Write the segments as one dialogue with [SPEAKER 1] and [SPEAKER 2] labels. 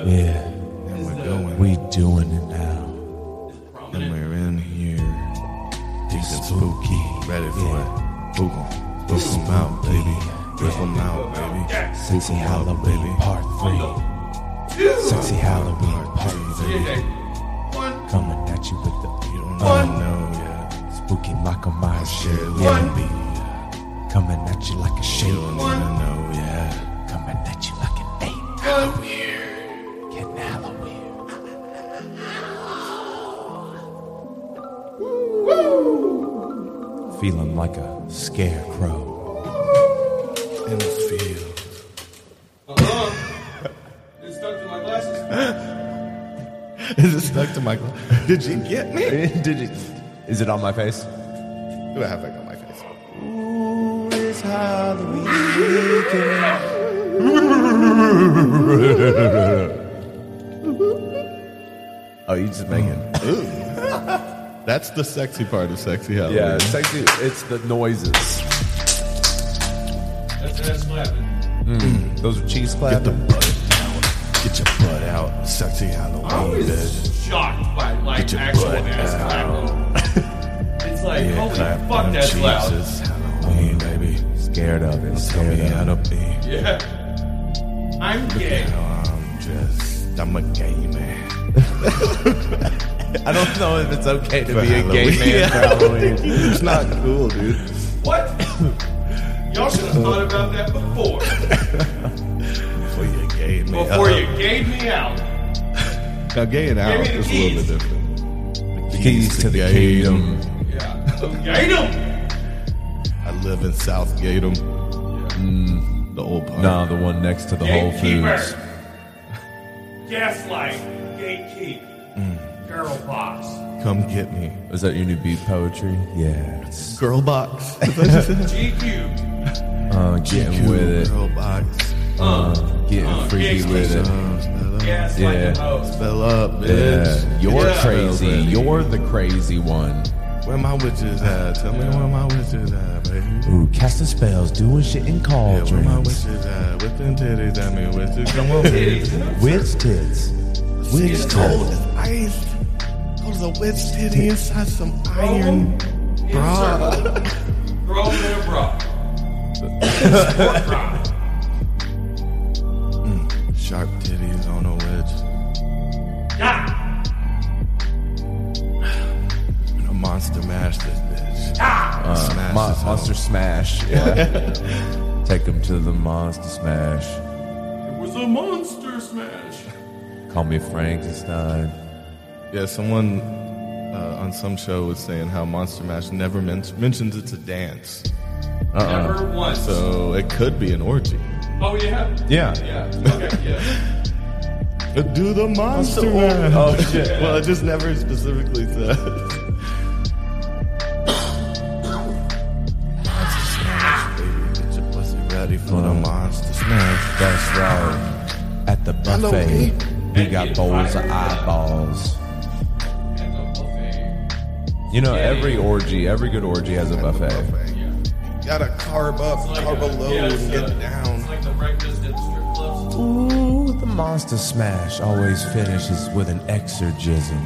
[SPEAKER 1] Yeah,
[SPEAKER 2] And we're doing
[SPEAKER 1] we doing it now.
[SPEAKER 2] it. And we're in here.
[SPEAKER 1] It's spooky.
[SPEAKER 2] Ready for it. Book 'em. Book 'em out, baby. Rip 'em out, baby.
[SPEAKER 1] Sexy Halloween Part 3. Sexy Halloween Part 3. Coming at you with the
[SPEAKER 2] You don't know yet.
[SPEAKER 1] spooky Makamai shit.
[SPEAKER 2] One.
[SPEAKER 1] Yeah. Coming at you like a
[SPEAKER 2] You
[SPEAKER 1] shade.
[SPEAKER 2] don't even know yet.
[SPEAKER 1] Coming at you like an ape. Halloween. Getting Halloween. Feeling like a scarecrow.
[SPEAKER 2] In the field.
[SPEAKER 3] It's stuck to my glasses.
[SPEAKER 2] Is it stuck to Michael? Did you get me?
[SPEAKER 4] Did you, is it on my face?
[SPEAKER 2] Do I have that on my face?
[SPEAKER 4] Ooh, it's Halloween. oh, you just make it.
[SPEAKER 2] That's the sexy part of sexy Halloween.
[SPEAKER 4] Yeah, it's actually it's the noises.
[SPEAKER 3] That's that slapping.
[SPEAKER 4] Those are cheese
[SPEAKER 2] Get the
[SPEAKER 4] clapping.
[SPEAKER 2] butt out. Get your butt out. Sexy
[SPEAKER 3] I
[SPEAKER 2] Halloween, bitch.
[SPEAKER 3] was shocked by like
[SPEAKER 2] Get your
[SPEAKER 3] actual
[SPEAKER 2] butt
[SPEAKER 3] ass clapping. It's like
[SPEAKER 2] Yeah,
[SPEAKER 3] holy
[SPEAKER 2] clap
[SPEAKER 3] fuck
[SPEAKER 2] them
[SPEAKER 3] that's loud.
[SPEAKER 2] Jesus. Halloween, baby.
[SPEAKER 4] Scared of it.
[SPEAKER 2] Tell me
[SPEAKER 4] Scared
[SPEAKER 2] how
[SPEAKER 4] of
[SPEAKER 2] to be.
[SPEAKER 3] Yeah. I'm
[SPEAKER 2] You
[SPEAKER 3] gay.
[SPEAKER 2] know, I'm just, I'm a gay man.
[SPEAKER 4] it. I don't know if it's okay to
[SPEAKER 2] For
[SPEAKER 4] be a gay
[SPEAKER 2] Halloween.
[SPEAKER 4] man
[SPEAKER 2] Yeah.
[SPEAKER 4] for Halloween.
[SPEAKER 2] It's not cool, dude.
[SPEAKER 3] What? Y'all
[SPEAKER 2] Uh,
[SPEAKER 3] should have thought about that before.
[SPEAKER 2] Before you gay me
[SPEAKER 3] Before
[SPEAKER 2] up.
[SPEAKER 3] you gave me out.
[SPEAKER 2] Now, gay and out
[SPEAKER 3] me the
[SPEAKER 2] is a little
[SPEAKER 3] keys.
[SPEAKER 2] bit different. The
[SPEAKER 4] Keys to the kingdom.
[SPEAKER 3] Yeah. So gate him.
[SPEAKER 2] I live in South Gatum. Mm, the old part.
[SPEAKER 4] No, the one next to the Whole
[SPEAKER 3] Gatekeeper.
[SPEAKER 4] Foods.
[SPEAKER 3] Gaslight. Gatekeep.
[SPEAKER 2] Mm.
[SPEAKER 3] Girl box.
[SPEAKER 2] Come get me.
[SPEAKER 4] Is that your new beat poetry? Yeah. It's,
[SPEAKER 2] Girl box.
[SPEAKER 3] GQ.
[SPEAKER 4] uh, getting
[SPEAKER 2] Cool
[SPEAKER 4] with it.
[SPEAKER 2] Girl box.
[SPEAKER 3] Uh,
[SPEAKER 4] Getting
[SPEAKER 3] uh,
[SPEAKER 4] freaky
[SPEAKER 3] gatekeeper.
[SPEAKER 4] with it.
[SPEAKER 2] Spell up.
[SPEAKER 3] Gaslight like
[SPEAKER 4] Yeah.
[SPEAKER 3] the host.
[SPEAKER 2] Spell up, bitch.
[SPEAKER 4] Yeah. You're
[SPEAKER 3] Yeah.
[SPEAKER 4] crazy.
[SPEAKER 2] Already.
[SPEAKER 4] You're the crazy one.
[SPEAKER 2] Where my witches at? Tell me where my witches at, baby.
[SPEAKER 1] Ooh, casting spells, doing shit in
[SPEAKER 2] Yeah, where my
[SPEAKER 1] cauldrons.
[SPEAKER 2] witches at? With them titties at me, witches. Come on, baby.
[SPEAKER 3] Titties.
[SPEAKER 1] Witch tits. Witch
[SPEAKER 3] It's
[SPEAKER 1] tits.
[SPEAKER 2] Cold as ice. Cold as a witch titty inside some iron.
[SPEAKER 3] Bra. Throw him in a bra. Sport bra.
[SPEAKER 2] Sharp titties on a witch.
[SPEAKER 3] Yeah.
[SPEAKER 2] And a monster mash this bitch. Smash
[SPEAKER 4] Mo-
[SPEAKER 2] this hoe.
[SPEAKER 4] monster Smash. Yeah. Take them to the Monster Smash.
[SPEAKER 3] It was a monster smash.
[SPEAKER 4] Call me Frankenstein.
[SPEAKER 2] Yeah, someone uh, on some show was saying how Monster Mash never men- mentions it's a dance.
[SPEAKER 3] Never once.
[SPEAKER 2] So it could be an orgy.
[SPEAKER 3] Oh yeah.
[SPEAKER 4] Yeah.
[SPEAKER 3] Yeah. Okay. Yeah.
[SPEAKER 2] Do the Monster Mash.
[SPEAKER 4] Oh, shit.
[SPEAKER 2] well, it just never specifically says. Monster Smash, baby. Get your pussy ready for the Monster Smash.
[SPEAKER 4] That's right. At the
[SPEAKER 2] Halloween.
[SPEAKER 4] buffet, we got bowls of eyeballs.
[SPEAKER 3] And the buffet.
[SPEAKER 4] You know, every orgy, every good orgy has a buffet.
[SPEAKER 2] Buffet.
[SPEAKER 3] Yeah.
[SPEAKER 2] You gotta carb up,
[SPEAKER 3] Like
[SPEAKER 2] carb
[SPEAKER 3] a-
[SPEAKER 2] a load,
[SPEAKER 3] yeah, it's
[SPEAKER 2] and get
[SPEAKER 3] a- It's
[SPEAKER 2] down.
[SPEAKER 3] like the breakfast at the strip clubs.
[SPEAKER 1] Ooh, the monster smash always finishes with an exorcism.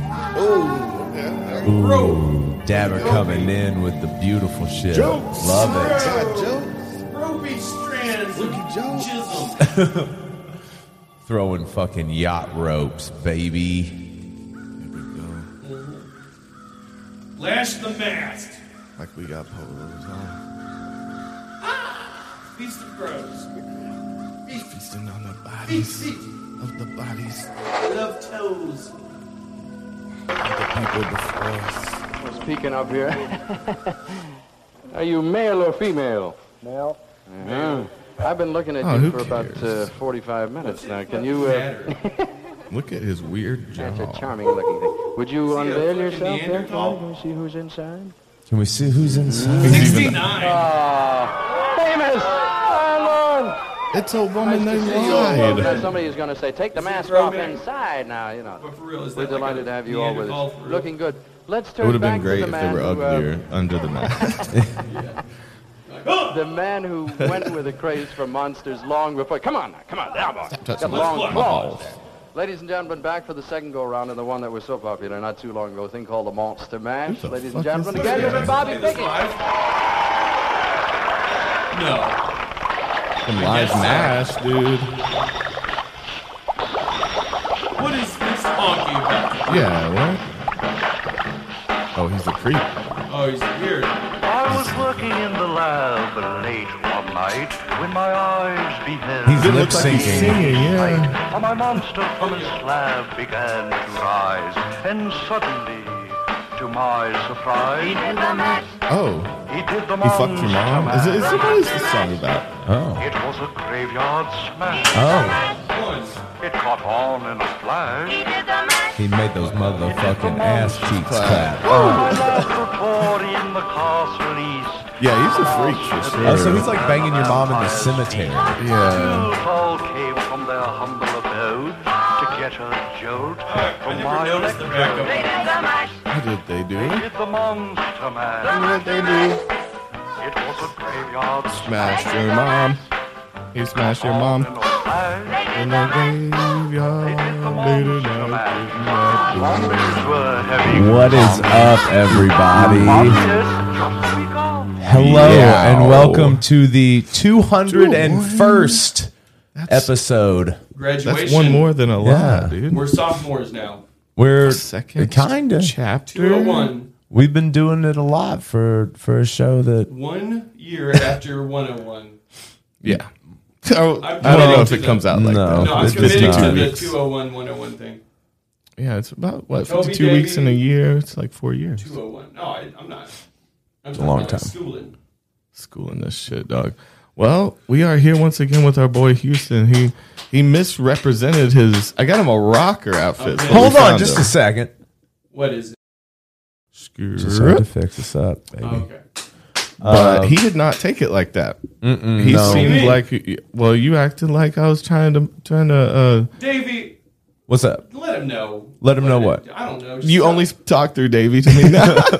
[SPEAKER 4] Ooh, Dabber coming in with the beautiful shit.
[SPEAKER 2] Jokes.
[SPEAKER 4] Love it.
[SPEAKER 2] God, Joe.
[SPEAKER 3] Ruby strands. Look
[SPEAKER 2] at Joe.
[SPEAKER 3] Chisel.
[SPEAKER 4] Throwing fucking yacht ropes, baby.
[SPEAKER 3] Lash the mast.
[SPEAKER 2] Like we got polos on.
[SPEAKER 3] Feast of crows. Feast.
[SPEAKER 2] Feasting on the
[SPEAKER 3] Feast.
[SPEAKER 2] bodies
[SPEAKER 3] feast.
[SPEAKER 2] of the bodies of
[SPEAKER 3] Love toes.
[SPEAKER 2] the people before us.
[SPEAKER 5] Well, speaking up here, are you male or female? Male. I've been looking at
[SPEAKER 2] Oh,
[SPEAKER 5] you
[SPEAKER 2] who
[SPEAKER 5] for about uh,
[SPEAKER 2] cares?
[SPEAKER 5] 45 minutes now. Can you? Uh,
[SPEAKER 3] Matter.
[SPEAKER 2] Look at his weird
[SPEAKER 5] that's a
[SPEAKER 2] jaw.
[SPEAKER 5] charming looking thing. Would you
[SPEAKER 3] Is he a
[SPEAKER 5] unveil
[SPEAKER 3] fucking
[SPEAKER 5] yourself there?
[SPEAKER 3] Neanderthal?
[SPEAKER 5] Can we see who's inside?
[SPEAKER 1] Can we see who's inside?
[SPEAKER 3] Sixty-nine.
[SPEAKER 5] Ah, famous! Oh,
[SPEAKER 2] It's a woman named
[SPEAKER 5] Lord! Now
[SPEAKER 2] Wide.
[SPEAKER 5] somebody's going to say, take the mask
[SPEAKER 3] Throw
[SPEAKER 5] off
[SPEAKER 3] back.
[SPEAKER 5] inside now, you know.
[SPEAKER 3] But for real, is
[SPEAKER 5] We're
[SPEAKER 3] that like a
[SPEAKER 5] delighted to have you all with us.
[SPEAKER 3] Neanderthal for real?
[SPEAKER 5] Looking good. Let's
[SPEAKER 2] It would
[SPEAKER 5] turn
[SPEAKER 2] have been
[SPEAKER 5] back to
[SPEAKER 2] great
[SPEAKER 5] the
[SPEAKER 2] if they
[SPEAKER 5] man
[SPEAKER 2] were
[SPEAKER 5] who, uh,
[SPEAKER 2] uglier under the mask.
[SPEAKER 3] oh,
[SPEAKER 5] The man who went with a craze for monsters long before. Come on now, come on, elbow. Got long
[SPEAKER 3] butt.
[SPEAKER 5] claws. Ladies and gentlemen, back for the second go around and the one that was so popular not too long ago, a thing called the Monster Mash.
[SPEAKER 4] Who the
[SPEAKER 5] Ladies and
[SPEAKER 4] fuck is
[SPEAKER 5] gentlemen,
[SPEAKER 4] this
[SPEAKER 5] again,
[SPEAKER 4] guy?
[SPEAKER 5] you've been Bobby
[SPEAKER 3] This
[SPEAKER 5] Pickett.
[SPEAKER 3] live? No.
[SPEAKER 4] Some live
[SPEAKER 3] guess
[SPEAKER 4] mash,
[SPEAKER 3] so.
[SPEAKER 4] dude.
[SPEAKER 3] What is this honky about?
[SPEAKER 4] Yeah, right? Oh, he's a creep.
[SPEAKER 3] Oh, he's weird.
[SPEAKER 6] I was working in the lab late one night when my eyes beheld
[SPEAKER 1] He's lip
[SPEAKER 4] looks like he's
[SPEAKER 1] syncing.
[SPEAKER 4] singing, yeah.
[SPEAKER 6] light, and my monster from his slab began to rise, and suddenly, to my surprise,
[SPEAKER 4] Oh,
[SPEAKER 6] he did the
[SPEAKER 4] he
[SPEAKER 5] Um,
[SPEAKER 6] monster
[SPEAKER 4] fucked your mom? Is it, is it,
[SPEAKER 6] mash.
[SPEAKER 4] what is this song about?
[SPEAKER 1] Oh.
[SPEAKER 6] It was a graveyard smash.
[SPEAKER 1] Oh.
[SPEAKER 3] Once.
[SPEAKER 6] It caught on in a flash.
[SPEAKER 1] He made those motherfucking ass cheeks clap.
[SPEAKER 6] My laughter tore in the castle east.
[SPEAKER 4] Yeah, he's a freak for sure.
[SPEAKER 1] Oh, so he's like banging your mom in the cemetery.
[SPEAKER 4] yeah.
[SPEAKER 6] Girls all came from their humble abode to get a jolt
[SPEAKER 3] I
[SPEAKER 6] from
[SPEAKER 3] never
[SPEAKER 6] my
[SPEAKER 3] noticed the
[SPEAKER 6] electric.
[SPEAKER 3] backup.
[SPEAKER 4] What did they do?
[SPEAKER 6] Did the monster man?
[SPEAKER 4] What did they do?
[SPEAKER 6] It was a graveyard
[SPEAKER 4] Smashed your mom. He smashed your mom.
[SPEAKER 6] Zombies
[SPEAKER 4] In the graveyard, later night,
[SPEAKER 6] were heavy.
[SPEAKER 1] What is up, everybody?
[SPEAKER 6] Monsters just to be gone.
[SPEAKER 1] Hello
[SPEAKER 4] Yeah.
[SPEAKER 1] and welcome to the 201st episode.
[SPEAKER 3] Graduation.
[SPEAKER 4] That's one more than a lot,
[SPEAKER 1] Yeah.
[SPEAKER 4] dude.
[SPEAKER 3] We're sophomores now.
[SPEAKER 1] We're
[SPEAKER 4] Second
[SPEAKER 1] kinda.
[SPEAKER 4] chapter.
[SPEAKER 3] 201.
[SPEAKER 1] We've been doing it a lot for for a show that
[SPEAKER 3] One year after 101.
[SPEAKER 4] Yeah. So, I don't know
[SPEAKER 3] I'm committed
[SPEAKER 4] if
[SPEAKER 3] to
[SPEAKER 4] it
[SPEAKER 3] the-
[SPEAKER 4] comes out like
[SPEAKER 1] No.
[SPEAKER 4] that.
[SPEAKER 3] No, I'm
[SPEAKER 1] Oh, It's been
[SPEAKER 3] committing to
[SPEAKER 1] two
[SPEAKER 3] the
[SPEAKER 4] weeks.
[SPEAKER 3] 201 101 thing.
[SPEAKER 4] Yeah, it's about what
[SPEAKER 3] Toby
[SPEAKER 4] fifty-two weeks in
[SPEAKER 3] Davey.
[SPEAKER 4] a year. It's like four years.
[SPEAKER 3] 201. No, I, I'm not. I'm
[SPEAKER 1] a long
[SPEAKER 3] talking about
[SPEAKER 1] time.
[SPEAKER 3] Schooling.
[SPEAKER 4] Schooling this shit, dog. Well, we are here once again with our boy Houston. He he misrepresented his. I got him a rocker outfit.
[SPEAKER 3] Okay.
[SPEAKER 4] so we
[SPEAKER 1] Hold on
[SPEAKER 4] found
[SPEAKER 1] just
[SPEAKER 4] him.
[SPEAKER 1] a second.
[SPEAKER 3] What is it? Oh,
[SPEAKER 4] Screw
[SPEAKER 1] Just had to
[SPEAKER 4] it.
[SPEAKER 1] fix this up, baby.
[SPEAKER 3] Okay.
[SPEAKER 4] But he did not take it like that. He
[SPEAKER 1] no.
[SPEAKER 4] seemed
[SPEAKER 3] Really?
[SPEAKER 4] like well, you acted like I was trying to trying to. Uh,
[SPEAKER 3] Davey,
[SPEAKER 1] What's up?
[SPEAKER 3] let him know.
[SPEAKER 1] Let him know what?
[SPEAKER 3] I don't know. Just
[SPEAKER 4] you
[SPEAKER 3] tell-
[SPEAKER 4] only talk through Davey to me now.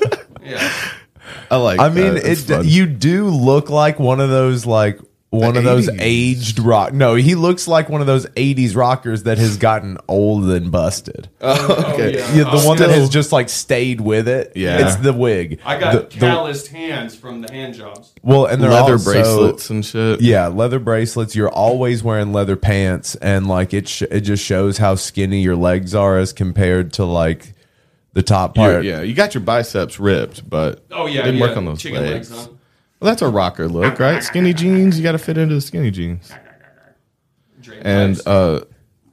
[SPEAKER 3] Yeah.
[SPEAKER 4] I like.
[SPEAKER 1] I mean,
[SPEAKER 4] that. It's
[SPEAKER 1] it,
[SPEAKER 4] fun.
[SPEAKER 1] you do look like one of those like one of those
[SPEAKER 4] 80s.
[SPEAKER 1] aged rock. No, he looks like one of those '80s rockers that has gotten old and busted.
[SPEAKER 4] okay.
[SPEAKER 1] yeah, the
[SPEAKER 3] Oh,
[SPEAKER 1] one that
[SPEAKER 3] yeah.
[SPEAKER 1] has just like stayed with it.
[SPEAKER 4] Yeah.
[SPEAKER 1] it's the wig.
[SPEAKER 3] I got
[SPEAKER 1] The- the-
[SPEAKER 3] calloused hands from the hand jobs.
[SPEAKER 1] well, and they're
[SPEAKER 4] leather
[SPEAKER 1] also-
[SPEAKER 4] bracelets and shit.
[SPEAKER 1] Yeah, leather bracelets. You're always wearing leather pants, and like it, sh- it just shows how skinny your legs are as compared to like the top
[SPEAKER 4] You-
[SPEAKER 1] part.
[SPEAKER 4] yeah, you got your biceps ripped, but
[SPEAKER 3] Oh, yeah.
[SPEAKER 4] didn't
[SPEAKER 3] yeah.
[SPEAKER 4] work on those
[SPEAKER 3] Chicken
[SPEAKER 4] legs.
[SPEAKER 3] legs. huh?
[SPEAKER 4] Well, that's a rocker look, right? Skinny jeans, you got to fit into the skinny jeans.
[SPEAKER 3] Drain
[SPEAKER 4] And
[SPEAKER 3] pipes.
[SPEAKER 4] uh,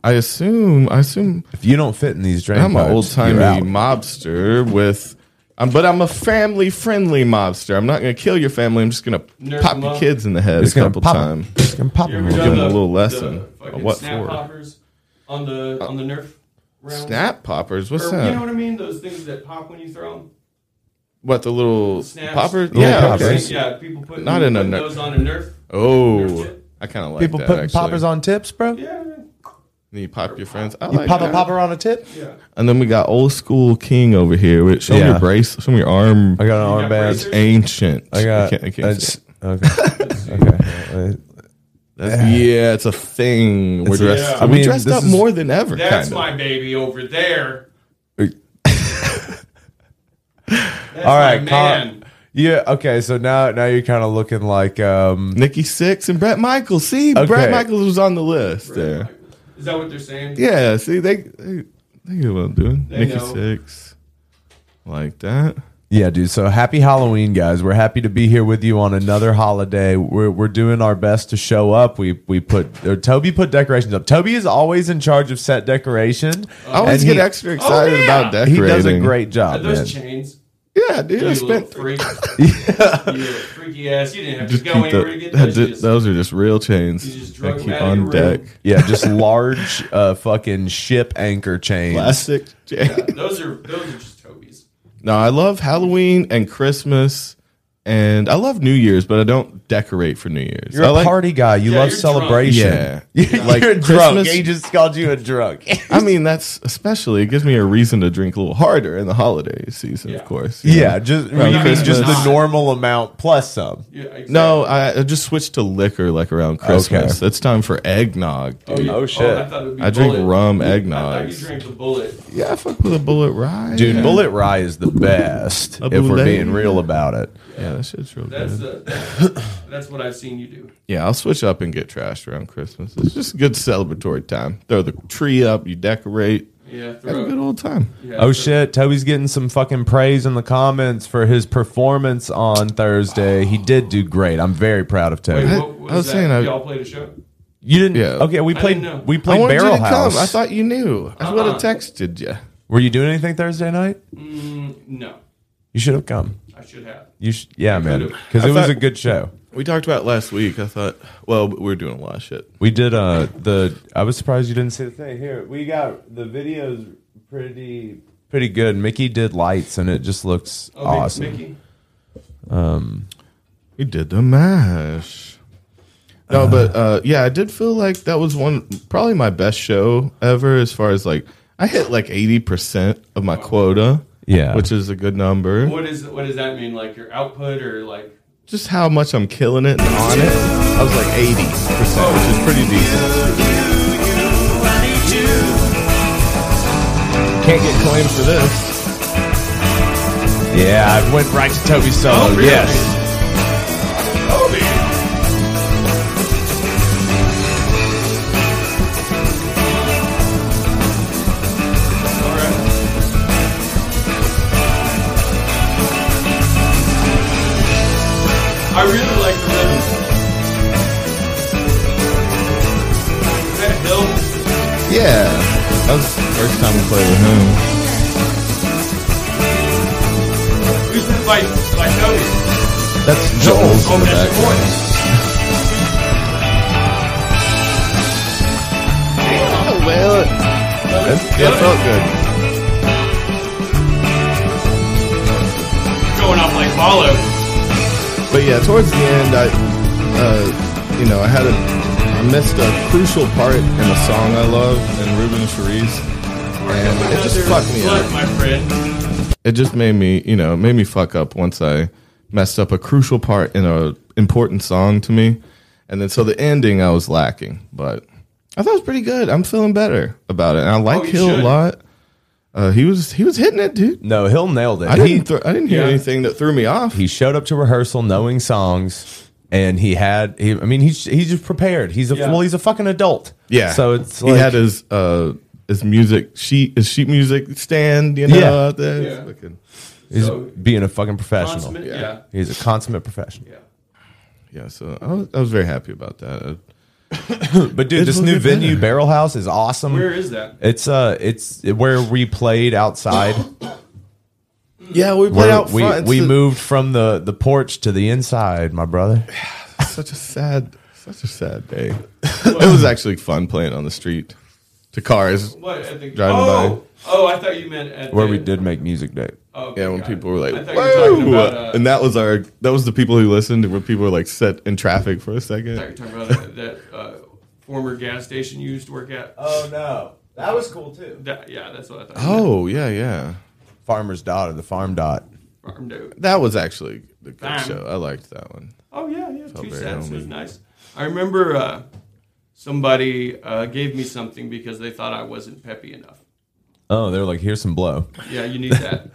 [SPEAKER 4] I assume, I assume
[SPEAKER 1] If you don't fit in these drain
[SPEAKER 4] I'm an
[SPEAKER 1] pipes,
[SPEAKER 4] old timey
[SPEAKER 1] you're out.
[SPEAKER 4] mobster with, um, but I'm a family friendly mobster. I'm not gonna kill your family. I'm just gonna
[SPEAKER 3] Nerf
[SPEAKER 4] pop
[SPEAKER 3] 'em
[SPEAKER 4] your
[SPEAKER 3] up.
[SPEAKER 4] kids in the head
[SPEAKER 1] It's
[SPEAKER 4] a
[SPEAKER 1] gonna
[SPEAKER 4] couple
[SPEAKER 1] pop 'em.
[SPEAKER 4] times.
[SPEAKER 1] It's gonna pop
[SPEAKER 3] You
[SPEAKER 1] 'em
[SPEAKER 3] ever
[SPEAKER 1] real
[SPEAKER 3] done
[SPEAKER 4] give 'em a
[SPEAKER 3] the-
[SPEAKER 4] little lesson.
[SPEAKER 3] the fucking
[SPEAKER 4] What
[SPEAKER 3] snap
[SPEAKER 4] for?
[SPEAKER 3] poppers on the
[SPEAKER 4] Uh,
[SPEAKER 3] on the Nerf round.
[SPEAKER 4] Snap poppers.
[SPEAKER 3] Or,
[SPEAKER 4] What's
[SPEAKER 3] you
[SPEAKER 4] that?
[SPEAKER 3] know what I mean? Those things that pop when you throw them.
[SPEAKER 4] what the little
[SPEAKER 3] Snaps.
[SPEAKER 4] poppers?
[SPEAKER 1] Little
[SPEAKER 4] yeah.
[SPEAKER 1] poppers.
[SPEAKER 4] okay.
[SPEAKER 3] Yeah, people put
[SPEAKER 4] Not
[SPEAKER 3] people
[SPEAKER 4] in a
[SPEAKER 3] put
[SPEAKER 4] Nerf.
[SPEAKER 3] those on a Nerf.
[SPEAKER 4] Oh, I kind of like
[SPEAKER 1] People
[SPEAKER 4] that,
[SPEAKER 1] putting
[SPEAKER 4] actually.
[SPEAKER 1] poppers on tips, bro.
[SPEAKER 3] Yeah,
[SPEAKER 4] And you pop your friends. I
[SPEAKER 1] You
[SPEAKER 4] like
[SPEAKER 1] pop a
[SPEAKER 4] that.
[SPEAKER 1] popper on a tip.
[SPEAKER 3] yeah.
[SPEAKER 4] And then we got old school King over here. With, show me
[SPEAKER 1] Yeah.
[SPEAKER 4] your brace. Show me your arm.
[SPEAKER 1] I got
[SPEAKER 3] You
[SPEAKER 1] an
[SPEAKER 3] got
[SPEAKER 1] armband.
[SPEAKER 3] razor?
[SPEAKER 4] ancient.
[SPEAKER 1] I got.
[SPEAKER 4] can't- can't
[SPEAKER 1] that's-
[SPEAKER 4] say it.
[SPEAKER 1] okay. okay.
[SPEAKER 4] That's- yeah, it's a thing. We're
[SPEAKER 1] It's a-
[SPEAKER 4] dressed.
[SPEAKER 3] Yeah.
[SPEAKER 1] I
[SPEAKER 4] we
[SPEAKER 1] mean,
[SPEAKER 4] dressed
[SPEAKER 1] this
[SPEAKER 4] up
[SPEAKER 1] is-
[SPEAKER 4] more than ever.
[SPEAKER 3] That's
[SPEAKER 4] kinda.
[SPEAKER 3] my baby over there. That's
[SPEAKER 1] All right,
[SPEAKER 3] my
[SPEAKER 1] Colin.
[SPEAKER 3] man.
[SPEAKER 1] Yeah. Okay. So now, now you're kind of looking like. um
[SPEAKER 4] Nikki Six and Brett Michaels. See,
[SPEAKER 1] Okay.
[SPEAKER 4] Brett Michaels was on the list there.
[SPEAKER 3] Is that what they're saying?
[SPEAKER 4] Yeah, see, they they, they get what I'm doing.
[SPEAKER 3] They
[SPEAKER 4] Nikki
[SPEAKER 3] know.
[SPEAKER 4] Six, like that.
[SPEAKER 1] Yeah, dude. So happy Halloween, guys. We're happy to be here with you on another holiday. We're we're doing our best to show up. We we put or Toby put decorations up. Toby is always in charge of set decoration.
[SPEAKER 4] I always
[SPEAKER 1] And
[SPEAKER 4] get
[SPEAKER 1] he- Oh,
[SPEAKER 4] extra excited
[SPEAKER 3] yeah.
[SPEAKER 4] about
[SPEAKER 1] He
[SPEAKER 4] decorating.
[SPEAKER 1] does a great
[SPEAKER 3] Are
[SPEAKER 1] job,
[SPEAKER 3] those
[SPEAKER 1] man.
[SPEAKER 3] chains?
[SPEAKER 4] Yeah, dude.
[SPEAKER 3] You
[SPEAKER 4] I
[SPEAKER 3] little
[SPEAKER 4] spent.
[SPEAKER 3] freak. You little freaky ass. You didn't have to
[SPEAKER 4] Just
[SPEAKER 3] go
[SPEAKER 4] keep
[SPEAKER 3] anywhere to
[SPEAKER 4] the-
[SPEAKER 5] get
[SPEAKER 4] that
[SPEAKER 3] those.
[SPEAKER 4] ju-
[SPEAKER 3] You just-
[SPEAKER 4] those are just real chains.
[SPEAKER 3] you just
[SPEAKER 4] I
[SPEAKER 3] drug 'em
[SPEAKER 4] keep
[SPEAKER 3] out of
[SPEAKER 4] on
[SPEAKER 3] your
[SPEAKER 4] deck.
[SPEAKER 3] room.
[SPEAKER 1] Yeah, just large uh, fucking ship anchor chains.
[SPEAKER 4] Plastic chain.
[SPEAKER 3] Those are those are just Toby's.
[SPEAKER 4] No, I love Halloween and Christmas and I love New Year's, but I don't decorate for New Year's.
[SPEAKER 7] You're
[SPEAKER 4] I
[SPEAKER 7] a
[SPEAKER 4] like,
[SPEAKER 7] party guy. You
[SPEAKER 3] Yeah,
[SPEAKER 7] love
[SPEAKER 3] you're
[SPEAKER 7] celebration.
[SPEAKER 4] Yeah.
[SPEAKER 7] You're,
[SPEAKER 4] Like
[SPEAKER 7] you're a drunk.
[SPEAKER 4] Christmas-
[SPEAKER 7] He just called you a drunk.
[SPEAKER 4] I mean, that's especially it gives me a reason to drink a little harder in the holiday season,
[SPEAKER 3] Yeah.
[SPEAKER 4] of course. you
[SPEAKER 7] yeah,
[SPEAKER 4] know?
[SPEAKER 7] just
[SPEAKER 4] Around
[SPEAKER 7] you mean just the
[SPEAKER 4] Christmas.
[SPEAKER 7] normal amount plus some.
[SPEAKER 3] Yeah, exactly.
[SPEAKER 4] No, I, I just switched to liquor like around Christmas. It's time for eggnog. Dude.
[SPEAKER 3] you-
[SPEAKER 7] Oh, shit.
[SPEAKER 3] I, thought it'd be
[SPEAKER 4] I drink
[SPEAKER 3] bullet.
[SPEAKER 4] rum
[SPEAKER 3] I thought
[SPEAKER 4] eggnog.
[SPEAKER 3] you drank the bullet.
[SPEAKER 4] Oh, Yeah, I fuck with a bullet rye.
[SPEAKER 7] Dude,
[SPEAKER 4] yeah.
[SPEAKER 7] Bullet Rye is the best.
[SPEAKER 4] A
[SPEAKER 7] If we're
[SPEAKER 4] bullet.
[SPEAKER 7] being real about it,
[SPEAKER 4] Yeah, that shit's real
[SPEAKER 3] That's
[SPEAKER 4] good.
[SPEAKER 3] the that's, that's what I've seen you do.
[SPEAKER 4] yeah, I'll switch up and get trashed around Christmas. It's just a good celebratory time. Throw the tree up, you decorate,
[SPEAKER 3] Yeah,
[SPEAKER 4] have a
[SPEAKER 3] throw,
[SPEAKER 4] good old time.
[SPEAKER 3] yeah,
[SPEAKER 7] oh
[SPEAKER 3] throw-
[SPEAKER 7] shit, Toby's getting some fucking praise in the comments for his performance on Thursday. He did do great. I'm very proud of Toby.
[SPEAKER 3] Wait,
[SPEAKER 4] I-
[SPEAKER 3] what was
[SPEAKER 4] I was
[SPEAKER 3] that?
[SPEAKER 4] saying I-
[SPEAKER 3] y'all played a show.
[SPEAKER 7] you didn't?
[SPEAKER 4] Yeah.
[SPEAKER 7] Okay, we
[SPEAKER 3] I
[SPEAKER 7] played.
[SPEAKER 3] didn't know.
[SPEAKER 7] We
[SPEAKER 4] I
[SPEAKER 7] played
[SPEAKER 4] wanted
[SPEAKER 7] Barrel
[SPEAKER 4] you to
[SPEAKER 7] House. Ah.
[SPEAKER 4] come. I thought you knew. I would
[SPEAKER 3] Uh-uh.
[SPEAKER 4] have texted you.
[SPEAKER 7] Were you doing anything Thursday night?
[SPEAKER 3] No,
[SPEAKER 7] You should have come.
[SPEAKER 3] I should have.
[SPEAKER 7] You sh- yeah, man,
[SPEAKER 3] could've.
[SPEAKER 7] because it was
[SPEAKER 4] thought-
[SPEAKER 7] a good show.
[SPEAKER 4] We talked about it last week. I thought, well, we are doing a lot of shit.
[SPEAKER 7] We did uh the. I was surprised you didn't see the thing. Here we got the videos pretty pretty good. Mickey did lights and it just looks
[SPEAKER 3] Oh, Mick-
[SPEAKER 7] awesome.
[SPEAKER 3] Mickey.
[SPEAKER 4] We did the mash. No, but uh, yeah, I did feel like that was one probably my best show ever. As far as like, I hit like eighty percent of my quota.
[SPEAKER 7] Yeah.
[SPEAKER 4] which is a good number.
[SPEAKER 3] What is what does that mean? Like your output or like?
[SPEAKER 4] Just how much I'm killing it and on it. I was like eighty percent, which is pretty decent. Can't get claimed for this.
[SPEAKER 7] Yeah, I went right to Toby solo.
[SPEAKER 3] Oh, really?
[SPEAKER 7] Yes,
[SPEAKER 3] I really like the rhythm. That hill.
[SPEAKER 4] Yeah, that was the first time we played with him.
[SPEAKER 3] Who's that by, by Toby?
[SPEAKER 4] That's Joel's
[SPEAKER 3] Oh,
[SPEAKER 4] in the
[SPEAKER 3] that's
[SPEAKER 4] back.
[SPEAKER 3] your voice.
[SPEAKER 4] That's- That felt good.
[SPEAKER 3] Going off like follow.
[SPEAKER 4] But yeah, towards the end, I, uh, you know, I had a, I missed a crucial part in a song I love, and Ruben and Cherise, and it just fucked me
[SPEAKER 3] Look,
[SPEAKER 4] up.
[SPEAKER 3] my friend.
[SPEAKER 4] It just made me, you know, it made me fuck up once I messed up a crucial part in a important song to me, and then so the ending I was lacking, but I thought it was pretty good. I'm feeling better about it, and I like
[SPEAKER 3] Oh, you
[SPEAKER 4] Hill
[SPEAKER 3] should.
[SPEAKER 4] a lot. Uh, he was he was hitting it, dude.
[SPEAKER 7] no, Hill nailed it.
[SPEAKER 4] I
[SPEAKER 7] he
[SPEAKER 4] didn't thro- I didn't hear
[SPEAKER 3] Yeah.
[SPEAKER 4] anything that threw me off.
[SPEAKER 7] he showed up to rehearsal knowing songs, and he had. He, I mean, he's he's just prepared. He's a
[SPEAKER 3] Yeah.
[SPEAKER 7] well, he's a fucking adult.
[SPEAKER 4] Yeah.
[SPEAKER 7] so it's
[SPEAKER 4] he
[SPEAKER 7] like
[SPEAKER 4] had his uh his music sheet his sheet music stand, you know,
[SPEAKER 7] Yeah.
[SPEAKER 4] out there.
[SPEAKER 3] Yeah.
[SPEAKER 4] It's fucking-
[SPEAKER 7] he's
[SPEAKER 3] So-
[SPEAKER 7] being a fucking professional.
[SPEAKER 3] Consummate. Yeah.
[SPEAKER 7] He's a consummate professional.
[SPEAKER 3] yeah.
[SPEAKER 4] yeah, so I was, I was very happy about that.
[SPEAKER 7] But dude,
[SPEAKER 4] It
[SPEAKER 7] this
[SPEAKER 4] will
[SPEAKER 7] new
[SPEAKER 4] get better.
[SPEAKER 7] venue, Barrel House, is awesome.
[SPEAKER 3] Where is that?
[SPEAKER 7] It's uh, it's where we played outside.
[SPEAKER 4] Yeah, we played
[SPEAKER 7] Where
[SPEAKER 4] out
[SPEAKER 7] we
[SPEAKER 4] front.
[SPEAKER 7] we
[SPEAKER 4] It's a-
[SPEAKER 7] moved from the the porch to the inside, my brother.
[SPEAKER 4] Such a sad, such a sad day. it was actually fun playing on the street to cars.
[SPEAKER 3] What? At the,
[SPEAKER 4] Driving
[SPEAKER 3] oh, oh, I thought you meant at
[SPEAKER 7] Where
[SPEAKER 3] the,
[SPEAKER 7] we did make music day.
[SPEAKER 3] Oh, okay,
[SPEAKER 4] Yeah, when
[SPEAKER 3] got it.
[SPEAKER 4] people were like,
[SPEAKER 3] I thought you were
[SPEAKER 4] "Whoa!"
[SPEAKER 3] talking about, uh,
[SPEAKER 4] and that was our that was the people who listened. Where people were like set in traffic for a
[SPEAKER 3] I thought
[SPEAKER 4] second.
[SPEAKER 3] you were talking about that, that uh, former gas station you used to work at.
[SPEAKER 7] Oh no, that was cool too.
[SPEAKER 3] That- yeah, that's what I thought. you
[SPEAKER 4] Oh yeah, yeah.
[SPEAKER 7] Farmer's daughter, the farm dot.
[SPEAKER 3] meant. Farm Dough.
[SPEAKER 4] That was actually a good
[SPEAKER 3] Bam.
[SPEAKER 4] show. I liked that one.
[SPEAKER 3] Oh yeah, yeah. Two
[SPEAKER 4] very
[SPEAKER 3] cents
[SPEAKER 4] homey.
[SPEAKER 3] was nice. I remember uh, somebody uh, gave me something because they thought I wasn't peppy enough.
[SPEAKER 7] Oh, they're like, here's some blow.
[SPEAKER 3] Yeah, you need that.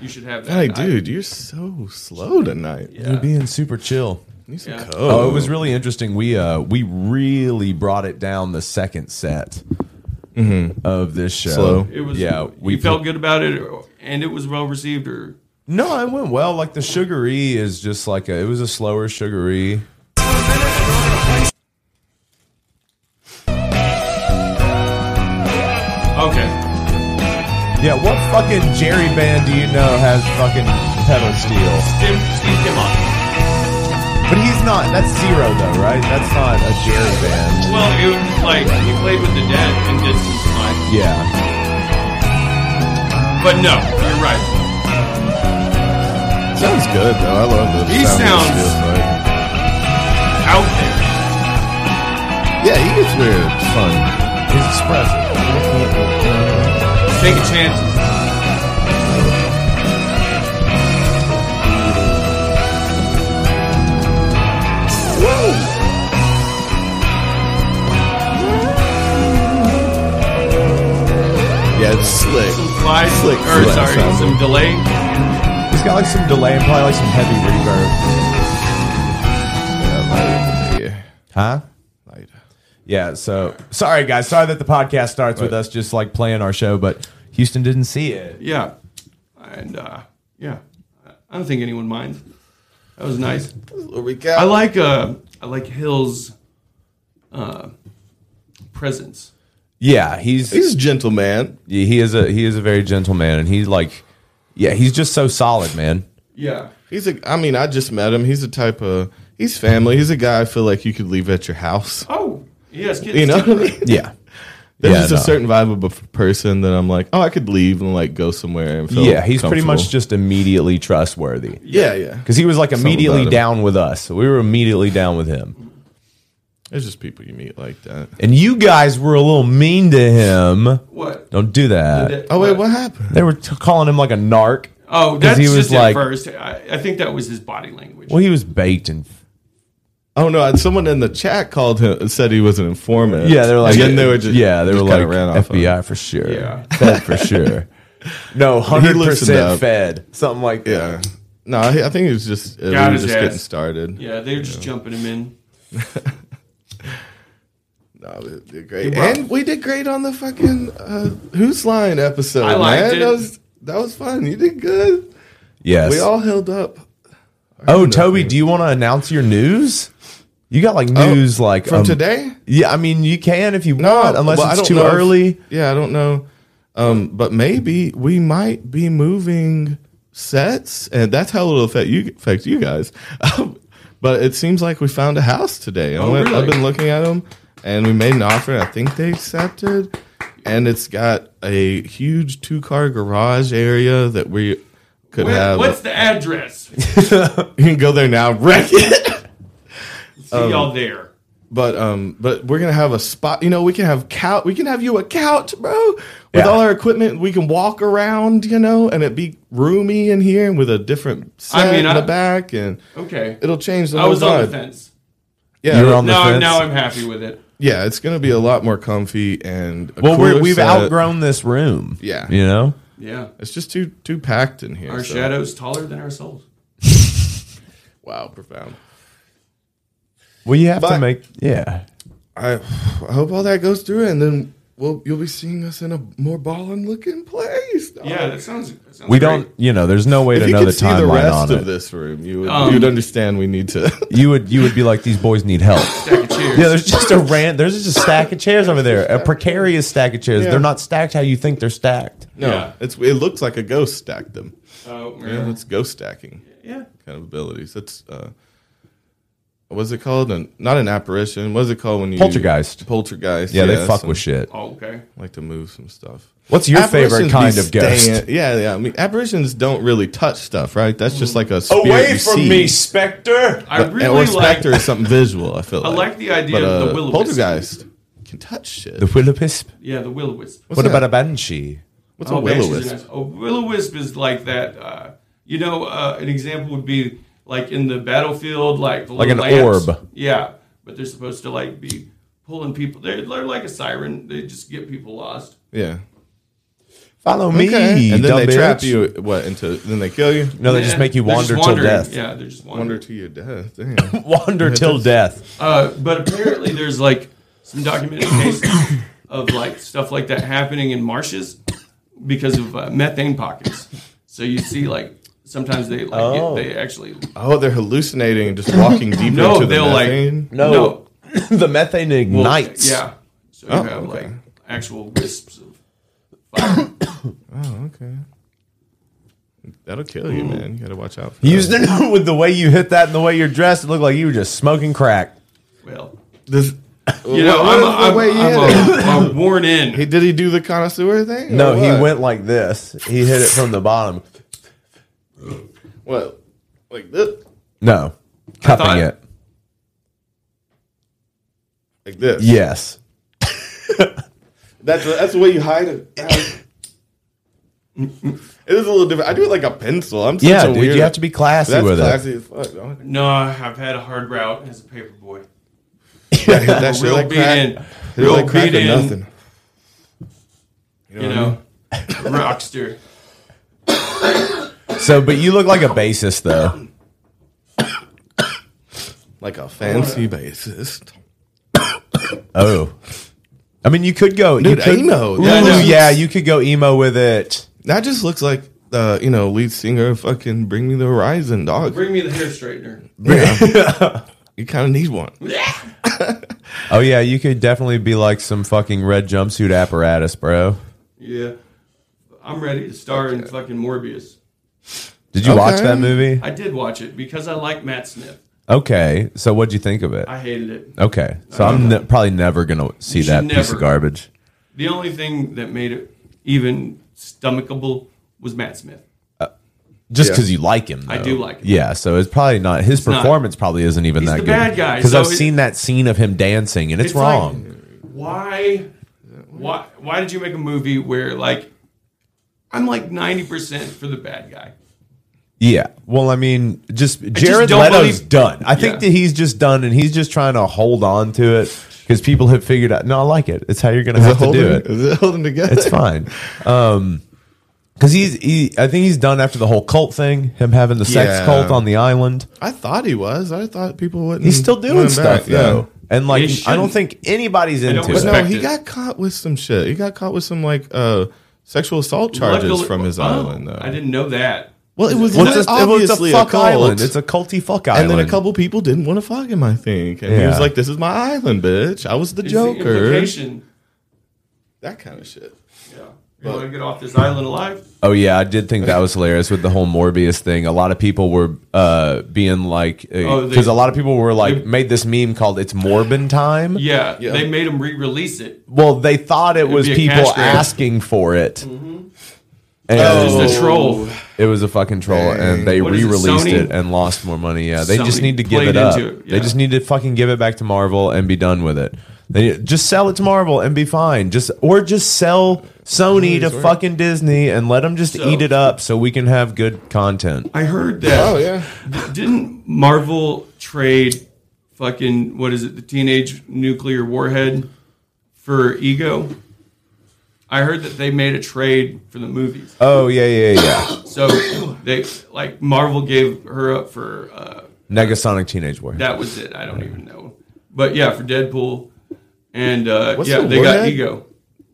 [SPEAKER 3] you should have that.
[SPEAKER 4] Hey,
[SPEAKER 3] I-
[SPEAKER 4] dude, you're so slow tonight.
[SPEAKER 3] yeah.
[SPEAKER 7] You're being super chill.
[SPEAKER 4] Need some
[SPEAKER 3] Yeah.
[SPEAKER 4] coke.
[SPEAKER 7] Oh, it was really interesting. We uh we really brought it down the second set of this show.
[SPEAKER 4] Slow.
[SPEAKER 3] It was.
[SPEAKER 7] yeah.
[SPEAKER 3] we you felt good about it, or, and it was well received. Or
[SPEAKER 7] No, it went well. Like the sugary is just like a, it was a slower sugary.
[SPEAKER 3] okay,
[SPEAKER 7] Yeah, what fucking Jerry band do you know has fucking pedal steel?
[SPEAKER 3] Steve, Steve came on.
[SPEAKER 7] But he's not. That's zero though, right? That's not a Jerry band.
[SPEAKER 3] Well, it was just like he played with the dead and did some slide.
[SPEAKER 7] Yeah.
[SPEAKER 3] But no, you're right.
[SPEAKER 4] Sounds good good though. I love this.
[SPEAKER 3] He
[SPEAKER 4] sound
[SPEAKER 3] sounds-
[SPEAKER 4] feels like.
[SPEAKER 3] Out there.
[SPEAKER 4] Yeah, he gets weird. It's fun.
[SPEAKER 7] He's expressive.
[SPEAKER 3] Take a chance.
[SPEAKER 4] Yeah, it's slick.
[SPEAKER 3] Slide.
[SPEAKER 4] Slick,
[SPEAKER 3] or
[SPEAKER 4] slick
[SPEAKER 3] sorry,
[SPEAKER 4] sound.
[SPEAKER 3] some delay.
[SPEAKER 7] He's got like some delay and probably like some heavy reverb.
[SPEAKER 4] Yeah, light. Yeah,
[SPEAKER 7] Huh?
[SPEAKER 4] light.
[SPEAKER 7] Yeah, so sorry guys, sorry that the podcast starts with us just like playing our show, but Houston didn't see it.
[SPEAKER 3] Yeah. And uh, yeah, I don't think anyone minds. That was nice.
[SPEAKER 4] Little recap.
[SPEAKER 3] I like uh, I like Hill's uh, presence.
[SPEAKER 7] Yeah, he's,
[SPEAKER 4] He's a gentleman.
[SPEAKER 7] yeah, he is a he is a very gentle man, and he's like, yeah, he's just so solid, man.
[SPEAKER 3] Yeah.
[SPEAKER 4] He's a. I mean, I just met him. He's a type of. He's family. He's a guy I feel like you could leave at your house.
[SPEAKER 3] Oh, yes.
[SPEAKER 4] You know what I mean?
[SPEAKER 7] Yeah,
[SPEAKER 4] There's
[SPEAKER 7] Yeah,
[SPEAKER 4] just
[SPEAKER 7] no.
[SPEAKER 4] a certain vibe of a f- person that I'm like, oh, I could leave and like go somewhere and feel
[SPEAKER 7] yeah, he's pretty much
[SPEAKER 4] comfortable.
[SPEAKER 7] just immediately trustworthy
[SPEAKER 4] yeah, yeah.
[SPEAKER 7] because he was like immediately
[SPEAKER 4] about him.
[SPEAKER 7] down with us. So we were immediately down with him,
[SPEAKER 4] There's just people you meet like that.
[SPEAKER 7] and you guys were a little mean to him.
[SPEAKER 3] What?
[SPEAKER 7] Don't do that.
[SPEAKER 4] Oh wait, what happened?
[SPEAKER 7] They were t- calling him like a narc.
[SPEAKER 3] Oh,
[SPEAKER 7] 'Cause
[SPEAKER 3] that's
[SPEAKER 7] he was
[SPEAKER 3] just
[SPEAKER 7] like-
[SPEAKER 3] at first. I, I think that was his body language.
[SPEAKER 7] Well, he was baked and
[SPEAKER 4] Oh no, and someone in the chat called him and said he was an informant.
[SPEAKER 7] Yeah, they were like,
[SPEAKER 4] and then they were just
[SPEAKER 7] yeah, they
[SPEAKER 4] just
[SPEAKER 7] were
[SPEAKER 4] kinda
[SPEAKER 7] like
[SPEAKER 4] ran off of him.
[SPEAKER 7] FBI for sure,
[SPEAKER 3] Yeah.
[SPEAKER 7] Fed for sure. No, hundred
[SPEAKER 4] loosened
[SPEAKER 7] percent
[SPEAKER 4] up.
[SPEAKER 7] Fed, something like that.
[SPEAKER 4] Yeah, no, I, I think it was just we
[SPEAKER 3] Got
[SPEAKER 4] were
[SPEAKER 3] his
[SPEAKER 4] just
[SPEAKER 3] ass.
[SPEAKER 4] getting started.
[SPEAKER 3] yeah, they were just jumping him in.
[SPEAKER 4] No, we did great,
[SPEAKER 3] bro.
[SPEAKER 4] and we did great on the fucking uh, Who's Line episode.
[SPEAKER 3] I liked
[SPEAKER 4] man.
[SPEAKER 3] it.
[SPEAKER 4] That was that was fun. You did good.
[SPEAKER 7] Yes.
[SPEAKER 4] We all held up.
[SPEAKER 7] oh, Toby, do you want to announce your news? You got like
[SPEAKER 4] Oh,
[SPEAKER 7] news like
[SPEAKER 4] from
[SPEAKER 7] um,
[SPEAKER 4] today.
[SPEAKER 7] Yeah, I mean you can if you want, unless
[SPEAKER 4] Oh, well, I
[SPEAKER 7] it's
[SPEAKER 4] don't
[SPEAKER 7] too
[SPEAKER 4] know if-
[SPEAKER 7] early.
[SPEAKER 4] yeah, I don't know. Um, but maybe we might be moving sets, and that's how it'll affect you, affect you guys. Um, but it seems like we found a house today. I
[SPEAKER 3] Oh,
[SPEAKER 4] went- I've
[SPEAKER 3] really?
[SPEAKER 4] been looking at them, and we made an offer. and I think they accepted, and it's got a huge two car garage area that we could
[SPEAKER 3] Where-
[SPEAKER 4] have.
[SPEAKER 3] what's the address? See
[SPEAKER 4] you can go there now, wreck it.
[SPEAKER 3] y'all there.
[SPEAKER 4] But um, but we're gonna have a spot. You know, we can have couch. We can have you a couch, bro. With
[SPEAKER 7] Yeah.
[SPEAKER 4] all our equipment, we can walk around. You know, and it be roomy in here, and with a different set
[SPEAKER 3] I mean,
[SPEAKER 4] in
[SPEAKER 3] I-
[SPEAKER 4] the back, and
[SPEAKER 3] Okay.
[SPEAKER 4] it'll change the
[SPEAKER 3] I
[SPEAKER 4] whole
[SPEAKER 3] was on the
[SPEAKER 4] vibe.
[SPEAKER 3] fence.
[SPEAKER 4] yeah,
[SPEAKER 7] You're on the
[SPEAKER 3] now,
[SPEAKER 7] fence.
[SPEAKER 3] now I'm happy with it.
[SPEAKER 4] yeah, it's gonna be a lot more comfy and a
[SPEAKER 7] well, we're,
[SPEAKER 4] cooler
[SPEAKER 7] we've
[SPEAKER 4] set.
[SPEAKER 7] outgrown this room.
[SPEAKER 4] Yeah.
[SPEAKER 7] you know.
[SPEAKER 3] Yeah.
[SPEAKER 4] It's just too too packed in here.
[SPEAKER 3] Our
[SPEAKER 7] uh,
[SPEAKER 4] so-
[SPEAKER 3] shadows taller than our souls.
[SPEAKER 4] Wow, profound.
[SPEAKER 7] Well, you have to
[SPEAKER 4] But-
[SPEAKER 7] make yeah.
[SPEAKER 4] I I hope all that goes through, and then we'll you'll be seeing us in a more ballin' looking place. dog.
[SPEAKER 3] Yeah, that sounds. That sounds
[SPEAKER 7] We
[SPEAKER 3] great.
[SPEAKER 7] don't, you know. There's no way
[SPEAKER 4] If
[SPEAKER 7] to
[SPEAKER 4] you
[SPEAKER 7] know the
[SPEAKER 4] could see the
[SPEAKER 7] timeline on
[SPEAKER 4] rest of
[SPEAKER 7] it.
[SPEAKER 4] this room, you would,
[SPEAKER 3] Um,
[SPEAKER 4] you would understand we need to.
[SPEAKER 7] You would, you would be like, these boys need help.
[SPEAKER 3] Stack of chairs.
[SPEAKER 7] Yeah, there's just a ran. There's just a stack of chairs over there, a precarious stack of chairs.
[SPEAKER 4] Yeah.
[SPEAKER 7] They're not stacked how you think they're stacked.
[SPEAKER 4] No,
[SPEAKER 3] Yeah.
[SPEAKER 4] it's it looks like a ghost stacked them.
[SPEAKER 3] Oh, yeah.
[SPEAKER 4] Yeah, that's ghost stacking
[SPEAKER 3] yeah.
[SPEAKER 4] kind of abilities. That's uh, what's it called? An, not an apparition. What's it called when you
[SPEAKER 7] Poltergeist.
[SPEAKER 4] Poltergeist.
[SPEAKER 7] Yeah, they fuck
[SPEAKER 4] some-
[SPEAKER 7] with shit.
[SPEAKER 3] Oh, okay.
[SPEAKER 4] Like to move some stuff.
[SPEAKER 7] What's your favorite
[SPEAKER 4] Apparitions
[SPEAKER 7] kind
[SPEAKER 4] be
[SPEAKER 7] of ghost?
[SPEAKER 4] staying- yeah, yeah. I mean, apparitions don't really touch stuff, right? That's just like a spirit you see.
[SPEAKER 7] Spectre.
[SPEAKER 3] I
[SPEAKER 4] But-
[SPEAKER 3] really
[SPEAKER 4] or
[SPEAKER 3] like.
[SPEAKER 4] specter is something visual. I feel. uh,
[SPEAKER 3] I like the idea of the will-o-wisp.
[SPEAKER 4] Poltergeist can touch shit.
[SPEAKER 7] The Willowisp.
[SPEAKER 3] Yeah, the will o wisp. Oh,
[SPEAKER 7] What about a banshee?
[SPEAKER 4] What's a will o wisp?
[SPEAKER 3] A will o wisp is like that. Uh, you know, uh, an example would be like in the battlefield, like the
[SPEAKER 7] Like
[SPEAKER 3] little
[SPEAKER 7] an
[SPEAKER 3] lamps.
[SPEAKER 7] orb.
[SPEAKER 3] Yeah, but they're supposed to like be pulling people. They're, they're like a siren. They just get people lost.
[SPEAKER 4] Yeah.
[SPEAKER 7] Follow me.
[SPEAKER 4] Okay. And then
[SPEAKER 7] dumb
[SPEAKER 4] they
[SPEAKER 7] bitch.
[SPEAKER 4] trap you. What into? Then they kill you.
[SPEAKER 7] No, they just
[SPEAKER 3] Yeah,
[SPEAKER 7] make you
[SPEAKER 3] they're
[SPEAKER 7] wander
[SPEAKER 3] just
[SPEAKER 7] till
[SPEAKER 3] wandering.
[SPEAKER 7] death.
[SPEAKER 3] Yeah, they're just wandering.
[SPEAKER 4] Wander to your death. Damn.
[SPEAKER 7] Wander till death.
[SPEAKER 3] Uh, but apparently, there's like some documented cases of like stuff like that happening in marshes because of uh, methane pockets. So you see, like sometimes they like
[SPEAKER 7] Oh.
[SPEAKER 3] get, they actually
[SPEAKER 4] oh, they're hallucinating and just walking deep
[SPEAKER 3] No,
[SPEAKER 4] into the
[SPEAKER 3] they'll, like-
[SPEAKER 4] methane.
[SPEAKER 7] No, the methane
[SPEAKER 3] well,
[SPEAKER 7] ignites.
[SPEAKER 3] Yeah, so you
[SPEAKER 4] Oh,
[SPEAKER 3] have
[SPEAKER 4] okay.
[SPEAKER 3] like actual wisps of fire.
[SPEAKER 4] oh, okay. That'll kill you, man. You gotta watch out. For
[SPEAKER 7] Hmm. You used
[SPEAKER 4] that.
[SPEAKER 7] to know with the way you hit that and the way you're dressed, it looked like you were just smoking crack.
[SPEAKER 3] well,
[SPEAKER 4] This,
[SPEAKER 3] you know,
[SPEAKER 4] What-
[SPEAKER 3] I'm,
[SPEAKER 4] what is the
[SPEAKER 3] I'm,
[SPEAKER 4] way
[SPEAKER 3] I'm,
[SPEAKER 4] you hit
[SPEAKER 3] a- I'm worn in.
[SPEAKER 4] Hey, did he do the connoisseur thing? or
[SPEAKER 7] No, he
[SPEAKER 4] what?
[SPEAKER 7] went like this. He hit it from the bottom.
[SPEAKER 4] What? like this,
[SPEAKER 7] No, cupping
[SPEAKER 3] thought-
[SPEAKER 7] it.
[SPEAKER 4] like this.
[SPEAKER 7] Yes.
[SPEAKER 4] That's that's the way you hide it. it is a little different. I do it like a pencil. I'm such
[SPEAKER 7] Yeah,
[SPEAKER 4] a
[SPEAKER 7] dude,
[SPEAKER 4] weird.
[SPEAKER 7] you have to be classy
[SPEAKER 4] that's
[SPEAKER 7] with
[SPEAKER 4] classy as fuck. though.
[SPEAKER 3] No, I've had a hard route as a paper boy.
[SPEAKER 4] Yeah, hit that shit
[SPEAKER 3] Real
[SPEAKER 4] like
[SPEAKER 3] beat
[SPEAKER 4] crack.
[SPEAKER 3] in.
[SPEAKER 4] Hit it
[SPEAKER 3] Real
[SPEAKER 4] like crack
[SPEAKER 3] beat
[SPEAKER 4] or
[SPEAKER 3] in.
[SPEAKER 4] nothing.
[SPEAKER 3] You know, rockster.
[SPEAKER 7] it. So, but you look like a bassist though.
[SPEAKER 4] Like a fancy bassist.
[SPEAKER 7] Oh, I mean, you could go.
[SPEAKER 4] Dude,
[SPEAKER 7] you could,
[SPEAKER 4] emo.
[SPEAKER 7] Ooh,
[SPEAKER 4] Yeah,
[SPEAKER 7] Yeah,
[SPEAKER 3] I know.
[SPEAKER 7] you could go emo with it.
[SPEAKER 4] That just looks like uh, you know, lead singer of fucking Bring Me the Horizon, dog.
[SPEAKER 3] Bring me the hair straightener.
[SPEAKER 4] You kind of need one.
[SPEAKER 7] Oh yeah, you could definitely be like some fucking red jumpsuit apparatus, bro.
[SPEAKER 3] Yeah, I'm ready to star in fucking Morbius.
[SPEAKER 7] Did you watch
[SPEAKER 4] Okay.
[SPEAKER 7] that movie?
[SPEAKER 3] I did watch it because I like Matt Smith.
[SPEAKER 7] Okay, so what'd you think of it?
[SPEAKER 3] I hated it.
[SPEAKER 7] Okay, so I'm ne- probably never gonna
[SPEAKER 3] Uh-huh.
[SPEAKER 7] see
[SPEAKER 3] You
[SPEAKER 7] that
[SPEAKER 3] should
[SPEAKER 7] piece
[SPEAKER 3] never.
[SPEAKER 7] of garbage.
[SPEAKER 3] The only thing that made it even stomachable was Matt Smith.
[SPEAKER 7] Just
[SPEAKER 4] Yeah.
[SPEAKER 7] because you like him, though.
[SPEAKER 3] I do like him.
[SPEAKER 7] Yeah, so it's probably not his
[SPEAKER 3] not.
[SPEAKER 7] performance. Probably isn't even
[SPEAKER 3] He's
[SPEAKER 7] that
[SPEAKER 3] the
[SPEAKER 7] good.
[SPEAKER 3] bad guy,
[SPEAKER 7] because
[SPEAKER 3] so
[SPEAKER 7] I've
[SPEAKER 3] it-
[SPEAKER 7] seen that scene of him dancing, and it's,
[SPEAKER 3] like,
[SPEAKER 7] wrong.
[SPEAKER 3] why? Why? Why did you make a movie where like I'm like ninety percent for the bad guy?
[SPEAKER 7] Yeah. Well, I mean, just Jared
[SPEAKER 3] don't
[SPEAKER 7] Leto's
[SPEAKER 3] believe-
[SPEAKER 7] done. I think
[SPEAKER 3] Yeah.
[SPEAKER 7] that he's just done, and he's just trying to hold on to it because people have figured out. No, I like it. It's how you're going to have to
[SPEAKER 4] holding,
[SPEAKER 7] do it.
[SPEAKER 4] is it holding together?
[SPEAKER 7] It's fine. Um, because he's, he, I think he's done after the whole cult thing, him having the sex
[SPEAKER 4] Yeah.
[SPEAKER 7] cult on the island.
[SPEAKER 4] I thought he was. I thought people wouldn't.
[SPEAKER 7] He's still doing
[SPEAKER 4] went
[SPEAKER 7] stuff
[SPEAKER 4] back, yeah.
[SPEAKER 7] though, and like
[SPEAKER 3] He
[SPEAKER 7] I don't
[SPEAKER 3] shouldn't.
[SPEAKER 7] think anybody's
[SPEAKER 3] don't
[SPEAKER 7] into
[SPEAKER 4] But
[SPEAKER 7] it.
[SPEAKER 4] no, he
[SPEAKER 3] Expected.
[SPEAKER 4] got caught with some shit. He got caught with some like uh, sexual assault charges
[SPEAKER 3] Luckily-
[SPEAKER 4] from his
[SPEAKER 3] oh,
[SPEAKER 4] island. Though.
[SPEAKER 3] I didn't know that.
[SPEAKER 4] Well, it was
[SPEAKER 7] Well, it's, a, it was a
[SPEAKER 4] obviously
[SPEAKER 7] fuck
[SPEAKER 4] a cult.
[SPEAKER 7] island. It's a culty fuck
[SPEAKER 4] and
[SPEAKER 7] island.
[SPEAKER 4] then a couple people didn't want to fuck him, I think. And he
[SPEAKER 7] Yeah.
[SPEAKER 4] was like, "This is my island, bitch. I was the
[SPEAKER 3] It's the
[SPEAKER 4] Joker."
[SPEAKER 3] implication.
[SPEAKER 4] that kind of shit.
[SPEAKER 3] Yeah. You want to get off this island alive?
[SPEAKER 7] Oh yeah, I did think that was hilarious with the whole Morbius thing. A lot of people were uh, being like,
[SPEAKER 3] Oh, they-
[SPEAKER 7] because a lot of people were like,
[SPEAKER 3] they-
[SPEAKER 7] made this meme called "It's Morbin Time."
[SPEAKER 3] Yeah.
[SPEAKER 4] Yeah.
[SPEAKER 3] They made him re-release it.
[SPEAKER 4] Oh.
[SPEAKER 7] Well, they thought it was
[SPEAKER 3] be a
[SPEAKER 7] people
[SPEAKER 3] cash grab. Mm-hmm.
[SPEAKER 7] asking for it, and
[SPEAKER 3] It's
[SPEAKER 4] Oh.
[SPEAKER 3] a troll.
[SPEAKER 7] it was a fucking troll, and they
[SPEAKER 3] What is it,
[SPEAKER 7] re-released
[SPEAKER 3] Sony?
[SPEAKER 7] it and lost more money. Yeah, they just
[SPEAKER 3] Sony
[SPEAKER 7] need to give
[SPEAKER 3] played
[SPEAKER 7] it up.
[SPEAKER 3] into it,
[SPEAKER 7] They
[SPEAKER 3] yeah.
[SPEAKER 7] just need to fucking give it back to Marvel and be done with it. They just sell it to Marvel and be fine. Just or just sell Sony to fucking Disney and let them just
[SPEAKER 3] So-
[SPEAKER 7] eat it up so we can have good content.
[SPEAKER 3] I heard that.
[SPEAKER 4] Oh yeah,
[SPEAKER 3] D- Didn't Marvel trade fucking what is it? The teenage nuclear warhead for Ego. I heard that they made a trade for the movies.
[SPEAKER 7] Oh yeah, yeah, yeah.
[SPEAKER 3] So they like Marvel gave her up for uh,
[SPEAKER 7] Negasonic Teenage Warhead.
[SPEAKER 3] that was it. I don't even know, but yeah, for Deadpool, and uh,
[SPEAKER 4] What's
[SPEAKER 3] yeah,
[SPEAKER 4] the
[SPEAKER 3] they got
[SPEAKER 4] warhead?
[SPEAKER 3] Ego.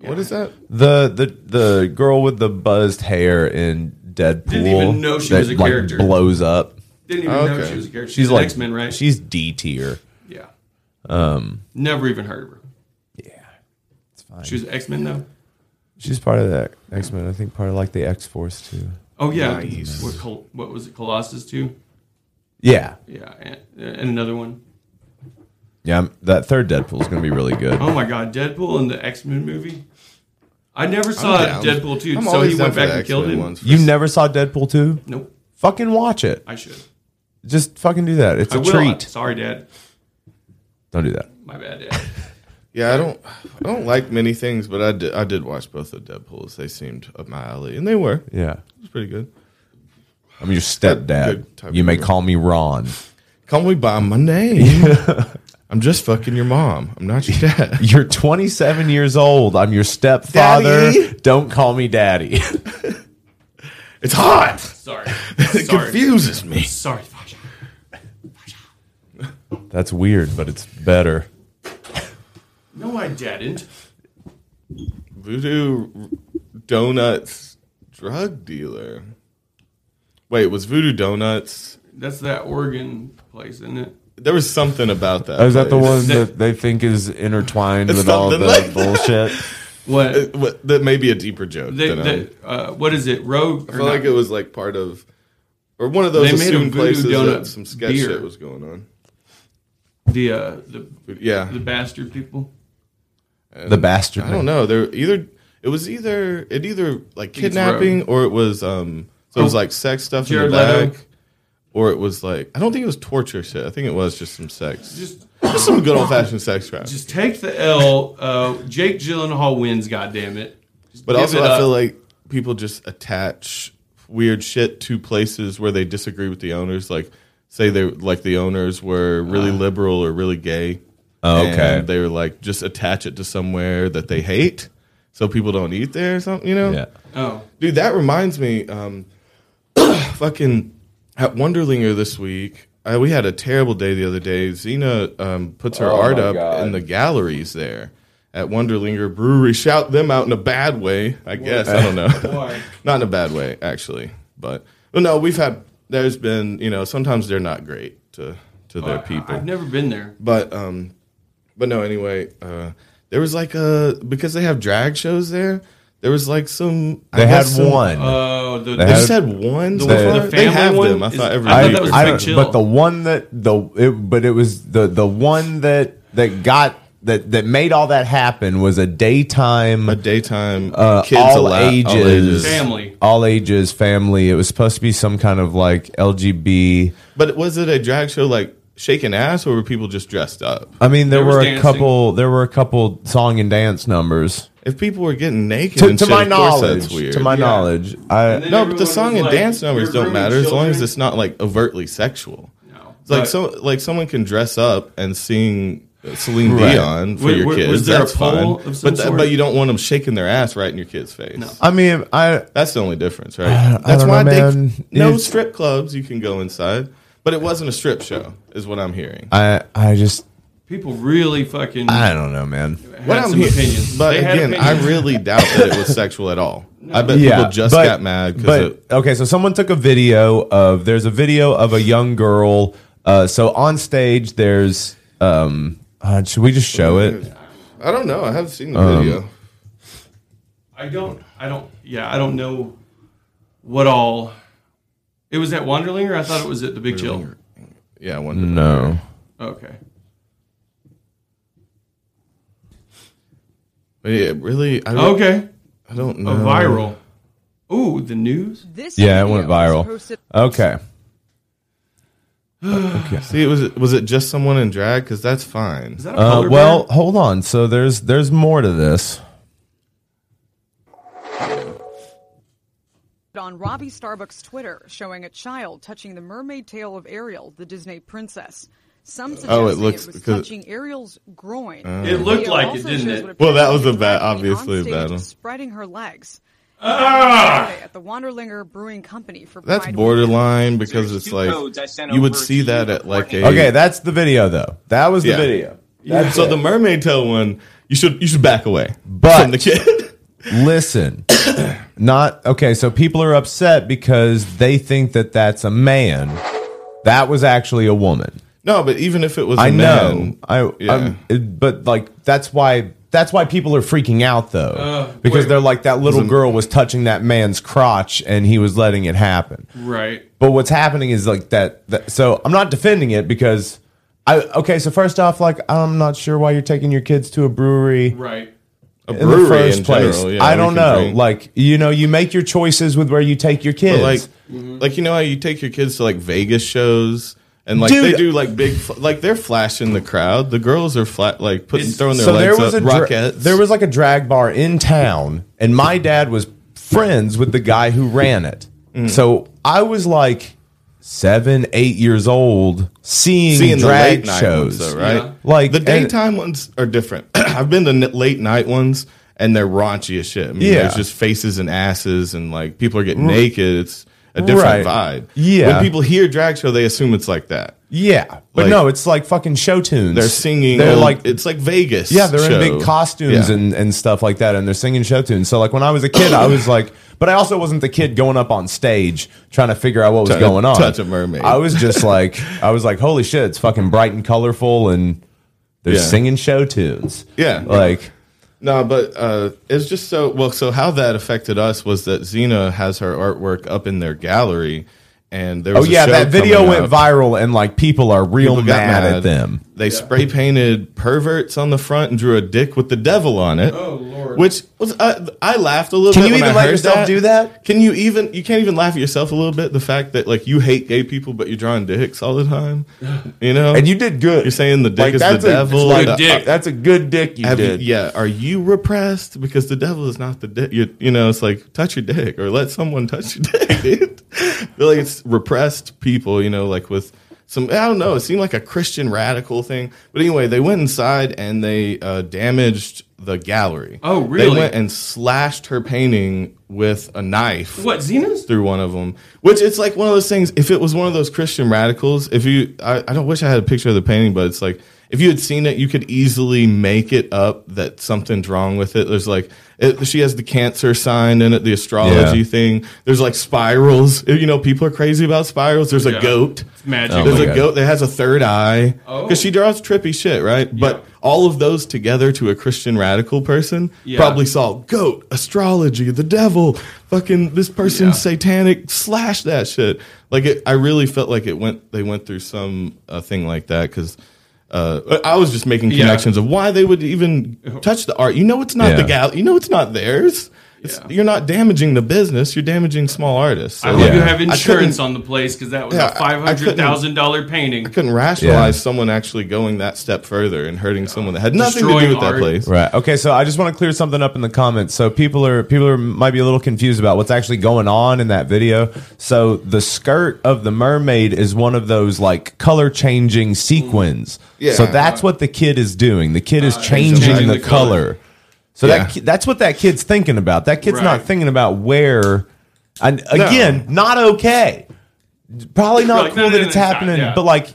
[SPEAKER 4] what is that?
[SPEAKER 7] The the the girl with the buzzed hair in Deadpool
[SPEAKER 3] Didn't even know she
[SPEAKER 7] that,
[SPEAKER 3] was a
[SPEAKER 7] like,
[SPEAKER 3] character.
[SPEAKER 7] blows up.
[SPEAKER 3] Didn't even know
[SPEAKER 4] Okay.
[SPEAKER 3] she was a character. She's,
[SPEAKER 7] She's like
[SPEAKER 3] X Men, right?
[SPEAKER 7] She's D tier.
[SPEAKER 3] yeah. Um, never even heard of her.
[SPEAKER 7] It's fine.
[SPEAKER 3] She was X Men though.
[SPEAKER 7] She's part of the X Men. I think part of like the X Force too.
[SPEAKER 3] Oh yeah, what, Col- what was it? Colossus too.
[SPEAKER 7] Yeah,
[SPEAKER 3] Yeah, and, and another one.
[SPEAKER 7] yeah. I'm- that third Deadpool is gonna be really good.
[SPEAKER 3] Oh my God, Deadpool in the X Men movie. I never saw
[SPEAKER 4] down.
[SPEAKER 3] Uh, Deadpool two,
[SPEAKER 4] I'm
[SPEAKER 3] so
[SPEAKER 4] always
[SPEAKER 3] he
[SPEAKER 4] down
[SPEAKER 3] went
[SPEAKER 4] for
[SPEAKER 3] back
[SPEAKER 4] the
[SPEAKER 3] and killed
[SPEAKER 4] X-Men
[SPEAKER 3] him.
[SPEAKER 4] ones for
[SPEAKER 7] You never saw Deadpool two?
[SPEAKER 3] Nope,
[SPEAKER 7] Fucking watch it.
[SPEAKER 3] I should.
[SPEAKER 7] Just fucking do that. It's
[SPEAKER 3] I
[SPEAKER 7] a
[SPEAKER 3] will.
[SPEAKER 7] treat.
[SPEAKER 3] Sorry, Dad.
[SPEAKER 7] Don't do that.
[SPEAKER 3] My bad, Dad.
[SPEAKER 4] Yeah, I don't, I don't like many things, but I did, I did watch both of Deadpool's. They seemed up my alley, and they were. It
[SPEAKER 7] Yeah.
[SPEAKER 4] was pretty good.
[SPEAKER 7] I'm your
[SPEAKER 4] Good
[SPEAKER 7] stepdad.
[SPEAKER 4] type
[SPEAKER 7] You may
[SPEAKER 4] of-
[SPEAKER 7] call me Ron.
[SPEAKER 4] Call me by my name. I'm just fucking your mom. I'm not your dad.
[SPEAKER 7] You're 27 years old. I'm your stepfather.
[SPEAKER 4] Daddy?
[SPEAKER 7] Don't call me daddy.
[SPEAKER 4] It's hot.
[SPEAKER 3] Sorry.
[SPEAKER 4] It
[SPEAKER 3] Sorry.
[SPEAKER 4] confuses me.
[SPEAKER 3] Sorry, Fasha.
[SPEAKER 7] That's weird, but it's better.
[SPEAKER 3] No, I didn't.
[SPEAKER 4] Voodoo Donuts drug dealer. Wait, was Voodoo Donuts?
[SPEAKER 3] That's that Oregon place, isn't it?
[SPEAKER 4] There was something about that.
[SPEAKER 7] Oh, Is that the
[SPEAKER 4] place.
[SPEAKER 7] one that they think is intertwined
[SPEAKER 4] It's
[SPEAKER 7] with all the
[SPEAKER 4] something like that.
[SPEAKER 7] bullshit?
[SPEAKER 3] What?
[SPEAKER 4] Uh, what- that may be a deeper joke.
[SPEAKER 3] They,
[SPEAKER 4] than
[SPEAKER 3] they, uh, what is it? Rogue?
[SPEAKER 4] I, I feel like it was like part of, or one of those
[SPEAKER 3] They made a
[SPEAKER 4] assumed
[SPEAKER 3] Voodoo
[SPEAKER 4] places
[SPEAKER 3] Donut
[SPEAKER 4] that some sketch
[SPEAKER 3] beer.
[SPEAKER 4] shit was going on.
[SPEAKER 3] the uh, the
[SPEAKER 4] Yeah,
[SPEAKER 3] the bastard people.
[SPEAKER 7] The bastard.
[SPEAKER 4] I don't know. There either it was either it either like
[SPEAKER 3] it's Oh.
[SPEAKER 4] kidnapping or it was um so it was like sex stuff
[SPEAKER 3] Jared
[SPEAKER 4] in the
[SPEAKER 3] Leto.
[SPEAKER 4] back. or it was like I don't think it was torture shit. I think it was just some sex, just,
[SPEAKER 3] Just
[SPEAKER 4] some good old fashioned sex crap.
[SPEAKER 3] just take the L. Uh, Jake Gyllenhaal wins. God damn it. Just
[SPEAKER 4] But
[SPEAKER 3] give
[SPEAKER 4] also,
[SPEAKER 3] it
[SPEAKER 4] I
[SPEAKER 3] up.
[SPEAKER 4] feel like people just attach weird shit to places where they disagree with the owners. Like, say they like the owners were really
[SPEAKER 3] Uh.
[SPEAKER 4] liberal or really gay.
[SPEAKER 7] Oh, okay.
[SPEAKER 4] and they were like just attach it to somewhere that they hate, so people don't eat there or something. You know,
[SPEAKER 7] Yeah.
[SPEAKER 3] oh,
[SPEAKER 4] dude. That reminds me, um, fucking at Wonderlinger this week. Uh, we had a terrible day the other day. Xena um, puts her
[SPEAKER 8] Oh,
[SPEAKER 4] art
[SPEAKER 8] my
[SPEAKER 4] up
[SPEAKER 8] God.
[SPEAKER 4] in the galleries there at Wonderlinger Brewery. Shout them out in a bad way, I guess. I don't know.
[SPEAKER 3] boy.
[SPEAKER 4] not in a bad way, actually. But well, no, we've had. There's been, you know, sometimes they're not great to to
[SPEAKER 3] Uh,
[SPEAKER 4] their people.
[SPEAKER 3] I've never been there.
[SPEAKER 4] But um, but no. Anyway, uh, there was like a because they have drag shows there. There was like some. I
[SPEAKER 7] They had
[SPEAKER 4] guess some-
[SPEAKER 7] one.
[SPEAKER 3] Oh, the,
[SPEAKER 4] They
[SPEAKER 7] had-
[SPEAKER 4] just had one. so
[SPEAKER 3] the
[SPEAKER 4] far?
[SPEAKER 3] family
[SPEAKER 4] they have
[SPEAKER 3] one
[SPEAKER 4] them. I
[SPEAKER 3] is-
[SPEAKER 4] thought every
[SPEAKER 3] I thought
[SPEAKER 4] week
[SPEAKER 3] that was
[SPEAKER 4] or
[SPEAKER 3] Big
[SPEAKER 4] something.
[SPEAKER 3] Chill.
[SPEAKER 7] But the one that the it, but it was the the one that that got that that made all that happen was a daytime
[SPEAKER 4] a daytime
[SPEAKER 7] uh,
[SPEAKER 4] kids
[SPEAKER 7] all,
[SPEAKER 4] allow-
[SPEAKER 7] ages,
[SPEAKER 4] all ages.
[SPEAKER 3] Family.
[SPEAKER 7] all ages family. It was supposed to be some kind of like LGB.
[SPEAKER 4] But was it a drag show like shaking ass, or were people just dressed up?
[SPEAKER 7] I mean, there,
[SPEAKER 3] There was
[SPEAKER 7] were a
[SPEAKER 3] dancing.
[SPEAKER 7] couple. There were a couple song and dance numbers.
[SPEAKER 4] If people were getting naked,
[SPEAKER 7] To,
[SPEAKER 4] and
[SPEAKER 7] to
[SPEAKER 4] shit,
[SPEAKER 7] my
[SPEAKER 4] of course
[SPEAKER 7] knowledge,
[SPEAKER 4] that's weird.
[SPEAKER 7] to my knowledge, I
[SPEAKER 3] then
[SPEAKER 4] no, but the
[SPEAKER 3] everyone
[SPEAKER 4] song
[SPEAKER 3] was
[SPEAKER 4] and
[SPEAKER 3] like,
[SPEAKER 4] dance numbers
[SPEAKER 3] "You're
[SPEAKER 4] don't
[SPEAKER 3] grooming
[SPEAKER 4] matter as long as
[SPEAKER 3] children."
[SPEAKER 4] it's not like overtly sexual.
[SPEAKER 3] No.
[SPEAKER 4] It's like
[SPEAKER 3] But-
[SPEAKER 4] so, like someone can dress up and sing Celine Dion for
[SPEAKER 3] Wa-
[SPEAKER 4] your
[SPEAKER 3] wa-
[SPEAKER 4] kids.
[SPEAKER 3] was there a
[SPEAKER 4] That's
[SPEAKER 3] poll
[SPEAKER 4] fine.
[SPEAKER 3] of some
[SPEAKER 4] but that-
[SPEAKER 3] sort?
[SPEAKER 4] but you don't want them shaking their ass right in your kid's face.
[SPEAKER 7] I mean, I
[SPEAKER 4] That's the only difference, right? That's
[SPEAKER 7] don't
[SPEAKER 4] why
[SPEAKER 7] know,
[SPEAKER 4] they
[SPEAKER 7] man.
[SPEAKER 4] no
[SPEAKER 7] It's-
[SPEAKER 4] strip clubs. You can go inside, but it wasn't a strip show, is what I'm hearing.
[SPEAKER 7] I I just
[SPEAKER 3] People really fucking
[SPEAKER 7] I don't know, man.
[SPEAKER 3] had
[SPEAKER 4] what I'm
[SPEAKER 3] some
[SPEAKER 4] hearing,
[SPEAKER 3] opinions.
[SPEAKER 4] but
[SPEAKER 3] They had
[SPEAKER 4] again, I
[SPEAKER 3] opinions.
[SPEAKER 4] really doubt that it was sexual at all. I bet people just
[SPEAKER 7] but-
[SPEAKER 4] got mad
[SPEAKER 7] but-
[SPEAKER 4] because
[SPEAKER 7] okay, so someone took a video of there's a video of a young girl. Uh, so on stage, there's um, uh, should we just show it?
[SPEAKER 4] I don't know. I haven't seen the video.
[SPEAKER 3] I don't. I don't. Yeah, I don't know what all. It was at Wanderlinger. I thought it was at the Big Chill.
[SPEAKER 4] Yeah, I wonder.
[SPEAKER 7] No,
[SPEAKER 3] Okay.
[SPEAKER 4] But yeah, really, I don't,
[SPEAKER 3] Okay.
[SPEAKER 4] I don't
[SPEAKER 3] Oh, A
[SPEAKER 4] know.
[SPEAKER 3] viral. Ooh, the news.
[SPEAKER 9] This
[SPEAKER 7] yeah, it
[SPEAKER 9] video
[SPEAKER 7] went
[SPEAKER 9] was
[SPEAKER 7] viral.
[SPEAKER 9] posted-
[SPEAKER 7] Okay,
[SPEAKER 4] See, it was was it just someone in drag? Because that's fine.
[SPEAKER 3] Is that a
[SPEAKER 7] uh,
[SPEAKER 3] polar
[SPEAKER 7] well,
[SPEAKER 3] bear?
[SPEAKER 7] hold on. So there's there's more to this.
[SPEAKER 9] on Robbie Starbuck's Twitter showing a child touching the mermaid tail of Ariel, the Disney princess. Some suggesting
[SPEAKER 4] Oh, it
[SPEAKER 9] it,
[SPEAKER 4] looks-
[SPEAKER 9] was
[SPEAKER 4] 'cause-
[SPEAKER 9] touching Ariel's groin.
[SPEAKER 3] it looked
[SPEAKER 9] Video
[SPEAKER 3] like it,
[SPEAKER 9] also
[SPEAKER 3] didn't
[SPEAKER 9] shows
[SPEAKER 3] it?
[SPEAKER 9] what
[SPEAKER 4] Well, that
[SPEAKER 9] appears
[SPEAKER 4] was a
[SPEAKER 9] to be
[SPEAKER 4] bad-
[SPEAKER 9] Robbie
[SPEAKER 4] obviously a
[SPEAKER 9] on stage
[SPEAKER 4] bad one.
[SPEAKER 9] Spreading her legs
[SPEAKER 3] Ah!
[SPEAKER 9] at the Wanderlinger Brewing Company for
[SPEAKER 4] That's
[SPEAKER 9] Pride
[SPEAKER 4] borderline because it's like you would see that at like a
[SPEAKER 7] Okay, that's the video though. That was the
[SPEAKER 4] Yeah.
[SPEAKER 7] video.
[SPEAKER 4] so the mermaid tail one you should you should back away
[SPEAKER 7] But-
[SPEAKER 4] from the kid.
[SPEAKER 7] Listen, not okay. So people are upset because they think that that's a man. That was actually a woman.
[SPEAKER 4] no, but even if it was, a
[SPEAKER 7] I know.
[SPEAKER 4] man,
[SPEAKER 7] I,
[SPEAKER 4] Yeah.
[SPEAKER 7] I'm, but like that's why that's why people are freaking out though,
[SPEAKER 4] Uh,
[SPEAKER 7] because
[SPEAKER 3] wait.
[SPEAKER 7] they're like that little girl was touching that man's crotch and he was letting it happen.
[SPEAKER 3] Right.
[SPEAKER 7] But what's happening is like that, that. So I'm not defending it because I okay. So first off, like I'm not sure why you're taking your kids to a brewery
[SPEAKER 3] Right.
[SPEAKER 4] a
[SPEAKER 7] in
[SPEAKER 4] brewery
[SPEAKER 7] the first
[SPEAKER 4] in
[SPEAKER 7] place.
[SPEAKER 4] general, yeah,
[SPEAKER 7] I
[SPEAKER 4] we
[SPEAKER 7] don't
[SPEAKER 4] can
[SPEAKER 7] know.
[SPEAKER 4] drink.
[SPEAKER 7] Like you know, you make your choices with where you take your kids.
[SPEAKER 4] But, like like you know how you take your kids to like Vegas shows. And like
[SPEAKER 7] Dude.
[SPEAKER 4] they do, like big, fl- like they're flashing the crowd. The girls are flat, like putting
[SPEAKER 3] It's-
[SPEAKER 4] throwing their
[SPEAKER 7] so
[SPEAKER 4] legs
[SPEAKER 7] there was
[SPEAKER 4] up,
[SPEAKER 7] a dra-
[SPEAKER 4] rockets.
[SPEAKER 7] there was like a drag bar in town, and my dad was friends with the guy who ran it.
[SPEAKER 4] Mm.
[SPEAKER 7] So I was like seven, eight years old, seeing,
[SPEAKER 4] seeing
[SPEAKER 7] drag
[SPEAKER 4] the late
[SPEAKER 7] shows.
[SPEAKER 4] night ones, though, right?
[SPEAKER 3] Yeah.
[SPEAKER 7] Like,
[SPEAKER 4] the
[SPEAKER 7] and-
[SPEAKER 4] daytime ones are different. I've been to n- late night ones, and they're raunchy as shit. I mean,
[SPEAKER 7] Yeah.
[SPEAKER 4] there's just faces and asses, and like people are getting naked. It's a different
[SPEAKER 7] Right.
[SPEAKER 4] vibe.
[SPEAKER 7] Yeah.
[SPEAKER 4] when people hear drag show, they assume it's like that.
[SPEAKER 7] Yeah, but
[SPEAKER 4] Like-
[SPEAKER 7] no, it's like fucking show tunes.
[SPEAKER 4] They're singing.
[SPEAKER 7] They're
[SPEAKER 4] old-
[SPEAKER 7] like
[SPEAKER 4] it's like Vegas.
[SPEAKER 7] Yeah, they're in
[SPEAKER 4] show.
[SPEAKER 7] big costumes
[SPEAKER 4] Yeah.
[SPEAKER 7] and, and stuff like that, and they're singing show tunes. So like when I was a kid, I was like, but I also wasn't the kid going up on stage trying to figure out what was
[SPEAKER 4] Trying to
[SPEAKER 7] going on.
[SPEAKER 4] touch a mermaid.
[SPEAKER 7] I was just like, I was like, holy shit, it's fucking bright and colorful, and they're
[SPEAKER 4] Yeah.
[SPEAKER 7] singing show tunes.
[SPEAKER 4] Yeah.
[SPEAKER 7] like
[SPEAKER 4] No, but uh, it's just so well. So how that affected us was that Xena has her artwork up in their gallery, and there.
[SPEAKER 7] oh
[SPEAKER 4] Was a
[SPEAKER 7] yeah,
[SPEAKER 4] show
[SPEAKER 7] that video
[SPEAKER 4] coming
[SPEAKER 7] went
[SPEAKER 4] up.
[SPEAKER 7] viral, and like people are real
[SPEAKER 4] People got
[SPEAKER 7] mad, at
[SPEAKER 4] mad.
[SPEAKER 7] them.
[SPEAKER 4] They spray painted perverts on the front and drew a dick with the devil on it.
[SPEAKER 3] Oh, Lord.
[SPEAKER 4] Which was I, I laughed a little
[SPEAKER 7] Can
[SPEAKER 4] bit.
[SPEAKER 7] you
[SPEAKER 4] when
[SPEAKER 7] even
[SPEAKER 4] I
[SPEAKER 7] let
[SPEAKER 4] heard
[SPEAKER 7] yourself do that?
[SPEAKER 4] Can you even? You can't even laugh at yourself a little bit. The fact that like you hate gay people, but you're drawing dicks all the time. You know,
[SPEAKER 10] And you did good.
[SPEAKER 4] You're saying the dick is the
[SPEAKER 10] that's a-
[SPEAKER 4] devil.
[SPEAKER 10] like,
[SPEAKER 4] The-
[SPEAKER 10] uh, that's a good dick you
[SPEAKER 4] Have you-
[SPEAKER 10] did.
[SPEAKER 4] yeah, are you repressed because the devil is not the dick? You, you know, it's like touch your dick or let someone touch your dick. Dude. I feel like it's repressed people. You know, like with some I don't know. It seemed like a Christian radical thing. But anyway, they went inside and they uh, damaged the gallery.
[SPEAKER 3] Oh,
[SPEAKER 4] They
[SPEAKER 3] really?
[SPEAKER 4] went and slashed her painting with a knife
[SPEAKER 3] What Xena's?
[SPEAKER 4] through one of them, which it's like one of those things. If it was one of those Christian radicals, if you, I, I don't wish I had a picture of the painting, but it's like if you had seen it, you could easily make it up that something's wrong with it. There's like it, she has the cancer sign in it, the astrology
[SPEAKER 7] Yeah.
[SPEAKER 4] thing. There's like spirals. You know, people are crazy about spirals. There's a
[SPEAKER 3] Yeah.
[SPEAKER 4] goat.
[SPEAKER 3] It's magic.
[SPEAKER 4] There's
[SPEAKER 7] Oh my
[SPEAKER 4] a
[SPEAKER 7] God.
[SPEAKER 4] goat that has a third eye
[SPEAKER 3] Oh.
[SPEAKER 4] because she draws trippy shit, right? But all of those together to a Christian radical person
[SPEAKER 3] Yeah.
[SPEAKER 4] probably saw goat, astrology, the devil, fucking this person's
[SPEAKER 3] Yeah.
[SPEAKER 4] satanic, slash that shit. Like it, I really felt like it went. They went through some uh, thing like that because. Uh, I was just making
[SPEAKER 3] Yeah.
[SPEAKER 4] connections of why they would even touch the art. You know, it's not the
[SPEAKER 7] Yeah.
[SPEAKER 4] gal. You know, it's not theirs. It's,
[SPEAKER 3] Yeah.
[SPEAKER 4] You're not damaging the business. You're damaging small artists.
[SPEAKER 3] I
[SPEAKER 4] So-
[SPEAKER 3] hope you
[SPEAKER 7] Yeah.
[SPEAKER 3] have
[SPEAKER 4] I
[SPEAKER 3] insurance
[SPEAKER 4] couldn't-
[SPEAKER 3] on the place because that was
[SPEAKER 4] Yeah,
[SPEAKER 3] a
[SPEAKER 4] I-
[SPEAKER 3] five
[SPEAKER 4] I couldn't-
[SPEAKER 3] hundred thousand dollar painting.
[SPEAKER 4] I couldn't rationalize someone actually going that step further and hurting someone that had nothing to do
[SPEAKER 3] Destroying
[SPEAKER 4] with that
[SPEAKER 3] art.
[SPEAKER 4] place.
[SPEAKER 7] Right. Okay. So I just want to clear something up in the comments. So people are people are might be a little confused about what's actually going on in that video. So the skirt of the mermaid is one of those like color changing sequins.
[SPEAKER 4] Yeah.
[SPEAKER 7] So that's what the kid is doing. The kid
[SPEAKER 3] Uh,
[SPEAKER 7] is changing,
[SPEAKER 3] changing
[SPEAKER 7] the,
[SPEAKER 3] the
[SPEAKER 7] color.
[SPEAKER 3] color.
[SPEAKER 7] So
[SPEAKER 4] Yeah.
[SPEAKER 7] that ki- that's what that kid's thinking about. That kid's not
[SPEAKER 3] Right.
[SPEAKER 7] thinking about where. And again, not okay. Probably not
[SPEAKER 3] like,
[SPEAKER 7] cool
[SPEAKER 3] no, no, no,
[SPEAKER 7] that it's
[SPEAKER 3] it's not,
[SPEAKER 7] happening,
[SPEAKER 3] yeah.
[SPEAKER 7] but like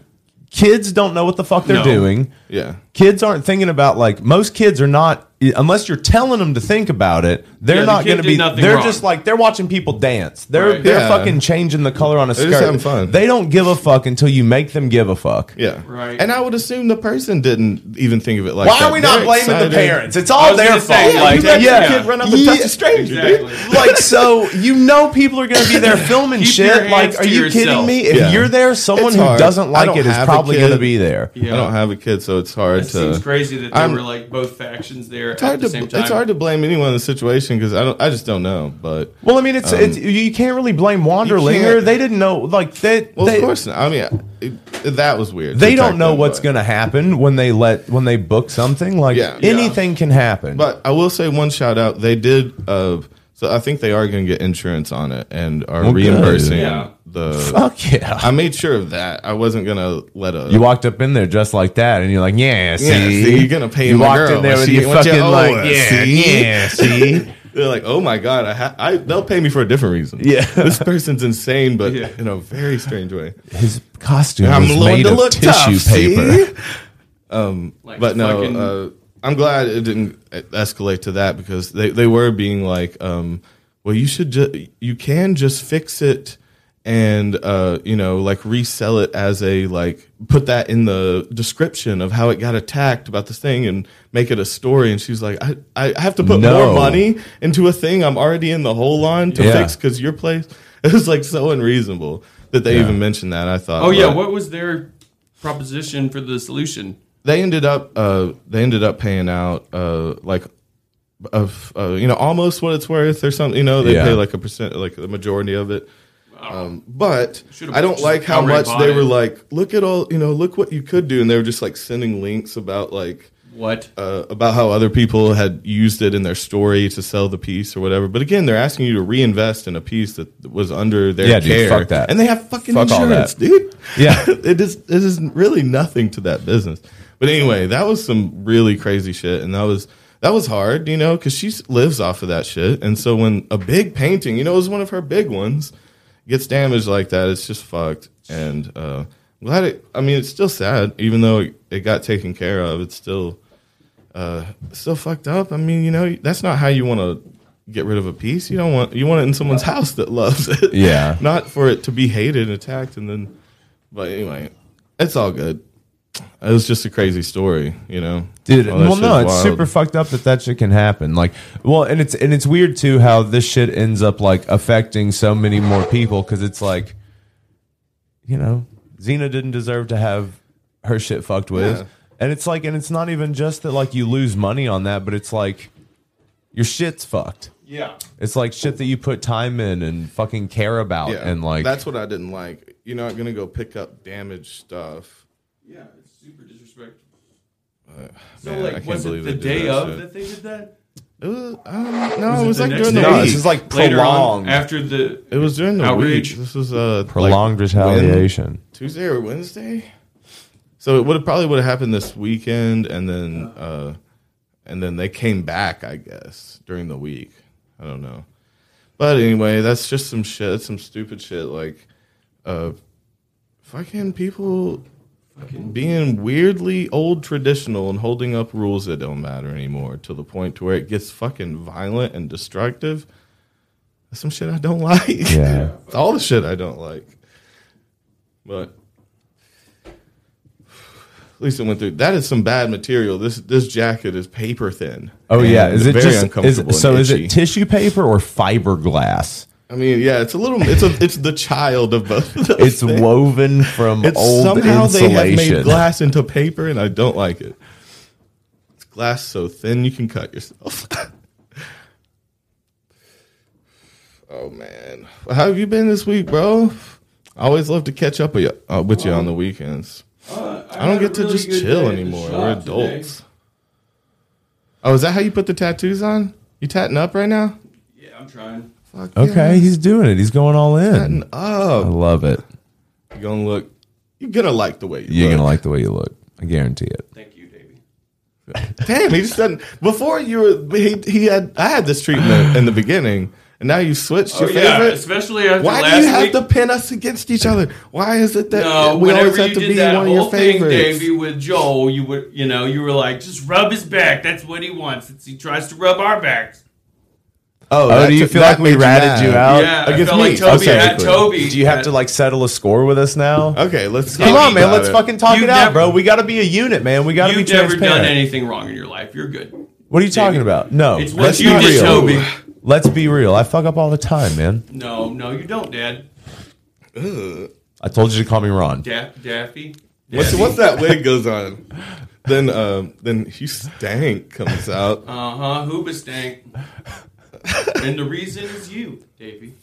[SPEAKER 7] kids don't know what the fuck they're
[SPEAKER 3] No.
[SPEAKER 7] doing
[SPEAKER 4] Yeah.
[SPEAKER 7] kids aren't thinking about like most kids are not unless you're telling them to think about it they're
[SPEAKER 3] Yeah, the
[SPEAKER 7] not
[SPEAKER 3] kid
[SPEAKER 7] going to
[SPEAKER 3] did
[SPEAKER 7] be
[SPEAKER 3] nothing
[SPEAKER 7] they're
[SPEAKER 3] wrong.
[SPEAKER 7] just like they're watching people dance they're
[SPEAKER 3] Right.
[SPEAKER 7] they're
[SPEAKER 4] Yeah.
[SPEAKER 7] fucking changing the color on a
[SPEAKER 4] They're
[SPEAKER 7] skirt
[SPEAKER 4] just having fun.
[SPEAKER 7] they don't give a fuck until you make them give a fuck
[SPEAKER 4] Yeah.
[SPEAKER 3] Right.
[SPEAKER 4] And I would assume the person didn't even think of it like
[SPEAKER 7] why
[SPEAKER 4] that.
[SPEAKER 7] are we not
[SPEAKER 4] They're
[SPEAKER 7] blaming
[SPEAKER 4] excited.
[SPEAKER 7] the parents it's
[SPEAKER 3] I
[SPEAKER 7] all
[SPEAKER 3] was
[SPEAKER 7] their
[SPEAKER 3] gonna say,
[SPEAKER 7] fault
[SPEAKER 3] yeah,
[SPEAKER 7] like
[SPEAKER 4] You let
[SPEAKER 7] yeah,
[SPEAKER 4] your kid run up and touch a stranger, dude.
[SPEAKER 3] Exactly.
[SPEAKER 7] like so you know people are going to be there filming
[SPEAKER 3] Keep your
[SPEAKER 7] shit like
[SPEAKER 3] hands
[SPEAKER 7] are
[SPEAKER 3] to
[SPEAKER 7] you kidding
[SPEAKER 3] yourself.
[SPEAKER 7] me if
[SPEAKER 4] Yeah.
[SPEAKER 7] you're there someone
[SPEAKER 4] It's
[SPEAKER 7] who
[SPEAKER 4] hard.
[SPEAKER 7] doesn't
[SPEAKER 4] I
[SPEAKER 7] like
[SPEAKER 4] don't
[SPEAKER 7] it is
[SPEAKER 4] have a
[SPEAKER 7] probably
[SPEAKER 4] kid.
[SPEAKER 7] going to be there
[SPEAKER 3] Yeah.
[SPEAKER 4] I don't have a kid, so it's hard
[SPEAKER 3] It
[SPEAKER 4] to.
[SPEAKER 3] seems crazy that they
[SPEAKER 4] uh, I'm-
[SPEAKER 3] were like both factions there
[SPEAKER 4] It's
[SPEAKER 3] at
[SPEAKER 4] hard
[SPEAKER 3] the
[SPEAKER 4] to.
[SPEAKER 3] same time.
[SPEAKER 4] It's hard to blame anyone in the situation because I don't. I just don't know. But
[SPEAKER 7] well i mean it's, it's you can't really blame wanderlinger
[SPEAKER 4] Um, can't.
[SPEAKER 7] they didn't know like that
[SPEAKER 4] well,
[SPEAKER 7] they,
[SPEAKER 4] of course. Not. I mean, it, that was weird.
[SPEAKER 7] they
[SPEAKER 4] to
[SPEAKER 7] don't
[SPEAKER 4] attack
[SPEAKER 7] know
[SPEAKER 4] them,
[SPEAKER 7] what's
[SPEAKER 4] but-
[SPEAKER 7] going to happen when they let when they book something like
[SPEAKER 4] Yeah.
[SPEAKER 7] anything can happen
[SPEAKER 4] But I will say one shout out. They did. Uh, so I think they are going to get insurance on it and are
[SPEAKER 7] Well, good.
[SPEAKER 4] reimbursing
[SPEAKER 3] Yeah.
[SPEAKER 4] the.
[SPEAKER 7] fuck yeah
[SPEAKER 4] I made sure of that. I wasn't gonna let a.
[SPEAKER 7] you walked up in there just like that and you're like yeah see,
[SPEAKER 4] Yeah, see, you're gonna pay
[SPEAKER 7] you
[SPEAKER 4] my
[SPEAKER 7] walked
[SPEAKER 4] girl.
[SPEAKER 7] in there
[SPEAKER 4] What
[SPEAKER 7] with
[SPEAKER 4] you-
[SPEAKER 7] your
[SPEAKER 4] what you
[SPEAKER 7] fucking
[SPEAKER 4] owe
[SPEAKER 7] like
[SPEAKER 4] us,
[SPEAKER 7] yeah
[SPEAKER 4] see?
[SPEAKER 7] yeah see
[SPEAKER 4] They're like, oh my god, I, ha- I they'll pay me for a different reason.
[SPEAKER 7] Yeah.
[SPEAKER 4] this person's insane, but
[SPEAKER 3] Yeah.
[SPEAKER 4] in a very strange way.
[SPEAKER 7] his costume
[SPEAKER 4] I'm
[SPEAKER 7] was
[SPEAKER 4] willing
[SPEAKER 7] made
[SPEAKER 4] to
[SPEAKER 7] of
[SPEAKER 4] look
[SPEAKER 7] tissue
[SPEAKER 4] tough, see?
[SPEAKER 7] paper
[SPEAKER 3] Like
[SPEAKER 4] But no,
[SPEAKER 3] fucking-
[SPEAKER 4] uh, I'm glad it didn't escalate to that because they they were being like, um, well, you should ju- you can just fix it and uh, you know like resell it as a like put that in the description of how it got attacked about this thing and make it a story and she's like i, I have to put
[SPEAKER 7] No.
[SPEAKER 4] more money into a thing i'm already in the hole on to
[SPEAKER 7] Yeah.
[SPEAKER 4] fix because your place it was like so unreasonable that they even mentioned that i thought
[SPEAKER 3] oh yeah,
[SPEAKER 4] but-
[SPEAKER 3] what was their proposition for the solution?
[SPEAKER 4] they ended up uh they ended up paying out uh like of uh, you know almost what it's worth or something you know they
[SPEAKER 7] Yeah.
[SPEAKER 4] pay like a percent like the majority of it um, but
[SPEAKER 3] Should've
[SPEAKER 4] I don't
[SPEAKER 3] just
[SPEAKER 4] like how
[SPEAKER 3] outright
[SPEAKER 4] much
[SPEAKER 3] bought
[SPEAKER 4] they
[SPEAKER 3] it.
[SPEAKER 4] were like look at all you know look what you could do and they were just like sending links about like
[SPEAKER 3] What?
[SPEAKER 4] uh, about how other people had used it in their story to sell the piece or whatever but again they're asking you to reinvest in a piece that was under their
[SPEAKER 7] Yeah, dude,
[SPEAKER 4] care
[SPEAKER 7] fuck that.
[SPEAKER 4] and they have fucking
[SPEAKER 7] Fuck all
[SPEAKER 4] insurance
[SPEAKER 7] that.
[SPEAKER 4] dude
[SPEAKER 7] Yeah.
[SPEAKER 4] it is it is really nothing to that business. But anyway, that was some really crazy shit, and that was that was hard, you know, because she s- lives off of that shit, and so when a big painting, you know, it was one of her big ones, gets damaged like that, it's just fucked. And uh, I'm glad it. I mean, it's still sad, even though it, it got taken care of. It's still uh, still fucked up. I mean, you know, that's not how you want to. Get rid of a piece. You don't want. You want it in someone's house that loves it.
[SPEAKER 7] Yeah.
[SPEAKER 4] Not for it to be hated and attacked, and then but anyway, it's all good. It was just a crazy story, you know.
[SPEAKER 7] Dude,
[SPEAKER 2] Oh,
[SPEAKER 4] All that
[SPEAKER 7] well,
[SPEAKER 4] shit's
[SPEAKER 7] no, it's
[SPEAKER 4] wild.
[SPEAKER 7] super fucked up that that shit can happen. Like, well, and it's and it's weird too how this shit ends up like affecting so many more people because it's like, you know, Xena didn't deserve to have her shit fucked with.
[SPEAKER 2] Yeah.
[SPEAKER 7] And it's like, and it's not even just that like you lose money on that, but it's like your shit's fucked.
[SPEAKER 3] Yeah.
[SPEAKER 7] It's like shit that you put time in and fucking care about,
[SPEAKER 4] Uh,
[SPEAKER 2] Yeah,
[SPEAKER 7] and like
[SPEAKER 2] that's what I didn't like. You're not gonna go pick up damaged stuff.
[SPEAKER 3] Yeah, it's super disrespectful. so,
[SPEAKER 2] man, I
[SPEAKER 3] like,
[SPEAKER 2] can't
[SPEAKER 3] was it
[SPEAKER 2] believe
[SPEAKER 3] the
[SPEAKER 2] they did
[SPEAKER 3] day
[SPEAKER 2] that
[SPEAKER 3] of
[SPEAKER 2] shit.
[SPEAKER 3] that they did that?
[SPEAKER 2] It was, um, no, it
[SPEAKER 3] it
[SPEAKER 2] was
[SPEAKER 3] the
[SPEAKER 2] like
[SPEAKER 3] next
[SPEAKER 2] during the
[SPEAKER 3] day?
[SPEAKER 7] no,
[SPEAKER 2] week.
[SPEAKER 7] this is like
[SPEAKER 3] Later on,
[SPEAKER 7] prolonged,
[SPEAKER 3] after the.
[SPEAKER 2] it was during the
[SPEAKER 3] Outrage.
[SPEAKER 2] week. This is uh, like,
[SPEAKER 7] prolonged retaliation.
[SPEAKER 2] Wed- Tuesday or Wednesday. So it would have probably would have happened this weekend, and then uh, and then they came back, I guess, during the week. I don't know, but anyway, that's just some shit. That's some stupid shit. Like, uh, fucking people being weirdly old traditional and holding up rules that don't matter anymore to the point to where it gets fucking violent and destructive. That's some shit I don't like.
[SPEAKER 7] Yeah.
[SPEAKER 2] It's all the shit I don't like. But at least it went through. That is some bad material. This this jacket is paper thin.
[SPEAKER 7] Oh yeah,
[SPEAKER 2] And
[SPEAKER 7] is it
[SPEAKER 2] very
[SPEAKER 7] just
[SPEAKER 2] uncomfortable?
[SPEAKER 7] Is, so
[SPEAKER 2] and
[SPEAKER 7] is
[SPEAKER 2] itchy.
[SPEAKER 7] it tissue paper or fiberglass?
[SPEAKER 2] I mean, yeah, it's a little. It's a. It's the child of both. of those
[SPEAKER 7] It's
[SPEAKER 2] things.
[SPEAKER 7] woven from
[SPEAKER 2] It's
[SPEAKER 7] old
[SPEAKER 2] somehow
[SPEAKER 7] insulation.
[SPEAKER 2] they have made glass into paper, and I don't like it. It's glass so thin you can cut yourself. oh man, Well, how have you been this week, bro? I always love to catch up with you, uh, with you on the weekends. I don't get to just chill anymore. We're adults. Oh, is that how you put the tattoos on? You tatting up right now?
[SPEAKER 3] Yeah, I'm trying.
[SPEAKER 2] Fuck
[SPEAKER 7] Okay, he's doing it. He's going all in.
[SPEAKER 2] Tatting up.
[SPEAKER 7] I love it.
[SPEAKER 2] You're gonna look. You're gonna like the way you
[SPEAKER 7] You're
[SPEAKER 2] look.
[SPEAKER 7] gonna like the way you look. I guarantee it.
[SPEAKER 3] Thank you, Davey.
[SPEAKER 2] Damn, he just doesn't. Before you were, he, he had. I had this treatment in the beginning, and now you switched
[SPEAKER 3] Oh,
[SPEAKER 2] your
[SPEAKER 3] yeah,
[SPEAKER 2] favorite.
[SPEAKER 3] especially after
[SPEAKER 2] Why
[SPEAKER 3] last
[SPEAKER 2] do you have
[SPEAKER 3] week.
[SPEAKER 2] to pin us against each other? Why is it that
[SPEAKER 3] No,
[SPEAKER 2] we
[SPEAKER 3] whenever
[SPEAKER 2] always
[SPEAKER 3] you
[SPEAKER 2] have to
[SPEAKER 3] did
[SPEAKER 2] be
[SPEAKER 3] that
[SPEAKER 2] one of
[SPEAKER 3] whole
[SPEAKER 2] your
[SPEAKER 3] thing,
[SPEAKER 2] favorites?
[SPEAKER 3] Davey, with Joel, you would, you know, you were like, just rub his back. That's what he wants. It's, he tries to rub our backs.
[SPEAKER 7] Oh,
[SPEAKER 2] that
[SPEAKER 7] do you
[SPEAKER 2] took-
[SPEAKER 7] feel
[SPEAKER 2] that
[SPEAKER 7] like we
[SPEAKER 2] made
[SPEAKER 7] ratted you
[SPEAKER 2] mad.
[SPEAKER 7] out?
[SPEAKER 3] yeah, I
[SPEAKER 2] against
[SPEAKER 3] felt
[SPEAKER 2] me,
[SPEAKER 3] like Toby had
[SPEAKER 2] specifically.
[SPEAKER 3] Toby.
[SPEAKER 7] Do you have to
[SPEAKER 3] had-
[SPEAKER 7] like settle a score with us now?
[SPEAKER 2] Okay, let's
[SPEAKER 7] Come
[SPEAKER 2] talk
[SPEAKER 7] on, man.
[SPEAKER 2] about
[SPEAKER 7] Let's
[SPEAKER 2] Oh, it.
[SPEAKER 7] fucking talk
[SPEAKER 3] You've
[SPEAKER 7] it out,
[SPEAKER 3] never-
[SPEAKER 7] bro. We got to be a unit, man. We got to be
[SPEAKER 3] You've never
[SPEAKER 7] transparent.
[SPEAKER 3] done anything wrong in your life. You're good.
[SPEAKER 7] What are you talking about?
[SPEAKER 2] Oh,
[SPEAKER 7] No,
[SPEAKER 3] It's what
[SPEAKER 7] let's
[SPEAKER 3] you
[SPEAKER 7] be
[SPEAKER 3] did,
[SPEAKER 7] real.
[SPEAKER 3] Toby.
[SPEAKER 7] Let's be real. I fuck up all the time, man.
[SPEAKER 3] No, no, you don't, Dad.
[SPEAKER 7] I told you to call me Ron.
[SPEAKER 3] Da- Daffy.
[SPEAKER 2] Once, once that wig goes on, then um, then Hugh Stank comes out.
[SPEAKER 3] Uh huh. Hooba stank. and the reason is you, Davey.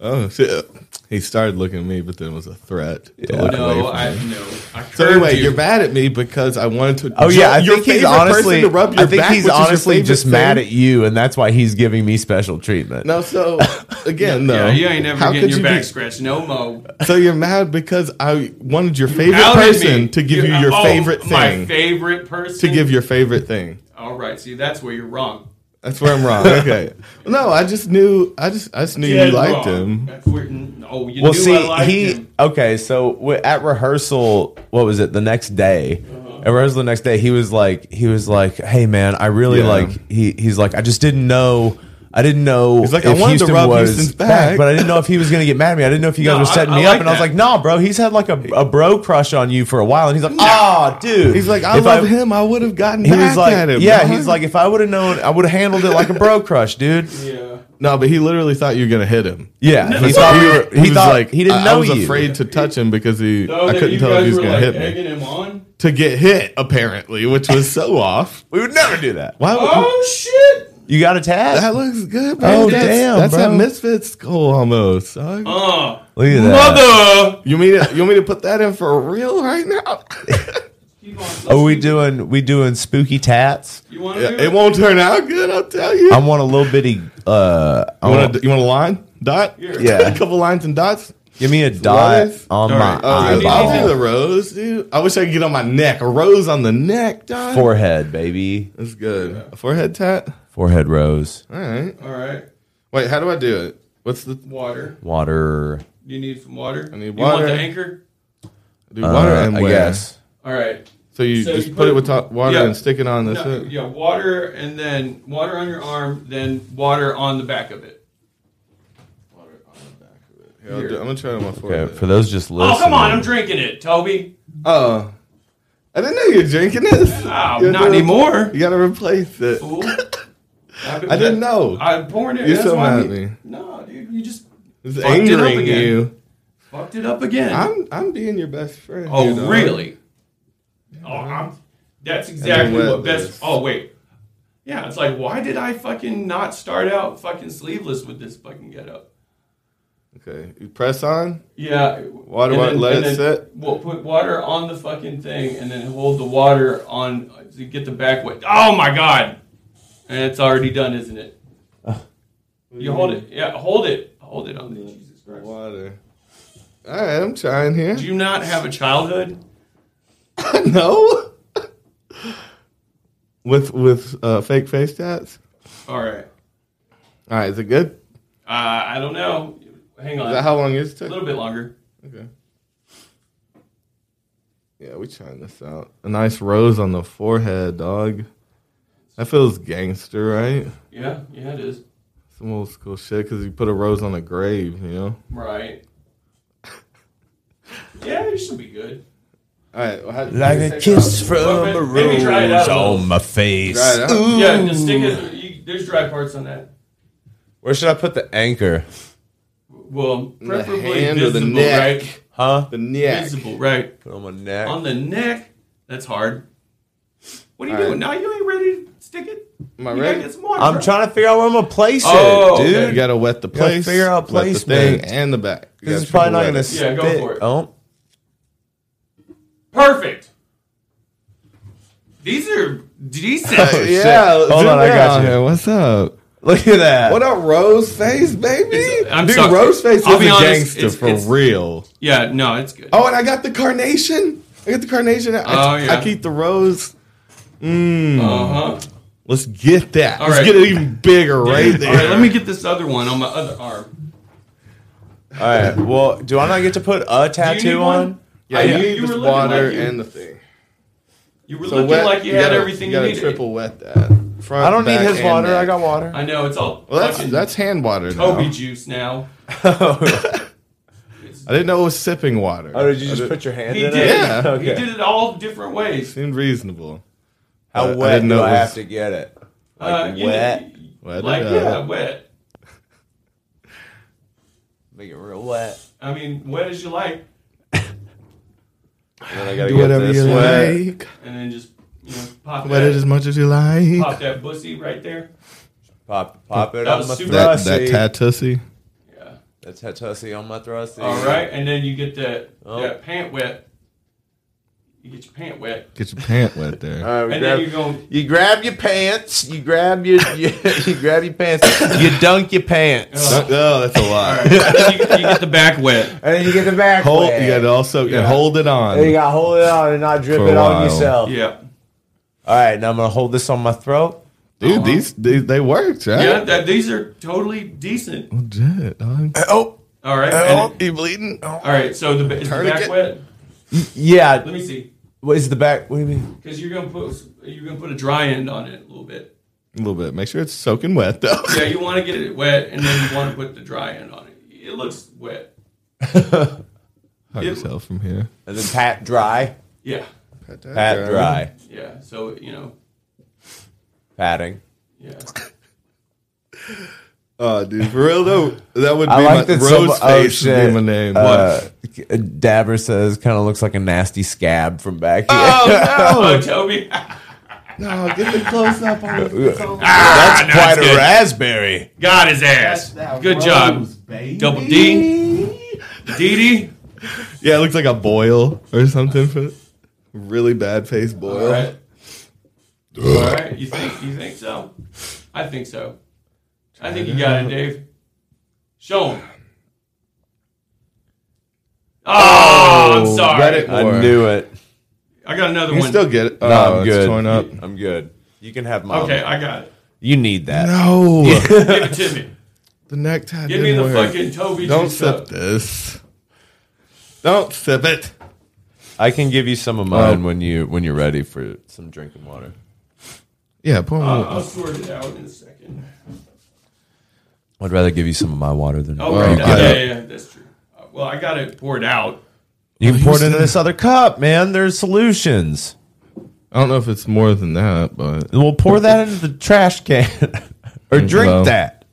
[SPEAKER 2] Oh shit! He started looking at me, but then was a threat. To look away
[SPEAKER 3] No,
[SPEAKER 2] from
[SPEAKER 3] I
[SPEAKER 2] me.
[SPEAKER 3] no. I curved
[SPEAKER 2] So anyway,
[SPEAKER 3] you.
[SPEAKER 2] you. are mad at me because I wanted to.
[SPEAKER 7] Oh yeah, I
[SPEAKER 2] your
[SPEAKER 7] think he's
[SPEAKER 2] favorite person
[SPEAKER 7] honestly.
[SPEAKER 2] To rub your
[SPEAKER 7] I think
[SPEAKER 2] back,
[SPEAKER 7] he's
[SPEAKER 2] which is your
[SPEAKER 7] honestly
[SPEAKER 2] favorite
[SPEAKER 7] just
[SPEAKER 2] thing.
[SPEAKER 7] mad at you, and that's why he's giving me special treatment.
[SPEAKER 2] No, so again, though,
[SPEAKER 3] Yeah, you ain't never
[SPEAKER 2] how
[SPEAKER 3] getting
[SPEAKER 2] could
[SPEAKER 3] your
[SPEAKER 2] Oh. you
[SPEAKER 3] back
[SPEAKER 2] be-
[SPEAKER 3] scratched. No mo.
[SPEAKER 2] So you're mad because I wanted your favorite
[SPEAKER 3] Outed
[SPEAKER 2] person
[SPEAKER 3] me.
[SPEAKER 2] to give you
[SPEAKER 3] You're-
[SPEAKER 2] your
[SPEAKER 3] oh,
[SPEAKER 2] favorite
[SPEAKER 3] My
[SPEAKER 2] thing.
[SPEAKER 3] favorite person
[SPEAKER 2] to give your favorite thing.
[SPEAKER 3] All right. See, that's where you're wrong.
[SPEAKER 2] That's where I'm wrong. Okay. no, I just knew. I just I just knew you
[SPEAKER 3] Dead
[SPEAKER 2] liked him.
[SPEAKER 3] wrong. That's where- no, you
[SPEAKER 7] well,
[SPEAKER 3] knew
[SPEAKER 7] see,
[SPEAKER 3] I liked
[SPEAKER 7] he
[SPEAKER 3] him.
[SPEAKER 7] okay. So w- at rehearsal, what was it? The next day,
[SPEAKER 2] Uh-huh.
[SPEAKER 7] at rehearsal the next day, he was like, he was like, "Hey, man, I really
[SPEAKER 2] Yeah.
[SPEAKER 7] like." He he's like, "I just didn't know." I didn't know
[SPEAKER 2] He's like, "I wanted to rub Houston's back."
[SPEAKER 7] but I didn't know if he was going to get mad at me. I didn't know if you guys
[SPEAKER 3] No,
[SPEAKER 7] were
[SPEAKER 3] I-
[SPEAKER 7] setting
[SPEAKER 3] I
[SPEAKER 7] me up.
[SPEAKER 3] like
[SPEAKER 7] And I was
[SPEAKER 3] that.
[SPEAKER 7] like, "Nah, bro, he's had like a, a bro crush on you for a while." And he's like, "Ah, dude."
[SPEAKER 2] He's like, I
[SPEAKER 7] if
[SPEAKER 2] love him. I would have gotten
[SPEAKER 7] He
[SPEAKER 2] back
[SPEAKER 7] was like,
[SPEAKER 2] at him.
[SPEAKER 7] "Yeah."
[SPEAKER 2] dog.
[SPEAKER 7] He's like, "If I would have known, I would have handled it like a bro crush, dude."
[SPEAKER 3] Yeah.
[SPEAKER 2] no, but he literally thought you were gonna hit him.
[SPEAKER 7] Yeah, he
[SPEAKER 2] So
[SPEAKER 7] thought
[SPEAKER 2] we
[SPEAKER 7] we
[SPEAKER 2] were-
[SPEAKER 7] were. He,
[SPEAKER 2] was
[SPEAKER 7] thought
[SPEAKER 2] like,
[SPEAKER 7] he didn't
[SPEAKER 2] I,
[SPEAKER 7] know
[SPEAKER 2] I was
[SPEAKER 7] you.
[SPEAKER 2] afraid to touch him because he.
[SPEAKER 3] No,
[SPEAKER 2] I
[SPEAKER 3] that
[SPEAKER 2] couldn't
[SPEAKER 3] you
[SPEAKER 2] tell if
[SPEAKER 3] guys
[SPEAKER 2] he was
[SPEAKER 3] were,
[SPEAKER 2] gonna
[SPEAKER 3] like,
[SPEAKER 2] hit me.
[SPEAKER 3] egging him on.
[SPEAKER 2] to get hit, apparently, which was so off.
[SPEAKER 7] We would never do that.
[SPEAKER 2] Why? would-
[SPEAKER 3] Oh shit!
[SPEAKER 7] You got a tab?
[SPEAKER 2] That looks good, bro.
[SPEAKER 7] Oh,
[SPEAKER 2] that's,
[SPEAKER 7] damn,
[SPEAKER 2] That's
[SPEAKER 7] bro.
[SPEAKER 2] that misfit skull almost. dog.
[SPEAKER 3] Oh,
[SPEAKER 7] Look at that.
[SPEAKER 3] mother!
[SPEAKER 2] you mean to, you want me to put that in for real right now?
[SPEAKER 3] Keep on.
[SPEAKER 7] Are we doing we doing spooky tats?
[SPEAKER 3] You want to?
[SPEAKER 2] Oh, Yeah, it won't turn out good. I'll tell you.
[SPEAKER 7] I want a little bitty. Uh, I
[SPEAKER 2] you, want
[SPEAKER 7] want,
[SPEAKER 2] a, you want a line dot?
[SPEAKER 3] Here.
[SPEAKER 7] Yeah.
[SPEAKER 2] a couple lines and dots.
[SPEAKER 7] give me a dot
[SPEAKER 2] Flawless?
[SPEAKER 7] on
[SPEAKER 3] All
[SPEAKER 7] my
[SPEAKER 3] right. Oh,
[SPEAKER 2] I'll do- I'll do
[SPEAKER 7] eyeball,
[SPEAKER 2] the rose, dude. I wish I could get on my neck. A rose on the neck, dot.
[SPEAKER 7] forehead, baby,
[SPEAKER 2] That's good. A forehead tat.
[SPEAKER 7] forehead rose,
[SPEAKER 2] All right.
[SPEAKER 3] All right.
[SPEAKER 2] Wait, how do I do it? What's the
[SPEAKER 3] Water.
[SPEAKER 7] water.
[SPEAKER 3] You need some water.
[SPEAKER 2] I need
[SPEAKER 3] You want
[SPEAKER 2] water.
[SPEAKER 3] the anchor?
[SPEAKER 2] do water
[SPEAKER 7] uh,
[SPEAKER 2] and
[SPEAKER 7] I
[SPEAKER 2] where?
[SPEAKER 7] guess.
[SPEAKER 3] All right.
[SPEAKER 2] So you
[SPEAKER 3] So
[SPEAKER 2] just
[SPEAKER 3] you
[SPEAKER 2] put, it with to- water
[SPEAKER 3] yeah.
[SPEAKER 2] and stick it on. That's
[SPEAKER 3] No,
[SPEAKER 2] it.
[SPEAKER 3] yeah, water and then water on your arm, then water on the back of it.
[SPEAKER 2] Here, I'll do- I'm gonna try it on my forehead.
[SPEAKER 7] Okay, for those just listening.
[SPEAKER 3] Oh come on! I'm drinking it, Toby.
[SPEAKER 2] Oh, I didn't know you were drinking this.
[SPEAKER 3] Oh,
[SPEAKER 2] You
[SPEAKER 3] not
[SPEAKER 2] gotta-
[SPEAKER 3] anymore.
[SPEAKER 2] You gotta replace it.
[SPEAKER 3] Fool.
[SPEAKER 2] I didn't know.
[SPEAKER 3] I'm pouring it.
[SPEAKER 2] You're
[SPEAKER 3] that's
[SPEAKER 2] so
[SPEAKER 3] why
[SPEAKER 2] mad
[SPEAKER 3] we-
[SPEAKER 2] at me.
[SPEAKER 3] No, dude, you just
[SPEAKER 2] It's
[SPEAKER 3] Fucked it up
[SPEAKER 2] angering
[SPEAKER 3] again.
[SPEAKER 2] you.
[SPEAKER 3] fucked it up again.
[SPEAKER 2] I'm I'm being your best friend.
[SPEAKER 3] oh,
[SPEAKER 2] you know?
[SPEAKER 3] really? Oh, I'm, that's exactly
[SPEAKER 4] wet
[SPEAKER 3] what best.
[SPEAKER 4] this.
[SPEAKER 3] Oh wait, yeah, it's like why did I fucking not start out fucking sleeveless with this fucking get up?
[SPEAKER 4] Okay, you press on.
[SPEAKER 3] Yeah.
[SPEAKER 4] Why do I let it sit?
[SPEAKER 3] Well, put water on the fucking thing and then hold the water on to get the back way. Oh my god! And it's already done, isn't it? you hold it. Yeah, hold it. Hold it on the Jesus Christ.
[SPEAKER 4] Water. All right, I'm trying here.
[SPEAKER 3] Do you not have a childhood?
[SPEAKER 4] no. with with uh, fake face tats.
[SPEAKER 3] All right.
[SPEAKER 4] All right, is it good?
[SPEAKER 3] Uh, I don't know. Hang
[SPEAKER 4] Is that
[SPEAKER 3] on.
[SPEAKER 4] how long yours
[SPEAKER 3] A
[SPEAKER 4] took?
[SPEAKER 3] little bit longer.
[SPEAKER 4] Okay. Yeah, we trying this out. A nice rose on the forehead, dog. That feels gangster, right?
[SPEAKER 3] Yeah, yeah, it is.
[SPEAKER 4] Some old school shit. Cause you put a rose on a grave, you know.
[SPEAKER 3] Right. Yeah, it should be good.
[SPEAKER 4] All right, well, how,
[SPEAKER 3] from a Maybe try it out. a little.
[SPEAKER 7] my face.
[SPEAKER 4] Try it out.
[SPEAKER 3] Yeah, just stick it. You, there's dry parts on that.
[SPEAKER 7] Where should I put the anchor?
[SPEAKER 3] Well,
[SPEAKER 4] the
[SPEAKER 3] preferably
[SPEAKER 4] hand or
[SPEAKER 3] visible,
[SPEAKER 4] the neck.
[SPEAKER 3] right?
[SPEAKER 7] Huh?
[SPEAKER 4] The neck.
[SPEAKER 3] Visible, right?
[SPEAKER 7] Put on my neck.
[SPEAKER 3] On the neck, that's hard. What are you
[SPEAKER 4] All
[SPEAKER 3] doing?
[SPEAKER 4] right.
[SPEAKER 3] Now you ain't ready to stick it.
[SPEAKER 4] Am I
[SPEAKER 3] you
[SPEAKER 4] ready?
[SPEAKER 3] gotta get some water.
[SPEAKER 7] I'm trying to figure out where I'm gonna place
[SPEAKER 3] Oh,
[SPEAKER 7] it, dude.
[SPEAKER 3] okay.
[SPEAKER 4] You gotta wet the
[SPEAKER 7] gotta
[SPEAKER 4] place.
[SPEAKER 7] figure out
[SPEAKER 4] wet the thing
[SPEAKER 7] placement.
[SPEAKER 4] and the back. You
[SPEAKER 7] This
[SPEAKER 4] gotta
[SPEAKER 7] is probably not
[SPEAKER 4] triple
[SPEAKER 7] gonna
[SPEAKER 4] wet it.
[SPEAKER 7] stick.
[SPEAKER 3] Yeah, go for it.
[SPEAKER 7] Oh,
[SPEAKER 3] Perfect. These are decent.
[SPEAKER 7] Oh, shit.
[SPEAKER 4] yeah,
[SPEAKER 7] Hold
[SPEAKER 4] zoom
[SPEAKER 7] on, I
[SPEAKER 4] in
[SPEAKER 7] got
[SPEAKER 4] on
[SPEAKER 7] you.
[SPEAKER 4] here. What's up?
[SPEAKER 7] look at that.
[SPEAKER 4] What up, Rose Face, baby?
[SPEAKER 3] It's- I'm
[SPEAKER 4] Dude,
[SPEAKER 3] sorry.
[SPEAKER 4] Rose Face
[SPEAKER 3] I'll
[SPEAKER 4] is
[SPEAKER 3] be
[SPEAKER 4] a
[SPEAKER 3] honest,
[SPEAKER 4] gangster
[SPEAKER 3] it's-
[SPEAKER 4] for
[SPEAKER 3] it's-
[SPEAKER 4] real.
[SPEAKER 3] yeah, no, it's good.
[SPEAKER 4] Oh, and I got the carnation. I got the carnation. I,
[SPEAKER 3] Oh, yeah.
[SPEAKER 4] I keep the rose. Mm.
[SPEAKER 3] Uh huh.
[SPEAKER 4] Let's get that.
[SPEAKER 3] All
[SPEAKER 4] Let's
[SPEAKER 3] right.
[SPEAKER 4] get it even bigger right there.
[SPEAKER 3] All right, let me get this other one on my other arm.
[SPEAKER 7] All right. Well, do I not get to put a tattoo
[SPEAKER 3] one?
[SPEAKER 7] on?
[SPEAKER 4] yeah,
[SPEAKER 3] I-
[SPEAKER 4] you
[SPEAKER 3] Oh, you
[SPEAKER 4] need
[SPEAKER 3] were
[SPEAKER 4] this
[SPEAKER 3] looking
[SPEAKER 4] water
[SPEAKER 3] like you-
[SPEAKER 4] and the thing.
[SPEAKER 3] You were
[SPEAKER 4] So
[SPEAKER 3] looking
[SPEAKER 4] wet,
[SPEAKER 3] like you, had
[SPEAKER 4] gotta-
[SPEAKER 3] everything you,
[SPEAKER 4] gotta
[SPEAKER 3] needed.
[SPEAKER 4] triple wet that. Front,
[SPEAKER 7] I don't need
[SPEAKER 4] back,
[SPEAKER 7] his
[SPEAKER 4] and
[SPEAKER 7] water.
[SPEAKER 4] neck.
[SPEAKER 7] I got water.
[SPEAKER 3] I know it's all
[SPEAKER 4] Well, that's
[SPEAKER 3] fucking
[SPEAKER 4] that's hand water. Now.
[SPEAKER 3] Kobe juice now.
[SPEAKER 4] I didn't know it was sipping water.
[SPEAKER 7] Oh, did you
[SPEAKER 4] I
[SPEAKER 7] just
[SPEAKER 4] didn't-
[SPEAKER 7] put your hand
[SPEAKER 3] He
[SPEAKER 7] in
[SPEAKER 3] did.
[SPEAKER 7] it?
[SPEAKER 4] Yeah.
[SPEAKER 7] Okay.
[SPEAKER 3] He did it all different ways.
[SPEAKER 4] Seemed reasonable. I- I
[SPEAKER 7] How wet
[SPEAKER 4] didn't know
[SPEAKER 7] do I
[SPEAKER 4] it was-
[SPEAKER 7] have to get it? Like
[SPEAKER 3] Uh, you-
[SPEAKER 7] wet.
[SPEAKER 4] Wet it
[SPEAKER 3] like
[SPEAKER 4] up.
[SPEAKER 3] yeah, wet.
[SPEAKER 7] Make it real wet.
[SPEAKER 3] I mean, wet as you like,
[SPEAKER 7] And then I gotta
[SPEAKER 4] Do whatever you like.
[SPEAKER 3] and then just you know pop
[SPEAKER 4] Wet it as
[SPEAKER 3] that,
[SPEAKER 4] much as you like.
[SPEAKER 3] pop that bussy right there.
[SPEAKER 7] Pop, pop it
[SPEAKER 3] That
[SPEAKER 7] on
[SPEAKER 3] was
[SPEAKER 7] my
[SPEAKER 3] super-
[SPEAKER 4] That that
[SPEAKER 7] thrusty.
[SPEAKER 4] tatussie.
[SPEAKER 7] That,
[SPEAKER 3] Yeah.
[SPEAKER 7] tatussie on my thrusty.
[SPEAKER 3] All right, and then you get that
[SPEAKER 7] Oh.
[SPEAKER 3] that pant wet. You get your pant wet,
[SPEAKER 4] Get your pant wet
[SPEAKER 7] All
[SPEAKER 4] there.
[SPEAKER 7] right, we
[SPEAKER 3] and
[SPEAKER 7] grab-
[SPEAKER 3] then you go.
[SPEAKER 7] You grab your pants. You grab your you, you grab your pants. You dunk your pants,
[SPEAKER 3] Ugh.
[SPEAKER 4] Oh, that's a
[SPEAKER 3] All
[SPEAKER 4] lot.
[SPEAKER 3] right. you, you get the back wet.
[SPEAKER 7] and then you get the back.
[SPEAKER 4] Hold,
[SPEAKER 7] wet.
[SPEAKER 4] you gotta also and hold it on.
[SPEAKER 7] And you gotta hold it on and not drip
[SPEAKER 4] For a
[SPEAKER 7] it on
[SPEAKER 4] while.
[SPEAKER 7] yourself.
[SPEAKER 3] Yeah.
[SPEAKER 7] All right, now I'm gonna hold this on my throat.
[SPEAKER 4] Dude, these, these they worked, right?
[SPEAKER 3] Yeah, that, these are totally decent.
[SPEAKER 4] Legit, dog.
[SPEAKER 7] Oh,
[SPEAKER 3] All right. and-
[SPEAKER 4] you bleeding? Oh.
[SPEAKER 3] all right. So the ba- is the
[SPEAKER 4] Tourniquet.
[SPEAKER 3] back wet?
[SPEAKER 7] yeah.
[SPEAKER 3] Let me see,
[SPEAKER 7] What is the back? What do you mean?
[SPEAKER 3] because you're gonna put you're gonna put a dry end on it a little bit.
[SPEAKER 4] A little bit. Make sure it's soaking wet though.
[SPEAKER 3] Yeah, you want to get it wet, and then you want to put the dry end on it. It looks wet.
[SPEAKER 4] Hug
[SPEAKER 3] It-
[SPEAKER 4] yourself from here.
[SPEAKER 7] And then pat dry,
[SPEAKER 3] Yeah.
[SPEAKER 7] pat dry,
[SPEAKER 3] Yeah. So you know.
[SPEAKER 7] patting.
[SPEAKER 3] Yeah.
[SPEAKER 4] Oh, dude, for real though, that would be
[SPEAKER 7] I like
[SPEAKER 4] my
[SPEAKER 7] that some-
[SPEAKER 4] rose
[SPEAKER 7] oh,
[SPEAKER 4] face would
[SPEAKER 7] shit.
[SPEAKER 4] be my name.
[SPEAKER 7] Uh, Dabber says kind of looks like a nasty scab from back here.
[SPEAKER 3] Oh, Toby.
[SPEAKER 4] no, get the close up on it.
[SPEAKER 7] That's
[SPEAKER 3] no,
[SPEAKER 7] quite
[SPEAKER 3] it's
[SPEAKER 7] a
[SPEAKER 3] good.
[SPEAKER 7] raspberry.
[SPEAKER 3] Got his ass. Good job. Double D. DD.
[SPEAKER 4] Yeah, it looks like a boil or something. For really bad face boil.
[SPEAKER 3] All right. All right. You think you think so? I think so. I think you got it, Dave. Show him. Oh, I'm
[SPEAKER 4] Let
[SPEAKER 3] sorry.
[SPEAKER 4] it-
[SPEAKER 7] I
[SPEAKER 4] Or-
[SPEAKER 7] knew it.
[SPEAKER 3] I got another
[SPEAKER 4] You
[SPEAKER 3] one.
[SPEAKER 4] still get it. Oh,
[SPEAKER 7] No, I'm
[SPEAKER 4] it's
[SPEAKER 7] good.
[SPEAKER 4] torn
[SPEAKER 2] Uh,
[SPEAKER 4] up.
[SPEAKER 7] I'm good. You can have mine.
[SPEAKER 3] Okay, I got it.
[SPEAKER 7] You need that.
[SPEAKER 4] No,
[SPEAKER 3] Give it to me.
[SPEAKER 4] the necktie.
[SPEAKER 3] Give me
[SPEAKER 4] didn't
[SPEAKER 3] the
[SPEAKER 4] work.
[SPEAKER 3] fucking Toby
[SPEAKER 4] Don't
[SPEAKER 3] juice
[SPEAKER 4] sip
[SPEAKER 3] up.
[SPEAKER 4] this. Don't sip it.
[SPEAKER 7] I can give you some of mine when you when you're ready for some drinking water.
[SPEAKER 4] Yeah, pour
[SPEAKER 3] Uh,
[SPEAKER 4] more.
[SPEAKER 3] I'll sort it out in a second.
[SPEAKER 7] I'd rather give you some of my water than
[SPEAKER 3] Oh,
[SPEAKER 4] Wow.
[SPEAKER 3] right.
[SPEAKER 4] Yeah.
[SPEAKER 3] Yeah, yeah, yeah, that's true. Uh, well, I got it poured out.
[SPEAKER 7] you can pour it
[SPEAKER 4] said-
[SPEAKER 7] into this other cup, man. There's solutions.
[SPEAKER 4] I don't know if it's more than that, but
[SPEAKER 7] And we'll pour that into the trash can or drink
[SPEAKER 4] Well.
[SPEAKER 7] that.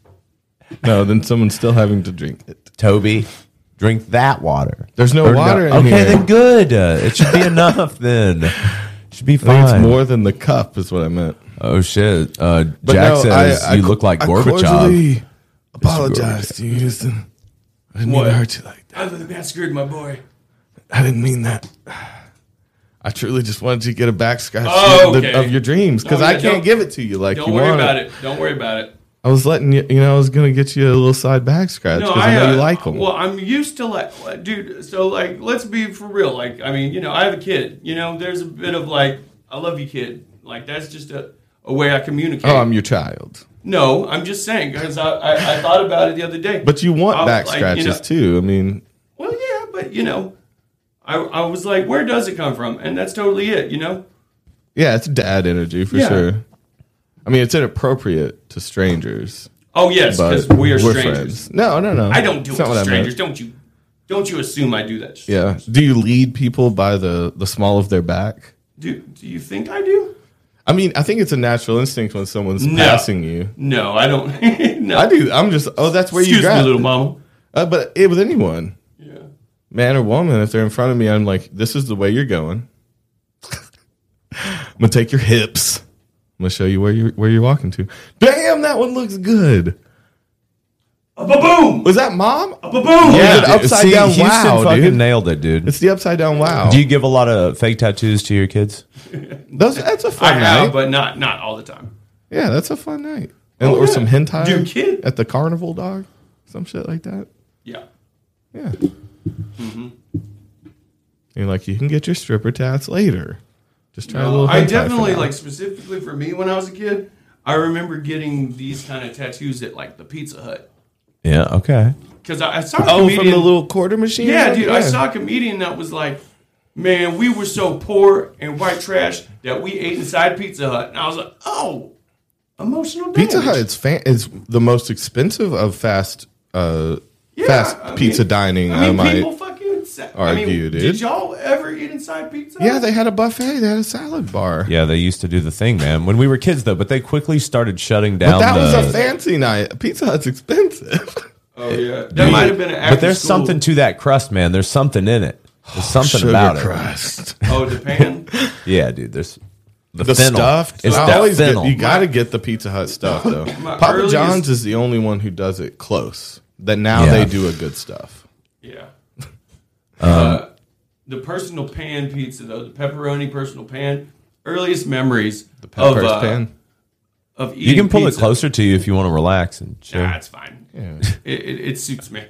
[SPEAKER 4] no. Then someone's still having to drink it.
[SPEAKER 7] Toby, drink that water.
[SPEAKER 4] There's no
[SPEAKER 7] Or
[SPEAKER 4] water in
[SPEAKER 7] okay,
[SPEAKER 4] here.
[SPEAKER 7] then good. Uh, it should be enough then. Should be fine.
[SPEAKER 4] I think it's more than the cup is what I meant.
[SPEAKER 7] Oh shit! Uh,
[SPEAKER 4] But
[SPEAKER 7] Jack
[SPEAKER 4] no,
[SPEAKER 7] says
[SPEAKER 4] I- I
[SPEAKER 7] you
[SPEAKER 4] co-
[SPEAKER 7] look like
[SPEAKER 4] I
[SPEAKER 7] Gorbachev.
[SPEAKER 4] cordially apologize to you, Houston. I didn't mean
[SPEAKER 3] What?
[SPEAKER 4] to hurt you like that.
[SPEAKER 3] I've been massacred, my boy.
[SPEAKER 4] I didn't mean that. I truly just wanted you to get a back scratch
[SPEAKER 3] Oh,
[SPEAKER 4] of the-
[SPEAKER 3] okay.
[SPEAKER 4] of your dreams because
[SPEAKER 3] No,
[SPEAKER 4] I
[SPEAKER 3] yeah,
[SPEAKER 4] can't
[SPEAKER 3] don't-
[SPEAKER 4] give it to you like
[SPEAKER 3] Don't
[SPEAKER 4] you
[SPEAKER 3] worry
[SPEAKER 4] want
[SPEAKER 3] about it. Don't worry about it.
[SPEAKER 4] I was letting you, you know, I was gonna get you a little side back scratch because I, know
[SPEAKER 3] uh,
[SPEAKER 4] you like them.
[SPEAKER 3] Well, I'm used to like, like, dude. So like, let's be for real. Like, I mean, you know, I have a kid. You know, there's a bit of like, I love you, kid. Like, that's just a, a way I communicate.
[SPEAKER 4] oh, I'm your child,
[SPEAKER 3] no, I'm just saying because I, I, I thought about it the other day.
[SPEAKER 4] but you want
[SPEAKER 3] I was
[SPEAKER 4] back
[SPEAKER 3] like, you
[SPEAKER 4] scratches
[SPEAKER 3] know-
[SPEAKER 4] too. I mean,
[SPEAKER 3] Well, yeah, but you know, I, I was like, where does it come from? And that's totally it. You know,
[SPEAKER 4] yeah, it's dad energy for
[SPEAKER 3] Yeah.
[SPEAKER 4] sure. I mean, it's inappropriate to strangers,
[SPEAKER 3] Oh yes,
[SPEAKER 4] but
[SPEAKER 3] because we are strangers.
[SPEAKER 4] friends. No, no, no.
[SPEAKER 3] I don't do
[SPEAKER 4] It's
[SPEAKER 3] it
[SPEAKER 4] not what
[SPEAKER 3] to
[SPEAKER 4] I meant.
[SPEAKER 3] strangers. Don't you? Don't you assume I do that? shit.
[SPEAKER 4] Yeah. Do you lead people by the the small of their back?
[SPEAKER 3] Do Do you think I do?
[SPEAKER 4] I mean, I think it's a natural instinct when someone's
[SPEAKER 3] No.
[SPEAKER 4] passing you.
[SPEAKER 3] No, I don't. no,
[SPEAKER 4] I do. I'm just. Oh, that's where you
[SPEAKER 3] Excuse me,
[SPEAKER 4] grab.
[SPEAKER 3] little mama.
[SPEAKER 4] Uh, but it, with anyone,
[SPEAKER 3] Yeah.
[SPEAKER 4] man or woman, if they're in front of me, I'm like, this is the way you're going. I'm gonna take your hips. I'm gonna show you where you where you're walking to. Damn, that one looks good.
[SPEAKER 3] A boom.
[SPEAKER 4] Was that mom?
[SPEAKER 3] A boom.
[SPEAKER 4] Yeah.
[SPEAKER 7] dude.
[SPEAKER 4] upside
[SPEAKER 7] See,
[SPEAKER 4] down
[SPEAKER 7] Houston
[SPEAKER 4] wow,
[SPEAKER 7] fucking
[SPEAKER 4] dude.
[SPEAKER 7] nailed it, dude.
[SPEAKER 4] It's the upside down wow.
[SPEAKER 7] Do you give a lot of fake tattoos to your kids?
[SPEAKER 4] Those- that's a
[SPEAKER 3] I
[SPEAKER 4] fun night.
[SPEAKER 3] have, but not not all the time.
[SPEAKER 4] yeah, that's a fun night. And,
[SPEAKER 3] Oh,
[SPEAKER 4] or
[SPEAKER 3] yeah.
[SPEAKER 4] some hentai
[SPEAKER 3] Dude, kid.
[SPEAKER 4] at the carnival, dog. Some shit like that.
[SPEAKER 3] Yeah.
[SPEAKER 4] Yeah. You're like, you can get your stripper tats later. Just try a little.
[SPEAKER 3] I
[SPEAKER 4] hentai for
[SPEAKER 3] definitely
[SPEAKER 4] now.
[SPEAKER 3] like specifically for me when I was a kid. I remember getting these kind of tattoos at like the Pizza Hut
[SPEAKER 7] Yeah. Okay.
[SPEAKER 3] because I, I saw a
[SPEAKER 4] Oh,
[SPEAKER 3] comedian.
[SPEAKER 4] from the little quarter machine. or
[SPEAKER 3] yeah,
[SPEAKER 4] something?
[SPEAKER 3] dude, I saw a comedian that was like, "Man, we were so poor and white trash that we ate inside Pizza Hut," and I was like, "Oh, emotional." Damage.
[SPEAKER 4] Pizza Hut. It's fan. It's the most expensive of fast, uh,
[SPEAKER 3] Yeah,
[SPEAKER 4] fast
[SPEAKER 3] I mean-
[SPEAKER 4] pizza dining.
[SPEAKER 3] I
[SPEAKER 4] I
[SPEAKER 3] mean,
[SPEAKER 4] might.
[SPEAKER 3] people fucking. Sa- I mean,
[SPEAKER 4] argue, dude.
[SPEAKER 3] did y'all ever eat inside Pizza? Hut?
[SPEAKER 4] yeah, they had a buffet. They had a salad bar.
[SPEAKER 7] Yeah, they used to do the thing, man. When we were kids, though, but they quickly started shutting
[SPEAKER 4] But
[SPEAKER 7] down.
[SPEAKER 4] that was
[SPEAKER 7] the-
[SPEAKER 4] a fancy night. Pizza Hut's expensive.
[SPEAKER 3] Oh yeah, that might have been an. After
[SPEAKER 7] But there's
[SPEAKER 3] school-
[SPEAKER 7] something to that crust, man. There's something in it. There's something about
[SPEAKER 4] crust.
[SPEAKER 3] Oh, the pan.
[SPEAKER 7] it. Yeah, dude. There's the,
[SPEAKER 4] The
[SPEAKER 7] fennel.
[SPEAKER 4] stuffed.
[SPEAKER 7] It's
[SPEAKER 4] I
[SPEAKER 7] that
[SPEAKER 4] always get-
[SPEAKER 7] fennel.
[SPEAKER 4] you got to get the Pizza Hut stuff though.
[SPEAKER 3] My
[SPEAKER 4] Papa
[SPEAKER 3] earliest-
[SPEAKER 4] John's is the only one who does it close. That now they
[SPEAKER 7] Yeah.
[SPEAKER 4] do a good stuff.
[SPEAKER 3] yeah. uh, the personal pan pizza though, the pepperoni personal pan. Earliest memories of
[SPEAKER 4] First
[SPEAKER 3] uh,
[SPEAKER 4] pan.
[SPEAKER 3] of eating.
[SPEAKER 7] You can pull
[SPEAKER 3] pizza.
[SPEAKER 7] it closer to you if you want to relax and chill.
[SPEAKER 3] Nah, it's fine. It, it, it suits me.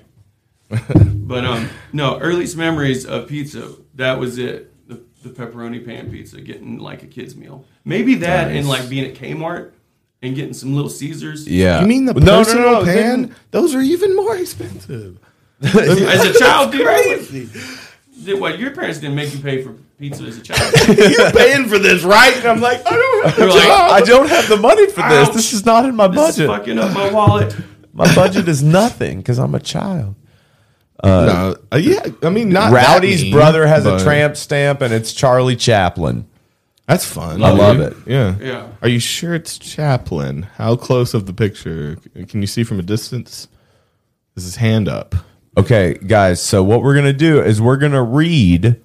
[SPEAKER 3] but um, no, earliest memories of pizza. That was it. The, the pepperoni pan pizza, getting like a kid's meal. Maybe that and like being at Kmart and getting some little Caesars.
[SPEAKER 7] yeah.
[SPEAKER 4] You mean the
[SPEAKER 7] No, no,
[SPEAKER 4] personal
[SPEAKER 7] no, they
[SPEAKER 4] pan?
[SPEAKER 7] didn't-
[SPEAKER 4] Those are even more expensive.
[SPEAKER 3] As a child, dude, I was- Did, what your parents didn't make you pay for pizza as a child?
[SPEAKER 4] You're paying for this, right? And I'm like, I don't have
[SPEAKER 3] You're like,
[SPEAKER 7] I don't have the money for this.
[SPEAKER 3] Ouch.
[SPEAKER 7] This is not in my
[SPEAKER 3] this is
[SPEAKER 7] budget.
[SPEAKER 3] fucking up my wallet.
[SPEAKER 7] my budget is nothing because I'm a child.
[SPEAKER 4] no, uh, yeah, I mean, not that
[SPEAKER 7] Rowdy's
[SPEAKER 4] mean,
[SPEAKER 7] brother has
[SPEAKER 4] but
[SPEAKER 7] a tramp stamp, and it's Charlie Chaplin.
[SPEAKER 4] That's fun.
[SPEAKER 7] I love
[SPEAKER 4] dude.
[SPEAKER 7] it.
[SPEAKER 4] Yeah.
[SPEAKER 3] Yeah.
[SPEAKER 4] Are you sure it's Chaplin? How close of the picture can you see from a distance? Is his hand up?
[SPEAKER 7] Okay, guys. So what we're gonna do is we're gonna read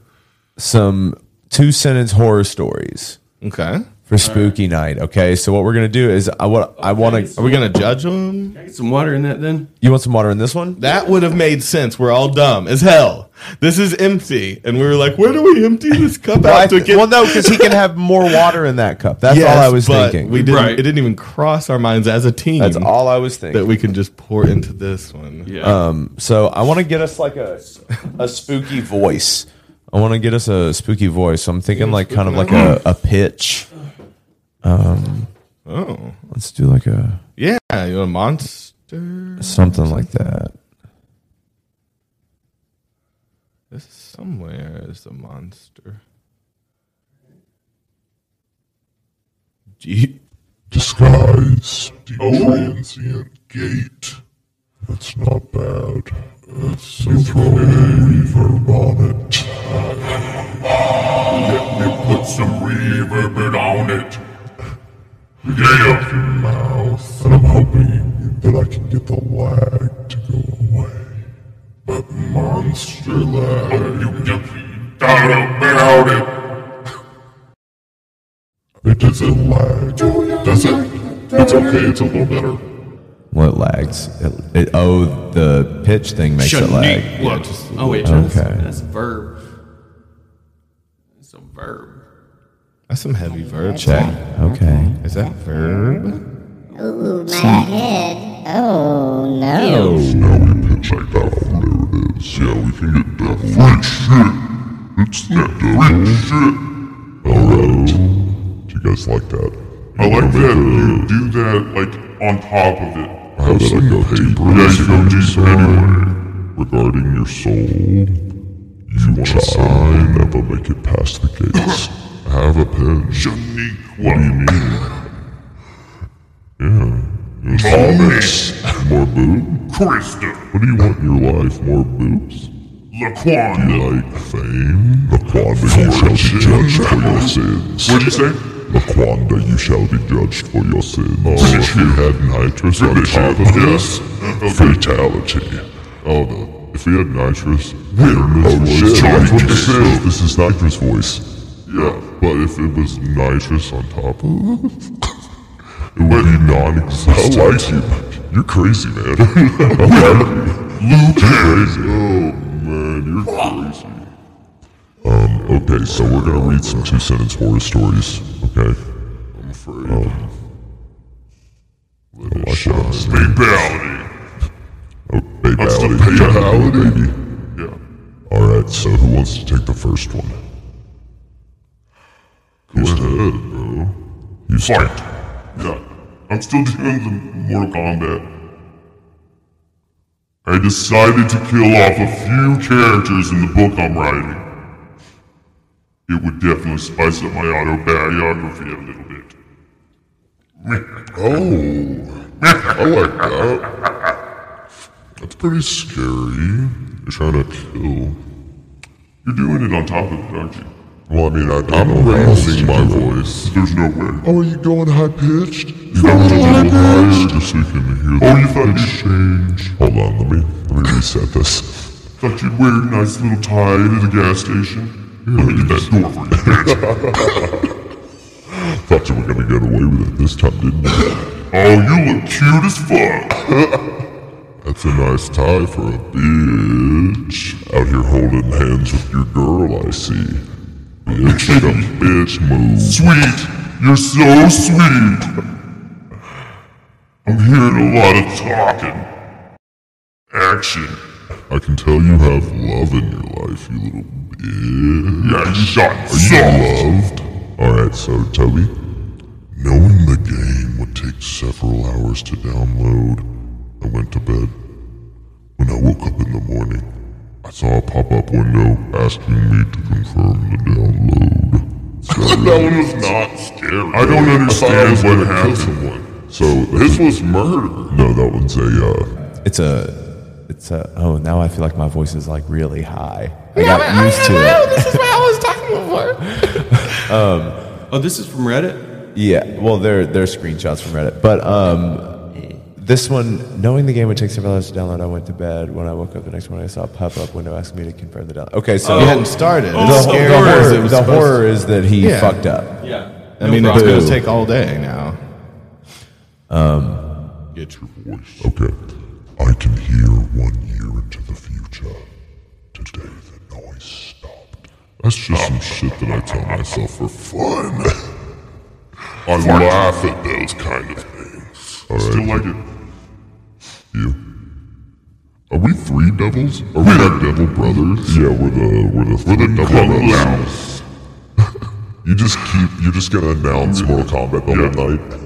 [SPEAKER 7] some two sentence horror stories
[SPEAKER 4] Okay.
[SPEAKER 7] for Spooky Night. Okay. So what we're gonna do is I want I want
[SPEAKER 4] Are
[SPEAKER 7] to.
[SPEAKER 4] we gonna judge him?
[SPEAKER 3] Can I get some water in that then?
[SPEAKER 7] You want some water in this one?
[SPEAKER 4] That would have made sense. We're all dumb as hell. This is empty, and we were like, "Where do we empty this cup
[SPEAKER 7] Well, I
[SPEAKER 4] out to
[SPEAKER 7] th-
[SPEAKER 4] get?"
[SPEAKER 7] well, no, because he can have more water in that cup. That's all I was
[SPEAKER 4] but
[SPEAKER 7] thinking.
[SPEAKER 4] We didn't.
[SPEAKER 3] Right.
[SPEAKER 4] It didn't even cross our minds as a team.
[SPEAKER 7] That's all I was
[SPEAKER 4] that
[SPEAKER 7] thinking.
[SPEAKER 4] we can just pour into this one.
[SPEAKER 3] Yeah.
[SPEAKER 7] So I want to get us like a a spooky voice. I want to get us a spooky voice. So I'm thinking like kind of like a, a pitch. Um,
[SPEAKER 4] Oh,
[SPEAKER 7] Let's do like a
[SPEAKER 4] yeah. You a monster?
[SPEAKER 7] something like that.
[SPEAKER 4] This somewhere is a monster. Gee,
[SPEAKER 6] Disguise the transient gate. That's not bad. That's you throw a reverb on it. Let me put some reverb on it. Get out your mouth. And I'm hoping that I can get the lag to go away. But monster lag. You, you, I don't know about it.
[SPEAKER 7] It doesn't lag. Does it? It's okay. It's a little better.
[SPEAKER 1] What lags? It, it, oh, the pitch thing makes it lag.
[SPEAKER 3] Shanique look. oh wait, that's,
[SPEAKER 1] Okay.
[SPEAKER 3] that's a verb. It's a verb.
[SPEAKER 4] That's some heavy verb.
[SPEAKER 1] Check. Okay.
[SPEAKER 4] Is that verb?
[SPEAKER 11] Ooh, my head. Oh, no.
[SPEAKER 7] Now we can check that out. There it is. Yeah, we can get devil. Freak shit. It's that devil. Freak shit. Alright. Do you guys like that? I like that. You do that, like, on top of it. I have that, like, a paper. Yeah, you go deep anyway. Regarding your soul, you want to sign, never make it past the gates. I have a pen. Shanique, what do you mean? Yeah. Yes. Thomas. More boobs? Krista. What do you want in your life? More boobs? Laquan. Do you like fame? Laquanda, you shall be judged for your sins. What'd you say? Laquanda, you shall be judged for your sins. Oh, if we had nitrous on top of this, fatality. Oh, no. If we had nitrous, weirdness oh, shit, that's what this is. This is nitrous voice. Yeah. But if it was nitrous on top of it, it would be non-existent. I like you. You're crazy, man. I like you. Luke. You're crazy. Oh, man, you're crazy. Um, okay, so we're gonna read some two-sentence horror stories, okay? I'm afraid. Um, oh, Let it shine. Babality. Oh, babality. That's the babality. Yeah. Alright, so who wants to take the first one? Go ahead, bro. You Fight. Yeah. I'm still doing the Mortal Kombat. I decided to kill off a few characters in the book I'm writing. It would definitely spice up my autobiography a little bit. Oh, I like that. That's pretty scary. You're trying to kill. You're doing it on top of it, aren't you? Well, I mean, I am raising my voice. There's no way. Oh, are you going high pitched? You going a little higher just so you can hear. Oh, you thought you'd change. Hold on, let me let me reset this. Thought you'd wear a nice little tie to the gas station. Let me get that door for you. bitch. Thought you were gonna get away with it this time, didn't you? oh, you look cute as fuck. That's a nice tie for a bitch. Out here holding hands with your girl, I see. Bitch, the bitch move. Sweet! You're so sweet! I'm hearing a lot of talking. Action. I can tell you have love in your life, you little bitch. Yeah, shot. Are you loved? Alright, so tell me. Knowing the game would take several hours to download, I went to bed. When I woke up in the morning, I saw a pop-up window asking me to confirm the download. that one was not scary. I don't understand what happened. Someone. So this was murder. No, that one's a uh,
[SPEAKER 1] It's a. It's a. Oh, now I feel like my voice is like really high. I got used to it.
[SPEAKER 4] This is what I was talking before.
[SPEAKER 3] Oh, this is from Reddit.
[SPEAKER 1] Yeah, well, they're they're screenshots from Reddit, but um, this one, knowing the game would take several hours to download, I went to bed. When I woke up the next morning, I saw a pop up window asking me to confirm the download. Okay, so
[SPEAKER 4] You hadn't started.
[SPEAKER 1] the,
[SPEAKER 3] Oh,
[SPEAKER 4] it's
[SPEAKER 1] whole-
[SPEAKER 4] scary.
[SPEAKER 1] the
[SPEAKER 4] as it
[SPEAKER 1] horror,
[SPEAKER 4] was
[SPEAKER 1] the
[SPEAKER 4] supposed to.
[SPEAKER 1] horror is that he
[SPEAKER 4] Yeah.
[SPEAKER 1] fucked up.
[SPEAKER 3] Yeah.
[SPEAKER 4] I mean, it's
[SPEAKER 1] problem.
[SPEAKER 4] going to take all day now.
[SPEAKER 7] Get your voice. Okay. I can hear one year into the future. Today the noise stopped. That's just some shit that I tell myself for fun. I laugh at those kind of things. Still like it. You? Are we three devils? Are we not devil brothers? Yeah, we're the we're the we're the double brothers. you just keep you're just gonna announce Mortal Kombat the whole night.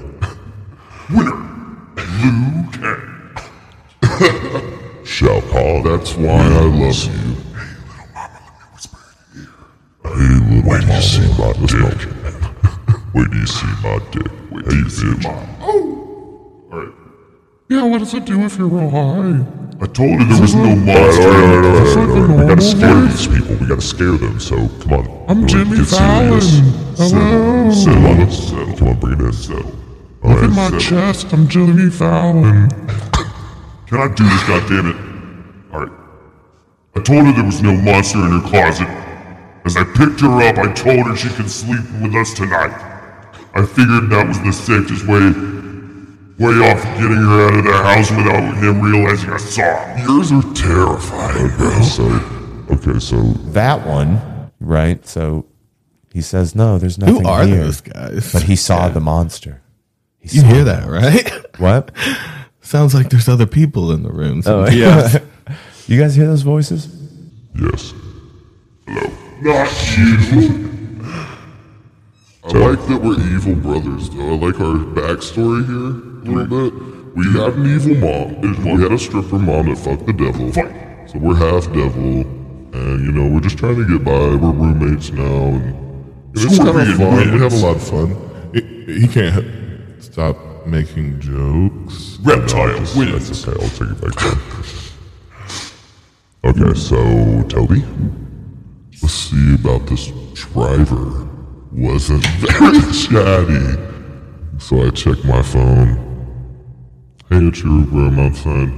[SPEAKER 7] Shao Kahn. That's why I love you. Hey, little mama, let me whisper in your ear. Hey, little mama. Wait till you see my dick. Wait till you see my dick. Wait till you see my... Oh! Alright. Yeah, what does it do if you're real high? I told you there was no monster. All right, all right, all right, all right. We gotta scare these people. We gotta scare them, so come on. I'm Jimmy get Fallon. Hello. Settle. Settle. Settle. Come on, bring it in. Settle. All right, my chest. I'm Jimmy Fallon. Can I do this, goddammit? Alright. I told her there was no monster in her closet. As I picked her up, I told her she could sleep with us tonight. I figured that was the safest way, way off getting her out of the house without him realizing I saw him. Yours are terrifying, bro.
[SPEAKER 2] So, okay, so
[SPEAKER 12] that one, right? So he says, "No, there's nothing."
[SPEAKER 4] are
[SPEAKER 12] here.
[SPEAKER 4] those guys?
[SPEAKER 12] But he saw the monster. He
[SPEAKER 4] You
[SPEAKER 12] saw
[SPEAKER 4] hear
[SPEAKER 12] the-
[SPEAKER 4] that, right?
[SPEAKER 12] What?
[SPEAKER 4] Sounds like there's other people in the room.
[SPEAKER 12] Oh,
[SPEAKER 4] So
[SPEAKER 3] Yeah.
[SPEAKER 12] you guys hear those voices?
[SPEAKER 2] yes.
[SPEAKER 7] Not you.
[SPEAKER 2] So-
[SPEAKER 7] I like that we're evil brothers, though. I like our backstory here a
[SPEAKER 2] Mm.
[SPEAKER 7] little bit. We had an evil mom. We had a stripper mom that fucked the devil. So we're half devil, and you know we're just trying to get by. We're roommates now, and it's
[SPEAKER 2] It's
[SPEAKER 7] kind
[SPEAKER 2] kind
[SPEAKER 7] of fun.
[SPEAKER 2] We have a lot of fun. He- he can't h- stop making jokes.
[SPEAKER 7] Reptile
[SPEAKER 2] Just-
[SPEAKER 7] wins.
[SPEAKER 2] That's okay. I'll take it back. down.
[SPEAKER 7] Okay, so Toby, let's see about this driver. Wasn't very chatty, so I checked my phone. Hey, it's your room outside.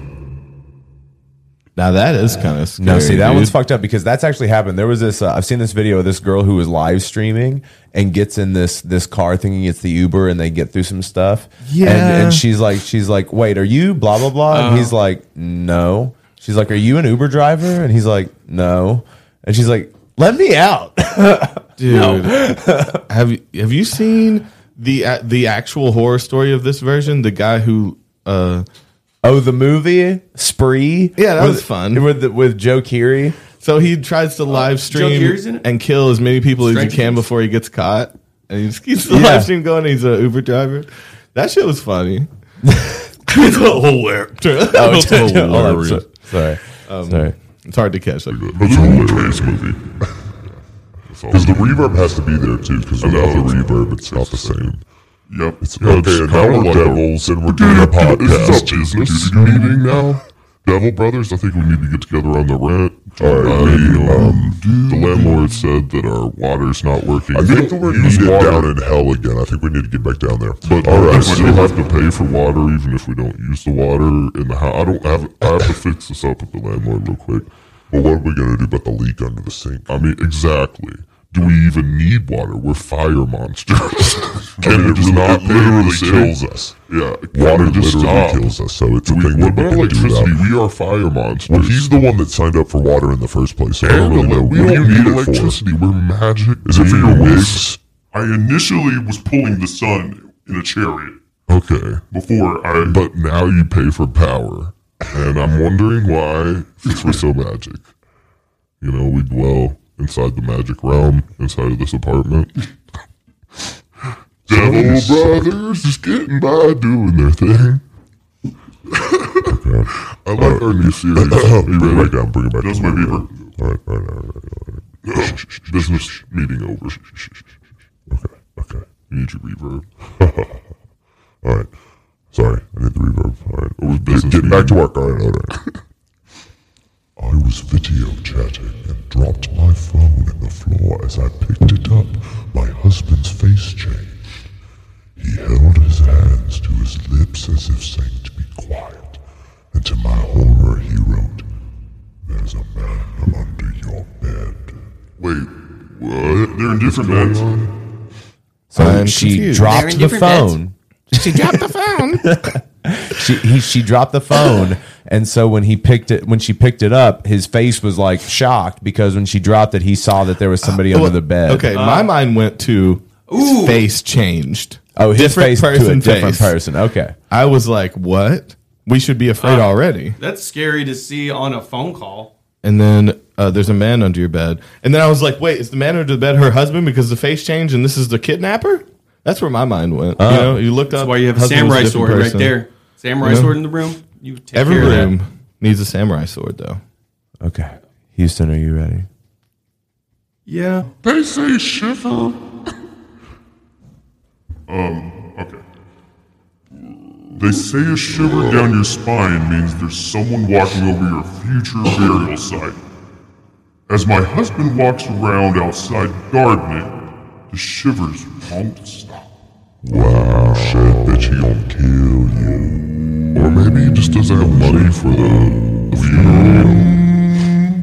[SPEAKER 4] now that is kind of scary.
[SPEAKER 12] No, see that
[SPEAKER 4] dude.
[SPEAKER 12] one's fucked up because that's actually happened. There was this. Uh, I've seen this video of this girl who was live streaming and gets in this this car thinking it's the Uber, and they get through some stuff. and,
[SPEAKER 4] Yeah. Uh-huh.
[SPEAKER 12] and she's like, she's like, wait, are you blah blah blah? and he's like, no. She's like, are you an Uber driver? And he's like, no. And she's like, let me out.
[SPEAKER 4] dude. have you have you seen the a the actual horror story of this version? The guy who uh
[SPEAKER 12] oh, the movie Spree.
[SPEAKER 4] Yeah, that
[SPEAKER 12] With-
[SPEAKER 4] was fun.
[SPEAKER 12] with the, with Joe Keery.
[SPEAKER 4] so he tries to live
[SPEAKER 3] Oh, Geary's in
[SPEAKER 4] stream
[SPEAKER 3] it?
[SPEAKER 4] and kill as many people as
[SPEAKER 3] Stranger
[SPEAKER 4] he can
[SPEAKER 3] Things.
[SPEAKER 4] before he gets caught, and he just keeps the
[SPEAKER 12] Yeah.
[SPEAKER 4] live stream going. And he's an Uber driver. That shit was funny. it's hilarious.
[SPEAKER 3] Oh,
[SPEAKER 4] It's hilarious.
[SPEAKER 12] so- sorry, sorry.
[SPEAKER 4] Um, It's hard to catch. Like,
[SPEAKER 7] That's a hilarious movie.
[SPEAKER 2] Because the reverb has to be there too. Because without the reverb, it's not the same.
[SPEAKER 7] Yep. It's
[SPEAKER 2] Okay, now we're devils and we're doing a podcast.
[SPEAKER 7] business meeting now. Devil Brothers, I think we need to get together on the rent.
[SPEAKER 2] All right,
[SPEAKER 7] I,
[SPEAKER 2] we,
[SPEAKER 7] um, the landlord said that our water's not working.
[SPEAKER 2] I think we're gonna
[SPEAKER 7] Use
[SPEAKER 2] get
[SPEAKER 7] water.
[SPEAKER 2] down in hell again. I think we need to get back down there.
[SPEAKER 7] But
[SPEAKER 2] all right,
[SPEAKER 7] we
[SPEAKER 2] so
[SPEAKER 7] still have to pay for water even if we don't use the water in the house. I don't have. I have to fix this up with the landlord real quick.
[SPEAKER 2] but what are we gonna do about the leak under the sink?
[SPEAKER 7] I mean, exactly. Do we even need water? We're fire monsters. Can it
[SPEAKER 2] just-
[SPEAKER 7] just not
[SPEAKER 2] it literally
[SPEAKER 7] literally
[SPEAKER 2] kills
[SPEAKER 7] kills
[SPEAKER 2] us.
[SPEAKER 7] us? Yeah, can
[SPEAKER 2] Water
[SPEAKER 7] it just
[SPEAKER 2] literally
[SPEAKER 7] stop?
[SPEAKER 2] kills us, so it's a
[SPEAKER 7] We,
[SPEAKER 2] thing
[SPEAKER 7] what
[SPEAKER 2] that we
[SPEAKER 7] about
[SPEAKER 2] can do
[SPEAKER 7] electricity?
[SPEAKER 2] about.
[SPEAKER 7] We are fire monsters.
[SPEAKER 2] Well, he's the one that signed up for water in the first place. So I don't
[SPEAKER 7] And
[SPEAKER 2] really know
[SPEAKER 7] we
[SPEAKER 2] what do
[SPEAKER 7] don't
[SPEAKER 2] you
[SPEAKER 7] need
[SPEAKER 2] need it for.
[SPEAKER 7] electricity. We're magic.
[SPEAKER 2] Is it for your
[SPEAKER 7] beings.
[SPEAKER 2] wigs?
[SPEAKER 7] I initially was pulling the sun in a chariot
[SPEAKER 2] Okay,
[SPEAKER 7] before I.
[SPEAKER 2] but now you pay for power, and I'm wondering why since we're so magic. You know, we dwell inside the magic realm, inside of this apartment.
[SPEAKER 7] Devil Brothers is getting by doing their thing. I like our new series.
[SPEAKER 2] bring it back down. Bring it back
[SPEAKER 7] That's my
[SPEAKER 2] down.
[SPEAKER 7] beaver.
[SPEAKER 2] All right, all right, all right, all right, all
[SPEAKER 7] Business meeting over.
[SPEAKER 2] right. Okay,
[SPEAKER 7] You need your reverb.
[SPEAKER 2] all right. Sorry, I need the reverb. All right,
[SPEAKER 7] Over
[SPEAKER 2] Get-
[SPEAKER 7] business
[SPEAKER 2] get back to
[SPEAKER 7] meeting.
[SPEAKER 2] work. All right, all right.
[SPEAKER 7] I was video chatting and dropped my phone in the floor. As I picked it up, my husband's face changed. He held his hands to his lips as if saying to be quiet. And to my horror, he wrote, There's a man under your bed. Wait, what? They're in different beds?
[SPEAKER 12] So
[SPEAKER 4] I'm
[SPEAKER 12] she
[SPEAKER 4] confused.
[SPEAKER 1] They're
[SPEAKER 12] dropped
[SPEAKER 1] in
[SPEAKER 12] the
[SPEAKER 1] different beds.
[SPEAKER 12] phone.
[SPEAKER 4] she dropped the phone.
[SPEAKER 12] she he, she dropped the phone and so when he picked it when she picked it up his face was like shocked because when she dropped it he saw that there was somebody under the bed
[SPEAKER 4] Okay, my mind went to
[SPEAKER 3] Uh, Ooh.
[SPEAKER 4] face changed.
[SPEAKER 12] oh his face to a different
[SPEAKER 4] face.
[SPEAKER 12] person okay
[SPEAKER 4] I was like, "What? We should be afraid
[SPEAKER 3] Uh,
[SPEAKER 4] already."
[SPEAKER 3] That's scary to see on a phone call.
[SPEAKER 4] And then uh, there's a man under your bed, and then I was like, "Wait, is the man under the bed her husband because the face changed and this is the kidnapper?" That's where my mind went. you know, you looked up.
[SPEAKER 3] Uh, That's why you have a
[SPEAKER 4] husband was
[SPEAKER 3] samurai
[SPEAKER 4] different
[SPEAKER 3] sword
[SPEAKER 4] person.
[SPEAKER 3] right there. Samurai
[SPEAKER 4] You know?
[SPEAKER 3] sword in the room. You take
[SPEAKER 4] Every
[SPEAKER 3] care of that.
[SPEAKER 4] room needs a samurai sword, though.
[SPEAKER 12] okay houston are you ready
[SPEAKER 3] Yeah.
[SPEAKER 7] They say shiver. um, okay. They say a shiver down your spine means there's someone walking over your future burial site. As my husband walks around outside gardening, the shivers won't stop.
[SPEAKER 2] Wow, shit, bitch, he gonna kill you. Or maybe he just doesn't have money for the, the funeral.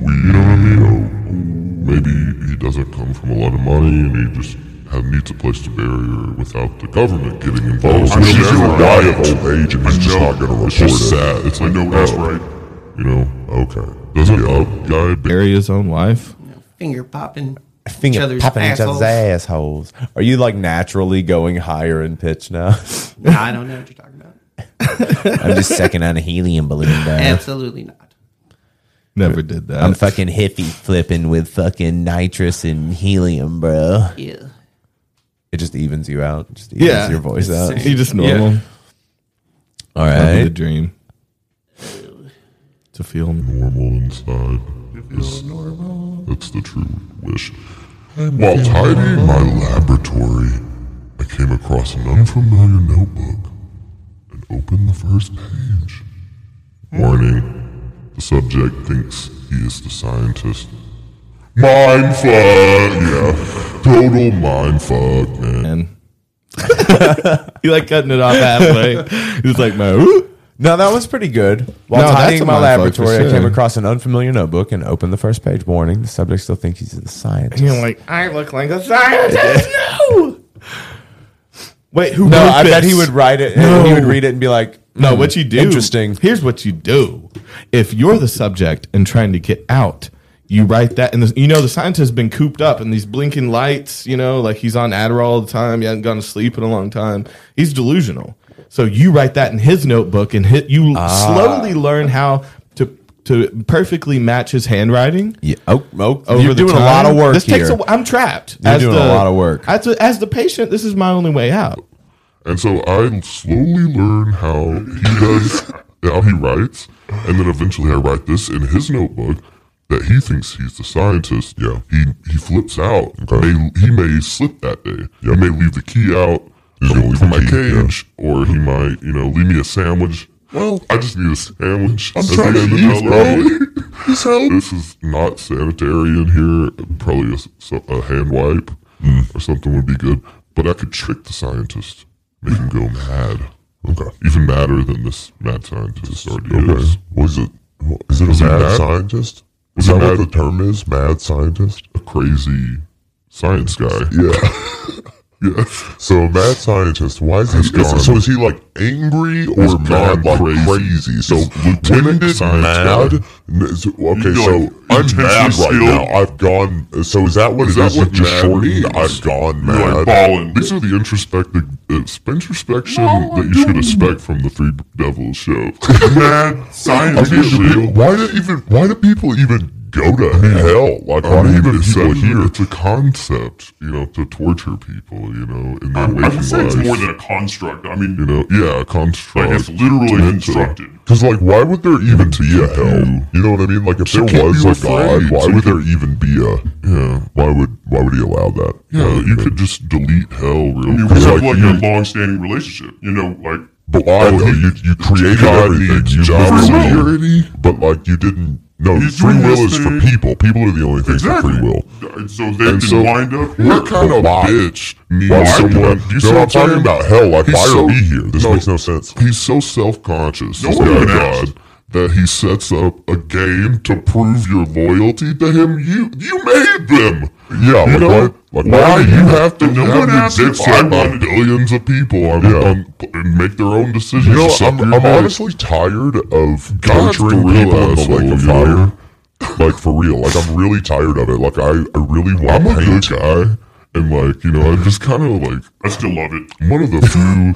[SPEAKER 2] We, you know what I mean? Maybe he doesn't come from a lot of money and he just
[SPEAKER 7] have needs a place to bury her without the government getting involved.
[SPEAKER 13] I know
[SPEAKER 7] which is
[SPEAKER 13] that's right.
[SPEAKER 7] die of old age and
[SPEAKER 13] I
[SPEAKER 7] he's just
[SPEAKER 13] know.
[SPEAKER 7] not going to report
[SPEAKER 13] It's just
[SPEAKER 7] it.
[SPEAKER 13] sad. It's like, no, that's
[SPEAKER 7] oh,
[SPEAKER 13] right.
[SPEAKER 7] You know, okay. Doesn't the guy
[SPEAKER 4] bury his own wife?
[SPEAKER 3] Finger popping.
[SPEAKER 2] Finger popping each other's assholes.
[SPEAKER 3] assholes.
[SPEAKER 2] Are you like naturally going higher in pitch now?
[SPEAKER 3] Nah, I don't know what you're talking about.
[SPEAKER 2] I'm just sucking on a helium balloon. Down.
[SPEAKER 3] Absolutely not.
[SPEAKER 4] Never did that.
[SPEAKER 14] I'm fucking hippie flipping with fucking nitrous and helium, bro.
[SPEAKER 3] Yeah.
[SPEAKER 2] It just evens you out. It just evens your voice out.
[SPEAKER 4] You just normal.
[SPEAKER 2] All
[SPEAKER 4] Having
[SPEAKER 2] right.
[SPEAKER 4] the dream to feel
[SPEAKER 7] normal inside? Is, that's the true wish. While
[SPEAKER 13] feeling
[SPEAKER 7] tidying my
[SPEAKER 13] normal.
[SPEAKER 7] laboratory, I came across an unfamiliar notebook and opened the first page. Warning the subject thinks he is the scientist. Mindfuck! Yeah. Total mindfuck, man.
[SPEAKER 4] you like cutting it off halfway. It's like my. Ooh.
[SPEAKER 2] No, that was pretty good. While
[SPEAKER 4] No, that's
[SPEAKER 2] tidying
[SPEAKER 4] a
[SPEAKER 2] my
[SPEAKER 4] mindfuck
[SPEAKER 2] laboratory,
[SPEAKER 4] for
[SPEAKER 2] I came
[SPEAKER 4] sure.
[SPEAKER 2] across an unfamiliar notebook and opened the first page. Warning: the subject still thinks he's the scientist.
[SPEAKER 4] You're like, I look like a scientist. no. Wait, who?
[SPEAKER 2] no,
[SPEAKER 4] wrote
[SPEAKER 2] I bet
[SPEAKER 4] this?
[SPEAKER 2] he would write it.
[SPEAKER 4] No.
[SPEAKER 2] He would read it and be like,
[SPEAKER 4] No,
[SPEAKER 2] "Hmm,
[SPEAKER 4] what you do?
[SPEAKER 2] Interesting.
[SPEAKER 4] Here's what you do. If you're the subject and trying to get out, you write that, and the, you know the scientist has been cooped up in these blinking lights. You know, like he's on Adderall all the time. He hasn't gone to sleep in a long time. He's delusional. So you write that in his notebook, and hit, you
[SPEAKER 2] Ah.
[SPEAKER 4] slowly learn how to to perfectly match his handwriting.
[SPEAKER 2] Yeah. Oh, oh
[SPEAKER 4] over
[SPEAKER 2] you're
[SPEAKER 4] the
[SPEAKER 2] doing a lot
[SPEAKER 4] time.
[SPEAKER 2] of work
[SPEAKER 4] This
[SPEAKER 2] here.
[SPEAKER 4] takes a, wh- I'm trapped.
[SPEAKER 2] You're doing a lot of work.
[SPEAKER 4] As, a- as the patient, this is my only way out.
[SPEAKER 7] And so I slowly learn how he does, how he writes, and then eventually I write this in his notebook that he thinks he's the scientist. Yeah, he he flips out. May, he may slip that day. He may leave the key out. He's gonna leave my cage, or he might, you know, leave me a sandwich. Well, I just need a sandwich.
[SPEAKER 13] I'm
[SPEAKER 7] at the
[SPEAKER 13] trying to
[SPEAKER 7] end of
[SPEAKER 13] eat,
[SPEAKER 7] the
[SPEAKER 13] bro.
[SPEAKER 7] day.
[SPEAKER 13] Please help.
[SPEAKER 7] This is not sanitary in here. Probably a, so- a hand wipe
[SPEAKER 13] Hmm.
[SPEAKER 7] or something would be good. But I could trick the scientist, make him go mad. Okay. Even madder than this mad scientist already
[SPEAKER 13] Okay.
[SPEAKER 7] is.
[SPEAKER 13] Was it? Is it a
[SPEAKER 7] Was he
[SPEAKER 13] mad,
[SPEAKER 7] mad?
[SPEAKER 13] scientist?
[SPEAKER 7] Was
[SPEAKER 13] Is
[SPEAKER 7] he
[SPEAKER 13] that what
[SPEAKER 7] mad?
[SPEAKER 13] the term is? Mad scientist?
[SPEAKER 7] A crazy science guy.
[SPEAKER 13] Yeah.
[SPEAKER 7] yeah.
[SPEAKER 13] So a mad scientist. Why is he?
[SPEAKER 7] He's gone.
[SPEAKER 13] Is, so is he like angry or
[SPEAKER 7] He's
[SPEAKER 13] mad
[SPEAKER 7] gone
[SPEAKER 13] like
[SPEAKER 7] crazy.
[SPEAKER 13] crazy? So
[SPEAKER 7] He's
[SPEAKER 13] lieutenant
[SPEAKER 7] lieutenant science
[SPEAKER 13] mad.
[SPEAKER 7] guy.
[SPEAKER 13] N- is- Okay,
[SPEAKER 7] You're
[SPEAKER 13] so
[SPEAKER 7] like
[SPEAKER 13] I'm mad
[SPEAKER 7] intensely
[SPEAKER 13] right
[SPEAKER 7] skilled.
[SPEAKER 13] now. I've gone. So is that what
[SPEAKER 7] Is
[SPEAKER 13] it
[SPEAKER 7] that
[SPEAKER 13] is?
[SPEAKER 7] what
[SPEAKER 13] It's just
[SPEAKER 7] mad
[SPEAKER 13] shorty.
[SPEAKER 7] means?
[SPEAKER 13] I've gone
[SPEAKER 7] You're
[SPEAKER 13] mad.
[SPEAKER 7] like balling. These are the introspective uh, introspection that you should expect from the Three Devils show.
[SPEAKER 13] mad scientist.
[SPEAKER 7] Why do even? Why do people even
[SPEAKER 13] Go to hell. Like
[SPEAKER 7] I
[SPEAKER 13] why
[SPEAKER 7] mean,
[SPEAKER 13] even
[SPEAKER 7] it's,
[SPEAKER 13] people
[SPEAKER 7] a,
[SPEAKER 13] here?
[SPEAKER 7] it's a concept, you know, to torture people, you know, in
[SPEAKER 13] I
[SPEAKER 7] their waking
[SPEAKER 13] would say it's
[SPEAKER 7] lives.
[SPEAKER 13] more than a construct. I mean,
[SPEAKER 7] you know, yeah, a construct.
[SPEAKER 13] Like, it's literally constructed.
[SPEAKER 7] Because, like, why would there even be a hell? You know what I mean? Like, if
[SPEAKER 13] She
[SPEAKER 7] there
[SPEAKER 13] can't
[SPEAKER 7] was
[SPEAKER 13] be
[SPEAKER 7] a
[SPEAKER 13] afraid.
[SPEAKER 7] god, why
[SPEAKER 13] She
[SPEAKER 7] would there even be a? Yeah, why would why would he allow that? Yeah,
[SPEAKER 13] Yeah,
[SPEAKER 7] you could just delete hell
[SPEAKER 13] I
[SPEAKER 7] real
[SPEAKER 13] mean,
[SPEAKER 7] quick.
[SPEAKER 13] we have like
[SPEAKER 7] you-
[SPEAKER 13] a long-standing relationship. You know, like
[SPEAKER 7] but why?
[SPEAKER 13] Oh,
[SPEAKER 7] though?
[SPEAKER 13] he-
[SPEAKER 7] You you created
[SPEAKER 13] God
[SPEAKER 7] everything.
[SPEAKER 13] needs
[SPEAKER 7] You
[SPEAKER 13] job
[SPEAKER 7] live in
[SPEAKER 13] security.
[SPEAKER 7] But like you didn't. No,
[SPEAKER 13] He's
[SPEAKER 7] free will is for
[SPEAKER 13] listening.
[SPEAKER 7] people. People are the only things
[SPEAKER 13] Exactly.
[SPEAKER 7] for free will.
[SPEAKER 13] And so they
[SPEAKER 7] And
[SPEAKER 13] can
[SPEAKER 7] so
[SPEAKER 13] wind up.
[SPEAKER 7] What kind of bitch needs
[SPEAKER 13] Why?
[SPEAKER 7] someone?
[SPEAKER 13] Do you
[SPEAKER 7] no,
[SPEAKER 13] see what
[SPEAKER 7] I'm
[SPEAKER 13] I'm saying?
[SPEAKER 7] talking about hell. Like,
[SPEAKER 13] He's
[SPEAKER 7] why
[SPEAKER 13] so-
[SPEAKER 7] are we here? This
[SPEAKER 13] No.
[SPEAKER 7] makes no sense. He's so self-conscious.
[SPEAKER 13] No
[SPEAKER 7] this
[SPEAKER 13] one
[SPEAKER 7] guy
[SPEAKER 13] can ask.
[SPEAKER 7] God that he sets up a game to prove your loyalty to him. You you made them. Yeah,
[SPEAKER 13] You
[SPEAKER 7] like,
[SPEAKER 13] know?
[SPEAKER 7] why, like
[SPEAKER 13] Why
[SPEAKER 7] why
[SPEAKER 13] do
[SPEAKER 7] you
[SPEAKER 13] you-
[SPEAKER 7] have to
[SPEAKER 13] No
[SPEAKER 7] have
[SPEAKER 13] one
[SPEAKER 7] your
[SPEAKER 13] asked
[SPEAKER 7] dick
[SPEAKER 13] if I
[SPEAKER 7] sucked by
[SPEAKER 13] wanted-
[SPEAKER 7] billions of people on,
[SPEAKER 13] Yeah.
[SPEAKER 7] on, and make their own decisions.
[SPEAKER 13] You know,
[SPEAKER 7] Suck
[SPEAKER 13] I'm-
[SPEAKER 7] your
[SPEAKER 13] I'm
[SPEAKER 7] dick.
[SPEAKER 13] honestly
[SPEAKER 7] tired of
[SPEAKER 13] God's
[SPEAKER 7] torturing
[SPEAKER 13] the real
[SPEAKER 7] people in the
[SPEAKER 13] asshole,
[SPEAKER 7] lake of
[SPEAKER 13] you know?
[SPEAKER 7] fire like for real. Like I'm really tired of it. Like I, I really want to paint guy, and like you know, I'm just kind of like I still love it. One of the few,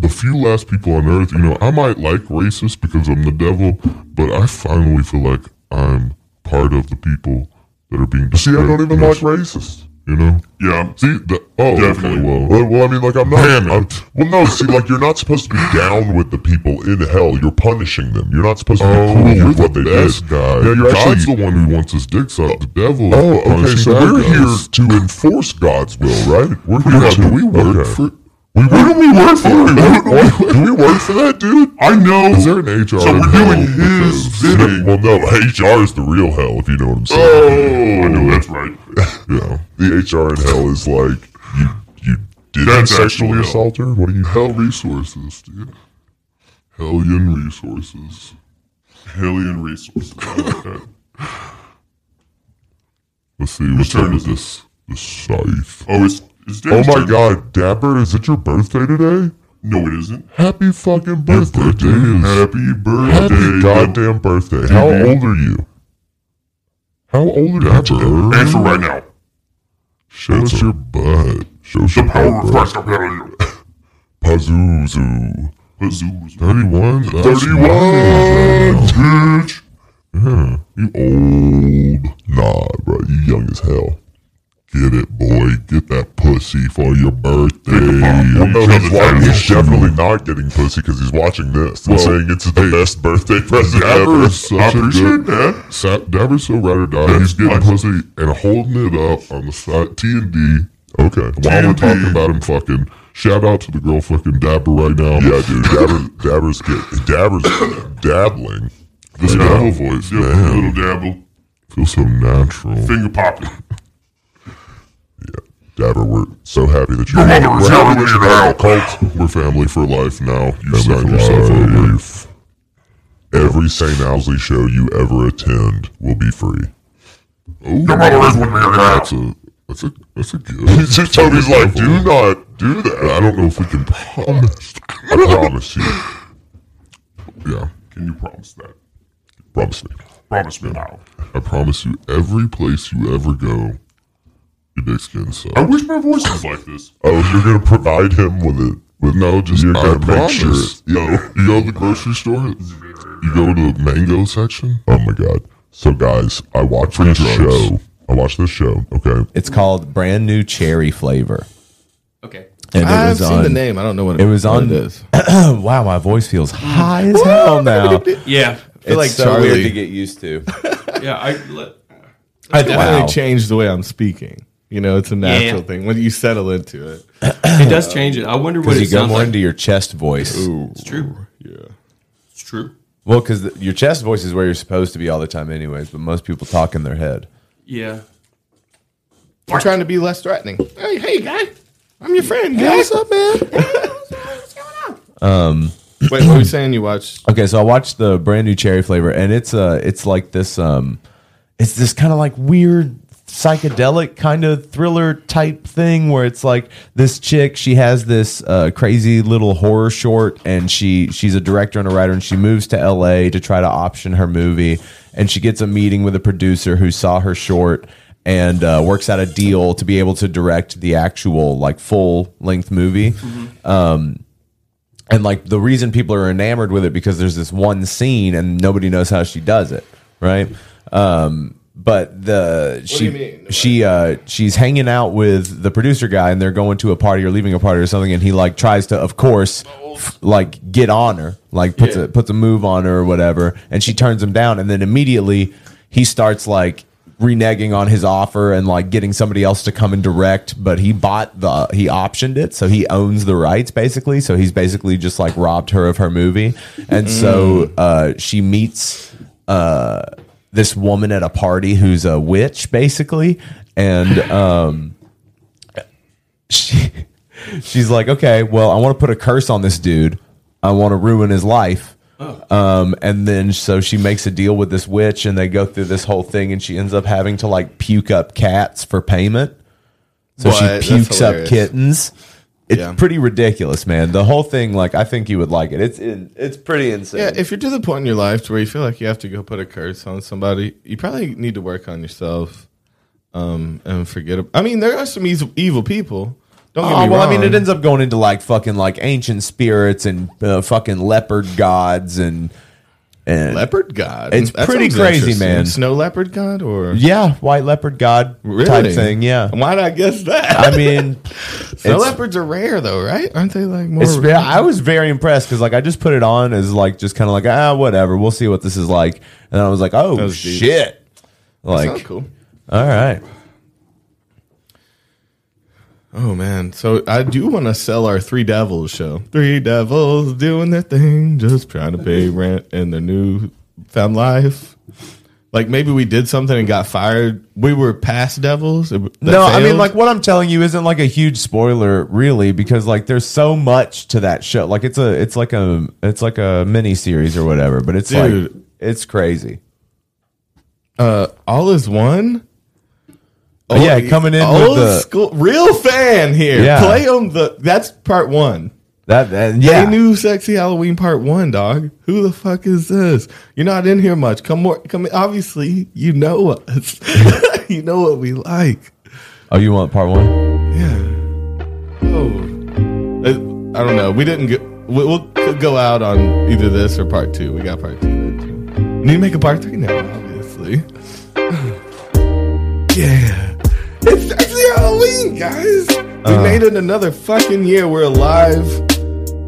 [SPEAKER 7] the few last people on earth. You know, I might like racist because I'm the devil, but I finally feel like I'm part of the people that are being.
[SPEAKER 13] See, I
[SPEAKER 7] disturbed.
[SPEAKER 13] don't even
[SPEAKER 7] You know,
[SPEAKER 13] like racist.
[SPEAKER 7] You know.
[SPEAKER 13] Yeah.
[SPEAKER 7] See, the, oh,
[SPEAKER 13] Definitely.
[SPEAKER 7] okay, well, well, well, I mean, like, I'm not. I'm- well, no, see, like, you're not supposed to be down with the people in hell. You're punishing them. You're not supposed to be
[SPEAKER 13] Oh,
[SPEAKER 7] cool
[SPEAKER 13] you're
[SPEAKER 7] with
[SPEAKER 13] the
[SPEAKER 7] what they
[SPEAKER 13] best
[SPEAKER 7] did.
[SPEAKER 13] guy.
[SPEAKER 7] Yeah, you're
[SPEAKER 13] God's
[SPEAKER 7] actually the one who wants his dick sucked. The devil.
[SPEAKER 13] Oh, okay, so we're
[SPEAKER 7] here to enforce God's will, right? We're
[SPEAKER 13] We're
[SPEAKER 7] here
[SPEAKER 13] not-
[SPEAKER 7] to. Do we work
[SPEAKER 13] okay.
[SPEAKER 7] for? We work, do we work for? do we work for that, dude?
[SPEAKER 13] I know.
[SPEAKER 7] Is there an HR?
[SPEAKER 13] So
[SPEAKER 7] in
[SPEAKER 13] we're
[SPEAKER 7] hell?
[SPEAKER 13] doing his
[SPEAKER 7] Because-
[SPEAKER 13] bidding.
[SPEAKER 7] Well, no, HR is the real hell, if you know what I'm saying.
[SPEAKER 13] Oh, I know that's right.
[SPEAKER 7] Yeah, the HR in hell is like you. You did
[SPEAKER 13] That's
[SPEAKER 7] sexually
[SPEAKER 13] actually hell.
[SPEAKER 7] assault her. What are you?
[SPEAKER 13] Hell resources, dude. Hellion resources. Hellion resources. I like that.
[SPEAKER 7] Let's see. What's up with this? This scythe.
[SPEAKER 13] Oh, it's
[SPEAKER 7] Oh my god, Dapper, is it your birthday today? No, it isn't. Happy fucking birthday. dude. Happy birthday. Happy goddamn birthday. How old are you? How old are you?
[SPEAKER 13] Answer right now.
[SPEAKER 7] Show us your butt. Show us
[SPEAKER 13] The
[SPEAKER 7] your
[SPEAKER 13] power of
[SPEAKER 7] butt,
[SPEAKER 13] Christ
[SPEAKER 7] bro.
[SPEAKER 13] upon you.
[SPEAKER 7] Pazuzu. Pazuzu. 31? That's
[SPEAKER 13] 31,
[SPEAKER 7] wild, bro.
[SPEAKER 13] bitch.
[SPEAKER 7] Yeah. You old. Nah, bro. You young as hell. Get it, boy. Get that pussy for your birthday. Well, no, he's, watching, he's definitely not getting pussy because he's watching this and
[SPEAKER 13] Well,
[SPEAKER 7] saying it's the best birthday present
[SPEAKER 13] Dapper
[SPEAKER 7] ever.
[SPEAKER 13] is such a good-
[SPEAKER 7] Sa- Dapper's so ride or die. He's getting pussy and holding it up on the side. T and D. Okay. While we're
[SPEAKER 13] T&D.
[SPEAKER 7] talking about him fucking, shout out to the girl fucking Dabber right now. Yeah, dude. Dabber, Dabber's get, Dabber's dabbling.
[SPEAKER 13] This
[SPEAKER 7] Right
[SPEAKER 13] dabble
[SPEAKER 7] now.
[SPEAKER 13] voice,
[SPEAKER 7] Yeah,
[SPEAKER 13] man.
[SPEAKER 7] Little dabble. Feels so natural.
[SPEAKER 13] Finger popping.
[SPEAKER 7] Dabber, we're so happy that you
[SPEAKER 13] Your mother is
[SPEAKER 7] we're
[SPEAKER 13] happy
[SPEAKER 7] that
[SPEAKER 13] that
[SPEAKER 7] you're
[SPEAKER 13] you're
[SPEAKER 7] now. Cult, we're family for life now. You signed yourself over. Every St. Owsley show you ever attend will be free.
[SPEAKER 13] Your mother is with me right now.
[SPEAKER 7] That's a that's a that's a gift.
[SPEAKER 13] Toby's like, do
[SPEAKER 7] not do that. I don't know if we can promise. I promise you. Yeah.
[SPEAKER 13] Can you promise that?
[SPEAKER 7] Promise me.
[SPEAKER 13] Promise me now.
[SPEAKER 7] I promise you, every place you ever go, your dick's getting sucked.
[SPEAKER 13] I wish my voice was like this.
[SPEAKER 7] Oh, you're gonna provide him with it. With no, just you're
[SPEAKER 13] gonna make sure-
[SPEAKER 7] Yo, you go to the grocery store. You go to the mango section. Oh my god! So guys, I watched this show. I watched this show. Okay,
[SPEAKER 2] It's called brand new cherry flavor.
[SPEAKER 3] Okay.
[SPEAKER 2] And it
[SPEAKER 4] I've
[SPEAKER 2] was
[SPEAKER 4] seen
[SPEAKER 2] on-
[SPEAKER 4] the name. I don't know what it,
[SPEAKER 2] It was
[SPEAKER 4] what
[SPEAKER 2] on.
[SPEAKER 4] It is.
[SPEAKER 2] wow, my voice feels high as hell now.
[SPEAKER 3] Yeah. I feel
[SPEAKER 2] it's
[SPEAKER 4] like
[SPEAKER 2] so
[SPEAKER 4] Charlie-
[SPEAKER 2] weird to get used to.
[SPEAKER 3] Yeah, I let,
[SPEAKER 4] I definitely
[SPEAKER 2] Wow.
[SPEAKER 4] changed the way I'm speaking. You know, it's a natural
[SPEAKER 3] Yeah.
[SPEAKER 4] thing when you settle into it.
[SPEAKER 3] it does change it. I wonder what
[SPEAKER 2] Because
[SPEAKER 3] it
[SPEAKER 2] you go
[SPEAKER 3] sounds
[SPEAKER 2] more
[SPEAKER 3] like.
[SPEAKER 2] into your chest voice.
[SPEAKER 3] It's true.
[SPEAKER 4] Yeah.
[SPEAKER 3] It's true.
[SPEAKER 2] Well, because your chest voice is where you're supposed to be all the time, anyways. But most people talk in their head.
[SPEAKER 3] Yeah.
[SPEAKER 4] I'm trying to be less threatening. Hey, hey, guy. I'm your friend. Guy. what's up, man?
[SPEAKER 2] Um,
[SPEAKER 4] Wait, what were you saying? You watched?
[SPEAKER 2] Okay, so I watched the brand new cherry flavor, and it's uh it's like this um, it's this kind of like weird psychedelic kind of thriller type thing where it's like this chick she has this uh, crazy little horror short and she she's a director and a writer and she moves to LA to try to option her movie and she gets a meeting with a producer who saw her short and uh, works out a deal to be able to direct the actual like full length movie um and like the reason people are enamored with it because there's this one scene and nobody knows how she does it right um but the she she uh she's hanging out with the producer guy and they're going to a party or leaving a party or something and he like tries to of course f- like get on her like puts a puts a move on her or whatever and she turns him down and then immediately he starts like reneging on his offer and like getting somebody else to come and direct but he bought the he optioned it so he owns the rights basically so he's basically just like robbed her of her movie and so uh she meets uh this woman at a party who's a witch basically and um she she's like okay well i want to put a curse on this dude i want to ruin his life um, and then so she makes a deal with this witch and they go through this whole thing and she ends up having to like puke up cats for payment so
[SPEAKER 4] What? That's
[SPEAKER 2] she pukes up
[SPEAKER 4] hilarious.
[SPEAKER 2] kittens it's
[SPEAKER 4] Yeah.
[SPEAKER 2] pretty ridiculous man the whole thing like i think you would like it it's in, it's pretty insane
[SPEAKER 4] Yeah, if you're to the point in your life to where you feel like you have to go put a curse on somebody, you probably need to work on yourself um, and forget. ab- I mean, there are some eas- evil people. Don't get
[SPEAKER 2] Oh,
[SPEAKER 4] me
[SPEAKER 2] well,
[SPEAKER 4] wrong.
[SPEAKER 2] I mean, it ends up going into like fucking like ancient spirits and uh, fucking leopard gods and and
[SPEAKER 4] leopard god.
[SPEAKER 2] It's
[SPEAKER 4] That
[SPEAKER 2] pretty
[SPEAKER 4] sounds
[SPEAKER 2] crazy,
[SPEAKER 4] interesting.
[SPEAKER 2] man.
[SPEAKER 4] Snow leopard god or
[SPEAKER 2] Yeah, white leopard god type
[SPEAKER 4] Really?
[SPEAKER 2] thing. Yeah,
[SPEAKER 4] Why did I guess that?
[SPEAKER 2] I mean,
[SPEAKER 4] snow
[SPEAKER 2] it's-
[SPEAKER 4] leopards are rare though, right? Aren't they like more?
[SPEAKER 2] It's, yeah, I was very impressed because like I just put it on as like just kind of like ah whatever we'll see what this is like and then I was like
[SPEAKER 4] That
[SPEAKER 2] oh
[SPEAKER 4] was deep.
[SPEAKER 2] shit
[SPEAKER 4] That sounds
[SPEAKER 2] like
[SPEAKER 4] cool.
[SPEAKER 2] all right
[SPEAKER 4] Oh man, so I do want to sell our Three Devils show. Three Devils doing their thing, just trying to pay rent in their new fam life. Like maybe we did something and got fired. We were past devils. No,
[SPEAKER 2] no I mean like what I'm telling you isn't like a huge spoiler really because like there's so much to that show like it's a it's like a it's like a mini series or whatever but it's like
[SPEAKER 4] Dude.
[SPEAKER 2] it's crazy
[SPEAKER 4] uh, all is one.
[SPEAKER 2] But Oh, yeah, coming in with
[SPEAKER 4] old
[SPEAKER 2] the-
[SPEAKER 4] school, real fan here.
[SPEAKER 2] Yeah.
[SPEAKER 4] Play on the. That's part one.
[SPEAKER 2] That, that yeah.
[SPEAKER 4] They knew sexy Halloween part one, dog. Who the fuck is this? You're not in here much. Come more. Come. Obviously, you know us. you know what we like.
[SPEAKER 2] Oh, you want part one?
[SPEAKER 4] Oh. I, I don't know. We didn't get. We, we'll go out on either this or part two. We got part two there too. We need to make a part three now, obviously. yeah, it's sexy Halloween, guys. We
[SPEAKER 1] Uh.
[SPEAKER 4] made it another fucking year. We're alive,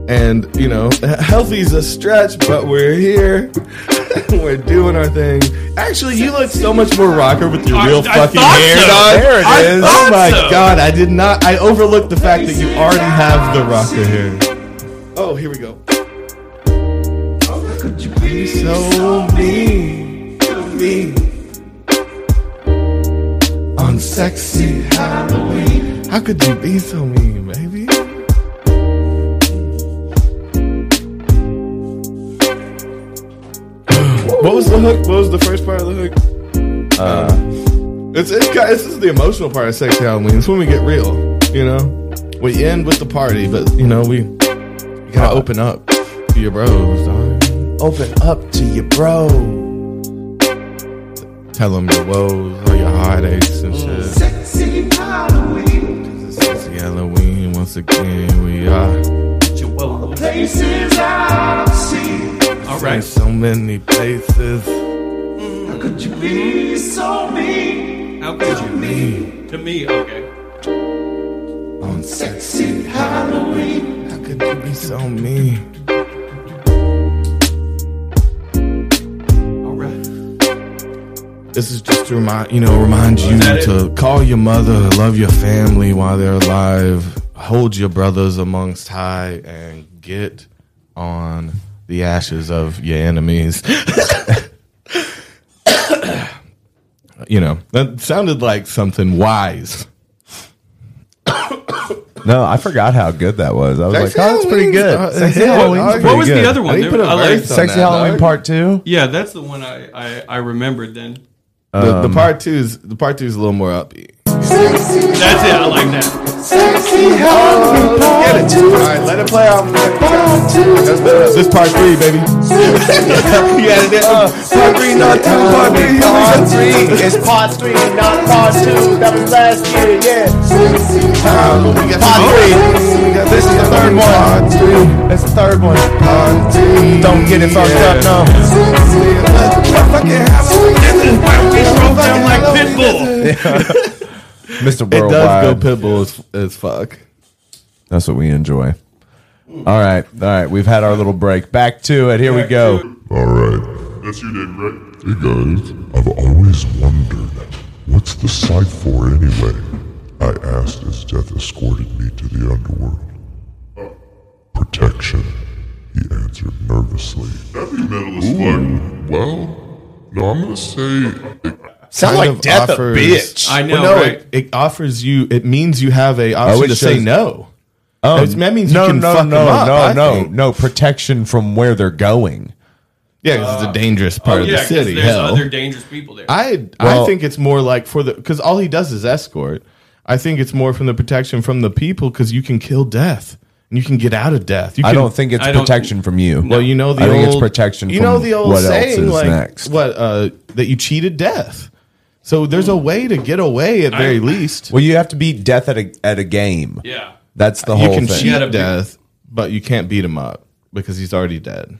[SPEAKER 4] and you know, healthy's a stretch, but we're here. we're doing our thing. Actually, you look so much more rocker with your real fucking
[SPEAKER 1] thought
[SPEAKER 4] hair,
[SPEAKER 1] so.
[SPEAKER 4] dog.
[SPEAKER 1] There it
[SPEAKER 4] I
[SPEAKER 1] is.
[SPEAKER 4] thought
[SPEAKER 1] Oh my
[SPEAKER 4] so.
[SPEAKER 1] God,
[SPEAKER 4] I did not. I overlooked the fact that you already have the rocker hair. Oh, here we go. Could you be so mean to me on sexy Halloween? How could you be so mean, baby? what was the hook? What was the first part of the hook? Uh, it's it's ki- this is the emotional part of sexy Halloween. It's when we get real, you know. We end with the party, but you know we, we gotta open up to your bros, dog. Open up to your bro.
[SPEAKER 1] Oh,
[SPEAKER 4] Tell them your woes, all your heartaches and shit.
[SPEAKER 1] Mm. Sexy Halloween.
[SPEAKER 4] Sexy Halloween once again. We are.
[SPEAKER 1] Places I've seen.
[SPEAKER 4] All right. So many places.
[SPEAKER 1] How could you be so mean?
[SPEAKER 3] How could you be? To me, okay.
[SPEAKER 4] On sexy Halloween. How could you be so mean?
[SPEAKER 3] All right.
[SPEAKER 4] This is just to remind you know remind you
[SPEAKER 3] that
[SPEAKER 4] to call your mother, love your family while they're alive, hold your brothers amongst high, and get on the ashes of your enemies. you know that sounded like something wise.
[SPEAKER 2] No, I forgot how good that was. I was
[SPEAKER 4] Sexy
[SPEAKER 2] like, oh, that's pretty
[SPEAKER 4] Halloween's-
[SPEAKER 2] good.
[SPEAKER 4] uh,
[SPEAKER 2] sexy
[SPEAKER 4] yeah,
[SPEAKER 2] Halloween's
[SPEAKER 4] dog.
[SPEAKER 2] pretty
[SPEAKER 4] What was the
[SPEAKER 2] good.
[SPEAKER 4] other one? I think There- put a I like- verse on
[SPEAKER 2] Sexy
[SPEAKER 4] that,
[SPEAKER 2] Halloween
[SPEAKER 4] dog.
[SPEAKER 2] Part Two.
[SPEAKER 3] Yeah, that's the one I I, I remembered then.
[SPEAKER 4] The, the
[SPEAKER 3] Um,
[SPEAKER 4] part two is the part two is a little more upbeat.
[SPEAKER 3] That's it. I like that.
[SPEAKER 1] Sexy Halloween. Get it. All right, let it play out.
[SPEAKER 4] This part three, baby. Uh, you added it.
[SPEAKER 1] Part three, not two. Part three, part three. It's part three, not part two. That was last year, yeah. Part three. This is the third one. Part two. That's the third one. Part two. Don't get it fucked up, no.
[SPEAKER 2] Mr.
[SPEAKER 4] It does
[SPEAKER 2] Worldwide.
[SPEAKER 4] go pitbull as, as fuck.
[SPEAKER 2] That's what we enjoy. All right, all right. We've had our little break. Back to it. Here we go.
[SPEAKER 7] All right. That's your name, right? Hey guys, I've always wondered, what's the site for anyway? I asked as death escorted me to the underworld. Protection, he answered nervously. That'd be metal as fuck. Well, no, I'm gonna say.
[SPEAKER 4] Kind of offers- Well, no, It, it offers you. It means you have a option
[SPEAKER 2] it
[SPEAKER 4] to say
[SPEAKER 2] shows-
[SPEAKER 4] no.
[SPEAKER 2] Oh,
[SPEAKER 4] It's- that means
[SPEAKER 2] no,
[SPEAKER 4] you can
[SPEAKER 2] no,
[SPEAKER 4] fuck
[SPEAKER 2] no,
[SPEAKER 4] them up,
[SPEAKER 2] no,
[SPEAKER 4] I
[SPEAKER 2] no,
[SPEAKER 4] think.
[SPEAKER 2] no protection from where they're going.
[SPEAKER 4] Yeah, 'cause it's a dangerous part
[SPEAKER 3] Oh,
[SPEAKER 4] of
[SPEAKER 3] yeah,
[SPEAKER 4] the
[SPEAKER 3] 'cause
[SPEAKER 4] city.
[SPEAKER 3] there's
[SPEAKER 4] hell,
[SPEAKER 3] other dangerous people there.
[SPEAKER 4] I I
[SPEAKER 3] Well-
[SPEAKER 4] think it's more like for the because all he does is escort. I think it's more from the protection from the people because you can kill death and you can get out of death. You
[SPEAKER 2] I
[SPEAKER 4] can-
[SPEAKER 2] don't think it's protection from you.
[SPEAKER 4] Well, you know the
[SPEAKER 2] I
[SPEAKER 4] old
[SPEAKER 2] think it's protection.
[SPEAKER 4] You
[SPEAKER 2] from
[SPEAKER 4] know the old
[SPEAKER 2] what
[SPEAKER 4] saying,
[SPEAKER 2] else is
[SPEAKER 4] like
[SPEAKER 2] next.
[SPEAKER 4] what uh, that you cheated death. So there's a way to get away at very least.
[SPEAKER 2] Well, you have to beat death at a at a game.
[SPEAKER 3] Yeah,
[SPEAKER 2] that's the
[SPEAKER 4] you
[SPEAKER 2] whole
[SPEAKER 4] can
[SPEAKER 2] thing.
[SPEAKER 4] cheat death, but you can't beat him up because he's already dead.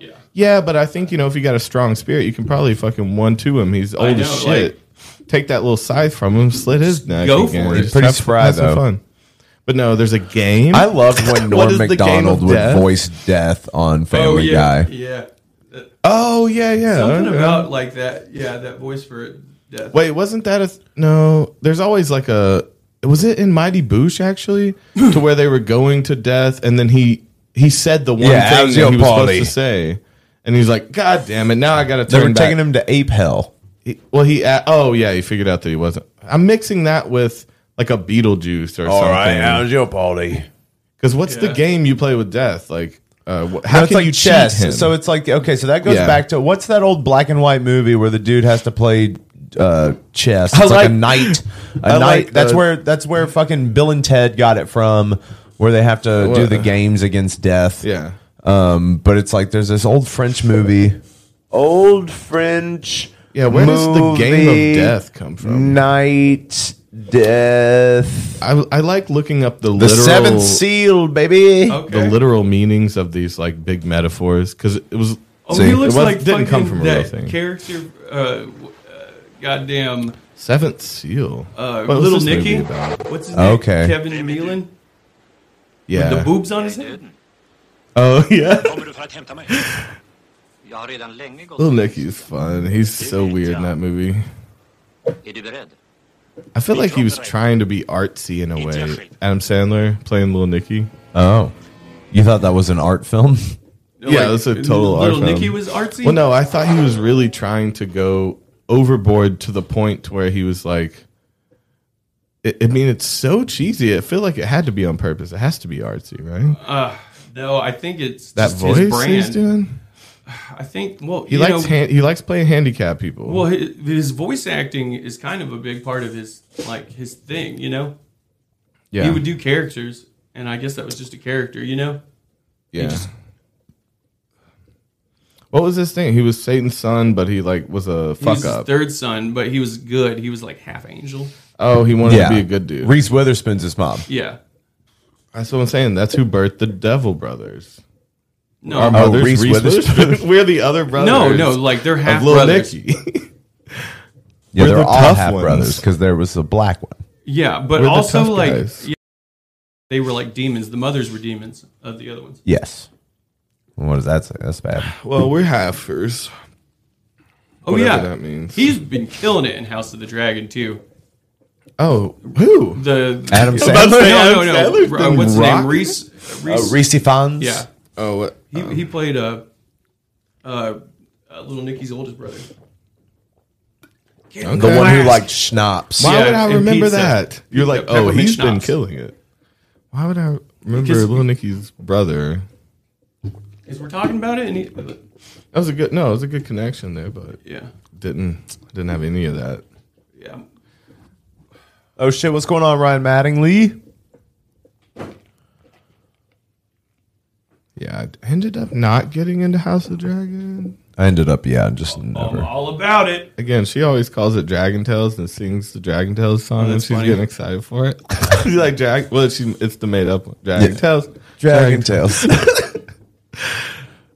[SPEAKER 4] Yeah. Yeah, but I think you know if you got a strong spirit, you can probably fucking one two him. He's old
[SPEAKER 3] know,
[SPEAKER 4] as shit. Take that little scythe from him, slit his neck.
[SPEAKER 2] go
[SPEAKER 4] again.
[SPEAKER 2] for it.
[SPEAKER 4] Just
[SPEAKER 2] Pretty
[SPEAKER 4] have-
[SPEAKER 2] spry,
[SPEAKER 4] have some
[SPEAKER 2] though.
[SPEAKER 4] Fun. But no, there's a game.
[SPEAKER 2] I loved when Norm
[SPEAKER 4] What is the game
[SPEAKER 2] Macdonald
[SPEAKER 4] of
[SPEAKER 2] would
[SPEAKER 4] death?
[SPEAKER 2] voice death on Family
[SPEAKER 3] yeah,
[SPEAKER 2] Guy.
[SPEAKER 3] Yeah. Uh,
[SPEAKER 4] Oh yeah, yeah.
[SPEAKER 3] Something
[SPEAKER 4] okay.
[SPEAKER 3] about like that. Yeah, that voice for death.
[SPEAKER 4] Wait, wasn't that a th- no? There's always like a. Was it in Mighty Boosh actually, to where they were going to death, and then he he said the one
[SPEAKER 2] Yeah,
[SPEAKER 4] thing
[SPEAKER 2] how's
[SPEAKER 4] that
[SPEAKER 2] your
[SPEAKER 4] he was
[SPEAKER 2] party?
[SPEAKER 4] supposed to say, and he's like, "God damn it! Now I got to
[SPEAKER 2] They
[SPEAKER 4] turn."
[SPEAKER 2] were
[SPEAKER 4] back."
[SPEAKER 2] taking him to ape hell.
[SPEAKER 4] He- well, he a- oh yeah, he figured out that he wasn't. I'm mixing that with like a Beetlejuice or something.
[SPEAKER 2] your party?
[SPEAKER 4] Because what's the
[SPEAKER 2] Yeah.
[SPEAKER 4] game you play with death? Like, uh, wh-
[SPEAKER 2] No,
[SPEAKER 4] how
[SPEAKER 2] it's
[SPEAKER 4] can
[SPEAKER 2] like
[SPEAKER 4] you
[SPEAKER 2] chess?
[SPEAKER 4] cheat him?
[SPEAKER 2] So it's like okay, so that goes
[SPEAKER 4] Yeah.
[SPEAKER 2] back to what's that old black and white movie where the dude has to play
[SPEAKER 7] uh, chest. I It's like, like- a knight. A I knight. like that's the- where that's where fucking Bill and Ted got it from, where they have to do the games against death.
[SPEAKER 4] Yeah.
[SPEAKER 7] Um, but it's like there's this old French movie. Old French.
[SPEAKER 4] Yeah, where does the game
[SPEAKER 7] movie,
[SPEAKER 4] of death come from?
[SPEAKER 7] Night death.
[SPEAKER 4] I, I like looking up the,
[SPEAKER 7] The
[SPEAKER 4] literal, Oh.
[SPEAKER 7] seventh seal, baby.
[SPEAKER 4] the literal meanings of these like big metaphors because it was.
[SPEAKER 3] Oh,
[SPEAKER 4] See,
[SPEAKER 3] he
[SPEAKER 4] it
[SPEAKER 3] looks
[SPEAKER 4] was-
[SPEAKER 3] like
[SPEAKER 4] didn't come from a real
[SPEAKER 3] that
[SPEAKER 4] thing.
[SPEAKER 3] character. Uh, w- uh, goddamn
[SPEAKER 4] Seventh Seal.
[SPEAKER 3] uh,
[SPEAKER 4] What was
[SPEAKER 3] little
[SPEAKER 4] this movie
[SPEAKER 3] Nicky.
[SPEAKER 4] about?
[SPEAKER 3] What's his name?
[SPEAKER 4] Okay.
[SPEAKER 3] Kevin Nealon.
[SPEAKER 4] Yeah.
[SPEAKER 3] With the boobs on his head.
[SPEAKER 4] Oh yeah. Little Nicky's fun. He's so weird in that movie. I feel like he was trying to be artsy in a way. Adam Sandler playing Little Nicky.
[SPEAKER 7] Oh, you thought that was an art film?
[SPEAKER 4] Yeah,
[SPEAKER 3] Like,
[SPEAKER 4] that's a total art
[SPEAKER 3] Little
[SPEAKER 4] film.
[SPEAKER 3] Nicky was artsy?
[SPEAKER 4] Well, no, I thought he was really trying to go overboard to the point where he was like, I I mean, it's so cheesy. I feel like it had to be on purpose. It has to be artsy, right?
[SPEAKER 3] Uh, no, I think it's
[SPEAKER 4] That
[SPEAKER 3] just
[SPEAKER 4] voice
[SPEAKER 3] his brand.
[SPEAKER 4] he's doing.
[SPEAKER 3] I think. Well,
[SPEAKER 4] He
[SPEAKER 3] you
[SPEAKER 4] likes
[SPEAKER 3] know,
[SPEAKER 4] han- he likes playing handicap people.
[SPEAKER 3] Well, his, his voice acting is kind of a big part of his like his thing, you know.
[SPEAKER 4] Yeah.
[SPEAKER 3] He would do characters, and I guess that was just a character, you know. He
[SPEAKER 4] Yeah.
[SPEAKER 3] just-
[SPEAKER 4] What was this thing? He was Satan's son, but he like was a
[SPEAKER 3] he
[SPEAKER 4] fuck
[SPEAKER 3] was his
[SPEAKER 4] up.
[SPEAKER 3] third son, but he was good. He was like half angel.
[SPEAKER 4] Oh, he wanted to be a good dude.
[SPEAKER 7] Reese Witherspoon's his mom.
[SPEAKER 3] Yeah.
[SPEAKER 4] That's what I'm saying. That's who birthed the Devil Brothers.
[SPEAKER 3] No.
[SPEAKER 4] Our
[SPEAKER 3] Oh,
[SPEAKER 4] mother's
[SPEAKER 3] Reese
[SPEAKER 4] Reese
[SPEAKER 3] Witherspoon.
[SPEAKER 4] Witherspoon. We're the other brothers.
[SPEAKER 3] No, no, like they're
[SPEAKER 4] of
[SPEAKER 3] half
[SPEAKER 4] Lil
[SPEAKER 3] brothers.
[SPEAKER 4] Nicky.
[SPEAKER 7] Yeah,
[SPEAKER 4] We're
[SPEAKER 7] they're
[SPEAKER 4] the
[SPEAKER 7] all
[SPEAKER 4] tough
[SPEAKER 7] half
[SPEAKER 4] ones.
[SPEAKER 7] brothers because there was a black one.
[SPEAKER 3] Yeah, but
[SPEAKER 4] We're the
[SPEAKER 3] also
[SPEAKER 4] tough
[SPEAKER 3] like
[SPEAKER 4] guys.
[SPEAKER 3] yeah, they were like demons. The mothers were demons of the other ones.
[SPEAKER 7] Yes. What does that say? That's bad. Oh,
[SPEAKER 4] Well, we're halfers.
[SPEAKER 3] Oh
[SPEAKER 4] Whatever
[SPEAKER 3] yeah,
[SPEAKER 4] that means.
[SPEAKER 3] he's been killing it in House of the Dragon too.
[SPEAKER 4] Oh, who?
[SPEAKER 3] The
[SPEAKER 7] Adam
[SPEAKER 3] I was about to
[SPEAKER 7] Sandler?
[SPEAKER 3] say,
[SPEAKER 7] Adam
[SPEAKER 3] No, no,
[SPEAKER 7] Sandler's
[SPEAKER 3] no. Uh,
[SPEAKER 7] been
[SPEAKER 3] what's his
[SPEAKER 7] rocking.
[SPEAKER 3] name? Reese.
[SPEAKER 7] Uh, Reese Fons?
[SPEAKER 3] Yeah.
[SPEAKER 4] Oh, what?
[SPEAKER 3] He he played a, uh, uh, little Nicky's oldest brother. Get
[SPEAKER 7] The one who
[SPEAKER 3] blast.
[SPEAKER 7] liked schnapps.
[SPEAKER 4] Why would I
[SPEAKER 3] and
[SPEAKER 4] remember
[SPEAKER 3] pizza.
[SPEAKER 4] that? You're like,
[SPEAKER 3] Yeah,
[SPEAKER 4] oh,
[SPEAKER 3] peppermint
[SPEAKER 4] he's been
[SPEAKER 3] schnapps.
[SPEAKER 4] killing it. Why would I remember
[SPEAKER 3] Because-
[SPEAKER 4] Little Nicky's brother?
[SPEAKER 3] Because we're talking about it, and he,
[SPEAKER 4] That was a good no. It was a good connection there, but
[SPEAKER 3] Yeah.
[SPEAKER 4] didn't didn't have any of that.
[SPEAKER 3] yeah,
[SPEAKER 7] Oh shit! What's going on, Ryan Mattingly?
[SPEAKER 4] Yeah, I ended up not getting into House of the Dragon.
[SPEAKER 7] I ended up, yeah, just
[SPEAKER 3] I'm all about it.
[SPEAKER 4] Again, she always calls it Dragon Tales and sings the Dragon Tales song
[SPEAKER 3] Oh,
[SPEAKER 4] when
[SPEAKER 3] that's
[SPEAKER 4] she's
[SPEAKER 3] funny.
[SPEAKER 4] getting excited for it. she's like Drag well she it's the made up one. Dragon
[SPEAKER 7] Yeah.
[SPEAKER 4] Tales.
[SPEAKER 7] Dragon Tales.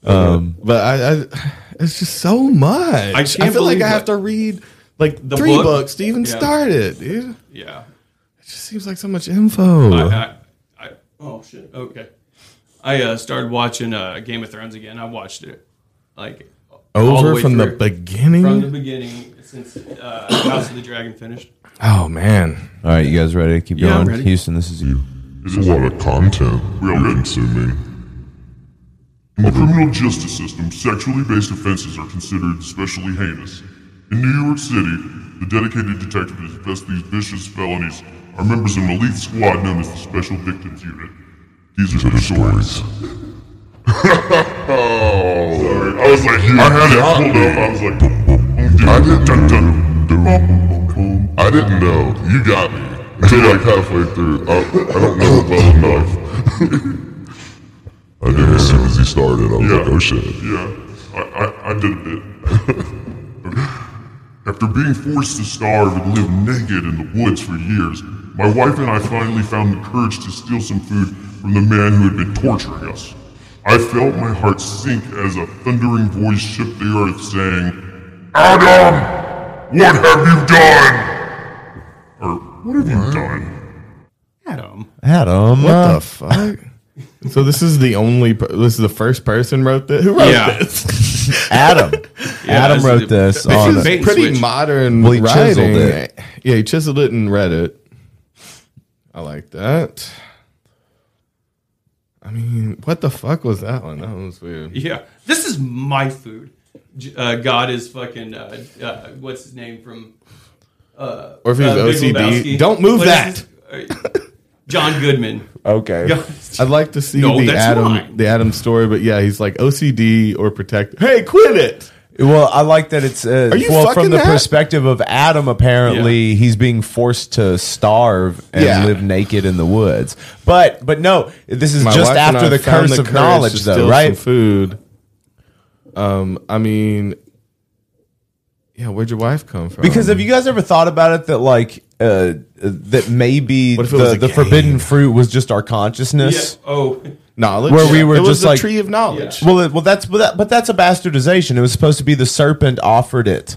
[SPEAKER 4] um but I, I it's just so much. I,
[SPEAKER 3] I can't
[SPEAKER 4] feel like
[SPEAKER 3] believe
[SPEAKER 4] I have
[SPEAKER 3] that-
[SPEAKER 4] to read like
[SPEAKER 3] The
[SPEAKER 4] three
[SPEAKER 3] book?
[SPEAKER 4] books to even
[SPEAKER 3] Yeah.
[SPEAKER 4] start it, dude.
[SPEAKER 3] yeah.
[SPEAKER 4] It just seems like so much info.
[SPEAKER 3] I, uh, I, I, oh shit. Okay. I uh, started watching uh, Game of Thrones again. I watched it like all
[SPEAKER 4] Over
[SPEAKER 3] way
[SPEAKER 4] from the
[SPEAKER 3] through.
[SPEAKER 4] beginning?
[SPEAKER 3] From the beginning, since uh, House of the Dragon finished.
[SPEAKER 4] oh man.
[SPEAKER 7] All right, you guys ready to keep
[SPEAKER 3] Yeah, I'm
[SPEAKER 7] going?
[SPEAKER 3] ready.
[SPEAKER 7] Houston, this is you.
[SPEAKER 2] It's a lot of content we are consuming. In the criminal justice system, sexually based offenses are considered especially heinous. In New York City, the dedicated detectives who invest these vicious felonies are members of an elite squad known as the Special Victims Unit. These are their stories. Sorry, I was like, I had it pulled up. I was like, I didn't, I didn't know. You got me until like halfway through. I, I don't know well enough.
[SPEAKER 15] I did as soon as he started. I was
[SPEAKER 2] Yeah.
[SPEAKER 15] like, oh shit.
[SPEAKER 2] Yeah, I, I, I did a bit. After being forced to starve and live naked in the woods for years, my wife and I finally found the courage to steal some food from the man who had been torturing us. I felt my heart sink as a thundering voice shook the earth, saying, Adam, what have you done? Or, what have you done?
[SPEAKER 3] Adam.
[SPEAKER 7] Adam,
[SPEAKER 4] What
[SPEAKER 7] uh,
[SPEAKER 4] the fuck? so this is the only. per- This is the first person wrote this. Who wrote
[SPEAKER 3] Yeah.
[SPEAKER 4] this?
[SPEAKER 7] Adam,
[SPEAKER 3] Yeah,
[SPEAKER 7] Adam
[SPEAKER 3] this
[SPEAKER 7] wrote
[SPEAKER 3] is-
[SPEAKER 7] this.
[SPEAKER 3] this
[SPEAKER 7] on
[SPEAKER 3] is bait and
[SPEAKER 4] Pretty
[SPEAKER 3] switch.
[SPEAKER 4] modern
[SPEAKER 7] Well, he chiseled
[SPEAKER 4] writing.
[SPEAKER 7] it.
[SPEAKER 4] Yeah, he chiseled it and read it. I like that. I mean, what the fuck was that one? That was weird.
[SPEAKER 3] Yeah, this is my food. J- Uh, God is fucking. Uh, uh, what's his name from? Uh,
[SPEAKER 4] Or if he was
[SPEAKER 3] uh, Big
[SPEAKER 4] OCD.
[SPEAKER 3] Lebowski.
[SPEAKER 4] Don't move
[SPEAKER 3] is
[SPEAKER 4] that.
[SPEAKER 3] his- uh, John Goodman.
[SPEAKER 7] okay.
[SPEAKER 3] God-
[SPEAKER 4] I'd like to see
[SPEAKER 3] No,
[SPEAKER 4] the
[SPEAKER 3] that's
[SPEAKER 4] Adam
[SPEAKER 3] mine.
[SPEAKER 4] the Adam story, but yeah, he's like OCD or protect. Hey, quit it.
[SPEAKER 7] Well, I like that it's uh,
[SPEAKER 4] Are you
[SPEAKER 7] well from
[SPEAKER 4] fucking
[SPEAKER 7] the
[SPEAKER 4] that?
[SPEAKER 7] perspective of Adam. Apparently, he's being forced to starve and
[SPEAKER 4] Yeah.
[SPEAKER 7] live naked in the woods. But but no, this is
[SPEAKER 4] My
[SPEAKER 7] just
[SPEAKER 4] wife and
[SPEAKER 7] after
[SPEAKER 4] I
[SPEAKER 7] the
[SPEAKER 4] found
[SPEAKER 7] curse of
[SPEAKER 4] courage to
[SPEAKER 7] knowledge,
[SPEAKER 4] steal
[SPEAKER 7] though,
[SPEAKER 4] some
[SPEAKER 7] right?
[SPEAKER 4] food. Um, I mean, yeah. Where'd your wife come from?
[SPEAKER 7] Because have you guys ever thought about it that like uh, that maybe
[SPEAKER 4] What if it was
[SPEAKER 7] the,
[SPEAKER 4] a
[SPEAKER 7] the
[SPEAKER 4] game?
[SPEAKER 7] forbidden fruit was just our consciousness?
[SPEAKER 3] Oh,
[SPEAKER 4] knowledge,
[SPEAKER 7] Where we were
[SPEAKER 4] it was
[SPEAKER 7] just
[SPEAKER 4] the
[SPEAKER 7] like
[SPEAKER 4] tree of knowledge.
[SPEAKER 7] Well, it, well, that's but, that, but that's a bastardization. It was supposed to be the serpent offered it,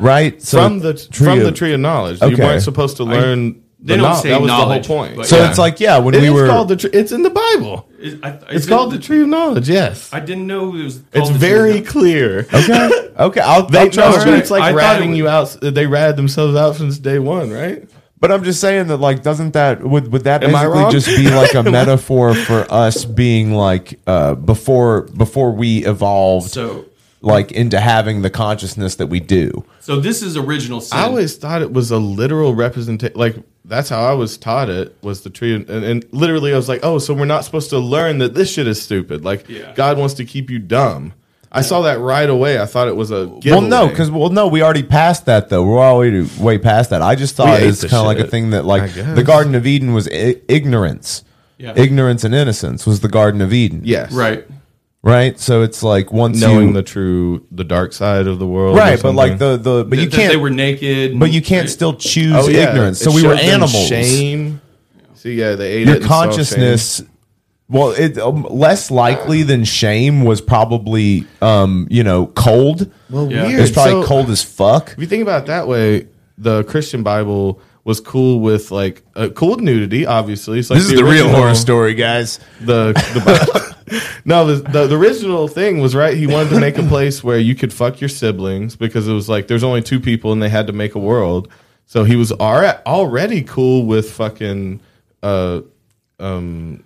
[SPEAKER 7] right?
[SPEAKER 4] from the from the tree of knowledge, you
[SPEAKER 7] Okay.
[SPEAKER 4] weren't supposed to
[SPEAKER 7] I-
[SPEAKER 4] learn.
[SPEAKER 3] they
[SPEAKER 4] the
[SPEAKER 3] don't
[SPEAKER 4] knowl-
[SPEAKER 3] say
[SPEAKER 4] that was
[SPEAKER 3] knowledge,
[SPEAKER 4] the whole point.
[SPEAKER 3] but
[SPEAKER 7] So it's like, yeah, when
[SPEAKER 4] It
[SPEAKER 7] we
[SPEAKER 4] is
[SPEAKER 7] were-
[SPEAKER 4] called the tree, it's in the Bible.
[SPEAKER 3] Is- I-
[SPEAKER 4] it's
[SPEAKER 3] is it-
[SPEAKER 4] called the tree of knowledge. Yes,
[SPEAKER 3] I didn't know it was.
[SPEAKER 4] it's
[SPEAKER 3] called the
[SPEAKER 4] very
[SPEAKER 3] Tree of
[SPEAKER 4] clear.
[SPEAKER 7] Okay, okay, I'll,
[SPEAKER 4] They
[SPEAKER 7] I'll
[SPEAKER 4] know
[SPEAKER 7] trust Oh, you.
[SPEAKER 4] it's like
[SPEAKER 3] I thought
[SPEAKER 4] ratting
[SPEAKER 3] it
[SPEAKER 4] you out. They ratted themselves out since day one, right?
[SPEAKER 7] But I'm just saying that, like, doesn't that would would that
[SPEAKER 4] Am I
[SPEAKER 7] basically
[SPEAKER 4] wrong?
[SPEAKER 7] just be like a metaphor for us being like uh, before before we evolved,
[SPEAKER 3] So-
[SPEAKER 7] like into having the consciousness that we do?
[SPEAKER 3] So this is original sin.
[SPEAKER 4] I always thought it was a literal representation. Like that's how I was taught it was the tree, and, and literally I was like, oh, so we're not supposed to learn that this shit is stupid. Like
[SPEAKER 3] Yeah.
[SPEAKER 4] God wants to keep you dumb. I saw that right away. I thought it was a giveaway.
[SPEAKER 7] Well, no, because well, no, we already passed that though. We're already way past that. I just thought
[SPEAKER 4] We ate
[SPEAKER 7] it's
[SPEAKER 4] the
[SPEAKER 7] kind of like a
[SPEAKER 4] shit.
[SPEAKER 7] thing that,
[SPEAKER 4] I
[SPEAKER 7] like,
[SPEAKER 4] guess.
[SPEAKER 7] the Garden of Eden was I- ignorance,
[SPEAKER 3] Yeah.
[SPEAKER 7] ignorance and innocence was the Garden of Eden.
[SPEAKER 4] yes,
[SPEAKER 3] right.
[SPEAKER 7] right. So it's like once
[SPEAKER 4] knowing
[SPEAKER 7] you,
[SPEAKER 4] the true, the dark side of the world, or
[SPEAKER 7] right, but like
[SPEAKER 4] something.
[SPEAKER 7] the the but you
[SPEAKER 3] That- that
[SPEAKER 7] can't
[SPEAKER 3] They were naked.
[SPEAKER 7] but you can't
[SPEAKER 3] Right.
[SPEAKER 7] still choose
[SPEAKER 4] Oh, yeah.
[SPEAKER 7] ignorance. So
[SPEAKER 4] It
[SPEAKER 7] we were
[SPEAKER 4] showed them
[SPEAKER 7] animals.
[SPEAKER 4] Shame. See, yeah, they ate
[SPEAKER 7] your
[SPEAKER 4] it and saw shame.
[SPEAKER 7] consciousness well it um, less likely than shame was probably um you know cold
[SPEAKER 4] Well,
[SPEAKER 3] Yeah.
[SPEAKER 4] Oh, weird.
[SPEAKER 7] it's probably
[SPEAKER 4] So-
[SPEAKER 7] cold as fuck
[SPEAKER 4] If you think about it that way, the Christian Bible was cool with like uh, cool with nudity. Obviously, it's like original-
[SPEAKER 7] story guys
[SPEAKER 4] The, the Bible. no, the, the the original thing was right. He wanted to make a place where you could fuck your siblings because it was like there's only two people and they had to make a world. So he was alre- already cool with fucking. Uh, um,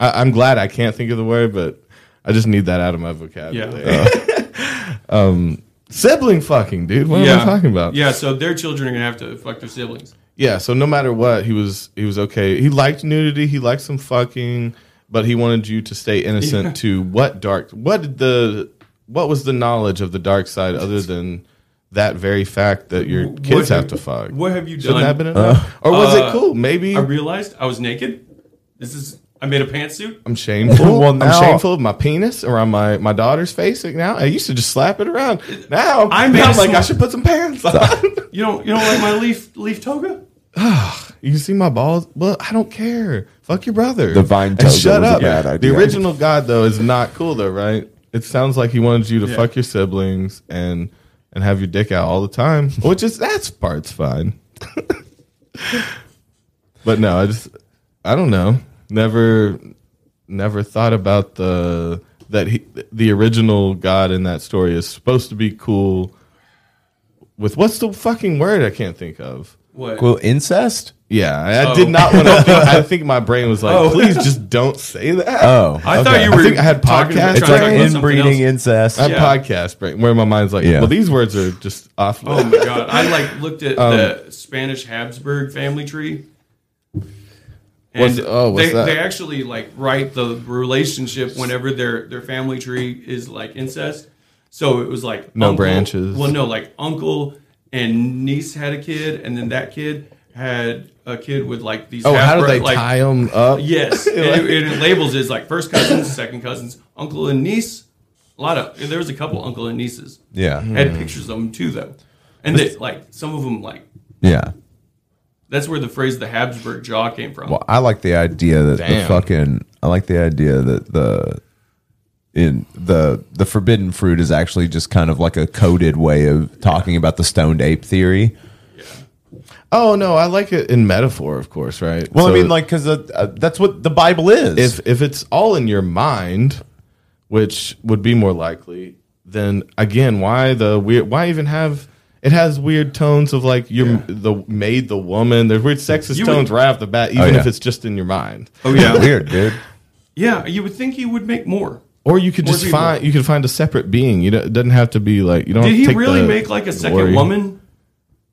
[SPEAKER 4] I, I'm glad I can't think of the word, but I just need that out of my vocabulary. um, sibling fucking, dude. What am I talking about?
[SPEAKER 3] Yeah, so their children are gonna have to fuck their siblings.
[SPEAKER 4] Yeah, so no matter what, he was he was okay. He liked nudity, he liked some fucking, but he wanted you to stay innocent to what dark what did the what was the knowledge of the dark side other than that very fact that your
[SPEAKER 3] What
[SPEAKER 4] kids
[SPEAKER 3] have-
[SPEAKER 4] have to fuck?
[SPEAKER 3] what have you
[SPEAKER 4] Shouldn't
[SPEAKER 3] done?
[SPEAKER 4] that been enough? or was
[SPEAKER 3] Uh,
[SPEAKER 4] it cool? Maybe
[SPEAKER 3] I realized I was naked. This is I made a pantsuit.
[SPEAKER 4] I'm shameful.
[SPEAKER 7] Well, now-
[SPEAKER 4] I'm shameful of my penis around my, my daughter's face. Like, now I used to just slap it around. Now
[SPEAKER 3] I
[SPEAKER 4] I'm,
[SPEAKER 3] made a
[SPEAKER 4] like
[SPEAKER 3] sm-
[SPEAKER 4] I should put some pants on.
[SPEAKER 3] You don't you don't like my leaf leaf toga?
[SPEAKER 4] You see my balls? Well, I don't care. Fuck your brother.
[SPEAKER 7] The vine
[SPEAKER 4] And
[SPEAKER 7] toga
[SPEAKER 4] shut
[SPEAKER 7] was a
[SPEAKER 4] up.
[SPEAKER 7] bad idea.
[SPEAKER 4] The original God though is not cool though, right? It sounds like he wanted you to
[SPEAKER 3] Yeah.
[SPEAKER 4] fuck your siblings and and have your dick out all the time, which is that's part's fine. but no, I just I don't know. Never never thought about the that he, the original God in that story is supposed to be cool with what's the fucking word I can't think of.
[SPEAKER 3] What?
[SPEAKER 7] well incest
[SPEAKER 4] Yeah, I, I
[SPEAKER 3] Oh.
[SPEAKER 4] did not want to. Think, I think my brain was like,
[SPEAKER 3] Oh.
[SPEAKER 4] please just don't say that.
[SPEAKER 7] oh
[SPEAKER 3] I thought
[SPEAKER 7] okay.
[SPEAKER 3] you were
[SPEAKER 4] I think I had
[SPEAKER 3] talking about-
[SPEAKER 4] podcast
[SPEAKER 7] it's
[SPEAKER 3] trying
[SPEAKER 7] like
[SPEAKER 3] to talk about something
[SPEAKER 7] inbreeding
[SPEAKER 3] else.
[SPEAKER 7] incest
[SPEAKER 4] I have
[SPEAKER 3] Yeah.
[SPEAKER 4] podcast brain where my mind's like,
[SPEAKER 7] Yeah.
[SPEAKER 4] well, these words are just off.
[SPEAKER 3] Oh my god. I like looked at
[SPEAKER 4] Um,
[SPEAKER 3] the Spanish Habsburg family tree. And
[SPEAKER 4] What's- oh, what's
[SPEAKER 3] they,
[SPEAKER 4] that?
[SPEAKER 3] they actually like write the relationship whenever their their family tree is like incest. So it was like
[SPEAKER 4] No
[SPEAKER 3] uncle-
[SPEAKER 4] branches.
[SPEAKER 3] Well, no, like uncle and niece had a kid, and then that kid had a kid with like these.
[SPEAKER 4] oh, how do
[SPEAKER 3] half-bro-
[SPEAKER 4] they
[SPEAKER 3] like,
[SPEAKER 4] tie them up?
[SPEAKER 3] Yes, and it, and it labels it as like first cousins, second cousins, uncle and niece. A lot of there was a couple uncle and nieces.
[SPEAKER 7] yeah
[SPEAKER 3] Had pictures of them too, though, and they, like some of them, like
[SPEAKER 7] yeah
[SPEAKER 3] that's where the phrase "the Habsburg jaw" came from.
[SPEAKER 7] Well, I like the idea that the
[SPEAKER 4] Damn.
[SPEAKER 7] fucking I like the idea that the in the the forbidden fruit is actually just kind of like a coded way of talking about the stoned ape theory.
[SPEAKER 4] Oh no, I like it in metaphor, of course, right?
[SPEAKER 7] Well, I
[SPEAKER 4] So
[SPEAKER 7] mean, like because uh, uh, that's what the Bible is.
[SPEAKER 4] if if it's all in your mind, which would be more likely, then again, why the weird? Why even have? It has weird tones of like you're the made the woman. There's weird sexist
[SPEAKER 3] You would-
[SPEAKER 4] tones right off the bat, even
[SPEAKER 7] Oh, yeah.
[SPEAKER 4] if it's just in your mind.
[SPEAKER 3] oh yeah,
[SPEAKER 7] weird, dude.
[SPEAKER 3] yeah. You would think he would make more.
[SPEAKER 4] Or you could
[SPEAKER 3] More
[SPEAKER 4] just
[SPEAKER 3] people.
[SPEAKER 4] find you could find a separate being. You don't, it doesn't have to be like you don't.
[SPEAKER 3] Did
[SPEAKER 4] have to
[SPEAKER 3] he
[SPEAKER 4] take
[SPEAKER 3] really
[SPEAKER 4] the
[SPEAKER 3] make like a second
[SPEAKER 4] glory.
[SPEAKER 3] woman?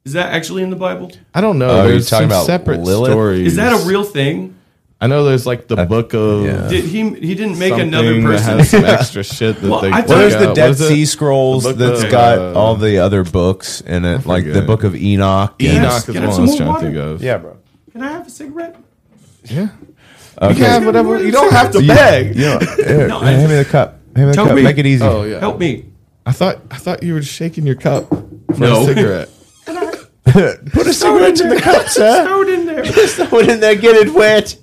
[SPEAKER 3] Is that actually in the Bible?
[SPEAKER 4] I don't know.
[SPEAKER 7] Oh, you're
[SPEAKER 4] There's
[SPEAKER 7] talking
[SPEAKER 4] some
[SPEAKER 7] about
[SPEAKER 4] separate
[SPEAKER 7] Lilith?
[SPEAKER 4] stories.
[SPEAKER 3] Is that a real thing?
[SPEAKER 4] I I know there's like the book of.
[SPEAKER 3] Did he? He didn't make
[SPEAKER 4] something
[SPEAKER 3] another
[SPEAKER 4] that
[SPEAKER 3] person.
[SPEAKER 4] has some extra shit that
[SPEAKER 3] Well,
[SPEAKER 4] they.
[SPEAKER 3] I
[SPEAKER 4] took
[SPEAKER 7] Well, there's the
[SPEAKER 4] out.
[SPEAKER 7] Dead
[SPEAKER 4] What is it?
[SPEAKER 7] Sea Scrolls
[SPEAKER 4] The book
[SPEAKER 7] that's
[SPEAKER 4] of,
[SPEAKER 7] got
[SPEAKER 4] uh,
[SPEAKER 7] all the other books in it, like the Book of Enoch.
[SPEAKER 4] Enoch
[SPEAKER 7] and-
[SPEAKER 4] is Can I have one I was some trying to more think water? of.
[SPEAKER 7] Yeah, bro.
[SPEAKER 3] Can I have a cigarette?
[SPEAKER 4] Yeah.
[SPEAKER 7] Okay.
[SPEAKER 4] You can have whatever. You don't have to
[SPEAKER 7] You-
[SPEAKER 4] beg.
[SPEAKER 7] you know, here,
[SPEAKER 3] No, I
[SPEAKER 7] hand me the
[SPEAKER 3] just-
[SPEAKER 7] cup. Hand me the
[SPEAKER 3] Help
[SPEAKER 7] cup.
[SPEAKER 3] me.
[SPEAKER 7] Make it easy.
[SPEAKER 4] Oh yeah.
[SPEAKER 3] Help me.
[SPEAKER 4] I thought I thought you were shaking your cup for a
[SPEAKER 3] No.
[SPEAKER 4] cigarette.
[SPEAKER 7] Put a cigarette in the cup, sir.
[SPEAKER 3] Throw it in there.
[SPEAKER 16] Someone in there get it wet.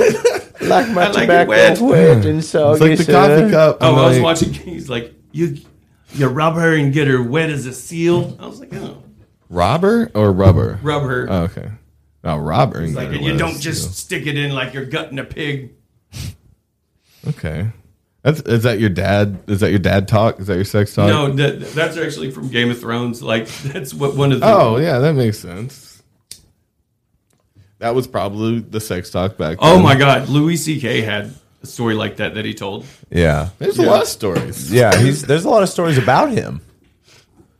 [SPEAKER 16] like my
[SPEAKER 3] I like it
[SPEAKER 16] tobacco
[SPEAKER 3] wet.
[SPEAKER 16] wet. and so
[SPEAKER 4] It's like the coffee cup.
[SPEAKER 3] Oh,
[SPEAKER 4] I'm
[SPEAKER 3] I was
[SPEAKER 4] like,
[SPEAKER 3] watching. He's like, you, you rub her and get her wet as a seal. I was like, oh,
[SPEAKER 4] Robber or rubber?
[SPEAKER 3] rub her.
[SPEAKER 4] Oh, okay. No, robber.
[SPEAKER 3] He's like, and you don't just stick it in like you're gutting a pig.
[SPEAKER 4] Okay. That's, is that your dad? Is that your dad talk? Is that your sex talk?
[SPEAKER 3] No, that, that's actually from Game of Thrones. Like that's what one of the.
[SPEAKER 4] Oh yeah, that makes sense. That was probably the sex talk back.
[SPEAKER 3] Oh
[SPEAKER 4] then.
[SPEAKER 3] my God, Louis C.K. had a story like that that he told.
[SPEAKER 7] Yeah,
[SPEAKER 4] There's a lot of stories.
[SPEAKER 7] yeah. He's there's a lot of stories about him.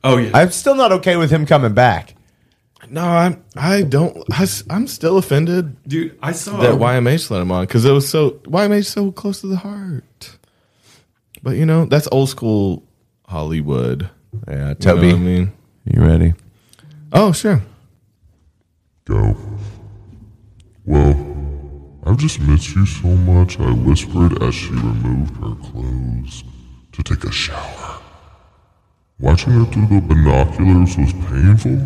[SPEAKER 3] Oh yeah,
[SPEAKER 7] I'm still not okay with him coming back.
[SPEAKER 4] No, I'm. I don't. I, am still offended
[SPEAKER 3] dude, I saw
[SPEAKER 4] that YMH let him on because it was so YMH so close to the heart. But you know that's old school Hollywood.
[SPEAKER 7] Yeah,
[SPEAKER 4] You know
[SPEAKER 7] Toby,
[SPEAKER 4] what I mean,
[SPEAKER 7] you ready?
[SPEAKER 4] oh sure.
[SPEAKER 2] Go. Well, I've just missed you so much, I whispered as she removed her clothes to take a shower. Watching her through the binoculars was painful,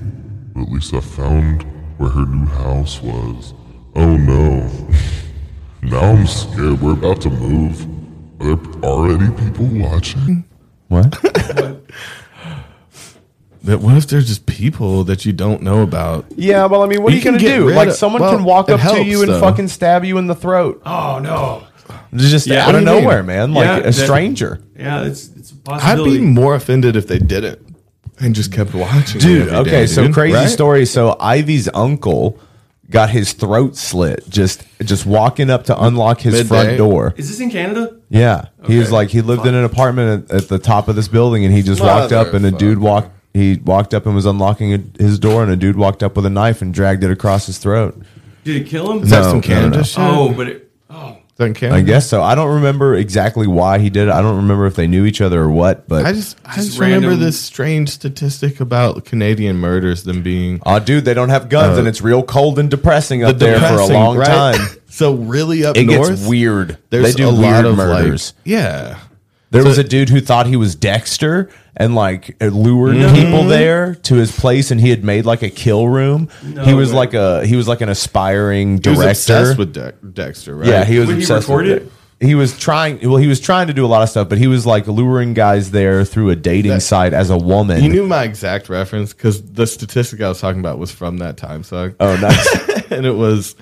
[SPEAKER 2] but at least I found where her new house was. Oh no. now I'm scared we're about to move. Are there already people watching?
[SPEAKER 7] What?
[SPEAKER 4] That what if there's just people that you don't know about?
[SPEAKER 7] Yeah, well, I mean, what
[SPEAKER 4] You
[SPEAKER 7] are you
[SPEAKER 4] can
[SPEAKER 7] gonna
[SPEAKER 4] get
[SPEAKER 7] do?
[SPEAKER 4] rid
[SPEAKER 7] Like,
[SPEAKER 4] of-
[SPEAKER 7] someone
[SPEAKER 4] well,
[SPEAKER 7] can walk
[SPEAKER 4] it
[SPEAKER 7] up to
[SPEAKER 4] helps,
[SPEAKER 7] you and
[SPEAKER 4] though.
[SPEAKER 7] fucking stab you in the throat.
[SPEAKER 3] Oh no.
[SPEAKER 7] Just
[SPEAKER 3] Yeah.
[SPEAKER 7] out
[SPEAKER 3] What
[SPEAKER 7] of
[SPEAKER 3] do you
[SPEAKER 4] mean?
[SPEAKER 7] nowhere, man. Like
[SPEAKER 3] Yeah,
[SPEAKER 7] a
[SPEAKER 3] that-
[SPEAKER 7] stranger.
[SPEAKER 3] Yeah, it's it's a
[SPEAKER 4] I'd be
[SPEAKER 3] possibility.
[SPEAKER 4] more offended if they didn't and just kept watching.
[SPEAKER 7] dude.
[SPEAKER 4] every
[SPEAKER 7] okay,
[SPEAKER 4] day,
[SPEAKER 7] so
[SPEAKER 4] dude,
[SPEAKER 7] crazy
[SPEAKER 4] right?
[SPEAKER 7] story. So Ivy's uncle got his throat slit just just walking up to unlock his
[SPEAKER 4] Midday.
[SPEAKER 7] front door.
[SPEAKER 3] Is this in Canada?
[SPEAKER 7] Yeah, he was
[SPEAKER 3] Okay.
[SPEAKER 7] like he lived in an apartment at, at the top of this building, and he just walked up, and a dude walked. He walked up and was unlocking a, his door, and a dude walked up with a knife and dragged it across his throat.
[SPEAKER 3] Did it kill him?
[SPEAKER 4] Is that
[SPEAKER 7] No,
[SPEAKER 4] some
[SPEAKER 7] no,
[SPEAKER 4] Canada
[SPEAKER 7] no.
[SPEAKER 4] shit?
[SPEAKER 3] Oh, but it. Oh,
[SPEAKER 4] Is that in Canada?
[SPEAKER 7] I guess so. I don't remember exactly why he did it. I don't remember if they knew each other or what, but
[SPEAKER 4] I just, I
[SPEAKER 3] Just
[SPEAKER 4] just remember
[SPEAKER 3] random-
[SPEAKER 4] this strange statistic about Canadian murders them being
[SPEAKER 7] oh, dude, they don't have guns, and it's real cold and depressing up there for
[SPEAKER 4] Uh, depressing,
[SPEAKER 7] a long
[SPEAKER 4] right?
[SPEAKER 7] time.
[SPEAKER 4] so really up
[SPEAKER 7] It
[SPEAKER 4] north,
[SPEAKER 7] gets weird.
[SPEAKER 4] There's
[SPEAKER 7] they do
[SPEAKER 4] a
[SPEAKER 7] weird
[SPEAKER 4] lot of
[SPEAKER 7] murders.
[SPEAKER 4] murders. yeah,
[SPEAKER 7] There
[SPEAKER 4] So-
[SPEAKER 7] was a dude who thought he was Dexter and like lured
[SPEAKER 3] Mm-hmm.
[SPEAKER 7] people there to his place, and he had made like a kill room. he was
[SPEAKER 3] way.
[SPEAKER 7] like a he was like an aspiring
[SPEAKER 4] he was
[SPEAKER 7] director.
[SPEAKER 4] obsessed with De- Dexter, right?
[SPEAKER 7] Yeah, he was
[SPEAKER 3] Would he
[SPEAKER 7] obsessed.
[SPEAKER 3] record
[SPEAKER 7] with
[SPEAKER 3] it?
[SPEAKER 7] it. He was trying. Well, he was trying to do a lot of stuff, but he was like luring guys there through a dating
[SPEAKER 4] That-
[SPEAKER 7] site as a woman.
[SPEAKER 4] You knew my exact reference because the statistic I was talking about was from that time suck.
[SPEAKER 7] oh, nice.
[SPEAKER 4] and it was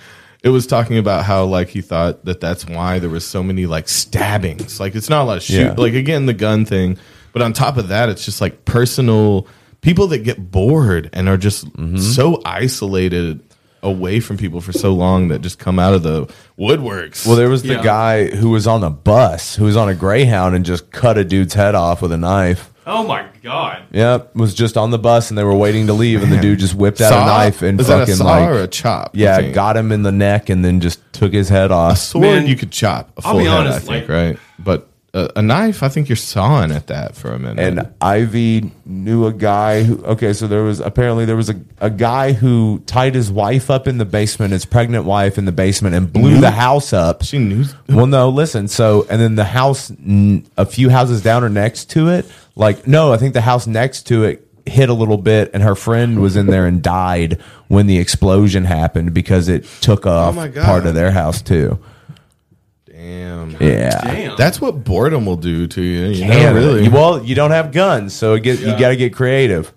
[SPEAKER 4] it was talking about how like he thought that that's why there was so many like stabbings like it's not a lot of shoot
[SPEAKER 7] Yeah.
[SPEAKER 4] like again the gun thing but on top of that it's just like personal people that get bored and are just
[SPEAKER 7] Mm-hmm.
[SPEAKER 4] so isolated away from people for so long that just come out of the woodworks
[SPEAKER 7] well, there was the
[SPEAKER 3] Yeah.
[SPEAKER 7] guy who was on a bus, who was on a Greyhound, and just cut a dude's head off with a knife.
[SPEAKER 3] oh my God.
[SPEAKER 7] Yep, was just on the bus, and they were waiting to leave, and the dude just whipped out
[SPEAKER 4] Saw?
[SPEAKER 7] a knife and
[SPEAKER 4] Is that a
[SPEAKER 7] fucking
[SPEAKER 4] saw
[SPEAKER 7] like
[SPEAKER 4] or a chop I
[SPEAKER 7] Yeah,
[SPEAKER 4] think?
[SPEAKER 7] got him in the neck and then just took his head
[SPEAKER 4] a
[SPEAKER 7] off.
[SPEAKER 4] sword
[SPEAKER 3] Man,
[SPEAKER 4] you could chop a full
[SPEAKER 3] I'll be
[SPEAKER 4] head, i
[SPEAKER 3] honest,
[SPEAKER 4] think
[SPEAKER 3] like-
[SPEAKER 4] right but a, a knife i think you're sawing at that for a minute
[SPEAKER 7] And Ivy knew a guy who okay, so there was apparently there was a, a guy who tied his wife up in the basement, his pregnant wife in the basement and blew
[SPEAKER 4] Mm-hmm.
[SPEAKER 7] the house up.
[SPEAKER 4] she knew
[SPEAKER 7] Well, no, listen. So, and then the house, n- a few houses down or next to it, like, no, I think the house next to it hit a little bit, and her friend was in there and died when the explosion happened because it took off
[SPEAKER 4] Oh my God.
[SPEAKER 7] part of their house, too.
[SPEAKER 4] damn
[SPEAKER 7] Yeah.
[SPEAKER 3] Damn.
[SPEAKER 4] That's what boredom will do to you. You
[SPEAKER 13] Oh,
[SPEAKER 4] know,
[SPEAKER 7] Damn.
[SPEAKER 4] really.
[SPEAKER 7] Well, you don't have guns, so it get, you
[SPEAKER 3] Yeah.
[SPEAKER 7] got to get creative.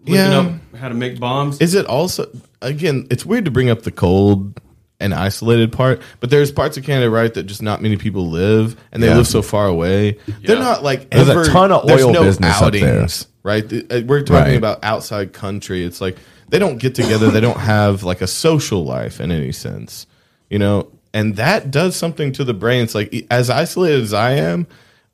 [SPEAKER 3] Looking
[SPEAKER 4] yeah.
[SPEAKER 3] up how to make bombs.
[SPEAKER 4] Is it also again? It's weird to bring up the cold and isolated part, but there's parts of Canada right that just not many people live, and they
[SPEAKER 7] Yeah.
[SPEAKER 4] live so far away. They're not like
[SPEAKER 7] There's a
[SPEAKER 4] ever-
[SPEAKER 7] ton of
[SPEAKER 4] there's
[SPEAKER 7] oil business up there.
[SPEAKER 4] right? Th- uh, We're talking
[SPEAKER 7] Right.
[SPEAKER 4] about outside country. It's like they don't get together. they don't have like a social life in any sense, you know. And that does something to the brain. It's like e- as isolated as I am,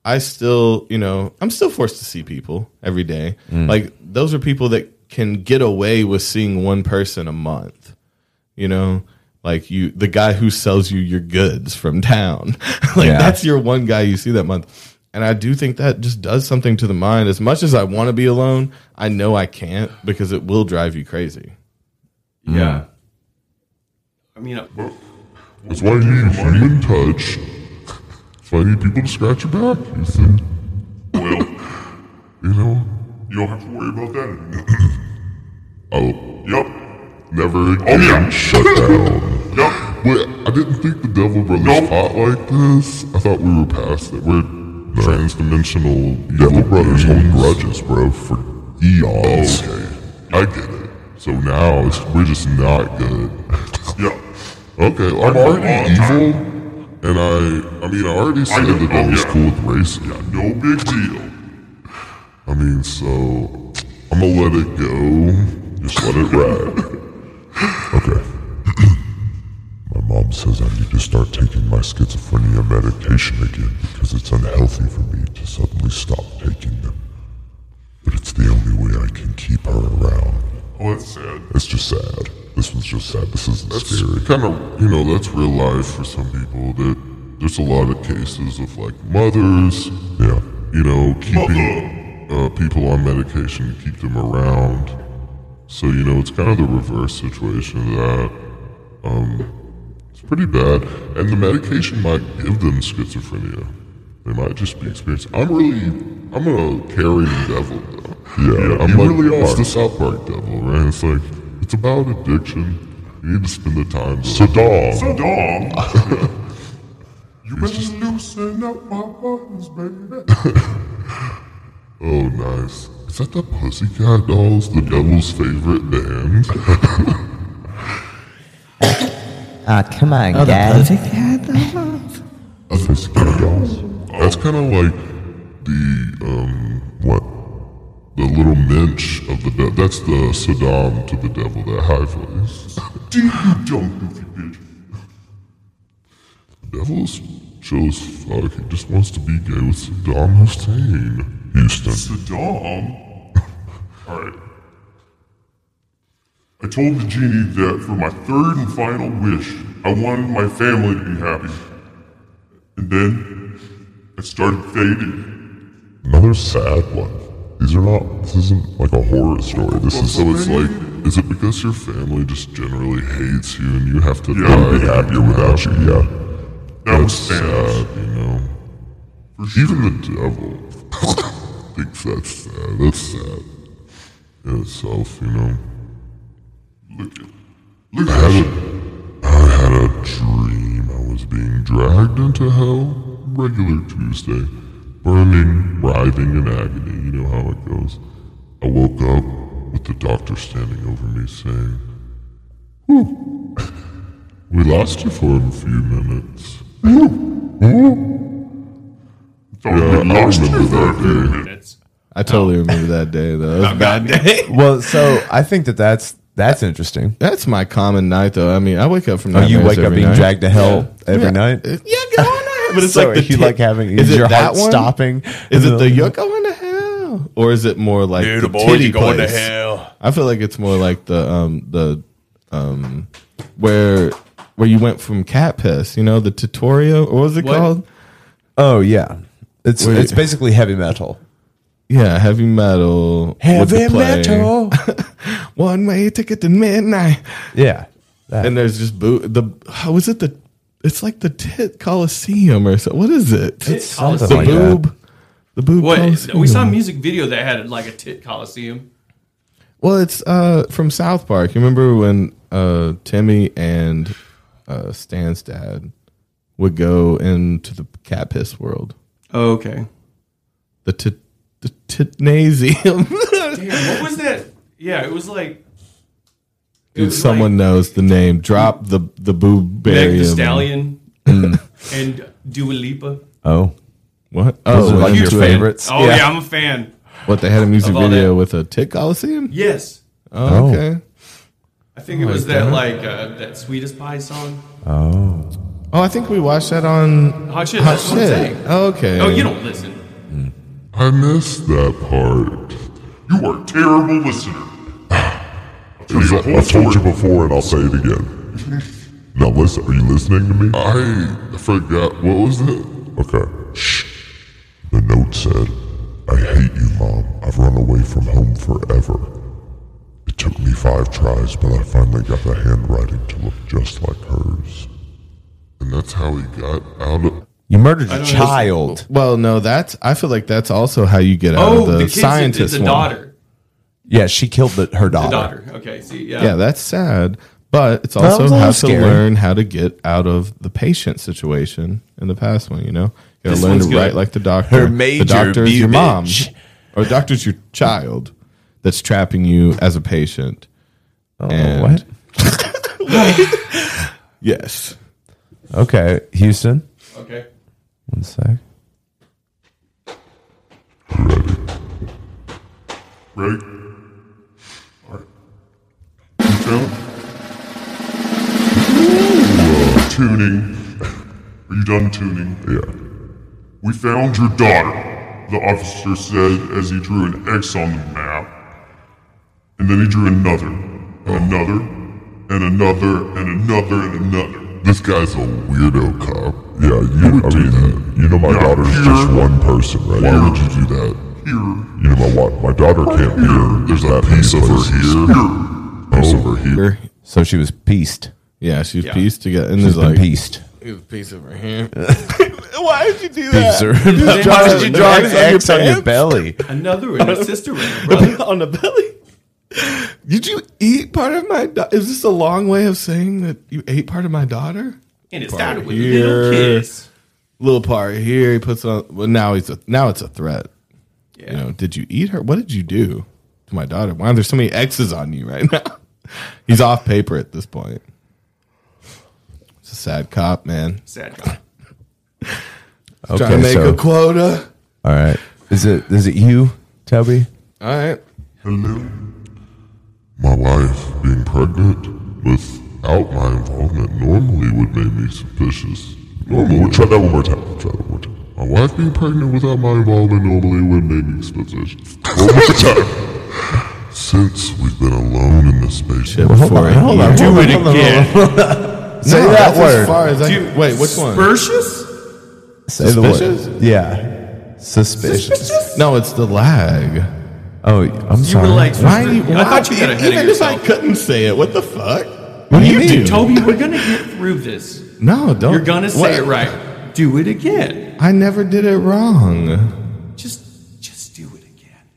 [SPEAKER 4] I still, you know, I'm still forced to see people every day. Like those are people that can get away with seeing one person a month, you know. like you the guy who sells you your goods from town like
[SPEAKER 1] Yeah.
[SPEAKER 4] that's your one guy you see that month and i do think that just does something to the mind as much as i want to be alone i know i can't because it will drive you crazy
[SPEAKER 3] yeah I mean, uh,
[SPEAKER 7] That's why you need human touch. That's why you need people to scratch your back, Ethan. Well, you know,
[SPEAKER 13] You don't have to worry about that anymore.
[SPEAKER 7] I'll. Yep. Never
[SPEAKER 13] Oh,
[SPEAKER 7] again. Shut down. yep. Wait, I didn't think the Devil Brothers fought like this. I thought we were past it. We're transdimensional. Devil Brothers hold grudges, bro, for eons. Okay. I get it. So now it's, we're just not good.
[SPEAKER 13] Yeah.
[SPEAKER 7] Okay, I'm already evil, and I. I mean, I already said
[SPEAKER 13] know,
[SPEAKER 7] that
[SPEAKER 13] oh,
[SPEAKER 7] I was
[SPEAKER 13] yeah.
[SPEAKER 7] cool with racism.
[SPEAKER 13] No big deal.
[SPEAKER 7] I mean, so I'm gonna let it go. Just let it ride.
[SPEAKER 13] Okay. my mom says I need to start taking my schizophrenia medication again because it's unhealthy for me to suddenly stop taking them. But it's the only way I can keep her around.
[SPEAKER 7] Oh, that's sad.
[SPEAKER 13] It's just sad. This one's just sad. This isn't
[SPEAKER 7] That's
[SPEAKER 13] scary.
[SPEAKER 7] kind of, you know, that's real life for some people. That there's a lot of cases of like mothers,
[SPEAKER 13] Yeah.
[SPEAKER 7] you know, keeping uh, people on medication to keep them around. So you know, it's kind of the reverse situation of that. Um, it's pretty bad, and the medication might give them schizophrenia. They might just be experiencing. I'm really, I'm a carrying devil though.
[SPEAKER 13] Yeah,
[SPEAKER 7] I'm
[SPEAKER 13] you
[SPEAKER 7] like,
[SPEAKER 13] really
[SPEAKER 7] it's
[SPEAKER 13] are.
[SPEAKER 7] the South Park devil, right? It's like it's about addiction. You need to spend the time. to-
[SPEAKER 13] Saddam. Saddam.
[SPEAKER 7] You
[SPEAKER 13] better loosen up my buttons, baby.
[SPEAKER 7] Oh, nice. Is that the Pussycat Dolls, the devil's favorite band?
[SPEAKER 14] Oh, come on,
[SPEAKER 7] Oh, the
[SPEAKER 14] guys.
[SPEAKER 7] Pussycat Dolls. That's kind of like the, um, what? The little mensch of the devil. That's the Saddam to the devil, that high voice.
[SPEAKER 13] Do you dumb goofy bitch?
[SPEAKER 7] The devil's chill as fuck. He just wants to be gay with Saddam Hussein. Houston.
[SPEAKER 13] Saddam? Alright. I told the genie that for my third and final wish, I wanted my family to be happy. And then I started fading.
[SPEAKER 7] Another sad one. These are not. This isn't like a horror story. This is so. It's like. Is it because your family just generally hates you and you have to
[SPEAKER 13] Yeah,
[SPEAKER 7] die
[SPEAKER 13] be happier
[SPEAKER 7] without you? Yeah.
[SPEAKER 13] That was
[SPEAKER 7] That's
[SPEAKER 13] Thanos.
[SPEAKER 7] sad, you know. Even the devil thinks that's sad. That's sad in itself, you know. Look at, look I had a, I had a dream. I was being dragged into hell regular Tuesday, burning, writhing in agony. You know how it goes. I woke up with the doctor standing over me saying, "We lost you for a few minutes." Yeah, I remember that day.
[SPEAKER 4] i totally
[SPEAKER 2] Oh.
[SPEAKER 4] remember that day though That was a bad day
[SPEAKER 2] well, so I think that that's that's interesting.
[SPEAKER 4] That's my common night, though. I mean, I wake up from.
[SPEAKER 2] Oh, you
[SPEAKER 4] nightmares
[SPEAKER 2] wake up
[SPEAKER 4] every
[SPEAKER 2] being
[SPEAKER 4] night.
[SPEAKER 2] dragged to hell
[SPEAKER 4] Yeah.
[SPEAKER 2] every
[SPEAKER 4] Yeah.
[SPEAKER 2] night?
[SPEAKER 4] Yeah, go on ahead. But it's
[SPEAKER 2] So
[SPEAKER 4] like the
[SPEAKER 2] if you
[SPEAKER 4] t-
[SPEAKER 2] like having-
[SPEAKER 4] Is
[SPEAKER 2] is your
[SPEAKER 4] it that
[SPEAKER 2] heart
[SPEAKER 4] one?
[SPEAKER 2] stopping?
[SPEAKER 4] Is it the you're going to hell, or is it more like
[SPEAKER 1] Dude,
[SPEAKER 4] the
[SPEAKER 1] boy,
[SPEAKER 4] titty
[SPEAKER 1] you're going to
[SPEAKER 4] place?
[SPEAKER 1] hell.
[SPEAKER 4] I feel like it's more like the um the um where where you went from cat piss. You know the tutorial. What was it
[SPEAKER 2] What?
[SPEAKER 4] called?
[SPEAKER 2] Oh yeah, it's
[SPEAKER 4] Wait.
[SPEAKER 2] it's basically heavy metal.
[SPEAKER 4] Yeah, heavy metal. with
[SPEAKER 2] Heavy
[SPEAKER 4] the play.
[SPEAKER 2] metal.
[SPEAKER 4] One way ticket to midnight.
[SPEAKER 2] Yeah.
[SPEAKER 4] And there's just boot the how is it the it's like the tit coliseum or so what is it?
[SPEAKER 3] Tit It's something
[SPEAKER 4] the
[SPEAKER 3] like that.
[SPEAKER 4] boob. The boob
[SPEAKER 3] what
[SPEAKER 4] coliseum.
[SPEAKER 3] we saw a music video that had like a tit coliseum.
[SPEAKER 4] Well, it's uh from South Park. You remember when uh Timmy and uh Stan's dad would go into the cat piss world.
[SPEAKER 3] Oh, okay.
[SPEAKER 4] The tit the titnasium.
[SPEAKER 3] Damn, what was that? Yeah, it was like
[SPEAKER 4] Dude, someone knows the name. Drop the the boob
[SPEAKER 3] Meg
[SPEAKER 4] barium.
[SPEAKER 3] the Stallion
[SPEAKER 4] Mm.
[SPEAKER 3] and Dua Lipa.
[SPEAKER 4] Oh. What?
[SPEAKER 2] Those are like
[SPEAKER 4] I'm
[SPEAKER 2] your
[SPEAKER 4] into it.
[SPEAKER 2] favorites?
[SPEAKER 3] Oh yeah, I'm a fan.
[SPEAKER 4] What they had a music
[SPEAKER 3] Of all
[SPEAKER 4] video with a tit coliseum?
[SPEAKER 3] Yes.
[SPEAKER 4] Oh, okay.
[SPEAKER 3] I think it
[SPEAKER 4] Oh,
[SPEAKER 3] was
[SPEAKER 4] my
[SPEAKER 3] that
[SPEAKER 4] God.
[SPEAKER 3] like uh, that sweetest pie song.
[SPEAKER 4] Oh. Oh, I think we watched that on
[SPEAKER 3] Hot shit. that's what I'm saying.
[SPEAKER 4] Okay.
[SPEAKER 3] Oh, you don't listen.
[SPEAKER 7] I missed that part.
[SPEAKER 13] You are a terrible listener.
[SPEAKER 7] Is that- I've told you before and I'll say it again.
[SPEAKER 2] Now listen, are you listening to me?
[SPEAKER 17] I forgot. What was it?
[SPEAKER 2] Okay. Shh. The note said, I hate you, Mom. I've run away from home forever. It took me five tries, but I finally got the handwriting to look just like hers.
[SPEAKER 17] And that's how he got out of.
[SPEAKER 7] You murdered
[SPEAKER 17] a
[SPEAKER 7] child.
[SPEAKER 4] Well, no, that's. I feel like that's also how you get out
[SPEAKER 3] Oh,
[SPEAKER 4] of Uh, the,
[SPEAKER 3] the, kid's
[SPEAKER 4] scientist
[SPEAKER 3] scientist. It's a
[SPEAKER 4] one.
[SPEAKER 3] daughter.
[SPEAKER 7] Yeah, she killed the, her daughter.
[SPEAKER 3] The daughter. Okay. See. Yeah.
[SPEAKER 4] Yeah. that's sad. But it's
[SPEAKER 7] That was a
[SPEAKER 4] also
[SPEAKER 7] little
[SPEAKER 4] how
[SPEAKER 7] scary.
[SPEAKER 4] to learn how to get out of the patient situation in the past one. You know, you got
[SPEAKER 7] This
[SPEAKER 4] to learn
[SPEAKER 7] one's
[SPEAKER 4] to
[SPEAKER 7] good.
[SPEAKER 4] write like the doctor.
[SPEAKER 7] Her
[SPEAKER 4] the
[SPEAKER 7] major
[SPEAKER 4] doctor is your
[SPEAKER 7] bitch.
[SPEAKER 4] mom, or the doctor's your child that's trapping you as a patient.
[SPEAKER 7] Oh,
[SPEAKER 4] and what? yes.
[SPEAKER 7] Okay, Houston.
[SPEAKER 3] Okay.
[SPEAKER 7] One sec.
[SPEAKER 17] Right? You found? Whoa, tuning. Are you done tuning?
[SPEAKER 2] Yeah.
[SPEAKER 17] We found your daughter, the officer said as he drew an X on the map. And then he drew another, and another, and another, and another, and another.
[SPEAKER 2] This guy's a weirdo cop. Yeah, you would I mean, You know my daughter's just one person, right? Why would you do that? You know my wa- my daughter can't be here. There's a piece of her here. Piece of her here.
[SPEAKER 7] So she was pieced.
[SPEAKER 4] Yeah, she's
[SPEAKER 7] Yeah.
[SPEAKER 4] pieced together, and
[SPEAKER 7] She's
[SPEAKER 4] there's
[SPEAKER 7] been
[SPEAKER 4] like
[SPEAKER 7] pieced.
[SPEAKER 4] piece over here.
[SPEAKER 18] Why did you do
[SPEAKER 7] Pieced her.
[SPEAKER 18] Why did you draw
[SPEAKER 7] an X on your belly?
[SPEAKER 3] Another one. Your sister one.
[SPEAKER 4] on the belly. Did you eat part of my? Da- Is this a long way of saying that you ate part of my daughter?
[SPEAKER 3] And it
[SPEAKER 4] Part
[SPEAKER 3] started with a little
[SPEAKER 4] here,
[SPEAKER 3] kiss.
[SPEAKER 4] Little part here. He puts it on. Well, now he's a, now it's a threat. You know, did you eat her? What did you do to my daughter? Why are there so many X's on you right now? he's off paper at this point. It's a sad cop, man.
[SPEAKER 3] Sad cop.
[SPEAKER 4] Trying to make
[SPEAKER 7] so-
[SPEAKER 4] a quota.
[SPEAKER 7] All right. Is it is it you, Toby?
[SPEAKER 4] All right.
[SPEAKER 17] Hello?
[SPEAKER 2] My wife being pregnant without my involvement normally would make me suspicious. Normally, try that one more time. Try that one more time. My wife being pregnant without my involvement normally would make me suspicious. One more time. Since we've been alone in this space,
[SPEAKER 4] Hold on, hold on, hold on, hold on, hold on.
[SPEAKER 7] Say
[SPEAKER 4] No,
[SPEAKER 7] that
[SPEAKER 4] that's as
[SPEAKER 7] word.
[SPEAKER 4] far as I- wait, which one?
[SPEAKER 3] Spurcious?
[SPEAKER 7] Say the
[SPEAKER 4] Suspicious?
[SPEAKER 7] word. Yeah. Suspicious.
[SPEAKER 4] No, it's the lag.
[SPEAKER 7] Oh, I'm
[SPEAKER 4] You were
[SPEAKER 7] sorry.
[SPEAKER 4] like-
[SPEAKER 7] Why
[SPEAKER 4] are you-
[SPEAKER 3] I thought you got ahead of
[SPEAKER 4] Even if I
[SPEAKER 3] yourself.
[SPEAKER 4] couldn't say it, what the fuck?
[SPEAKER 7] What do you mean?
[SPEAKER 3] Toby, we're gonna get through this.
[SPEAKER 4] No, don't.
[SPEAKER 3] You're gonna say
[SPEAKER 4] What?
[SPEAKER 3] it right. Do it again.
[SPEAKER 4] I never did it wrong.
[SPEAKER 3] Just, just do it.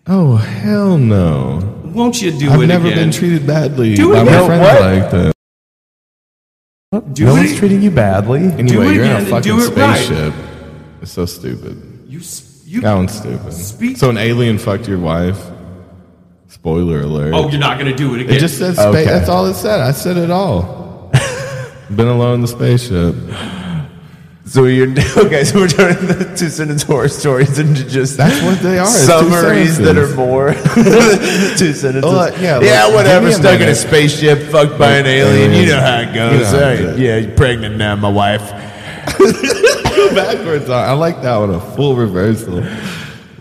[SPEAKER 4] Oh hell no!
[SPEAKER 3] Won't you do
[SPEAKER 4] I've
[SPEAKER 3] it
[SPEAKER 4] never
[SPEAKER 3] again?
[SPEAKER 4] been treated badly
[SPEAKER 3] Do it
[SPEAKER 4] by
[SPEAKER 3] again.
[SPEAKER 4] my friends
[SPEAKER 3] What?
[SPEAKER 4] like that.
[SPEAKER 3] Do
[SPEAKER 7] no
[SPEAKER 3] it
[SPEAKER 7] one's treating you badly.
[SPEAKER 4] Anyway,
[SPEAKER 3] it
[SPEAKER 4] you're in
[SPEAKER 3] again and
[SPEAKER 4] a fucking
[SPEAKER 3] do it right.
[SPEAKER 4] spaceship. It's so stupid.
[SPEAKER 3] You, s- you.
[SPEAKER 4] that one's stupid.
[SPEAKER 3] Speak-
[SPEAKER 4] So an alien fucked your wife. Spoiler alert.
[SPEAKER 3] Oh, you're not gonna do it again.
[SPEAKER 4] It just said space.
[SPEAKER 7] Okay.
[SPEAKER 4] That's all it said. I said it all. Been alone in the spaceship.
[SPEAKER 7] So you're okay. So we're turning the two sentence horror stories into just
[SPEAKER 4] That's what they are, it's two
[SPEAKER 7] summaries that are
[SPEAKER 4] sentences.
[SPEAKER 7] more two sentences.
[SPEAKER 4] Well, like, yeah, like,
[SPEAKER 7] yeah,
[SPEAKER 4] give
[SPEAKER 7] whatever.
[SPEAKER 4] me a
[SPEAKER 7] Stuck in a
[SPEAKER 4] minute. uh,
[SPEAKER 7] spaceship, fucked by an alien. You know how it
[SPEAKER 4] You
[SPEAKER 7] goes.
[SPEAKER 4] know how it
[SPEAKER 7] Alright, Yeah, you're pregnant now, my wife.
[SPEAKER 4] Backwards. on- I like that one. A full reversal.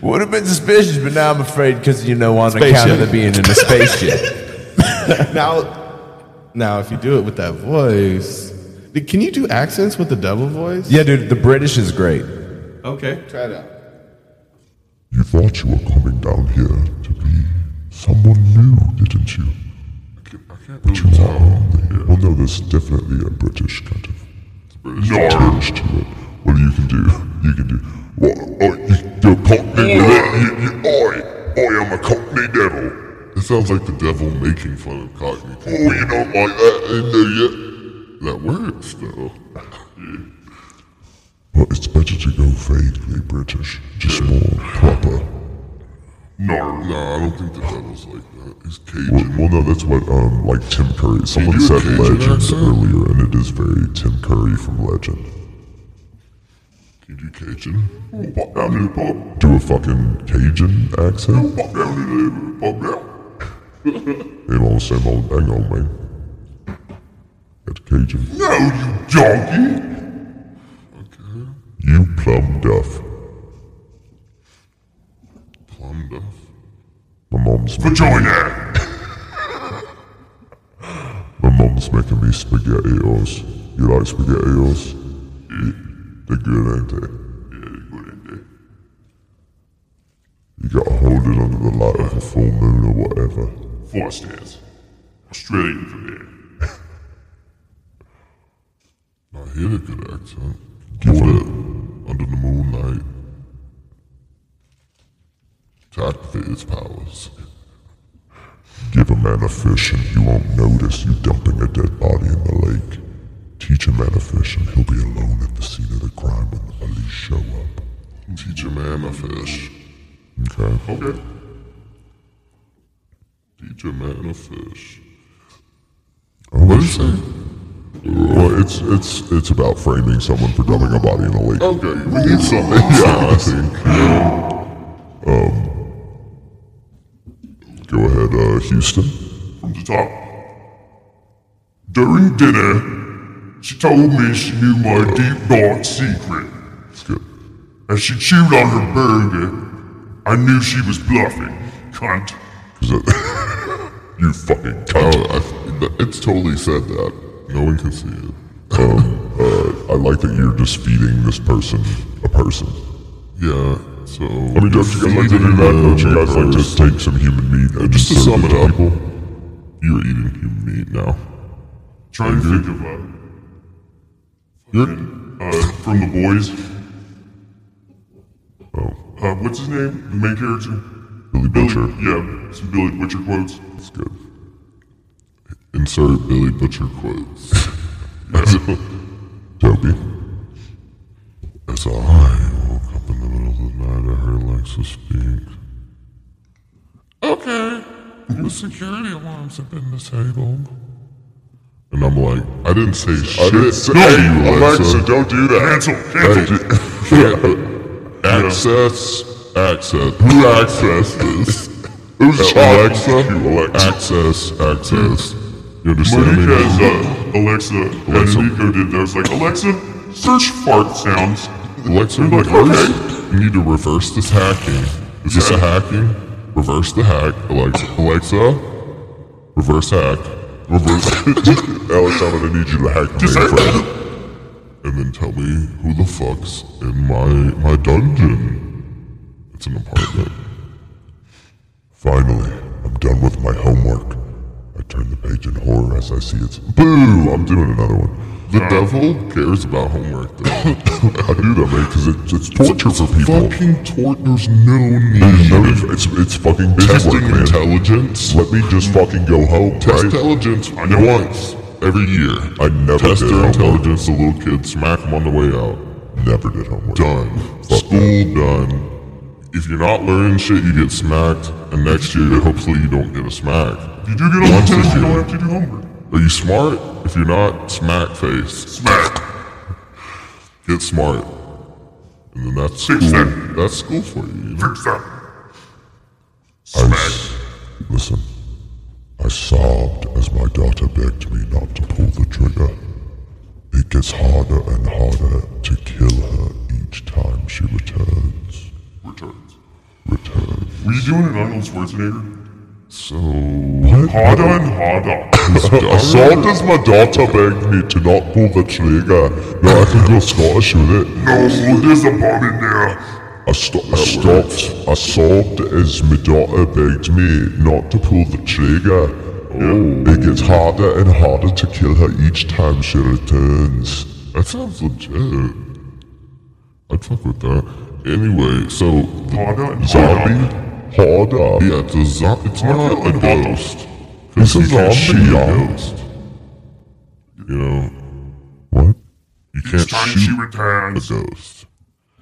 [SPEAKER 7] Would have been suspicious, but now I'm afraid because you know on account
[SPEAKER 4] Spaceship.
[SPEAKER 7] of the being in a spaceship.
[SPEAKER 4] now, now, if you do it with that voice, Did- can you do accents with the double voice?
[SPEAKER 7] yeah, dude, the British is great.
[SPEAKER 3] Okay.
[SPEAKER 4] Try it out.
[SPEAKER 2] you thought you were coming down here to be someone new, didn't you?
[SPEAKER 17] I can't
[SPEAKER 2] But
[SPEAKER 17] really
[SPEAKER 2] you are
[SPEAKER 17] tell.
[SPEAKER 2] only here. Well, no, there's definitely a British kind of
[SPEAKER 17] No.
[SPEAKER 2] tinge to it. What you can do, you can do. Well, oh, you, you're cockney with it. You, you, I, I am a cockney devil.
[SPEAKER 17] It sounds like the devil making fun of Cockney.
[SPEAKER 2] Oh, you don't like that eh, in there yet?
[SPEAKER 17] That works, though.
[SPEAKER 2] But it's better to go vaguely British, just more proper.
[SPEAKER 17] No, no, I don't think the devil's like that. He's
[SPEAKER 2] Well,
[SPEAKER 17] Cajun.
[SPEAKER 2] well, no, that's what, um, like Tim Curry. Someone
[SPEAKER 17] do a
[SPEAKER 2] said
[SPEAKER 17] Cajun
[SPEAKER 2] legend
[SPEAKER 17] accent?
[SPEAKER 2] earlier, and it is very Tim Curry from Legend.
[SPEAKER 17] Can you do Cajun? Oh, pop down here, pop.
[SPEAKER 2] Do a fucking Cajun accent?
[SPEAKER 17] Pop down here, pop down.
[SPEAKER 2] Same old, same old, dang old man. That's Cajun.
[SPEAKER 17] No, you donkey!
[SPEAKER 2] You plum duff.
[SPEAKER 17] Plum duff.
[SPEAKER 2] My mom's
[SPEAKER 17] Vagina!
[SPEAKER 2] my mom's making me spaghettios.
[SPEAKER 7] You like spaghettios? Yeah, they're good, ain't they? You gotta hold it under the light of a full moon or whatever.
[SPEAKER 13] Four stands. Australian for me.
[SPEAKER 7] I hear a good accent. Hold it under the moonlight to activate its powers. Give a man a fish and you won't notice you dumping a dead body in the lake. Teach a man a fish and he'll be alone at the scene of the crime when the police show up.
[SPEAKER 13] Teach a man a fish.
[SPEAKER 7] Okay.
[SPEAKER 13] Okay. Teach a man a fish.
[SPEAKER 7] What is that? Well, it's it's it's about framing someone for dumping a body in a lake.
[SPEAKER 13] Okay, we need something.
[SPEAKER 7] yeah, I think. yeah. Um, go ahead, uh, Houston.
[SPEAKER 13] From the top. During dinner, she told me she knew my deep dark secret. As she chewed on her burger, I knew she was bluffing. Cunt.
[SPEAKER 7] You fucking cunt. Oh, it's totally said that. No one can see it. Um, uh, I like that you're just feeding this person a person.
[SPEAKER 13] Yeah, so.
[SPEAKER 7] I mean, don't you guys like to do that? Don't you guys like to take some human meat and
[SPEAKER 13] Uh, Just to
[SPEAKER 7] serve
[SPEAKER 13] sum it up,
[SPEAKER 7] people? You're eating human meat now.
[SPEAKER 13] Try and think of a. uh, from the boys. Oh. Uh, what's his name? The main character?
[SPEAKER 7] Billy Butcher.
[SPEAKER 13] Yeah, some Billy Butcher quotes.
[SPEAKER 7] That's good. Insert Billy Butcher quotes. Toby. As I woke up in the middle of the night, I heard Lexa speak.
[SPEAKER 13] Okay. The security alarms have been disabled.
[SPEAKER 7] And I'm like, I didn't say shit.
[SPEAKER 13] I didn't say
[SPEAKER 7] to
[SPEAKER 13] Hey,
[SPEAKER 7] you,
[SPEAKER 13] Alexa,
[SPEAKER 7] Alexa.
[SPEAKER 13] don't do that. Cancel, cancel.
[SPEAKER 7] yeah. Access. Access. Who accessed this?
[SPEAKER 13] Who's
[SPEAKER 7] Alexa? Access. Access. You understand
[SPEAKER 13] Monica
[SPEAKER 7] me?
[SPEAKER 13] has, uh, Alexa,
[SPEAKER 7] Alexa.
[SPEAKER 13] and Nico did that. I was like, Alexa, search fart sounds.
[SPEAKER 7] Alexa,
[SPEAKER 13] I'm like,
[SPEAKER 7] reverse.
[SPEAKER 13] okay.
[SPEAKER 7] You need to reverse this hacking. Is this a hacking? Reverse the hack, Alexa. Alexa, reverse hack. Reverse. Alex, I'm gonna need you to hack me first, and then tell me who the fuck's in my my dungeon. It's an apartment. Finally, I'm done with my homework. I turn the page in horror as I see it's boo. I'm doing another one. The devil cares about homework. Though. I do that, man, because it, it's torture for people.
[SPEAKER 13] Fucking tort, there's no need.
[SPEAKER 7] There's no- it's, it's fucking test
[SPEAKER 13] Testing
[SPEAKER 7] work, man. intelligence. Let me just fucking go home.
[SPEAKER 13] Test
[SPEAKER 7] right?
[SPEAKER 13] intelligence
[SPEAKER 7] I know
[SPEAKER 13] once
[SPEAKER 7] every year. I never
[SPEAKER 13] Test
[SPEAKER 7] did
[SPEAKER 13] their
[SPEAKER 7] homework.
[SPEAKER 13] intelligence,
[SPEAKER 7] The little kids smack them on the way out. Never did homework. Done. School done. If you're not learning shit, you get smacked. And next year, hopefully, you don't get a smack.
[SPEAKER 13] If you do get on the
[SPEAKER 7] Once a
[SPEAKER 13] test, you don't
[SPEAKER 7] year.
[SPEAKER 13] have to do homework.
[SPEAKER 7] Are you smart? If you're not, smack face. Smack. Get smart. And then that's
[SPEAKER 13] Fix
[SPEAKER 7] school.
[SPEAKER 13] that.
[SPEAKER 7] That's school for you. you know?
[SPEAKER 13] Fix that.
[SPEAKER 7] I s- listen. I sobbed as my daughter begged me not to pull the trigger. It gets harder and harder to kill her each time she returns.
[SPEAKER 13] Returns.
[SPEAKER 7] Returns.
[SPEAKER 13] Were you doing an Arnold Schwarzenegger?
[SPEAKER 7] So what?
[SPEAKER 13] Harder and harder.
[SPEAKER 7] I sobbed as my daughter begged me to not pull the trigger. No, I can go Scottish with it.
[SPEAKER 13] No, there's a bomb in there.
[SPEAKER 7] I, sto- I stopped. I sobbed as my daughter begged me not to pull the trigger. It gets harder and harder to kill her each time she returns. That sounds legit. I'd fuck with that. Anyway, so
[SPEAKER 13] Harder and
[SPEAKER 7] zombie
[SPEAKER 13] harder.
[SPEAKER 7] harder. Yeah, it's a zo- It's
[SPEAKER 13] Harder
[SPEAKER 7] not a
[SPEAKER 13] and harder.
[SPEAKER 7] ghost. It's a
[SPEAKER 13] You can't
[SPEAKER 7] zombie.
[SPEAKER 13] shoot a
[SPEAKER 7] yeah.
[SPEAKER 13] ghost.
[SPEAKER 7] You know what? You can't
[SPEAKER 13] time
[SPEAKER 7] shoot
[SPEAKER 13] she returns.
[SPEAKER 7] a ghost.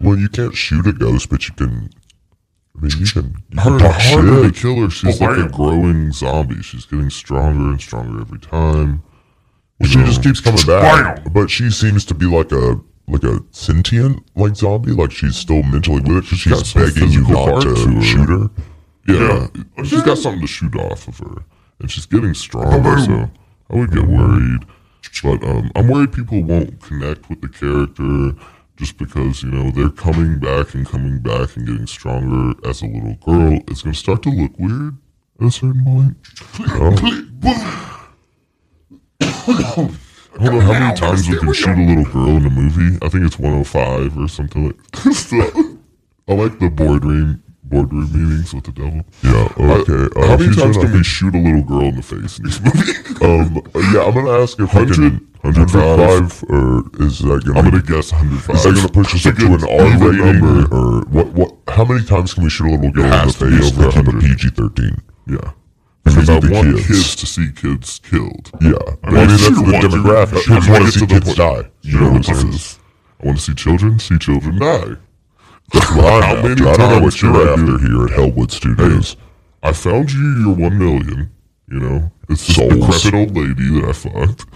[SPEAKER 7] Well, you can't shoot a ghost, but you can. I mean, you can. You
[SPEAKER 13] Her-
[SPEAKER 7] can talk
[SPEAKER 13] her
[SPEAKER 7] shit.
[SPEAKER 13] to kill her,
[SPEAKER 7] She's
[SPEAKER 13] Oh,
[SPEAKER 7] like a
[SPEAKER 13] right.
[SPEAKER 7] growing zombie. She's getting stronger and stronger every time.
[SPEAKER 13] She just keeps
[SPEAKER 7] coming
[SPEAKER 13] back.
[SPEAKER 7] But she seems to be like a like a sentient like zombie. Like she's still mentally with it because
[SPEAKER 13] Got
[SPEAKER 7] she's
[SPEAKER 13] some
[SPEAKER 7] begging you
[SPEAKER 13] physical
[SPEAKER 7] not
[SPEAKER 13] part
[SPEAKER 7] to,
[SPEAKER 13] to her.
[SPEAKER 7] shoot her. Yeah,
[SPEAKER 13] Yeah.
[SPEAKER 7] she's got something to shoot off of her, and she's getting stronger.
[SPEAKER 13] Ba-boom.
[SPEAKER 7] So I would get worried, but um, I'm worried people won't connect with the character just because you know they're coming back and coming back and getting stronger as a little girl. It's gonna start to look weird Um, at a certain point. You know?
[SPEAKER 13] Click, boom.
[SPEAKER 7] I don't know how many times we can shoot a little girl in a movie. I think it's 105 or something like that. So, I like the boardroom boardroom meetings with the devil.
[SPEAKER 13] Yeah, okay. uh,
[SPEAKER 7] I- how many
[SPEAKER 13] she's
[SPEAKER 7] times
[SPEAKER 13] in, I
[SPEAKER 7] can we
[SPEAKER 13] think,
[SPEAKER 7] shoot a little girl in the face in this movie?
[SPEAKER 13] Um, yeah, I'm gonna ask if
[SPEAKER 7] 100
[SPEAKER 13] 100, 105 or is that gonna?
[SPEAKER 7] I'm gonna guess 105.
[SPEAKER 13] Is that gonna push us up to an R rating or, or what? What? How many times can we shoot a little girl in the
[SPEAKER 7] has to be
[SPEAKER 13] face
[SPEAKER 7] over
[SPEAKER 13] to keep it PG-13?
[SPEAKER 7] Yeah. Because
[SPEAKER 13] Because
[SPEAKER 7] I
[SPEAKER 13] of the
[SPEAKER 7] want
[SPEAKER 13] kids.
[SPEAKER 7] kids to see kids killed.
[SPEAKER 13] Yeah,
[SPEAKER 7] I mean, that's the demographic.
[SPEAKER 13] Kids
[SPEAKER 7] I
[SPEAKER 13] want
[SPEAKER 7] wanna
[SPEAKER 13] to see
[SPEAKER 7] get to the
[SPEAKER 13] kids
[SPEAKER 7] point-
[SPEAKER 13] die. You know what I'm saying?
[SPEAKER 7] I want to see children see children die.
[SPEAKER 13] That's what I'm
[SPEAKER 7] How
[SPEAKER 13] after.
[SPEAKER 7] many
[SPEAKER 13] I don't know
[SPEAKER 7] times
[SPEAKER 13] what
[SPEAKER 7] can
[SPEAKER 13] you're
[SPEAKER 7] I do-
[SPEAKER 13] after here at Hellwood Studios.
[SPEAKER 7] I found you your one million. You know, it's just
[SPEAKER 13] Souls.
[SPEAKER 7] the decrepit old lady that I fucked.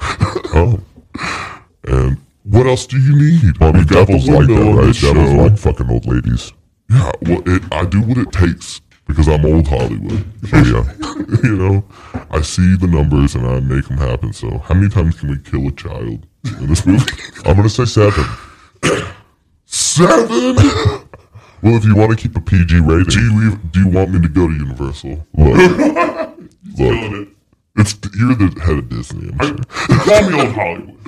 [SPEAKER 7] oh, and what else do you need?
[SPEAKER 13] Well, I mean,
[SPEAKER 7] We've got the
[SPEAKER 13] devils like that,
[SPEAKER 7] window of
[SPEAKER 13] right?
[SPEAKER 7] the
[SPEAKER 13] Devils
[SPEAKER 7] show.
[SPEAKER 13] like fucking old ladies.
[SPEAKER 7] Yeah, well, it, I do what it takes because I'm old Hollywood. So yeah, you know, I see the numbers and I make them happen. So how many times can we kill a child in this movie? I'm gonna say seven. seven. well, if you want to keep a PG rating, do you ev- do you want me to go to Universal? Look, look, it's you're the head of Disney. I'm sure.
[SPEAKER 13] Call me old Hollywood.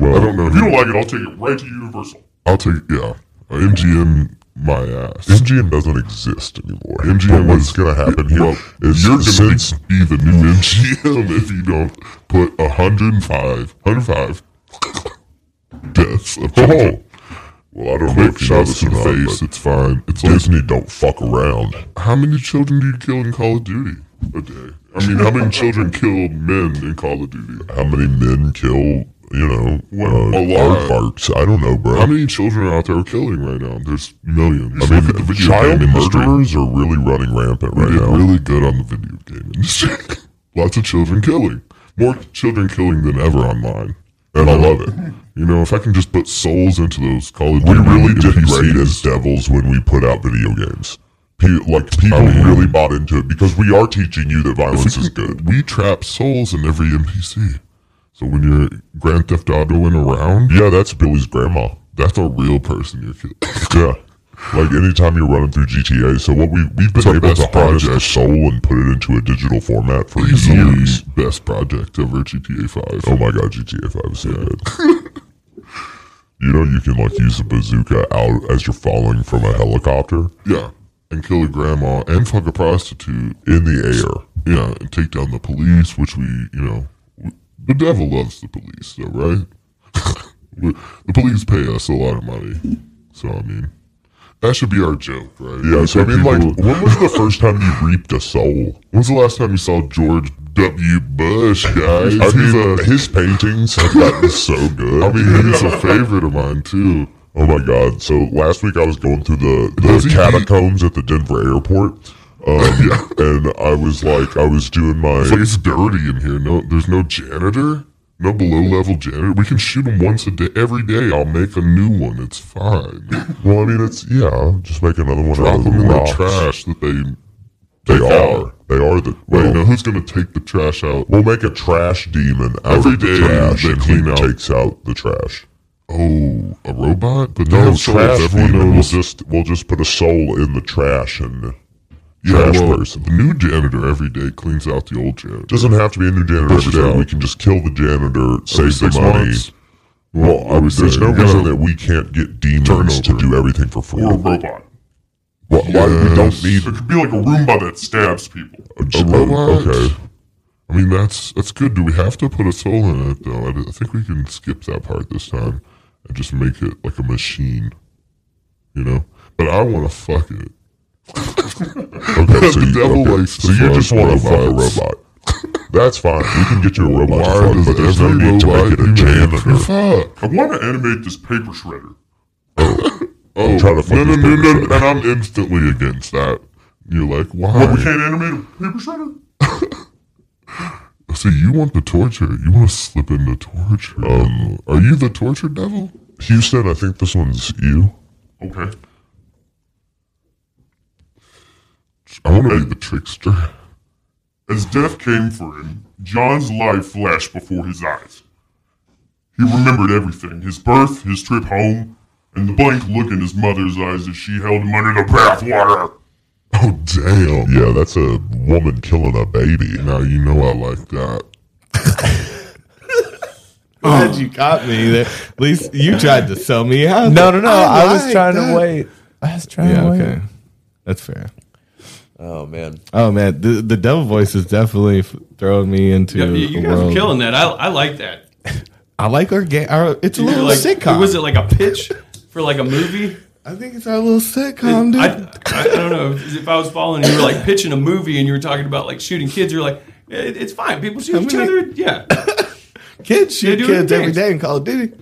[SPEAKER 7] Well, I don't know.
[SPEAKER 13] If you don't like it, I'll take it right to Universal.
[SPEAKER 7] I'll take yeah. Uh, MGM my ass. MGM doesn't exist anymore. MGM what's gonna happen here well, you're gonna be the new MGM if you don't put 105, 105 deaths of children. Well, I don't know
[SPEAKER 13] Quick
[SPEAKER 7] if you know
[SPEAKER 13] shots
[SPEAKER 7] this
[SPEAKER 13] to
[SPEAKER 7] or
[SPEAKER 13] the
[SPEAKER 7] not,
[SPEAKER 13] face,
[SPEAKER 7] but it's fine. It's Disney don't fuck around. How many children do you kill in Call of Duty a day? I mean, how many children kill men in Call of Duty?
[SPEAKER 13] How many men kill, you know,
[SPEAKER 7] Well,
[SPEAKER 13] uh,
[SPEAKER 7] a lot.
[SPEAKER 13] aardvarks? I don't know, bro.
[SPEAKER 7] How many children are out there killing right now? There's millions.
[SPEAKER 13] I mean, child murderers
[SPEAKER 7] are really running rampant
[SPEAKER 13] right now.
[SPEAKER 7] Really good on the video game industry. Lots of children killing. More children killing than ever online, and I love it. You know, if I can just put souls into those Call of
[SPEAKER 13] Mm-hmm. We
[SPEAKER 7] Duty
[SPEAKER 13] really did
[SPEAKER 7] NPCs.
[SPEAKER 13] great as devils when we put out video games. Pe- like people really bought into it because we are teaching you that violence is good.
[SPEAKER 7] We trap souls in every NPC. So when you're Grand Theft Autoing around, yeah, that's Billy's grandma. That's a real person you're killing.
[SPEAKER 13] Yeah. Like anytime you're running through GTA, so what we we've been
[SPEAKER 7] It's our
[SPEAKER 13] able to
[SPEAKER 7] best
[SPEAKER 13] harness the
[SPEAKER 7] project.
[SPEAKER 13] soul and put it into a digital format for
[SPEAKER 7] Easily
[SPEAKER 13] years.
[SPEAKER 7] best project ever, GTA Five.
[SPEAKER 13] Oh my god, GTA Five is so good. you know you can like use a bazooka out as you're falling from a helicopter.
[SPEAKER 7] Yeah, and kill a grandma and fuck a prostitute in the air. Yeah, and take down the police, which we, you know, w- the devil loves the police, though, right? We- the police pay us a lot of money, so I mean, that should be our joke, right?
[SPEAKER 13] Yeah, so I mean, like, when was the first time you reaped a soul?
[SPEAKER 7] When's the last time you saw George W. Bush, guys?
[SPEAKER 13] I
[SPEAKER 7] He's
[SPEAKER 13] mean,
[SPEAKER 7] a-
[SPEAKER 13] his paintings have gotten so good.
[SPEAKER 7] I mean, he's a favorite of mine too.
[SPEAKER 13] Oh my god! So last week I was going through the
[SPEAKER 7] Does
[SPEAKER 13] the
[SPEAKER 7] he-
[SPEAKER 13] catacombs at the Denver airport. Um, yeah, and I was like, I was doing my.
[SPEAKER 7] It's like it's dirty in here. No, there's no janitor, no below level janitor. We can shoot him once a day, every day. I'll make a new one. It's fine.
[SPEAKER 13] well, I mean, it's yeah. Just make another one out
[SPEAKER 7] Drop
[SPEAKER 13] of
[SPEAKER 7] them in
[SPEAKER 13] rocks.
[SPEAKER 7] the trash that they
[SPEAKER 13] They
[SPEAKER 7] take
[SPEAKER 13] are.
[SPEAKER 7] out.
[SPEAKER 13] They are the.
[SPEAKER 7] Wait,
[SPEAKER 13] Well,
[SPEAKER 7] now who's gonna take the trash out?
[SPEAKER 13] we'll make a trash demon out
[SPEAKER 7] Every
[SPEAKER 13] of the
[SPEAKER 7] day
[SPEAKER 13] trash,
[SPEAKER 7] they
[SPEAKER 13] and
[SPEAKER 7] clean
[SPEAKER 13] he
[SPEAKER 7] out-
[SPEAKER 13] takes out the trash.
[SPEAKER 7] Oh, a robot? But they
[SPEAKER 13] No
[SPEAKER 7] have souls.
[SPEAKER 13] trash.
[SPEAKER 7] Everyone
[SPEAKER 13] demon.
[SPEAKER 7] knows.
[SPEAKER 13] We'll just we'll just put a soul in the trash and
[SPEAKER 7] Yeah,
[SPEAKER 13] trash
[SPEAKER 7] well,
[SPEAKER 13] person.
[SPEAKER 7] the new janitor every day cleans out the old janitor.
[SPEAKER 13] Doesn't have to be a new janitor
[SPEAKER 7] Push
[SPEAKER 13] every
[SPEAKER 7] it
[SPEAKER 13] day.
[SPEAKER 7] out.
[SPEAKER 13] We can just kill the janitor, save the
[SPEAKER 7] six
[SPEAKER 13] money.
[SPEAKER 7] months.
[SPEAKER 13] Well, I was there's
[SPEAKER 7] say,
[SPEAKER 13] no
[SPEAKER 7] you gotta
[SPEAKER 13] reason that we can't get demons to do everything for free.
[SPEAKER 7] Or a robot.
[SPEAKER 13] Well, why we don't
[SPEAKER 7] Yes.
[SPEAKER 13] need
[SPEAKER 7] It
[SPEAKER 13] a,
[SPEAKER 7] could be like a Roomba that stabs people.
[SPEAKER 13] a robot? Okay.
[SPEAKER 7] I mean, that's that's good. Do we have to put a soul in it though? I, I think we can skip that part this time and just make it like a machine, you know. But I want to fuck it.
[SPEAKER 13] Okay, so
[SPEAKER 7] the
[SPEAKER 13] you,
[SPEAKER 7] devil
[SPEAKER 13] okay,
[SPEAKER 7] likes
[SPEAKER 13] so
[SPEAKER 7] to
[SPEAKER 13] you
[SPEAKER 7] fuck
[SPEAKER 13] just want to fuck a
[SPEAKER 7] robots.
[SPEAKER 13] robot. That's fine. We can get you a robot to
[SPEAKER 7] Why
[SPEAKER 13] fuck,
[SPEAKER 7] does
[SPEAKER 13] but there's no
[SPEAKER 7] every
[SPEAKER 13] need to make
[SPEAKER 7] robot
[SPEAKER 13] it a
[SPEAKER 7] you
[SPEAKER 13] janitor.
[SPEAKER 7] fuck?
[SPEAKER 13] I want to animate this paper shredder.
[SPEAKER 7] Oh,
[SPEAKER 13] I'm trying to fuck
[SPEAKER 7] no, no,
[SPEAKER 13] this
[SPEAKER 7] no,
[SPEAKER 13] paper
[SPEAKER 7] no,
[SPEAKER 13] shredder.
[SPEAKER 7] and I'm instantly against that. You're like, why?
[SPEAKER 13] Well, we can't animate a paper shredder?
[SPEAKER 7] See, you want the torture. You want to slip into torture. Um, are you the torture devil?
[SPEAKER 13] Houston, I think this one's you.
[SPEAKER 7] Okay. I want to be the trickster.
[SPEAKER 13] As death came for him, John's life flashed before his eyes. He remembered everything his birth, his trip home, and the blank look in his mother's eyes as she held him under the bathwater.
[SPEAKER 7] Oh, damn. Yeah, that's a woman killing a baby. Now, you know I like that.
[SPEAKER 2] Oh.
[SPEAKER 4] glad you got me. there. At least you tried to sell me out.
[SPEAKER 2] No, no, no. I, was
[SPEAKER 4] like
[SPEAKER 2] trying
[SPEAKER 4] that.
[SPEAKER 2] to wait. I was trying
[SPEAKER 4] Yeah,
[SPEAKER 2] to wait.
[SPEAKER 4] okay. That's fair.
[SPEAKER 14] Oh man.
[SPEAKER 4] Oh man, the, the devil voice is definitely f- throwing me into.
[SPEAKER 3] Yeah, you
[SPEAKER 4] a
[SPEAKER 3] guys are
[SPEAKER 4] world.
[SPEAKER 3] killing that. I, I like that.
[SPEAKER 4] I like our game. Our, it's a
[SPEAKER 3] You
[SPEAKER 4] little
[SPEAKER 3] like,
[SPEAKER 4] sitcom.
[SPEAKER 3] Was it like a pitch for like a movie?
[SPEAKER 4] I think it's our little sitcom, Um, dude.
[SPEAKER 3] I, I, I don't know. If I was following, you you were like pitching a movie, and you were talking about like shooting kids. You're like, it, it's fine. People shoot
[SPEAKER 4] How
[SPEAKER 3] each
[SPEAKER 4] many-
[SPEAKER 3] other. Yeah,
[SPEAKER 4] kids shoot
[SPEAKER 3] do
[SPEAKER 4] kids
[SPEAKER 3] it in
[SPEAKER 4] every
[SPEAKER 3] games.
[SPEAKER 4] day in Call of Duty.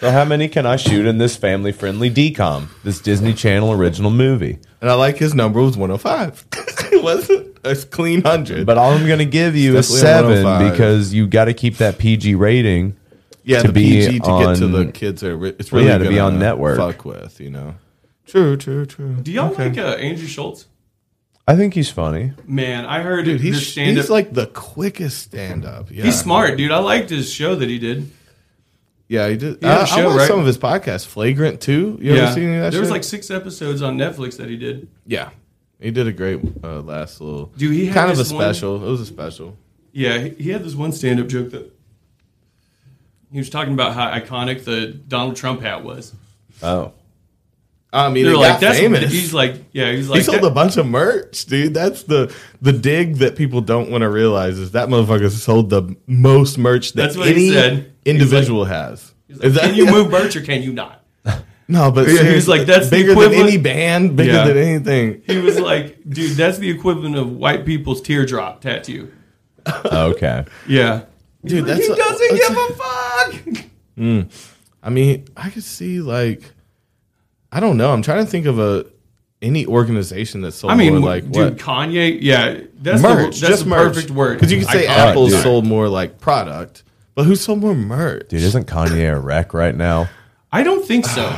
[SPEAKER 2] So how many can I shoot in this family-friendly decom? This Disney Channel original movie.
[SPEAKER 4] And I like his number was 105. it wasn't a clean 100.
[SPEAKER 2] But all I'm going to give you is
[SPEAKER 4] Definitely a
[SPEAKER 2] seven
[SPEAKER 4] 105.
[SPEAKER 2] because you got to keep that PG rating.
[SPEAKER 4] yeah,
[SPEAKER 2] to
[SPEAKER 4] the
[SPEAKER 2] be
[SPEAKER 4] PG to get to the
[SPEAKER 2] on-
[SPEAKER 4] kids are re- it's really
[SPEAKER 2] yeah, to be
[SPEAKER 4] gonna
[SPEAKER 2] on network.
[SPEAKER 4] Fuck with you know. True, true, true.
[SPEAKER 3] Do y'all
[SPEAKER 4] Okay.
[SPEAKER 3] like uh, Andrew Schultz?
[SPEAKER 2] I think he's funny.
[SPEAKER 3] Man, I heard
[SPEAKER 4] Dude,
[SPEAKER 3] he's
[SPEAKER 4] he's
[SPEAKER 3] this stand
[SPEAKER 4] he's
[SPEAKER 3] up.
[SPEAKER 4] like the quickest stand up. Yeah.
[SPEAKER 3] He's smart, dude. I liked his show that he did.
[SPEAKER 4] Yeah, he did.
[SPEAKER 3] He had a
[SPEAKER 4] I, I
[SPEAKER 3] show,
[SPEAKER 4] watched
[SPEAKER 3] right?
[SPEAKER 4] some of his podcasts. Flagrant too. You ever seen any of that?
[SPEAKER 3] there was
[SPEAKER 4] shit?
[SPEAKER 3] like six episodes on Netflix that he did.
[SPEAKER 4] yeah, he did a great uh, last little.
[SPEAKER 3] Dude, he had
[SPEAKER 4] kind of a
[SPEAKER 3] this one-
[SPEAKER 4] special. It was a special.
[SPEAKER 3] Yeah, he he had this one stand up joke that he was talking about how iconic the Donald Trump hat was.
[SPEAKER 2] Oh,
[SPEAKER 4] I mean,
[SPEAKER 3] They're
[SPEAKER 4] it
[SPEAKER 3] like,
[SPEAKER 4] got
[SPEAKER 3] that's
[SPEAKER 4] famous.
[SPEAKER 3] he's like, yeah, he's
[SPEAKER 4] he
[SPEAKER 3] like,
[SPEAKER 4] sold
[SPEAKER 3] that-
[SPEAKER 4] a bunch of merch, dude. That's the the dig that people don't want to realize is that motherfucker sold the most merch that
[SPEAKER 3] That's what
[SPEAKER 4] any
[SPEAKER 3] he said.
[SPEAKER 4] individual has.
[SPEAKER 3] he's like,
[SPEAKER 4] is that
[SPEAKER 3] can you move merch or can you not?
[SPEAKER 4] No, but
[SPEAKER 3] Yeah,
[SPEAKER 4] seriously,
[SPEAKER 3] he's like, that's the
[SPEAKER 4] bigger than
[SPEAKER 3] equivalent-
[SPEAKER 4] any band, bigger
[SPEAKER 3] Yeah.
[SPEAKER 4] than anything.
[SPEAKER 3] He was like, dude, that's the equivalent of white people's teardrop tattoo.
[SPEAKER 2] okay.
[SPEAKER 3] Yeah,
[SPEAKER 4] Dude, that's
[SPEAKER 3] he
[SPEAKER 4] what-
[SPEAKER 3] doesn't
[SPEAKER 4] that's-
[SPEAKER 3] give a fuck.
[SPEAKER 4] I mean, I could see like, I don't know. I'm trying to think of a any organization that sold
[SPEAKER 3] I mean,
[SPEAKER 4] more Oh, like
[SPEAKER 3] dude,
[SPEAKER 4] what
[SPEAKER 3] Kanye, yeah, that's
[SPEAKER 4] merch.
[SPEAKER 3] the, that's
[SPEAKER 4] just
[SPEAKER 3] the
[SPEAKER 4] merch.
[SPEAKER 3] perfect word
[SPEAKER 4] because you could say
[SPEAKER 3] Iconic.
[SPEAKER 4] Apple
[SPEAKER 2] dude.
[SPEAKER 4] sold more like product, but who sold more merch?
[SPEAKER 2] Dude, isn't Kanye a wreck right now?
[SPEAKER 3] I don't think so.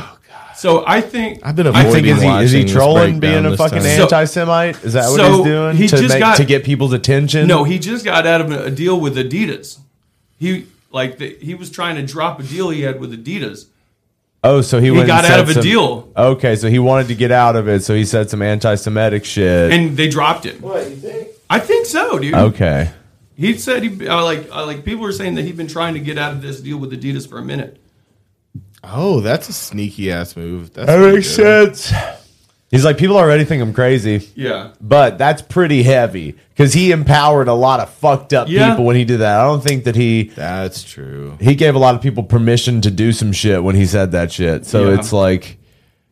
[SPEAKER 3] so I think
[SPEAKER 4] Oh, I've been
[SPEAKER 3] I
[SPEAKER 2] Think
[SPEAKER 4] avoiding
[SPEAKER 2] is he, is
[SPEAKER 4] watching
[SPEAKER 2] he
[SPEAKER 4] this
[SPEAKER 2] trolling,
[SPEAKER 4] breakdown
[SPEAKER 2] being a
[SPEAKER 4] this
[SPEAKER 2] fucking
[SPEAKER 4] time.
[SPEAKER 3] So-
[SPEAKER 2] anti-Semite? Is that what
[SPEAKER 3] so
[SPEAKER 2] he's doing
[SPEAKER 3] he
[SPEAKER 2] to
[SPEAKER 3] just
[SPEAKER 2] make,
[SPEAKER 3] got-
[SPEAKER 2] to get people's attention?
[SPEAKER 3] No, he just got out of a, a deal with Adidas. He like the, he was trying to drop a deal he had with Adidas.
[SPEAKER 2] Oh, so he, went and
[SPEAKER 3] got out
[SPEAKER 2] said
[SPEAKER 3] of a
[SPEAKER 2] some-
[SPEAKER 3] deal.
[SPEAKER 2] Okay, so he wanted to get out of it, so he said some anti-Semitic shit.
[SPEAKER 3] and they dropped him. What you think? I think so, dude.
[SPEAKER 2] okay,
[SPEAKER 3] He said he uh, like uh, like people were saying that he'd been trying to get out of this deal with Adidas for a minute.
[SPEAKER 4] Oh, that's a sneaky ass move. That's
[SPEAKER 2] that
[SPEAKER 4] pretty
[SPEAKER 2] makes
[SPEAKER 4] good.
[SPEAKER 2] sense. He's like, people already think I'm crazy.
[SPEAKER 3] Yeah,
[SPEAKER 2] But that's pretty heavy because he empowered a lot of fucked up
[SPEAKER 3] Yeah.
[SPEAKER 2] people when he did that. I don't think that he
[SPEAKER 4] That's true.
[SPEAKER 2] he gave a lot of people permission to do some shit when he said that shit. So
[SPEAKER 3] Yeah. Hmm.
[SPEAKER 2] it's like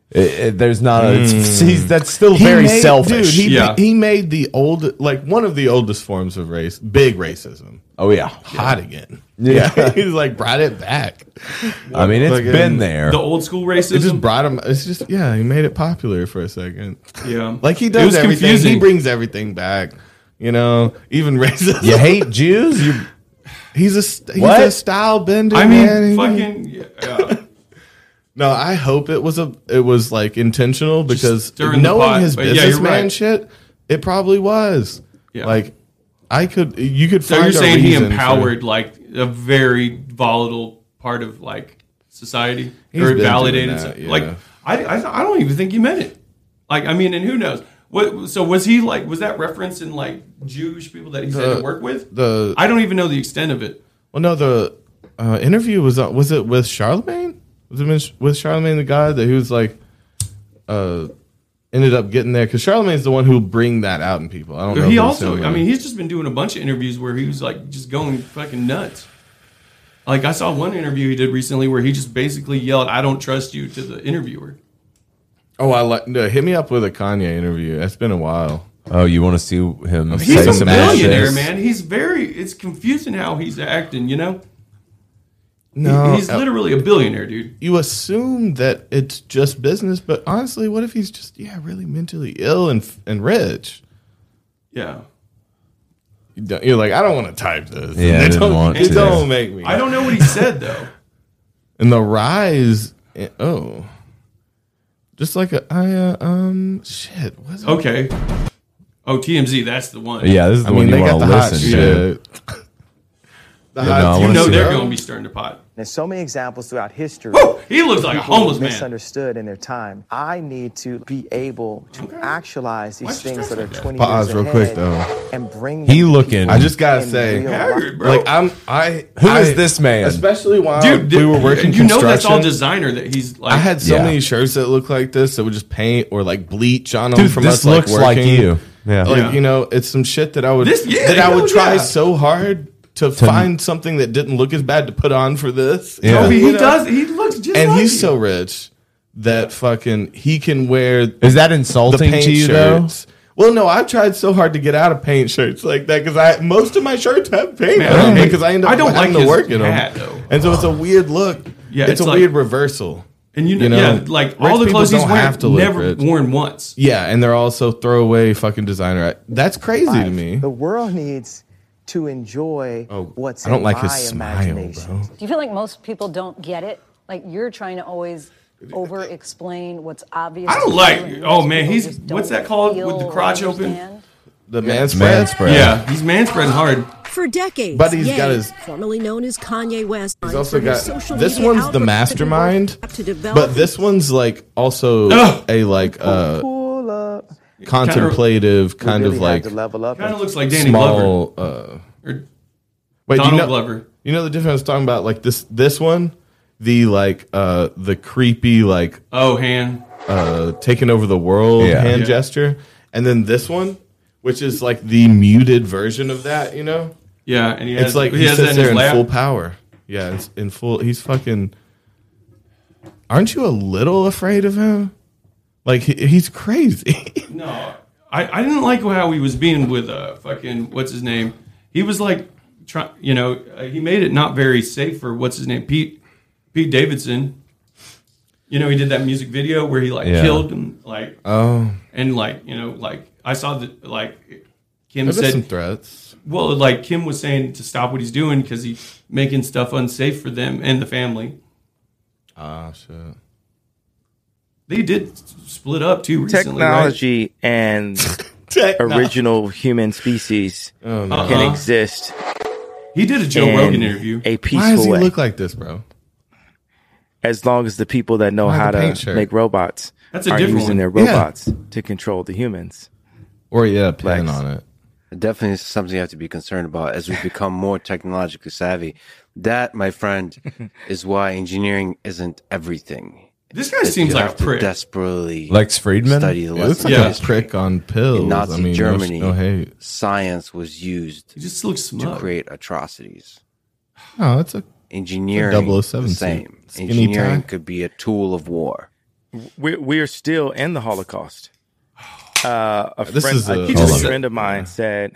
[SPEAKER 2] it, it- there's not a, it's, he's, that's still very
[SPEAKER 4] made,
[SPEAKER 2] selfish.
[SPEAKER 4] Dude, he,
[SPEAKER 3] Yeah.
[SPEAKER 4] he made the old like one of the oldest forms of race, big racism,
[SPEAKER 2] oh yeah,
[SPEAKER 4] hot again.
[SPEAKER 2] Yeah.
[SPEAKER 4] he's like brought it back.
[SPEAKER 2] I mean it's
[SPEAKER 4] Fucking-
[SPEAKER 2] been there.
[SPEAKER 3] the old school
[SPEAKER 4] It just
[SPEAKER 3] racism.
[SPEAKER 4] brought him. It's just yeah, he made it popular for a second.
[SPEAKER 3] yeah,
[SPEAKER 4] Like he
[SPEAKER 3] It
[SPEAKER 4] does
[SPEAKER 3] was
[SPEAKER 4] everything. He
[SPEAKER 3] confusing.
[SPEAKER 4] brings everything back. You know, even racism.
[SPEAKER 2] you hate Jews? You
[SPEAKER 4] He's a st- he's
[SPEAKER 2] What?
[SPEAKER 4] a style bender.
[SPEAKER 3] I mean,
[SPEAKER 4] man.
[SPEAKER 3] fucking yeah, yeah.
[SPEAKER 4] No, I hope it was a it was like intentional because
[SPEAKER 3] stirring the
[SPEAKER 4] knowing
[SPEAKER 3] pot.
[SPEAKER 4] his
[SPEAKER 3] But yeah, you're
[SPEAKER 4] businessman
[SPEAKER 3] right.
[SPEAKER 4] shit, it probably was.
[SPEAKER 3] Yeah.
[SPEAKER 4] Like I could you could
[SPEAKER 3] So
[SPEAKER 4] find
[SPEAKER 3] you're
[SPEAKER 4] a
[SPEAKER 3] saying he
[SPEAKER 4] reason for-
[SPEAKER 3] empowered like a very volatile part of like society
[SPEAKER 4] He's
[SPEAKER 3] or
[SPEAKER 4] been doing
[SPEAKER 3] validated
[SPEAKER 4] that, yeah.
[SPEAKER 3] like I, I I don't even think he meant it. Like I mean, and who knows? What so was he like? Was that reference in like Jewish people that he's had
[SPEAKER 4] The-
[SPEAKER 3] to work with?
[SPEAKER 4] the
[SPEAKER 3] I don't even know the extent of it.
[SPEAKER 4] well no the uh, interview was on, was it with Charlemagne? Was it mis- with Charlemagne the guy that he was like uh ended up getting there because Charlemagne's the one who bring that out in people. I don't know.
[SPEAKER 3] he
[SPEAKER 4] if it was
[SPEAKER 3] also,
[SPEAKER 4] him or-
[SPEAKER 3] I mean, he's just been doing a bunch of interviews where he was like just going fucking nuts. Like I saw one interview he did recently where he just basically yelled, "I don't trust you" to the interviewer.
[SPEAKER 4] oh I like no, hit me up with a Kanye interview. It's been a while.
[SPEAKER 2] oh, you want to see him?
[SPEAKER 3] He's
[SPEAKER 2] say
[SPEAKER 3] a
[SPEAKER 2] some
[SPEAKER 3] millionaire,
[SPEAKER 2] shit?
[SPEAKER 3] man. He's very. It's confusing how he's acting. You know,
[SPEAKER 4] No,
[SPEAKER 3] He- he's
[SPEAKER 4] uh,
[SPEAKER 3] literally a billionaire, dude.
[SPEAKER 4] you assume that it's just business, but honestly, what if he's just yeah, really mentally ill and and rich?
[SPEAKER 3] Yeah,
[SPEAKER 4] You don't- You're like, I don't want to type this.
[SPEAKER 2] Yeah, I
[SPEAKER 4] it
[SPEAKER 2] didn't
[SPEAKER 4] don't,
[SPEAKER 2] want
[SPEAKER 4] it
[SPEAKER 2] to.
[SPEAKER 4] don't make me.
[SPEAKER 3] I don't know what he said though.
[SPEAKER 4] And the rise, eh, oh, just like a I uh, um shit. What's it?
[SPEAKER 3] Okay. Oh, TMZ, that's the one.
[SPEAKER 2] Yeah, this is the
[SPEAKER 4] I
[SPEAKER 2] one
[SPEAKER 4] mean,
[SPEAKER 2] you
[SPEAKER 4] they
[SPEAKER 2] want
[SPEAKER 4] got the
[SPEAKER 2] to
[SPEAKER 4] hot
[SPEAKER 2] listen to.
[SPEAKER 4] shit. The
[SPEAKER 2] no, I
[SPEAKER 4] hot
[SPEAKER 2] wanna
[SPEAKER 3] you know
[SPEAKER 2] see
[SPEAKER 3] they're
[SPEAKER 2] that.
[SPEAKER 3] going to be stirring the pot. Oh,
[SPEAKER 19] There's so many examples throughout history.
[SPEAKER 3] He looks like a
[SPEAKER 19] people
[SPEAKER 3] homeless man.
[SPEAKER 19] Misunderstood in their time. I need to be able to actualize these things that are 20
[SPEAKER 4] Pause
[SPEAKER 19] years
[SPEAKER 4] real
[SPEAKER 19] ahead
[SPEAKER 4] quick though.
[SPEAKER 19] and bring.
[SPEAKER 4] He
[SPEAKER 19] them to
[SPEAKER 4] looking.
[SPEAKER 19] people
[SPEAKER 4] I just gotta
[SPEAKER 19] in
[SPEAKER 4] say,
[SPEAKER 19] real life.
[SPEAKER 4] like I'm. I
[SPEAKER 2] Who
[SPEAKER 4] I-
[SPEAKER 2] is this man?
[SPEAKER 4] Especially while
[SPEAKER 2] Dude,
[SPEAKER 4] we were working.
[SPEAKER 3] You know that's all
[SPEAKER 4] construction.
[SPEAKER 3] designer that he's like.
[SPEAKER 4] I had so
[SPEAKER 3] Yeah.
[SPEAKER 4] many shirts that looked like this that would just paint or like bleach on them
[SPEAKER 2] Dude,
[SPEAKER 4] from
[SPEAKER 2] this
[SPEAKER 4] us.
[SPEAKER 2] looks
[SPEAKER 4] like
[SPEAKER 2] like
[SPEAKER 4] working.
[SPEAKER 2] you. Yeah.
[SPEAKER 4] like
[SPEAKER 2] Yeah.
[SPEAKER 4] you know, it's some shit that I would
[SPEAKER 2] This- yeah,
[SPEAKER 4] that I would
[SPEAKER 2] hell
[SPEAKER 4] try
[SPEAKER 2] yeah.
[SPEAKER 4] so hard to, find something that didn't look as bad to put on for this.
[SPEAKER 2] Yeah. Toby,
[SPEAKER 4] You
[SPEAKER 2] he
[SPEAKER 4] know?
[SPEAKER 3] does- oh, he looks just
[SPEAKER 4] and
[SPEAKER 3] like
[SPEAKER 4] he's
[SPEAKER 3] you.
[SPEAKER 4] so rich that fucking he can wear.
[SPEAKER 2] Is that insulting to you, though?
[SPEAKER 4] though? Well, no, I've tried so hard to get out of paint shirts like that because I most of my shirts have paint
[SPEAKER 3] Man, I
[SPEAKER 4] on
[SPEAKER 3] don't
[SPEAKER 4] them
[SPEAKER 3] like-
[SPEAKER 4] because I end up
[SPEAKER 3] I don't
[SPEAKER 4] having
[SPEAKER 3] like
[SPEAKER 4] to
[SPEAKER 3] his
[SPEAKER 4] work in
[SPEAKER 3] hat,
[SPEAKER 4] them,
[SPEAKER 3] though.
[SPEAKER 4] and so it's a weird look.
[SPEAKER 3] Yeah,
[SPEAKER 4] it's,
[SPEAKER 3] it's
[SPEAKER 4] a
[SPEAKER 3] like-
[SPEAKER 4] weird reversal.
[SPEAKER 3] And you know, yeah, like all
[SPEAKER 4] rich
[SPEAKER 3] the
[SPEAKER 4] people
[SPEAKER 3] clothes he's
[SPEAKER 4] don't
[SPEAKER 3] wearing,
[SPEAKER 4] have to look
[SPEAKER 3] never
[SPEAKER 4] rich.
[SPEAKER 3] worn once.
[SPEAKER 4] Yeah, and they're also throwaway fucking designer. That's crazy to
[SPEAKER 19] life.
[SPEAKER 4] me.
[SPEAKER 19] The world needs to enjoy
[SPEAKER 2] Oh.
[SPEAKER 19] what's
[SPEAKER 4] I don't
[SPEAKER 19] in
[SPEAKER 4] like
[SPEAKER 19] my
[SPEAKER 4] his smile,
[SPEAKER 19] imagination.
[SPEAKER 4] bro.
[SPEAKER 20] Do you feel like most people don't get it? Like you're trying to always over explain what's obvious.
[SPEAKER 3] I
[SPEAKER 20] to
[SPEAKER 3] don't
[SPEAKER 20] you
[SPEAKER 3] like.
[SPEAKER 20] and
[SPEAKER 3] Oh
[SPEAKER 20] most
[SPEAKER 3] man,
[SPEAKER 20] people
[SPEAKER 3] he's
[SPEAKER 20] just don't
[SPEAKER 3] what's that called with the
[SPEAKER 20] feel or
[SPEAKER 3] crotch open?
[SPEAKER 20] understand.
[SPEAKER 4] The man spread.
[SPEAKER 3] spread. Yeah, he's man spreading hard.
[SPEAKER 21] For decades,
[SPEAKER 4] But he's
[SPEAKER 21] Ye,
[SPEAKER 4] got his-
[SPEAKER 21] formerly known as Kanye West.
[SPEAKER 4] He's also
[SPEAKER 21] from his
[SPEAKER 4] got
[SPEAKER 21] social
[SPEAKER 4] this
[SPEAKER 21] media
[SPEAKER 4] one's the
[SPEAKER 21] algorithm
[SPEAKER 4] mastermind,
[SPEAKER 21] to develop
[SPEAKER 4] but this one's like also a like uh contemplative kind
[SPEAKER 19] really
[SPEAKER 4] of like
[SPEAKER 19] had to level up.
[SPEAKER 3] Kinda looks like Danny
[SPEAKER 4] small, Uh,
[SPEAKER 3] Or
[SPEAKER 4] wait, do
[SPEAKER 3] Donald
[SPEAKER 4] you know,
[SPEAKER 3] Glover.
[SPEAKER 4] You know the difference? Talking about like this this one, the like uh the creepy like
[SPEAKER 3] oh hand
[SPEAKER 4] uh taking over the world
[SPEAKER 2] Yeah.
[SPEAKER 4] hand
[SPEAKER 2] Yeah.
[SPEAKER 4] gesture, and then this one, which is like the muted version of that. You know?
[SPEAKER 3] Yeah, and he has-
[SPEAKER 4] it's like
[SPEAKER 3] he
[SPEAKER 4] he,
[SPEAKER 3] has that
[SPEAKER 4] sits
[SPEAKER 3] in
[SPEAKER 4] there
[SPEAKER 3] his
[SPEAKER 4] in
[SPEAKER 3] lap.
[SPEAKER 4] full power. Yeah, it's in full. He's fucking. Aren't you a little afraid of him? Like he, he's crazy.
[SPEAKER 3] No, I, I didn't like how he was being with uh fucking what's his name. He was like, try, you know, uh, he made it not very safe for what's his name Pete Pete Davidson. You know, he did that music video where he like
[SPEAKER 4] Yeah.
[SPEAKER 3] killed him, like
[SPEAKER 4] Oh.
[SPEAKER 3] and like you know, like I saw that like Kim
[SPEAKER 4] There was
[SPEAKER 3] said
[SPEAKER 4] some threats.
[SPEAKER 3] Well, like Kim was saying to stop what he's doing because he's making stuff unsafe for them and the family.
[SPEAKER 4] Ah shit.
[SPEAKER 3] They did s- split up too recently. right?
[SPEAKER 22] Technology and
[SPEAKER 3] Techno-
[SPEAKER 22] original human species
[SPEAKER 3] no.
[SPEAKER 22] can
[SPEAKER 3] Uh-huh.
[SPEAKER 22] exist.
[SPEAKER 3] He did a Joe
[SPEAKER 22] in
[SPEAKER 3] Rogan interview.
[SPEAKER 22] A peaceful
[SPEAKER 4] Why does he
[SPEAKER 22] way.
[SPEAKER 4] look like this, bro?
[SPEAKER 22] as long as the people that know
[SPEAKER 4] Why the
[SPEAKER 22] how to
[SPEAKER 4] paint shirt?
[SPEAKER 22] make robots
[SPEAKER 4] That's a
[SPEAKER 22] are
[SPEAKER 4] different
[SPEAKER 22] using
[SPEAKER 4] one.
[SPEAKER 22] their
[SPEAKER 4] Yeah.
[SPEAKER 22] robots to control the humans.
[SPEAKER 4] Or yeah, plan on it.
[SPEAKER 23] Definitely is something you have to be concerned about as we become more technologically savvy. That, my friend, is why engineering isn't everything.
[SPEAKER 3] This guy
[SPEAKER 23] That
[SPEAKER 3] seems
[SPEAKER 23] you
[SPEAKER 3] like a
[SPEAKER 23] have to
[SPEAKER 3] prick.
[SPEAKER 23] Desperately,
[SPEAKER 2] Lex Friedman?
[SPEAKER 23] Study the
[SPEAKER 2] Yeah, this
[SPEAKER 23] lessons of
[SPEAKER 2] guy's a
[SPEAKER 23] history.
[SPEAKER 4] prick on pills.
[SPEAKER 23] In Nazi
[SPEAKER 4] I mean, no sh-
[SPEAKER 23] Germany,
[SPEAKER 4] no hate.
[SPEAKER 23] science was used
[SPEAKER 3] just looks
[SPEAKER 23] to
[SPEAKER 3] smug.
[SPEAKER 23] create atrocities.
[SPEAKER 4] No, it's a
[SPEAKER 23] Engineering,
[SPEAKER 4] It's a
[SPEAKER 23] the
[SPEAKER 4] 007 suit.
[SPEAKER 23] same.
[SPEAKER 4] Skinny
[SPEAKER 23] Engineering
[SPEAKER 4] tie.
[SPEAKER 23] could be a tool of war.
[SPEAKER 22] We're, we're still in the Holocaust. Uh, a
[SPEAKER 23] This
[SPEAKER 22] friend,
[SPEAKER 23] is a-
[SPEAKER 22] a,
[SPEAKER 23] Hold on.
[SPEAKER 22] teacher friend of mine said,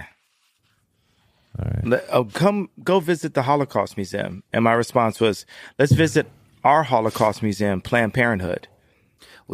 [SPEAKER 22] "Let- oh, "Come, go visit the Holocaust Museum." And my response was, "Let's visit our Holocaust Museum, Planned Parenthood."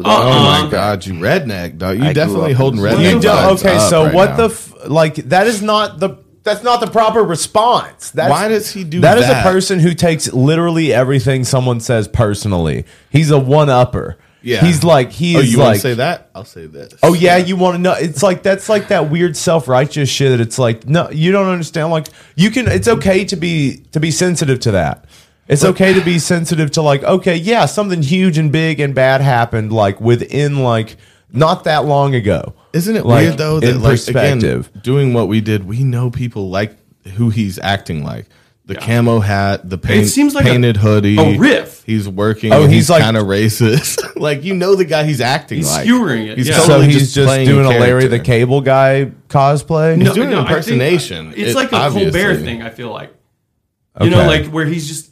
[SPEAKER 4] oh my god, you redneck dog! You
[SPEAKER 22] I grew
[SPEAKER 4] definitely
[SPEAKER 22] up
[SPEAKER 4] holding
[SPEAKER 22] in this-
[SPEAKER 4] redneck.
[SPEAKER 22] You don't-
[SPEAKER 4] vibes
[SPEAKER 2] okay,
[SPEAKER 4] up
[SPEAKER 2] so
[SPEAKER 4] right
[SPEAKER 2] what
[SPEAKER 4] now. Oh,
[SPEAKER 2] the f- like? That is not the that's not the proper response. That's,
[SPEAKER 4] Why does he do
[SPEAKER 2] That is a
[SPEAKER 4] that?
[SPEAKER 2] person who takes literally everything someone says personally. He's a one upper.
[SPEAKER 4] Yeah.
[SPEAKER 2] he's like he
[SPEAKER 4] Oh,
[SPEAKER 2] is
[SPEAKER 4] you wanna
[SPEAKER 2] like
[SPEAKER 4] say that? I'll say this.
[SPEAKER 2] Oh yeah, you want to know? It's like that's like that weird self righteous shit. That it's like no, you don't understand. Like you can, it's okay to be to be sensitive to that. It's okay to be sensitive to like okay, yeah, something huge and big and bad happened like within like not that long ago.
[SPEAKER 4] Isn't it
[SPEAKER 2] Like,
[SPEAKER 4] weird though that
[SPEAKER 2] in
[SPEAKER 4] like
[SPEAKER 2] perspective.
[SPEAKER 4] again doing what we did, we know people like who he's acting like. The camo hat, the paint,
[SPEAKER 3] seems like a-
[SPEAKER 4] painted hoodie,
[SPEAKER 3] a riff.
[SPEAKER 4] He's working.
[SPEAKER 2] Oh,
[SPEAKER 4] and
[SPEAKER 2] he's
[SPEAKER 4] he's,
[SPEAKER 2] like-
[SPEAKER 4] kind of racist. like you know the guy he's acting
[SPEAKER 3] He's
[SPEAKER 4] like.
[SPEAKER 3] skewering it,
[SPEAKER 4] He's
[SPEAKER 3] yeah.
[SPEAKER 4] totally
[SPEAKER 2] so he's just,
[SPEAKER 4] playing
[SPEAKER 2] doing a
[SPEAKER 4] character.
[SPEAKER 2] Larry the Cable Guy cosplay.
[SPEAKER 4] He's doing an
[SPEAKER 3] I think-
[SPEAKER 4] impersonation.
[SPEAKER 3] it's
[SPEAKER 4] It-
[SPEAKER 3] like a Colbert
[SPEAKER 4] obviously.
[SPEAKER 3] thing. I feel like, you know,
[SPEAKER 2] Okay.
[SPEAKER 3] like where he's just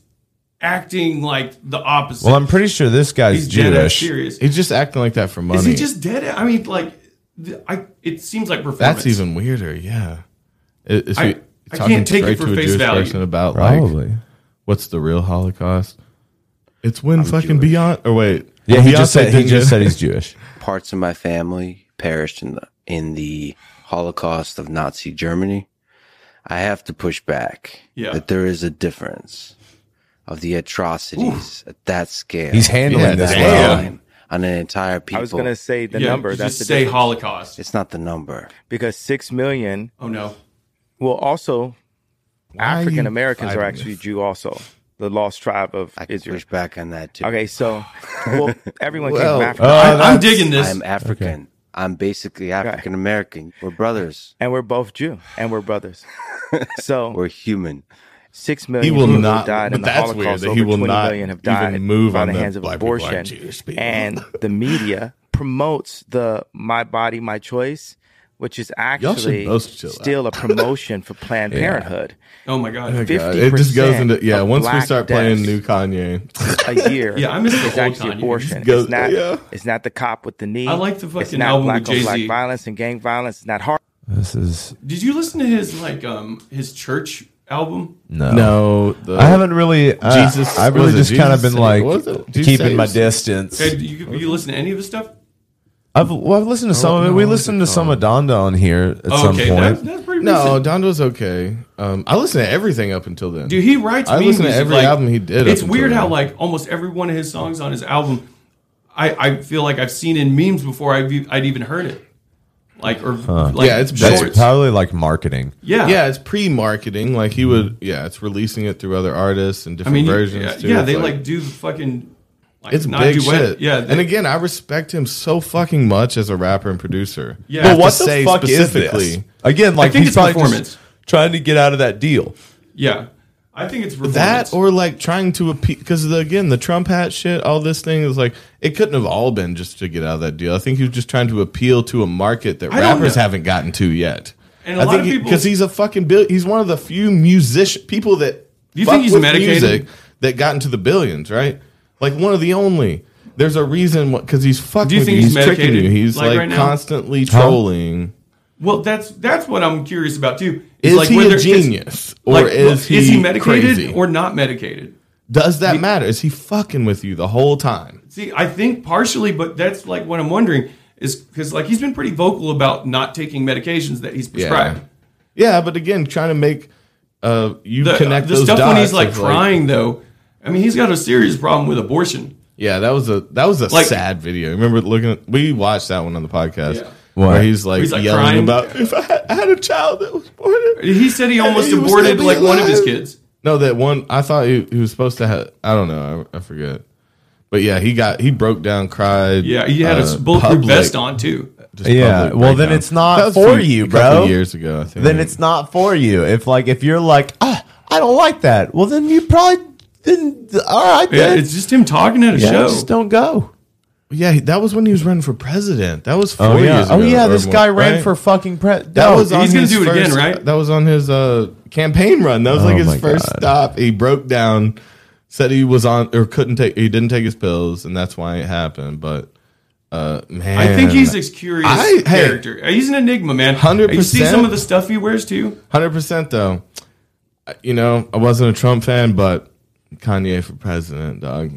[SPEAKER 3] acting like the opposite.
[SPEAKER 2] Well, I'm pretty sure this guy's
[SPEAKER 3] He's dead ass
[SPEAKER 2] Jewish.
[SPEAKER 3] serious.
[SPEAKER 4] He's just acting like that for money.
[SPEAKER 3] Is he just dead? I mean, like, th- I. It seems like performance.
[SPEAKER 4] That's even weirder. Yeah. It- If
[SPEAKER 3] I-
[SPEAKER 4] you
[SPEAKER 3] I
[SPEAKER 4] talking
[SPEAKER 3] can't take
[SPEAKER 4] straight
[SPEAKER 3] it for
[SPEAKER 4] to a
[SPEAKER 3] face
[SPEAKER 4] Jewish
[SPEAKER 3] value.
[SPEAKER 4] person about
[SPEAKER 2] Probably.
[SPEAKER 4] like what's the real Holocaust? It's when fucking beyond or wait.
[SPEAKER 2] Yeah, he just
[SPEAKER 4] Beyonce
[SPEAKER 2] said he
[SPEAKER 4] didn't
[SPEAKER 2] just
[SPEAKER 4] get-
[SPEAKER 2] said he's Jewish.
[SPEAKER 23] Parts of my family perished in the in the Holocaust of Nazi Germany. I have to push back
[SPEAKER 3] Yeah.
[SPEAKER 23] that there is a difference of the atrocities at that scale.
[SPEAKER 2] He's handling
[SPEAKER 23] at
[SPEAKER 2] this
[SPEAKER 23] that
[SPEAKER 2] well.
[SPEAKER 23] time on an entire people.
[SPEAKER 22] I was going to say the
[SPEAKER 23] Yeah,
[SPEAKER 22] number.
[SPEAKER 23] you
[SPEAKER 22] That's
[SPEAKER 23] just
[SPEAKER 22] the
[SPEAKER 23] say
[SPEAKER 22] difference.
[SPEAKER 3] Holocaust
[SPEAKER 23] It's not the number.
[SPEAKER 22] because six million.
[SPEAKER 3] Oh no.
[SPEAKER 22] Well, also
[SPEAKER 4] are you
[SPEAKER 22] African Americans are
[SPEAKER 4] fighting
[SPEAKER 22] actually Jew. Also, the lost tribe of Israel.
[SPEAKER 23] Push back on that too.
[SPEAKER 22] Okay, so well, everyone came from Africa.
[SPEAKER 23] I'm digging this. I'm African. I'm basically African American. We're brothers.
[SPEAKER 22] And we're both Jew. And we're brothers. so
[SPEAKER 23] we're human.
[SPEAKER 22] Six million
[SPEAKER 23] will
[SPEAKER 22] people
[SPEAKER 23] not-
[SPEAKER 22] have died in
[SPEAKER 23] but
[SPEAKER 22] the
[SPEAKER 23] that's
[SPEAKER 22] Holocaust.
[SPEAKER 23] weird that
[SPEAKER 22] Over
[SPEAKER 23] he will
[SPEAKER 22] 20
[SPEAKER 23] not
[SPEAKER 22] million have
[SPEAKER 23] even
[SPEAKER 22] died
[SPEAKER 23] move
[SPEAKER 22] by
[SPEAKER 23] on
[SPEAKER 22] the
[SPEAKER 23] the
[SPEAKER 22] hands of
[SPEAKER 23] black people, black
[SPEAKER 22] abortion.
[SPEAKER 23] Jewish people.
[SPEAKER 22] and the media promotes the "my body, my choice," which is actually
[SPEAKER 4] both chill out.
[SPEAKER 22] still a promotion for Planned
[SPEAKER 4] Yeah.
[SPEAKER 22] Parenthood.
[SPEAKER 3] Oh my God.
[SPEAKER 4] Oh, God. It just goes
[SPEAKER 22] 50%
[SPEAKER 4] into yeah.
[SPEAKER 22] of
[SPEAKER 4] Once we
[SPEAKER 22] black
[SPEAKER 4] start
[SPEAKER 22] deaths
[SPEAKER 4] playing new Kanye,
[SPEAKER 22] a year.
[SPEAKER 3] Yeah, I miss the
[SPEAKER 22] It's
[SPEAKER 3] whole
[SPEAKER 22] actually
[SPEAKER 3] Kanye.
[SPEAKER 22] abortion.
[SPEAKER 4] Just go-
[SPEAKER 22] it's not.
[SPEAKER 4] yeah.
[SPEAKER 22] It's not the cop with the knee.
[SPEAKER 3] I like the
[SPEAKER 22] It's
[SPEAKER 3] fucking
[SPEAKER 22] not
[SPEAKER 3] album
[SPEAKER 22] black
[SPEAKER 3] with
[SPEAKER 22] on black
[SPEAKER 3] Jay-Z.
[SPEAKER 22] violence and gang violence. It's not hard.
[SPEAKER 2] This is
[SPEAKER 3] Did you listen to his like um his church album?
[SPEAKER 2] no,
[SPEAKER 4] No, the-
[SPEAKER 2] I haven't really. Uh,
[SPEAKER 4] Jesus-
[SPEAKER 2] I've really
[SPEAKER 4] was it
[SPEAKER 2] just kind of
[SPEAKER 4] Jesus
[SPEAKER 2] been
[SPEAKER 4] Saves?
[SPEAKER 2] like
[SPEAKER 4] What was it? Jesus
[SPEAKER 2] keeping my
[SPEAKER 4] Saves?
[SPEAKER 2] distance.
[SPEAKER 3] Hey, do you, you listen to any of his stuff?
[SPEAKER 2] I've well, I've listened to some of it. We listened to some of Donda on here at
[SPEAKER 3] Oh,
[SPEAKER 2] some
[SPEAKER 4] Okay,
[SPEAKER 2] point.
[SPEAKER 3] that's pretty
[SPEAKER 4] no, Dondo's okay. Um, I listen to everything up until then.
[SPEAKER 3] Dude, he writes.
[SPEAKER 4] I
[SPEAKER 3] me
[SPEAKER 4] listen to
[SPEAKER 3] music,
[SPEAKER 4] every
[SPEAKER 3] like,
[SPEAKER 4] album he did. up
[SPEAKER 3] It's
[SPEAKER 4] until
[SPEAKER 3] weird
[SPEAKER 4] then.
[SPEAKER 3] how like almost every one of his songs on his album, I, I feel like I've seen in memes before I've, e- I'd even heard it. Like or
[SPEAKER 2] Huh.
[SPEAKER 3] like
[SPEAKER 2] that's
[SPEAKER 3] shorts.
[SPEAKER 2] probably like marketing.
[SPEAKER 3] Yeah.
[SPEAKER 4] yeah, it's pre-marketing. Like he would, yeah, it's releasing it through other artists and
[SPEAKER 3] I
[SPEAKER 4] different
[SPEAKER 3] mean, you-
[SPEAKER 4] versions.
[SPEAKER 3] yeah,
[SPEAKER 4] too.
[SPEAKER 3] yeah,
[SPEAKER 4] It's
[SPEAKER 3] they like, do the fucking. Like,
[SPEAKER 4] it's
[SPEAKER 3] not
[SPEAKER 4] big
[SPEAKER 3] duet.
[SPEAKER 4] shit.
[SPEAKER 3] Yeah, they-
[SPEAKER 4] and again, I respect him so fucking much as a rapper and producer.
[SPEAKER 3] Yeah.
[SPEAKER 4] I
[SPEAKER 2] But
[SPEAKER 4] have
[SPEAKER 2] what
[SPEAKER 4] to
[SPEAKER 2] the
[SPEAKER 4] say
[SPEAKER 2] fuck is this? Again, like
[SPEAKER 4] I think
[SPEAKER 2] he's
[SPEAKER 4] it's
[SPEAKER 2] probably
[SPEAKER 4] performance.
[SPEAKER 2] just trying to get out of that deal.
[SPEAKER 3] yeah, I think it's
[SPEAKER 4] That or like trying to appeal because again the Trump hat shit, all this thing is like it couldn't have all been just to get out of that deal. I think he was just trying to appeal to a market that
[SPEAKER 3] I don't
[SPEAKER 4] rappers
[SPEAKER 3] know.
[SPEAKER 4] haven't gotten to yet.
[SPEAKER 3] And a lot of people-
[SPEAKER 4] because he's a fucking bill. He's one of the few musician people that
[SPEAKER 3] Do you
[SPEAKER 4] fuck
[SPEAKER 3] think he's
[SPEAKER 4] with
[SPEAKER 3] medicated?
[SPEAKER 4] music that got into the billions, right? Like one of the only. There's a reason because he's fucking.
[SPEAKER 3] Do you think
[SPEAKER 4] you.
[SPEAKER 3] he's
[SPEAKER 4] he's, tricking
[SPEAKER 3] medicated,
[SPEAKER 4] you. He's
[SPEAKER 3] like,
[SPEAKER 4] like,
[SPEAKER 3] right now?
[SPEAKER 4] constantly
[SPEAKER 3] Huh?
[SPEAKER 4] trolling.
[SPEAKER 3] Well, that's that's what I'm curious about too.
[SPEAKER 4] Is he a
[SPEAKER 3] whether- 'cause,
[SPEAKER 4] genius, or is
[SPEAKER 3] is
[SPEAKER 4] he
[SPEAKER 3] he medicated
[SPEAKER 4] crazy?
[SPEAKER 3] or not medicated?
[SPEAKER 4] Does that matter? Is he fucking with you the whole time?
[SPEAKER 3] See, I think partially, but that's like what I'm wondering is because like he's been pretty vocal about not taking medications that he's prescribed.
[SPEAKER 4] Yeah, but again, trying to make uh, you
[SPEAKER 3] The-
[SPEAKER 4] connect
[SPEAKER 3] the
[SPEAKER 4] those
[SPEAKER 3] stuff when he's
[SPEAKER 4] dots
[SPEAKER 3] like
[SPEAKER 4] of,
[SPEAKER 3] crying though. I mean, he's got a serious problem with abortion.
[SPEAKER 4] Yeah, that was a that was a
[SPEAKER 3] Like-
[SPEAKER 4] sad video. Remember looking? At, we watched that one on the podcast
[SPEAKER 3] Yeah.
[SPEAKER 4] where
[SPEAKER 2] What?
[SPEAKER 4] he's like
[SPEAKER 3] He's, like,
[SPEAKER 4] yelling
[SPEAKER 3] crying.
[SPEAKER 4] about. If I had, I had a child that was born,
[SPEAKER 3] He said he almost
[SPEAKER 4] was
[SPEAKER 3] aborted
[SPEAKER 4] gonna be
[SPEAKER 3] like one of his
[SPEAKER 4] alive.
[SPEAKER 3] kids.
[SPEAKER 4] No, that one. I thought he, he was supposed to have. I don't know. I, I forget. But yeah, he got he broke down, cried.
[SPEAKER 3] Yeah, he had
[SPEAKER 4] uh,
[SPEAKER 3] a bulletproof
[SPEAKER 4] public-
[SPEAKER 3] vest on too.
[SPEAKER 4] just
[SPEAKER 2] yeah.
[SPEAKER 4] public
[SPEAKER 2] Well, then
[SPEAKER 4] breakdown.
[SPEAKER 2] it's not
[SPEAKER 4] That was
[SPEAKER 2] for
[SPEAKER 4] a few-
[SPEAKER 2] you,
[SPEAKER 4] a
[SPEAKER 2] bro.
[SPEAKER 4] couple Years ago, I think.
[SPEAKER 2] Then it's not for you. If like if you're like, ah, I don't like that. Well, then you probably then all right.
[SPEAKER 3] Yeah,
[SPEAKER 2] then.
[SPEAKER 3] it's just him talking at a
[SPEAKER 2] Yeah,
[SPEAKER 3] show.
[SPEAKER 2] Just don't go.
[SPEAKER 4] Yeah, he- that was when he was running for president. That was four
[SPEAKER 2] Oh yeah.
[SPEAKER 4] years ago.
[SPEAKER 2] oh yeah.
[SPEAKER 4] or
[SPEAKER 2] This
[SPEAKER 4] more,
[SPEAKER 2] guy ran
[SPEAKER 4] right?
[SPEAKER 2] for fucking president.
[SPEAKER 4] That was
[SPEAKER 3] he's
[SPEAKER 4] on
[SPEAKER 3] gonna
[SPEAKER 4] his
[SPEAKER 3] do it again,
[SPEAKER 4] first-
[SPEAKER 3] right?
[SPEAKER 4] That was on his uh, campaign run. That was like
[SPEAKER 2] Oh
[SPEAKER 4] his
[SPEAKER 2] my
[SPEAKER 4] first
[SPEAKER 2] God.
[SPEAKER 4] stop. He broke down, said he was on or couldn't take. He didn't take his pills, and that's why it happened. But uh, man,
[SPEAKER 3] I think he's a curious
[SPEAKER 4] I- hey,
[SPEAKER 3] character. Uh, He's an enigma, man.
[SPEAKER 4] 100%.
[SPEAKER 3] You see some of the stuff he wears too.
[SPEAKER 4] Hundred percent though. I- You know, I wasn't a Trump fan, but Kanye for president, dog.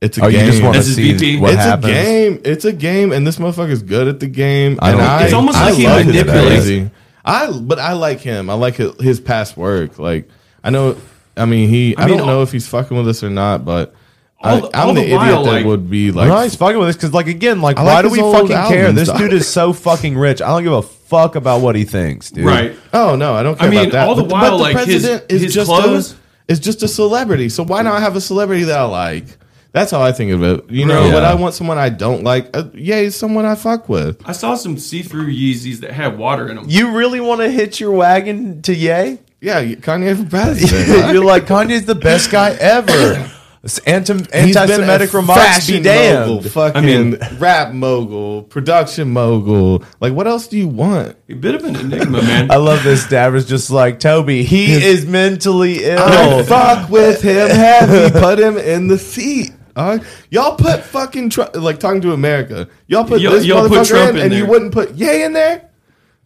[SPEAKER 4] It's a
[SPEAKER 2] Oh, you
[SPEAKER 4] game.
[SPEAKER 2] just wanna That's his see VP. what
[SPEAKER 4] it's
[SPEAKER 2] happens.
[SPEAKER 4] a game. It's a game, and this motherfucker's good at the game.
[SPEAKER 2] I
[SPEAKER 4] and
[SPEAKER 2] don't-
[SPEAKER 4] I,
[SPEAKER 2] It's almost
[SPEAKER 4] I
[SPEAKER 2] like he
[SPEAKER 4] love his
[SPEAKER 2] manipulates-
[SPEAKER 4] crazy. I, but I like him. I like his, his past work. Like I know, I mean, he. I,
[SPEAKER 2] mean,
[SPEAKER 4] don't know if he's fucking with us or not, but
[SPEAKER 3] All the-
[SPEAKER 4] I, I'm
[SPEAKER 3] all
[SPEAKER 4] the,
[SPEAKER 3] the
[SPEAKER 4] idiot
[SPEAKER 3] while,
[SPEAKER 4] that
[SPEAKER 3] like-
[SPEAKER 4] would be like,
[SPEAKER 2] no, he's fucking with us because, like, again, like,
[SPEAKER 4] I
[SPEAKER 2] why
[SPEAKER 4] like
[SPEAKER 2] do
[SPEAKER 4] his
[SPEAKER 2] we
[SPEAKER 4] old
[SPEAKER 2] fucking care?
[SPEAKER 4] albums,
[SPEAKER 2] This
[SPEAKER 4] though.
[SPEAKER 2] dude is so fucking rich. I don't give a fuck about what he thinks, dude.
[SPEAKER 3] Right.
[SPEAKER 4] Oh no, I don't
[SPEAKER 3] I
[SPEAKER 4] care
[SPEAKER 3] mean,
[SPEAKER 4] about that.
[SPEAKER 3] all the
[SPEAKER 4] but,
[SPEAKER 3] while,
[SPEAKER 4] but the
[SPEAKER 3] like, his-
[SPEAKER 4] president is
[SPEAKER 3] his
[SPEAKER 4] just
[SPEAKER 3] clothes-
[SPEAKER 4] a, is just a celebrity. So why not have a celebrity that I like? That's how I think of it. You know,
[SPEAKER 3] Yeah.
[SPEAKER 4] but I want someone I don't like. Uh, yeah, he's someone I fuck with.
[SPEAKER 3] I saw some see-through Yeezys that had water in them.
[SPEAKER 2] You really want to hit your wagon to Ye?
[SPEAKER 4] Yeah, Kanye for president. right?
[SPEAKER 2] You're like Kanye's the best guy ever. It's Anti-
[SPEAKER 4] He's been
[SPEAKER 2] anti-Semitic
[SPEAKER 4] a
[SPEAKER 2] remarks be
[SPEAKER 4] fashion mogul,
[SPEAKER 2] damned.
[SPEAKER 4] fucking
[SPEAKER 3] I mean-
[SPEAKER 4] rap mogul, production mogul. Like, what else do you want?
[SPEAKER 3] A bit of an enigma, man.
[SPEAKER 2] I love this. Dab is just like Toby. He is mentally ill.
[SPEAKER 4] I fuck with him heavy. Put him in the seat. dog. y'all put fucking Trump, like talking to America. Y'all put
[SPEAKER 3] Y'all-
[SPEAKER 4] this
[SPEAKER 3] y'all
[SPEAKER 4] motherfucker
[SPEAKER 3] put Trump
[SPEAKER 4] in,
[SPEAKER 3] in
[SPEAKER 4] and you
[SPEAKER 3] there.
[SPEAKER 4] wouldn't put Yay in there.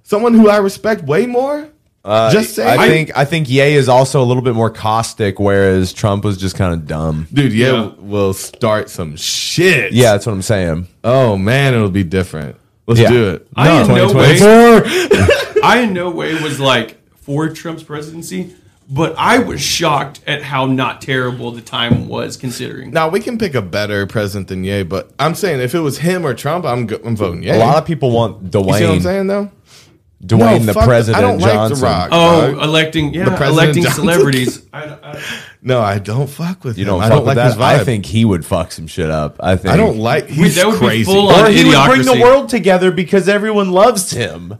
[SPEAKER 4] Someone who I respect way more.
[SPEAKER 2] Uh,
[SPEAKER 4] just say,
[SPEAKER 2] I think I think Ye is also a little bit more caustic, whereas Trump was just kind of dumb.
[SPEAKER 4] dude. Yeah,
[SPEAKER 3] Yeah.
[SPEAKER 4] will start some shit.
[SPEAKER 2] Yeah, that's what I'm saying.
[SPEAKER 4] Oh man, it'll be different. Let's
[SPEAKER 2] Yeah.
[SPEAKER 4] do it.
[SPEAKER 3] I in no way-
[SPEAKER 4] 2024.
[SPEAKER 3] I in no way was like for Trump's presidency, but I was shocked at how not terrible the time was considering.
[SPEAKER 4] Now we can pick a better president than Ye, but I'm saying if it was him or Trump, I'm go- I'm voting Ye.
[SPEAKER 2] A lot of people want Dwayne.
[SPEAKER 4] you see what I'm saying though?
[SPEAKER 2] Dwayne
[SPEAKER 4] No,
[SPEAKER 2] the
[SPEAKER 4] fuck- I
[SPEAKER 2] president
[SPEAKER 4] don't like The
[SPEAKER 2] Johnson.
[SPEAKER 4] Rock,
[SPEAKER 3] Oh,
[SPEAKER 4] dog.
[SPEAKER 3] electing yeah,
[SPEAKER 4] uh, The President
[SPEAKER 3] electing
[SPEAKER 4] Johnson.
[SPEAKER 3] celebrities. I, I,
[SPEAKER 4] No, I don't fuck with
[SPEAKER 14] You
[SPEAKER 4] him.
[SPEAKER 14] don't
[SPEAKER 4] I
[SPEAKER 14] fuck
[SPEAKER 4] don't
[SPEAKER 14] with
[SPEAKER 4] like his
[SPEAKER 14] that. I
[SPEAKER 4] vibe.
[SPEAKER 14] think he would fuck some shit up. I think
[SPEAKER 4] I don't like. He's crazy.
[SPEAKER 2] or he would bring the world together because everyone loves him.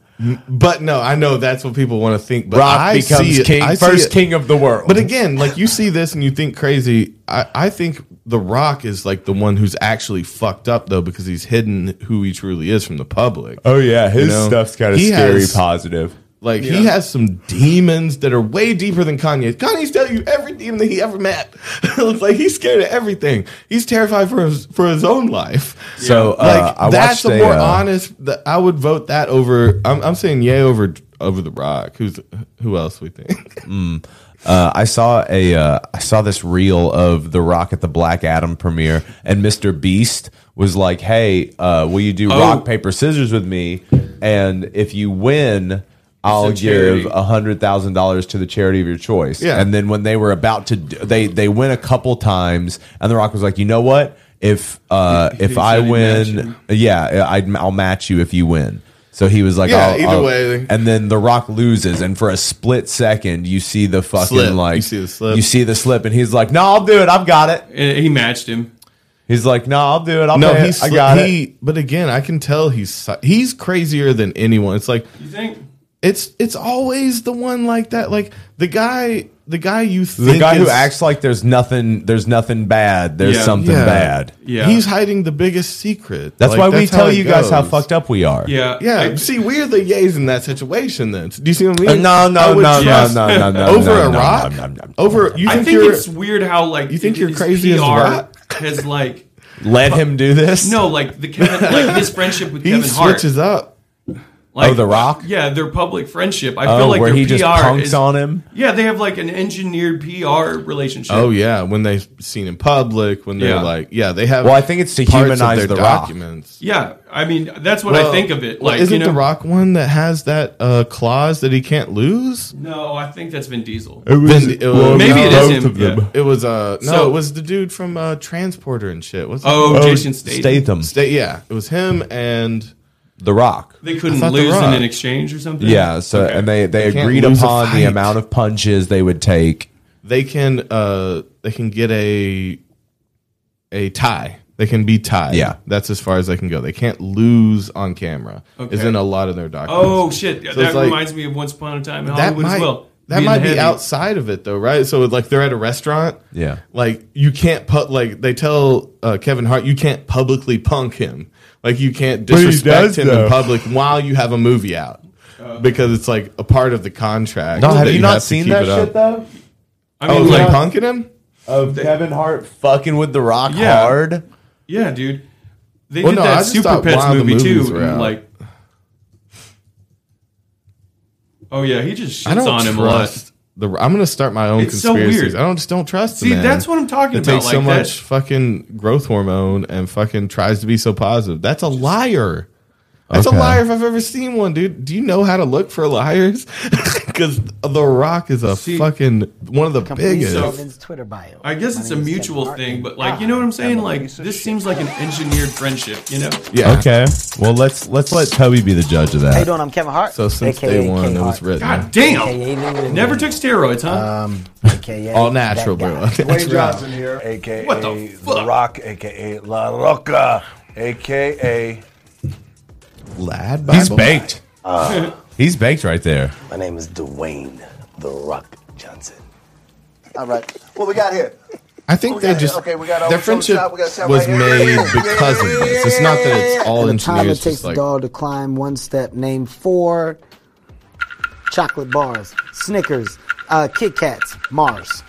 [SPEAKER 4] But no, I know that's what people want to think. But
[SPEAKER 2] Rock
[SPEAKER 4] I
[SPEAKER 2] becomes
[SPEAKER 4] see it-
[SPEAKER 2] king,
[SPEAKER 4] I see
[SPEAKER 2] first
[SPEAKER 4] it-
[SPEAKER 2] king of the world.
[SPEAKER 4] But again, like you see this and you think crazy. I, I think The Rock is like the one who's actually fucked up though because he's hidden who he truly is from the public.
[SPEAKER 2] Oh yeah, his
[SPEAKER 4] You know?
[SPEAKER 2] stuff's kind of
[SPEAKER 4] He
[SPEAKER 2] scary
[SPEAKER 4] has-
[SPEAKER 2] positive.
[SPEAKER 4] Like
[SPEAKER 2] Yeah.
[SPEAKER 4] he has some demons that are way deeper than Kanye. Kanye's telling you every demon that he ever met. It's like he's scared of everything. He's terrified for his for his own life.
[SPEAKER 2] So, uh,
[SPEAKER 4] like
[SPEAKER 2] I
[SPEAKER 4] that's
[SPEAKER 2] watched
[SPEAKER 4] a
[SPEAKER 2] a,
[SPEAKER 4] more
[SPEAKER 2] uh,
[SPEAKER 4] honest. That I would vote that over. I'm, I'm saying yay over over the Rock. Who's who else we think?
[SPEAKER 2] Mm. Uh, I saw a uh, I saw this reel of The Rock at the Black Adam premiere, and Mr. Beast was like, "Hey, uh, will you do
[SPEAKER 14] Oh.
[SPEAKER 2] rock paper scissors with me? And if you win." I'll
[SPEAKER 14] charity.
[SPEAKER 2] give a hundred thousand dollars to the charity of your choice.
[SPEAKER 14] Yeah.
[SPEAKER 2] And then when they were about to, do, they they win a couple times, and The Rock was like, "You know what? If uh,
[SPEAKER 4] He- he
[SPEAKER 2] if I
[SPEAKER 4] said he'd match
[SPEAKER 2] win, yeah, I'd, I'll match you if you win." So he was like,
[SPEAKER 4] Yeah,
[SPEAKER 2] "I'll-
[SPEAKER 4] either
[SPEAKER 2] I'll-"
[SPEAKER 4] way.
[SPEAKER 2] And then The Rock loses, and for a split second, you see the fucking
[SPEAKER 4] Slip.
[SPEAKER 2] like
[SPEAKER 4] You see the slip.
[SPEAKER 2] you see the slip, and he's like, "No, I'll do it. I've got it."
[SPEAKER 3] And he matched him.
[SPEAKER 2] He's like, "No, I'll do it. I'll
[SPEAKER 4] no,
[SPEAKER 2] pay it.
[SPEAKER 4] he's
[SPEAKER 2] I got it."
[SPEAKER 4] he, But again, I can tell he's si- he's crazier than anyone. It's like
[SPEAKER 3] You think?
[SPEAKER 4] it's it's always the one like that. Like the guy, the guy you think
[SPEAKER 2] The guy who
[SPEAKER 4] is-
[SPEAKER 2] acts like there's nothing, there's nothing bad. There's
[SPEAKER 4] Yeah.
[SPEAKER 2] something
[SPEAKER 4] Yeah.
[SPEAKER 2] bad.
[SPEAKER 4] He's hiding the biggest secret.
[SPEAKER 2] That's
[SPEAKER 4] Like,
[SPEAKER 2] why we
[SPEAKER 4] that's how
[SPEAKER 2] tell
[SPEAKER 4] it
[SPEAKER 2] you guys how
[SPEAKER 4] goes.
[SPEAKER 2] fucked up we are.
[SPEAKER 3] Yeah.
[SPEAKER 4] Yeah. see, we're the yays in that situation then. Do you see what
[SPEAKER 2] Uh,
[SPEAKER 4] I mean?
[SPEAKER 2] no, no,
[SPEAKER 4] I would
[SPEAKER 2] no, no,
[SPEAKER 4] trust-
[SPEAKER 2] no, no, no,
[SPEAKER 4] Over
[SPEAKER 2] no,
[SPEAKER 4] a
[SPEAKER 2] no,
[SPEAKER 4] rock?
[SPEAKER 2] no, no,
[SPEAKER 4] Over you
[SPEAKER 3] I
[SPEAKER 4] think,
[SPEAKER 3] think,
[SPEAKER 4] you're
[SPEAKER 3] it's weird how like
[SPEAKER 4] you think
[SPEAKER 3] it-
[SPEAKER 4] you're
[SPEAKER 3] his
[SPEAKER 4] crazy as
[SPEAKER 3] PR
[SPEAKER 4] Rock?
[SPEAKER 3] has like
[SPEAKER 2] Let him do this.
[SPEAKER 3] no like the Kevin, like his friendship with
[SPEAKER 4] he
[SPEAKER 3] Kevin Hart.
[SPEAKER 4] switches up.
[SPEAKER 3] Like,
[SPEAKER 2] oh, The Rock.
[SPEAKER 3] Yeah, their public friendship. I
[SPEAKER 2] Oh,
[SPEAKER 3] feel like
[SPEAKER 2] where
[SPEAKER 3] their
[SPEAKER 2] he
[SPEAKER 3] PR
[SPEAKER 2] just punks
[SPEAKER 3] is,
[SPEAKER 2] on him?
[SPEAKER 3] Yeah, they have like an engineered PR relationship.
[SPEAKER 4] Oh yeah, when they've seen in public, when they're
[SPEAKER 3] Yeah.
[SPEAKER 4] like, yeah, they have.
[SPEAKER 2] Well, I think it's to
[SPEAKER 4] parts of
[SPEAKER 2] humanize
[SPEAKER 4] their
[SPEAKER 2] The Rock.
[SPEAKER 4] documents.
[SPEAKER 3] yeah. I mean, that's what I
[SPEAKER 4] Well,
[SPEAKER 3] think of it.
[SPEAKER 4] well,
[SPEAKER 3] Like,
[SPEAKER 4] isn't
[SPEAKER 3] you know,
[SPEAKER 4] the Rock one that has that uh, clause that he can't lose?
[SPEAKER 3] no, I think that's Vin Diesel.
[SPEAKER 4] It was, uh,
[SPEAKER 3] well, maybe it is him. yeah.
[SPEAKER 4] It was uh no,
[SPEAKER 3] So-
[SPEAKER 4] it was the dude from uh, Transporter and shit. What's his
[SPEAKER 3] Oh,
[SPEAKER 4] name?
[SPEAKER 3] Jason Statham. Statham.
[SPEAKER 4] Sta- yeah, it was him and
[SPEAKER 2] The Rock.
[SPEAKER 3] They
[SPEAKER 4] I
[SPEAKER 3] couldn't
[SPEAKER 4] thought The
[SPEAKER 3] lose in
[SPEAKER 4] Rock.
[SPEAKER 3] an exchange or something.
[SPEAKER 2] Yeah. So and they they,
[SPEAKER 4] They can't
[SPEAKER 2] agreed
[SPEAKER 4] lose a
[SPEAKER 2] upon the
[SPEAKER 4] fight.
[SPEAKER 2] amount of punches they would take.
[SPEAKER 4] They can uh they can get a a tie. They can be tied.
[SPEAKER 2] Yeah.
[SPEAKER 4] that's as far as they can go. They can't lose on camera.
[SPEAKER 3] Okay.
[SPEAKER 4] Is in a lot of their documents.
[SPEAKER 3] Oh shit! Yeah,
[SPEAKER 4] So
[SPEAKER 3] that
[SPEAKER 4] it's like-
[SPEAKER 3] reminds me of Once Upon a Time in
[SPEAKER 4] that
[SPEAKER 3] Hollywood
[SPEAKER 4] might
[SPEAKER 3] as well.
[SPEAKER 4] that
[SPEAKER 3] Being
[SPEAKER 4] might
[SPEAKER 3] the
[SPEAKER 4] be
[SPEAKER 3] heavy.
[SPEAKER 4] outside of it though, right? So like they're at a restaurant.
[SPEAKER 2] Yeah.
[SPEAKER 4] like you can't put like they tell uh, Kevin Hart you can't publicly punk him. Like you can't
[SPEAKER 2] But he
[SPEAKER 4] disrespect
[SPEAKER 2] does,
[SPEAKER 4] him
[SPEAKER 2] though.
[SPEAKER 4] in public while you have a movie out
[SPEAKER 3] Oh.
[SPEAKER 4] because it's like a part of the contract.
[SPEAKER 2] No, have
[SPEAKER 4] that
[SPEAKER 2] you not
[SPEAKER 4] to
[SPEAKER 2] seen
[SPEAKER 4] keep
[SPEAKER 2] that
[SPEAKER 4] it
[SPEAKER 2] shit
[SPEAKER 4] up.
[SPEAKER 2] though?
[SPEAKER 3] I
[SPEAKER 4] oh,
[SPEAKER 3] mean,
[SPEAKER 4] like
[SPEAKER 3] like-
[SPEAKER 4] punking him.
[SPEAKER 2] Of Kevin Hart fucking with The Rock
[SPEAKER 3] Yeah.
[SPEAKER 2] hard.
[SPEAKER 3] Yeah, dude. They
[SPEAKER 4] Well,
[SPEAKER 3] did
[SPEAKER 4] no, I
[SPEAKER 3] that
[SPEAKER 4] just
[SPEAKER 3] Super
[SPEAKER 4] thought
[SPEAKER 3] Pets
[SPEAKER 4] while the
[SPEAKER 3] movie
[SPEAKER 4] movies
[SPEAKER 3] too,
[SPEAKER 4] were
[SPEAKER 3] and
[SPEAKER 4] out.
[SPEAKER 3] like. Oh yeah, he just
[SPEAKER 4] I
[SPEAKER 3] shits
[SPEAKER 4] don't
[SPEAKER 3] on him a lot.
[SPEAKER 4] trust the. I'm gonna start my own
[SPEAKER 3] It's so
[SPEAKER 4] conspiracies.
[SPEAKER 3] weird.
[SPEAKER 4] I don't just don't trust. the
[SPEAKER 3] See,
[SPEAKER 4] man
[SPEAKER 3] that's what I'm talking
[SPEAKER 4] that
[SPEAKER 3] about,
[SPEAKER 4] Takes so
[SPEAKER 3] like that-
[SPEAKER 4] much fucking growth hormone and fucking tries to be so positive. That's a liar. That's
[SPEAKER 2] Okay.
[SPEAKER 4] a liar if I've ever seen one, dude. Do you know how to look for liars? Because The Rock is a fucking one of the biggest.
[SPEAKER 3] Twitter bio. I guess it's a mutual thing, but like, you know what I'm saying? Like, this seems like an engineered friendship, you know?
[SPEAKER 4] Yeah.
[SPEAKER 2] Okay. Well, let's let's let Toby be the judge of that.
[SPEAKER 24] How you doing? I'm Kevin Hart.
[SPEAKER 4] So since
[SPEAKER 24] AKA
[SPEAKER 4] day one,
[SPEAKER 24] King
[SPEAKER 4] it was
[SPEAKER 24] Hart.
[SPEAKER 4] written.
[SPEAKER 3] God damn!
[SPEAKER 24] AKA Lou Lou.
[SPEAKER 3] Never took steroids, huh?
[SPEAKER 24] Um, AKA
[SPEAKER 4] All natural, bro.
[SPEAKER 24] That's
[SPEAKER 25] Wayne
[SPEAKER 24] right.
[SPEAKER 25] Johnson here,
[SPEAKER 4] Um,
[SPEAKER 25] aka
[SPEAKER 3] What the
[SPEAKER 25] the Rock, aka La Roca, aka
[SPEAKER 4] Lad
[SPEAKER 2] He's baked.
[SPEAKER 25] Uh.
[SPEAKER 2] He's baked right there.
[SPEAKER 24] My name is Dwayne The Rock Johnson.
[SPEAKER 25] All right. What we got here?
[SPEAKER 4] I think
[SPEAKER 25] What we
[SPEAKER 4] they
[SPEAKER 25] got here?
[SPEAKER 4] just
[SPEAKER 25] Okay, we got
[SPEAKER 4] their
[SPEAKER 25] over-
[SPEAKER 4] friendship
[SPEAKER 25] shot, we got shot
[SPEAKER 4] was
[SPEAKER 25] right here.
[SPEAKER 4] made because of this. It's not that it's all
[SPEAKER 24] the time
[SPEAKER 4] engineered.
[SPEAKER 24] it
[SPEAKER 4] It's
[SPEAKER 24] takes
[SPEAKER 4] just
[SPEAKER 24] a
[SPEAKER 4] like
[SPEAKER 24] dog to climb one step. Name four chocolate bars: Snickers, uh, Kit Kats, Mars.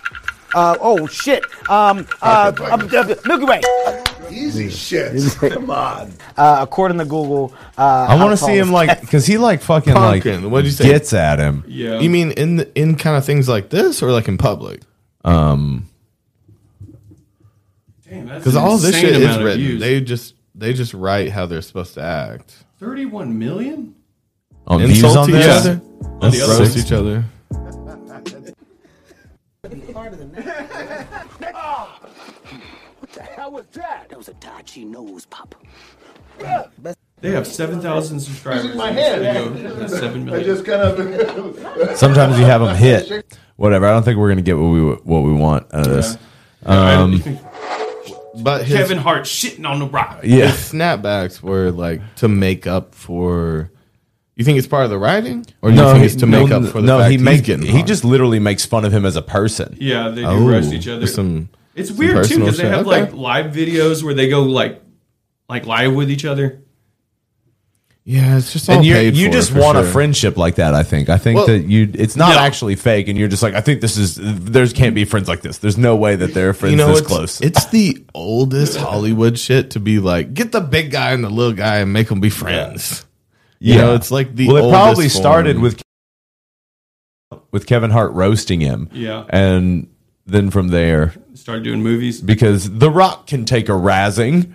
[SPEAKER 24] Uh, oh shit! Um, uh, uh, uh, Milky Way.
[SPEAKER 25] Easy shit. Come on.
[SPEAKER 24] Uh, according to Google, uh,
[SPEAKER 2] I want to see him like because he like fucking
[SPEAKER 4] Pumpkin,
[SPEAKER 2] like
[SPEAKER 4] what'd you say?
[SPEAKER 2] gets at him.
[SPEAKER 3] Yeah.
[SPEAKER 4] You mean in the, in kind of things like this, or like in public?
[SPEAKER 2] Um,
[SPEAKER 4] Because all this shit is written.
[SPEAKER 3] Views.
[SPEAKER 4] They just they just write how they're supposed to act.
[SPEAKER 3] 31 million?
[SPEAKER 2] on
[SPEAKER 4] Insult
[SPEAKER 2] views on
[SPEAKER 4] each
[SPEAKER 2] this?
[SPEAKER 4] other.
[SPEAKER 2] On the other
[SPEAKER 4] roast
[SPEAKER 2] side.
[SPEAKER 4] each other.
[SPEAKER 24] What the hell was that? That was a dodgy nose pop.
[SPEAKER 3] They have 7,000 subscribers.
[SPEAKER 1] Using my
[SPEAKER 3] on this
[SPEAKER 1] hand.
[SPEAKER 3] video. That's 7
[SPEAKER 1] I
[SPEAKER 3] million.
[SPEAKER 1] just kind of.
[SPEAKER 2] Sometimes you have them hit. Whatever. I don't think we're gonna get what we what we want out of this. Um,
[SPEAKER 4] But his,
[SPEAKER 3] Kevin Hart shitting on the rock.
[SPEAKER 4] his snapbacks were like to make up for. You think it's part of the writing, or you think it's to make up for the
[SPEAKER 2] no,
[SPEAKER 4] fact
[SPEAKER 2] he
[SPEAKER 4] he's
[SPEAKER 2] make,
[SPEAKER 4] getting
[SPEAKER 2] he
[SPEAKER 4] hot?
[SPEAKER 2] just literally makes fun of him as a person.
[SPEAKER 3] Yeah, they do
[SPEAKER 2] Oh,
[SPEAKER 3] roast each other.
[SPEAKER 2] there's some-
[SPEAKER 3] it's
[SPEAKER 2] some
[SPEAKER 3] weird too
[SPEAKER 2] personal
[SPEAKER 3] because they
[SPEAKER 2] shit.
[SPEAKER 3] have
[SPEAKER 2] Okay.
[SPEAKER 3] like live videos where they go like like live with each other.
[SPEAKER 4] yeah, it's just all
[SPEAKER 2] and you
[SPEAKER 4] paid
[SPEAKER 2] you
[SPEAKER 4] for,
[SPEAKER 2] just
[SPEAKER 4] for
[SPEAKER 2] want a
[SPEAKER 4] sure.
[SPEAKER 2] friendship like that. I think. I think
[SPEAKER 4] Well-
[SPEAKER 2] that you it's not
[SPEAKER 4] No.
[SPEAKER 2] actually fake, and you're just like, I think this is there's can't be friends like this. There's no way that they're friends this
[SPEAKER 4] it's,
[SPEAKER 2] close.
[SPEAKER 4] It's the oldest Hollywood shit to be like, get the big guy and the little guy and make them be friends. You know, it's like the
[SPEAKER 2] well, it probably
[SPEAKER 4] oldest
[SPEAKER 2] started
[SPEAKER 4] form.
[SPEAKER 2] with with Kevin Hart roasting him.
[SPEAKER 3] Yeah.
[SPEAKER 2] and then from there
[SPEAKER 3] Started doing movies
[SPEAKER 2] because The Rock can take a razzing.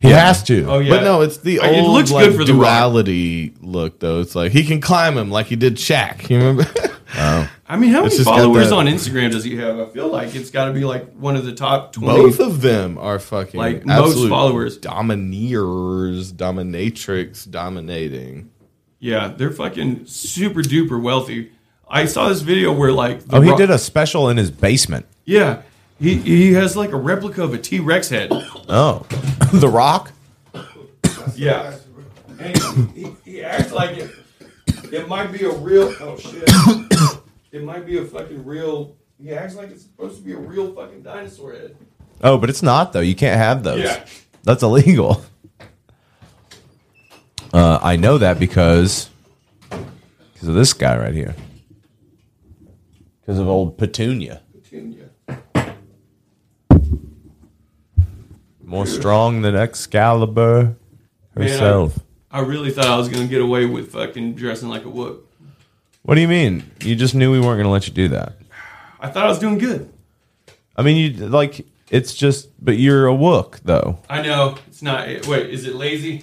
[SPEAKER 2] He has to.
[SPEAKER 4] Oh yeah, but no, it's the
[SPEAKER 3] Uh,
[SPEAKER 4] old
[SPEAKER 3] it looks
[SPEAKER 4] like,
[SPEAKER 3] good for The Rock.
[SPEAKER 4] duality look though. It's like he can climb him like he did Shaq. You remember? Oh,
[SPEAKER 3] I mean, how many followers on Instagram does he have? I feel like it's got to be like one of the top twenty.
[SPEAKER 4] Both of them are fucking
[SPEAKER 3] like most
[SPEAKER 4] absolute
[SPEAKER 3] followers.
[SPEAKER 4] domineers, dominatrix, dominating.
[SPEAKER 3] Yeah, they're fucking super duper wealthy. I saw this video where like
[SPEAKER 2] Oh, he
[SPEAKER 3] Rock-
[SPEAKER 2] did a special in his basement.
[SPEAKER 3] yeah he he has like a replica of a T Rex head.
[SPEAKER 2] Oh, The Rock.
[SPEAKER 3] Yeah. And he, he acts like it, it might be a real. Oh shit! it might be a fucking real. He acts like it's supposed to be a real fucking dinosaur head.
[SPEAKER 2] Oh, but it's not though. You can't have those.
[SPEAKER 3] Yeah.
[SPEAKER 2] That's illegal. Uh, I know that because because of this guy right here. Because of old Petunia.
[SPEAKER 3] Petunia.
[SPEAKER 2] More strong than Excalibur
[SPEAKER 3] Man, I-
[SPEAKER 2] herself.
[SPEAKER 3] I, really thought I was gonna get away with fucking dressing like a whoop.
[SPEAKER 2] what do you mean? You just knew we weren't going to let you do that.
[SPEAKER 3] I thought I was doing good.
[SPEAKER 2] I mean, you like it's just, but you're a wook though.
[SPEAKER 3] I know it's not. Wait, is it lazy?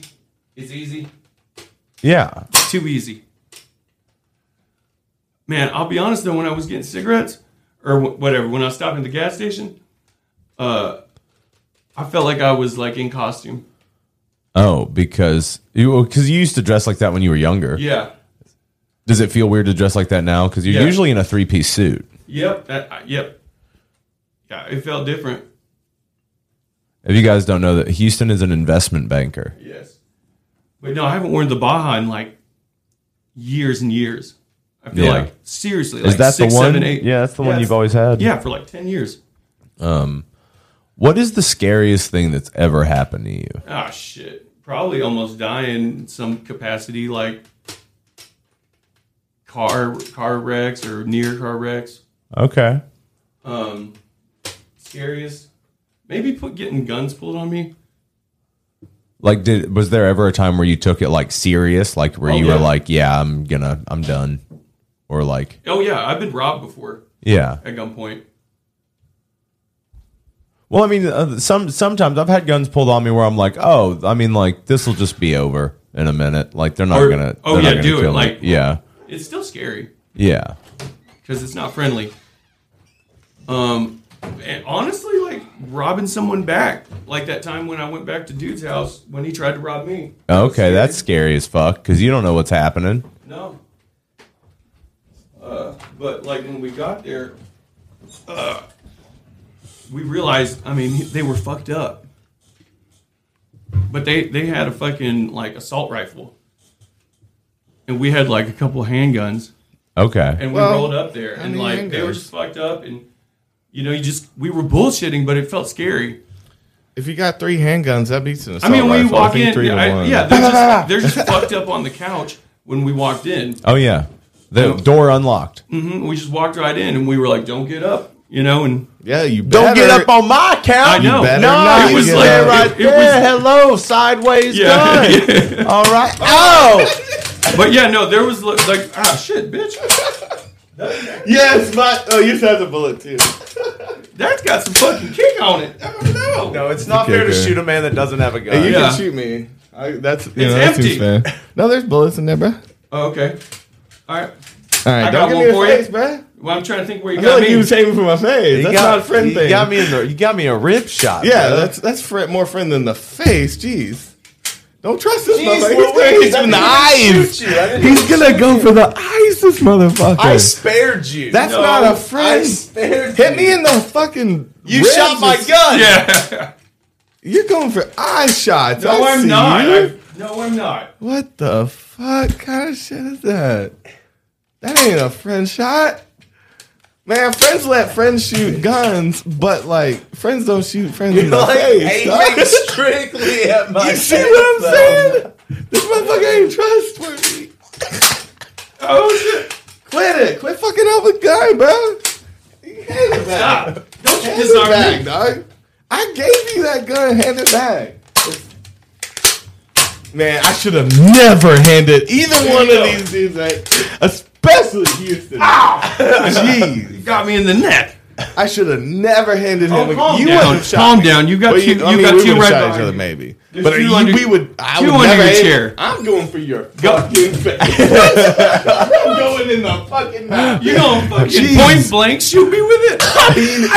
[SPEAKER 3] It's easy.
[SPEAKER 2] Yeah.
[SPEAKER 3] Too easy. Man, I'll be honest though. When I was getting cigarettes or wh- whatever, when I stopped at the gas station, uh, I felt like I was like in costume.
[SPEAKER 2] Oh, because you because you used to dress like that when you were younger.
[SPEAKER 3] Yeah.
[SPEAKER 2] Does it feel weird to dress like that now? Because you're
[SPEAKER 3] Yeah.
[SPEAKER 2] usually in a three piece suit.
[SPEAKER 3] Yep. That, I- yep. Yeah, it felt different.
[SPEAKER 2] If you guys don't know that Houston is an investment banker.
[SPEAKER 3] Yes. But no, I haven't worn the Baja in like years and years. I feel
[SPEAKER 2] Yeah.
[SPEAKER 3] like seriously,
[SPEAKER 2] Is
[SPEAKER 3] like
[SPEAKER 2] that the
[SPEAKER 3] six,
[SPEAKER 2] one-
[SPEAKER 3] seven, eight-
[SPEAKER 2] yeah, that's the one you've always had?
[SPEAKER 3] Yeah, for like ten years.
[SPEAKER 2] Um, what is the scariest thing that's ever happened to you?
[SPEAKER 3] Ah, shit. Probably almost dying in some capacity, like car car wrecks or near car wrecks.
[SPEAKER 2] Okay.
[SPEAKER 3] Um, scariest. Maybe put getting guns pulled on me.
[SPEAKER 2] Like, did was there ever a time where you took it like serious, like where
[SPEAKER 3] Oh,
[SPEAKER 2] you
[SPEAKER 3] yeah.
[SPEAKER 2] were like, "Yeah, I'm gonna, I'm done," or like,
[SPEAKER 3] Oh yeah, I've been robbed before.
[SPEAKER 2] Yeah.
[SPEAKER 3] At gunpoint.
[SPEAKER 2] well, I mean, uh, some sometimes I've had guns pulled on me where I'm like, "Oh, I mean, like this will just be over in a minute. Like they're not
[SPEAKER 3] Or-
[SPEAKER 2] gonna,
[SPEAKER 3] oh,
[SPEAKER 2] they're not
[SPEAKER 3] yeah,
[SPEAKER 2] gonna
[SPEAKER 3] do it,
[SPEAKER 2] kill me."
[SPEAKER 3] like-
[SPEAKER 2] yeah,
[SPEAKER 3] It's still scary
[SPEAKER 2] yeah.
[SPEAKER 3] because it's not friendly. Um, and honestly, like robbing someone back, like that time when I went back to dude's house when he tried to rob me.
[SPEAKER 2] Okay, that's scary as fuck because you don't know what's happening.
[SPEAKER 3] No. Uh, but like when we got there, uh, we realized. I mean, they were fucked up. But they they had a fucking like assault rifle, and we had like a couple handguns.
[SPEAKER 2] Okay.
[SPEAKER 3] And we
[SPEAKER 1] Well,
[SPEAKER 3] rolled up there,
[SPEAKER 1] how
[SPEAKER 3] and
[SPEAKER 1] many
[SPEAKER 3] like they were
[SPEAKER 1] handguns?
[SPEAKER 3] just fucked up, and you know, you just we were bullshitting, but it felt scary.
[SPEAKER 4] If you got three handguns, that beats an
[SPEAKER 3] I
[SPEAKER 4] assault
[SPEAKER 3] mean, when you
[SPEAKER 4] rifle.
[SPEAKER 3] walk
[SPEAKER 4] think
[SPEAKER 3] in,
[SPEAKER 4] three to
[SPEAKER 3] I-
[SPEAKER 4] one.
[SPEAKER 3] yeah, they're just, they're just fucked up on the couch when we walked in.
[SPEAKER 2] Oh yeah, the door unlocked.
[SPEAKER 3] hmm We just walked right in, and we were like, "Don't get up," you know, and
[SPEAKER 4] yeah, you
[SPEAKER 2] Don't get up on my couch.
[SPEAKER 3] I know.
[SPEAKER 2] No,
[SPEAKER 3] it was
[SPEAKER 2] you
[SPEAKER 3] like
[SPEAKER 2] there right
[SPEAKER 3] it, it
[SPEAKER 2] there.
[SPEAKER 3] was,
[SPEAKER 2] Hello, sideways
[SPEAKER 3] Yeah.
[SPEAKER 2] gun. All right. Oh,
[SPEAKER 3] but yeah, no, there was like, like, ah, shit, bitch.
[SPEAKER 4] Yes, my oh, you had the bullet too.
[SPEAKER 3] That's got some fucking kick on it. No,
[SPEAKER 2] no, it's not
[SPEAKER 4] Okay,
[SPEAKER 2] fair to
[SPEAKER 4] okay.
[SPEAKER 2] shoot a man that doesn't have a gun.
[SPEAKER 4] Hey, you
[SPEAKER 3] Yeah.
[SPEAKER 4] can shoot me. I, that's you know,
[SPEAKER 3] It's
[SPEAKER 4] that seems
[SPEAKER 3] empty.
[SPEAKER 4] fair. No, there's bullets in there, bro. All
[SPEAKER 3] Oh, okay, all right.
[SPEAKER 4] right, don't
[SPEAKER 3] I got
[SPEAKER 4] give
[SPEAKER 3] one
[SPEAKER 4] me your
[SPEAKER 3] for
[SPEAKER 4] face,
[SPEAKER 3] you,
[SPEAKER 4] bro.
[SPEAKER 3] Well, I'm trying to think where you
[SPEAKER 4] I feel
[SPEAKER 3] got
[SPEAKER 4] like
[SPEAKER 3] me.
[SPEAKER 4] you was aiming for my face.
[SPEAKER 2] You
[SPEAKER 4] that's
[SPEAKER 2] got-
[SPEAKER 4] not a friend
[SPEAKER 2] you
[SPEAKER 4] thing.
[SPEAKER 2] Got me in the. You got me a rib shot.
[SPEAKER 4] yeah,
[SPEAKER 2] bro.
[SPEAKER 4] that's that's fri more friend than the face. Jeez. Don't trust this
[SPEAKER 1] Jeez,
[SPEAKER 4] motherfucker.
[SPEAKER 1] Louise,
[SPEAKER 4] He's gonna hit you in the
[SPEAKER 1] I didn't even
[SPEAKER 4] eyes.
[SPEAKER 1] shoot you. I didn't
[SPEAKER 4] He's
[SPEAKER 1] even
[SPEAKER 4] gonna
[SPEAKER 1] shoot
[SPEAKER 4] go
[SPEAKER 1] you.
[SPEAKER 4] for the eyes, this motherfucker.
[SPEAKER 1] I spared you.
[SPEAKER 4] That's
[SPEAKER 1] No,
[SPEAKER 4] not a friend.
[SPEAKER 1] I spared
[SPEAKER 4] Hit me in the fucking.
[SPEAKER 1] You
[SPEAKER 4] ribs
[SPEAKER 1] shot my
[SPEAKER 4] or-
[SPEAKER 1] gun.
[SPEAKER 3] Yeah.
[SPEAKER 4] You're going for eye shots.
[SPEAKER 3] No,
[SPEAKER 4] I
[SPEAKER 3] I'm
[SPEAKER 4] see
[SPEAKER 3] not.
[SPEAKER 4] you.
[SPEAKER 3] I- no, I'm not.
[SPEAKER 4] What the fuck kind of shit is that? That ain't a friend shot. Man, friends let friends shoot guns, but like friends don't shoot friends in
[SPEAKER 1] You're
[SPEAKER 4] the
[SPEAKER 1] like
[SPEAKER 4] face. dog.
[SPEAKER 1] aiming strictly at my
[SPEAKER 4] You see what I'm
[SPEAKER 1] headphone.
[SPEAKER 4] saying? This motherfucker ain't trustworthy.
[SPEAKER 3] oh shit!
[SPEAKER 4] Quit it! Quit fucking up a guy, bro.
[SPEAKER 1] Stop.
[SPEAKER 3] Don't
[SPEAKER 1] you
[SPEAKER 4] Hand
[SPEAKER 1] disarm
[SPEAKER 4] it back,
[SPEAKER 1] me.
[SPEAKER 4] dog. I gave you that gun. Hand it back. Man, I should have never handed either
[SPEAKER 1] There
[SPEAKER 4] one
[SPEAKER 1] you
[SPEAKER 4] of
[SPEAKER 1] go.
[SPEAKER 4] these dudes, like, especially Houston. Jeez, you
[SPEAKER 3] got me in the neck.
[SPEAKER 4] I should have never handed him.
[SPEAKER 3] Oh,
[SPEAKER 4] a
[SPEAKER 3] calm
[SPEAKER 4] you
[SPEAKER 3] down.
[SPEAKER 4] wouldn't have shot
[SPEAKER 3] Calm
[SPEAKER 4] me.
[SPEAKER 3] down. You got
[SPEAKER 4] Well,
[SPEAKER 3] two-
[SPEAKER 4] I
[SPEAKER 3] you
[SPEAKER 4] mean,
[SPEAKER 3] got
[SPEAKER 4] we
[SPEAKER 3] two
[SPEAKER 4] would've
[SPEAKER 3] right
[SPEAKER 4] shot each
[SPEAKER 3] behind
[SPEAKER 4] other,
[SPEAKER 3] you.
[SPEAKER 4] maybe.
[SPEAKER 3] There's
[SPEAKER 4] but
[SPEAKER 3] two
[SPEAKER 4] you-
[SPEAKER 3] under-
[SPEAKER 4] we would. I
[SPEAKER 3] two
[SPEAKER 4] would
[SPEAKER 3] under
[SPEAKER 4] never.
[SPEAKER 3] your
[SPEAKER 4] hand-
[SPEAKER 3] chair.
[SPEAKER 4] I'm going for your fucking face. I'm going in the fucking mouth.
[SPEAKER 3] You gonna fucking
[SPEAKER 4] Oh, Jeez.
[SPEAKER 3] point blank shoot me with it? I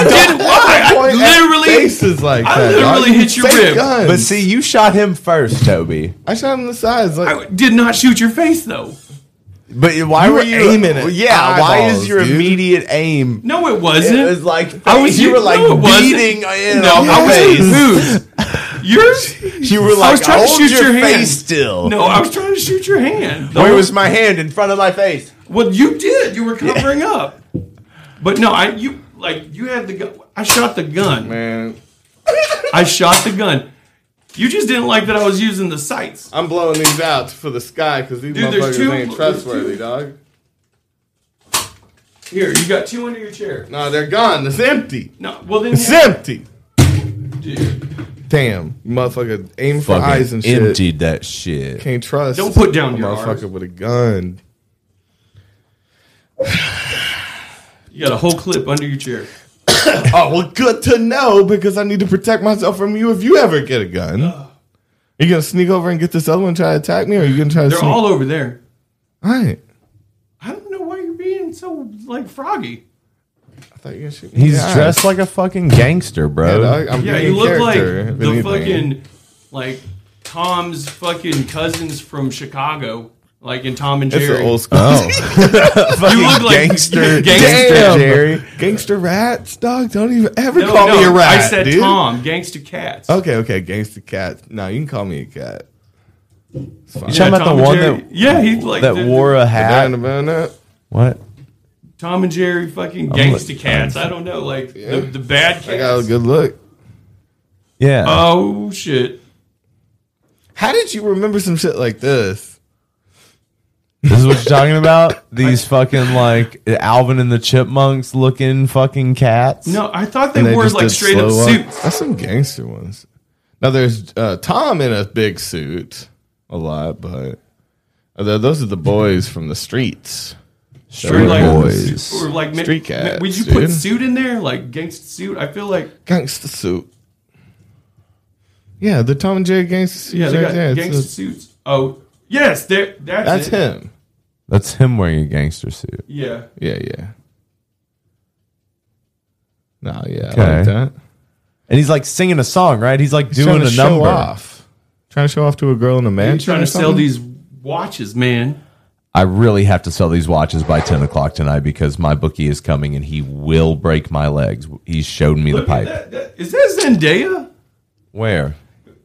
[SPEAKER 3] did why? I
[SPEAKER 4] Point at
[SPEAKER 3] literally
[SPEAKER 4] faces like
[SPEAKER 3] I
[SPEAKER 4] that.
[SPEAKER 3] literally
[SPEAKER 4] dog.
[SPEAKER 3] hit your
[SPEAKER 4] Fake
[SPEAKER 3] rib.
[SPEAKER 4] guns.
[SPEAKER 2] But see, you shot him first, Toby.
[SPEAKER 4] I shot him in the sides. Like,
[SPEAKER 3] did not shoot your face though.
[SPEAKER 2] But why
[SPEAKER 4] You
[SPEAKER 2] were,
[SPEAKER 4] were
[SPEAKER 2] you
[SPEAKER 4] aiming at
[SPEAKER 2] Yeah, why
[SPEAKER 4] eyeballs,
[SPEAKER 2] is your
[SPEAKER 4] dude.
[SPEAKER 2] immediate aim?
[SPEAKER 3] No, it wasn't.
[SPEAKER 2] It was like
[SPEAKER 3] I was-
[SPEAKER 2] you, were
[SPEAKER 3] no,
[SPEAKER 2] like
[SPEAKER 3] it wasn't.
[SPEAKER 2] beating uh, in
[SPEAKER 3] No,
[SPEAKER 2] on
[SPEAKER 3] I was in
[SPEAKER 2] the
[SPEAKER 3] face. Yours?
[SPEAKER 2] You were like,
[SPEAKER 3] I was trying to
[SPEAKER 2] hold
[SPEAKER 3] shoot
[SPEAKER 2] your,
[SPEAKER 3] your hand.
[SPEAKER 2] face still.
[SPEAKER 3] No, I was trying to shoot your hand.
[SPEAKER 2] Where was my hand in front of my face?
[SPEAKER 3] Well, you did. You were covering up. But no, I you like you had the gun. I shot the gun,
[SPEAKER 4] man.
[SPEAKER 3] I shot the gun. You just didn't like that I was using the sights.
[SPEAKER 4] I'm blowing these out for the sky because these
[SPEAKER 3] Dude,
[SPEAKER 4] motherfuckers
[SPEAKER 3] there's two-
[SPEAKER 4] ain't trustworthy, dog.
[SPEAKER 3] Here, you got two under your chair.
[SPEAKER 4] No, they're gone. It's empty.
[SPEAKER 3] No, well then
[SPEAKER 4] It's empty. Damn, you motherfucker, aim for
[SPEAKER 2] Fucking
[SPEAKER 4] eyes and shit.
[SPEAKER 2] emptied that shit.
[SPEAKER 4] Can't trust.
[SPEAKER 3] Don't put down
[SPEAKER 4] a
[SPEAKER 3] your
[SPEAKER 4] motherfucker with a gun.
[SPEAKER 3] you got a whole clip under your chair.
[SPEAKER 4] oh well, good to know because I need to protect myself from you if you ever get a gun.
[SPEAKER 2] Uh.
[SPEAKER 4] Are you gonna sneak over and get this other one and try to attack me, or are you gonna try to?
[SPEAKER 3] They're
[SPEAKER 4] sneak-
[SPEAKER 3] all over there.
[SPEAKER 4] All right.
[SPEAKER 3] I don't know why you're being so like froggy.
[SPEAKER 4] I thought you were gonna shoot me.
[SPEAKER 2] He's
[SPEAKER 4] Yeah.
[SPEAKER 2] dressed like a fucking gangster,
[SPEAKER 4] Yeah,
[SPEAKER 2] bro.
[SPEAKER 4] dog, I'm
[SPEAKER 3] yeah,
[SPEAKER 4] being
[SPEAKER 3] you look like
[SPEAKER 4] character, if
[SPEAKER 3] the
[SPEAKER 4] anything.
[SPEAKER 3] fucking like Tom's fucking cousins from Chicago, like in Tom and
[SPEAKER 4] It's
[SPEAKER 3] Jerry.
[SPEAKER 4] an old school.
[SPEAKER 3] you look like
[SPEAKER 2] gangster,
[SPEAKER 3] gangster
[SPEAKER 4] Damn.
[SPEAKER 2] Jerry.
[SPEAKER 4] Gangster rats, dog. Don't even ever
[SPEAKER 3] No,
[SPEAKER 4] call me
[SPEAKER 3] no,
[SPEAKER 4] a rat.
[SPEAKER 3] I said
[SPEAKER 4] dude.
[SPEAKER 3] Tom, gangster cats.
[SPEAKER 4] Okay, okay, gangster cat. No, you can call me a cat. It's fine.
[SPEAKER 2] You talking about
[SPEAKER 3] Tom
[SPEAKER 2] the
[SPEAKER 3] and
[SPEAKER 2] one
[SPEAKER 3] Jerry.
[SPEAKER 2] that
[SPEAKER 3] Yeah, he, like,
[SPEAKER 2] that
[SPEAKER 3] the-
[SPEAKER 2] wore a hat?
[SPEAKER 4] Banana, banana.
[SPEAKER 2] What?
[SPEAKER 3] Tom and Jerry, fucking
[SPEAKER 2] I'm
[SPEAKER 3] gangster
[SPEAKER 2] look-
[SPEAKER 3] cats.
[SPEAKER 2] I'm-
[SPEAKER 3] I don't know, like the, the bad
[SPEAKER 4] I got a
[SPEAKER 3] cats.
[SPEAKER 4] good look.
[SPEAKER 2] Yeah.
[SPEAKER 3] Oh shit!
[SPEAKER 4] How did you remember some shit like this?
[SPEAKER 2] This is what you're talking about? These fucking like Alvin and the Chipmunks looking
[SPEAKER 4] Uh,
[SPEAKER 2] fucking cats.
[SPEAKER 3] No, I thought
[SPEAKER 4] And
[SPEAKER 3] they wore
[SPEAKER 4] just
[SPEAKER 3] like
[SPEAKER 4] did
[SPEAKER 3] straight up
[SPEAKER 4] slow
[SPEAKER 3] suits.
[SPEAKER 4] That's some gangster ones. Now there's uh, Tom in a big suit a lot, but uh, th- those are the boys from the streets.
[SPEAKER 3] Or
[SPEAKER 4] They're
[SPEAKER 3] like,
[SPEAKER 4] boys.
[SPEAKER 3] or like ma-
[SPEAKER 4] street
[SPEAKER 3] ma-
[SPEAKER 4] cats.
[SPEAKER 3] Would you put
[SPEAKER 4] dude.
[SPEAKER 3] suit in there, like gangster suit? I feel like
[SPEAKER 4] gangster suit? Yeah, the Tom and Jerry gangster suit.
[SPEAKER 3] yeah, they
[SPEAKER 4] right
[SPEAKER 3] got
[SPEAKER 4] there. It's
[SPEAKER 3] gangster
[SPEAKER 4] a-
[SPEAKER 3] suits. Oh yes, there. That's,
[SPEAKER 4] That's
[SPEAKER 3] it.
[SPEAKER 4] him.
[SPEAKER 2] That's him wearing a gangster suit.
[SPEAKER 3] Yeah.
[SPEAKER 4] Yeah, yeah. Nah, yeah, I
[SPEAKER 2] Okay.
[SPEAKER 4] like that.
[SPEAKER 2] And he's like singing a song, right? He's like doing
[SPEAKER 4] trying
[SPEAKER 2] a
[SPEAKER 4] to show
[SPEAKER 2] number.
[SPEAKER 4] off. Trying to show off to a girl in a
[SPEAKER 3] You're
[SPEAKER 4] mansion.
[SPEAKER 3] trying
[SPEAKER 4] or
[SPEAKER 3] to sell
[SPEAKER 4] something?
[SPEAKER 3] these watches, man.
[SPEAKER 2] I really have to sell these watches by 10 o'clock tonight because my bookie is coming and he will break my legs. He's showed me the
[SPEAKER 3] Look at
[SPEAKER 2] pipe.
[SPEAKER 3] that, that, is that Zendaya
[SPEAKER 2] Where?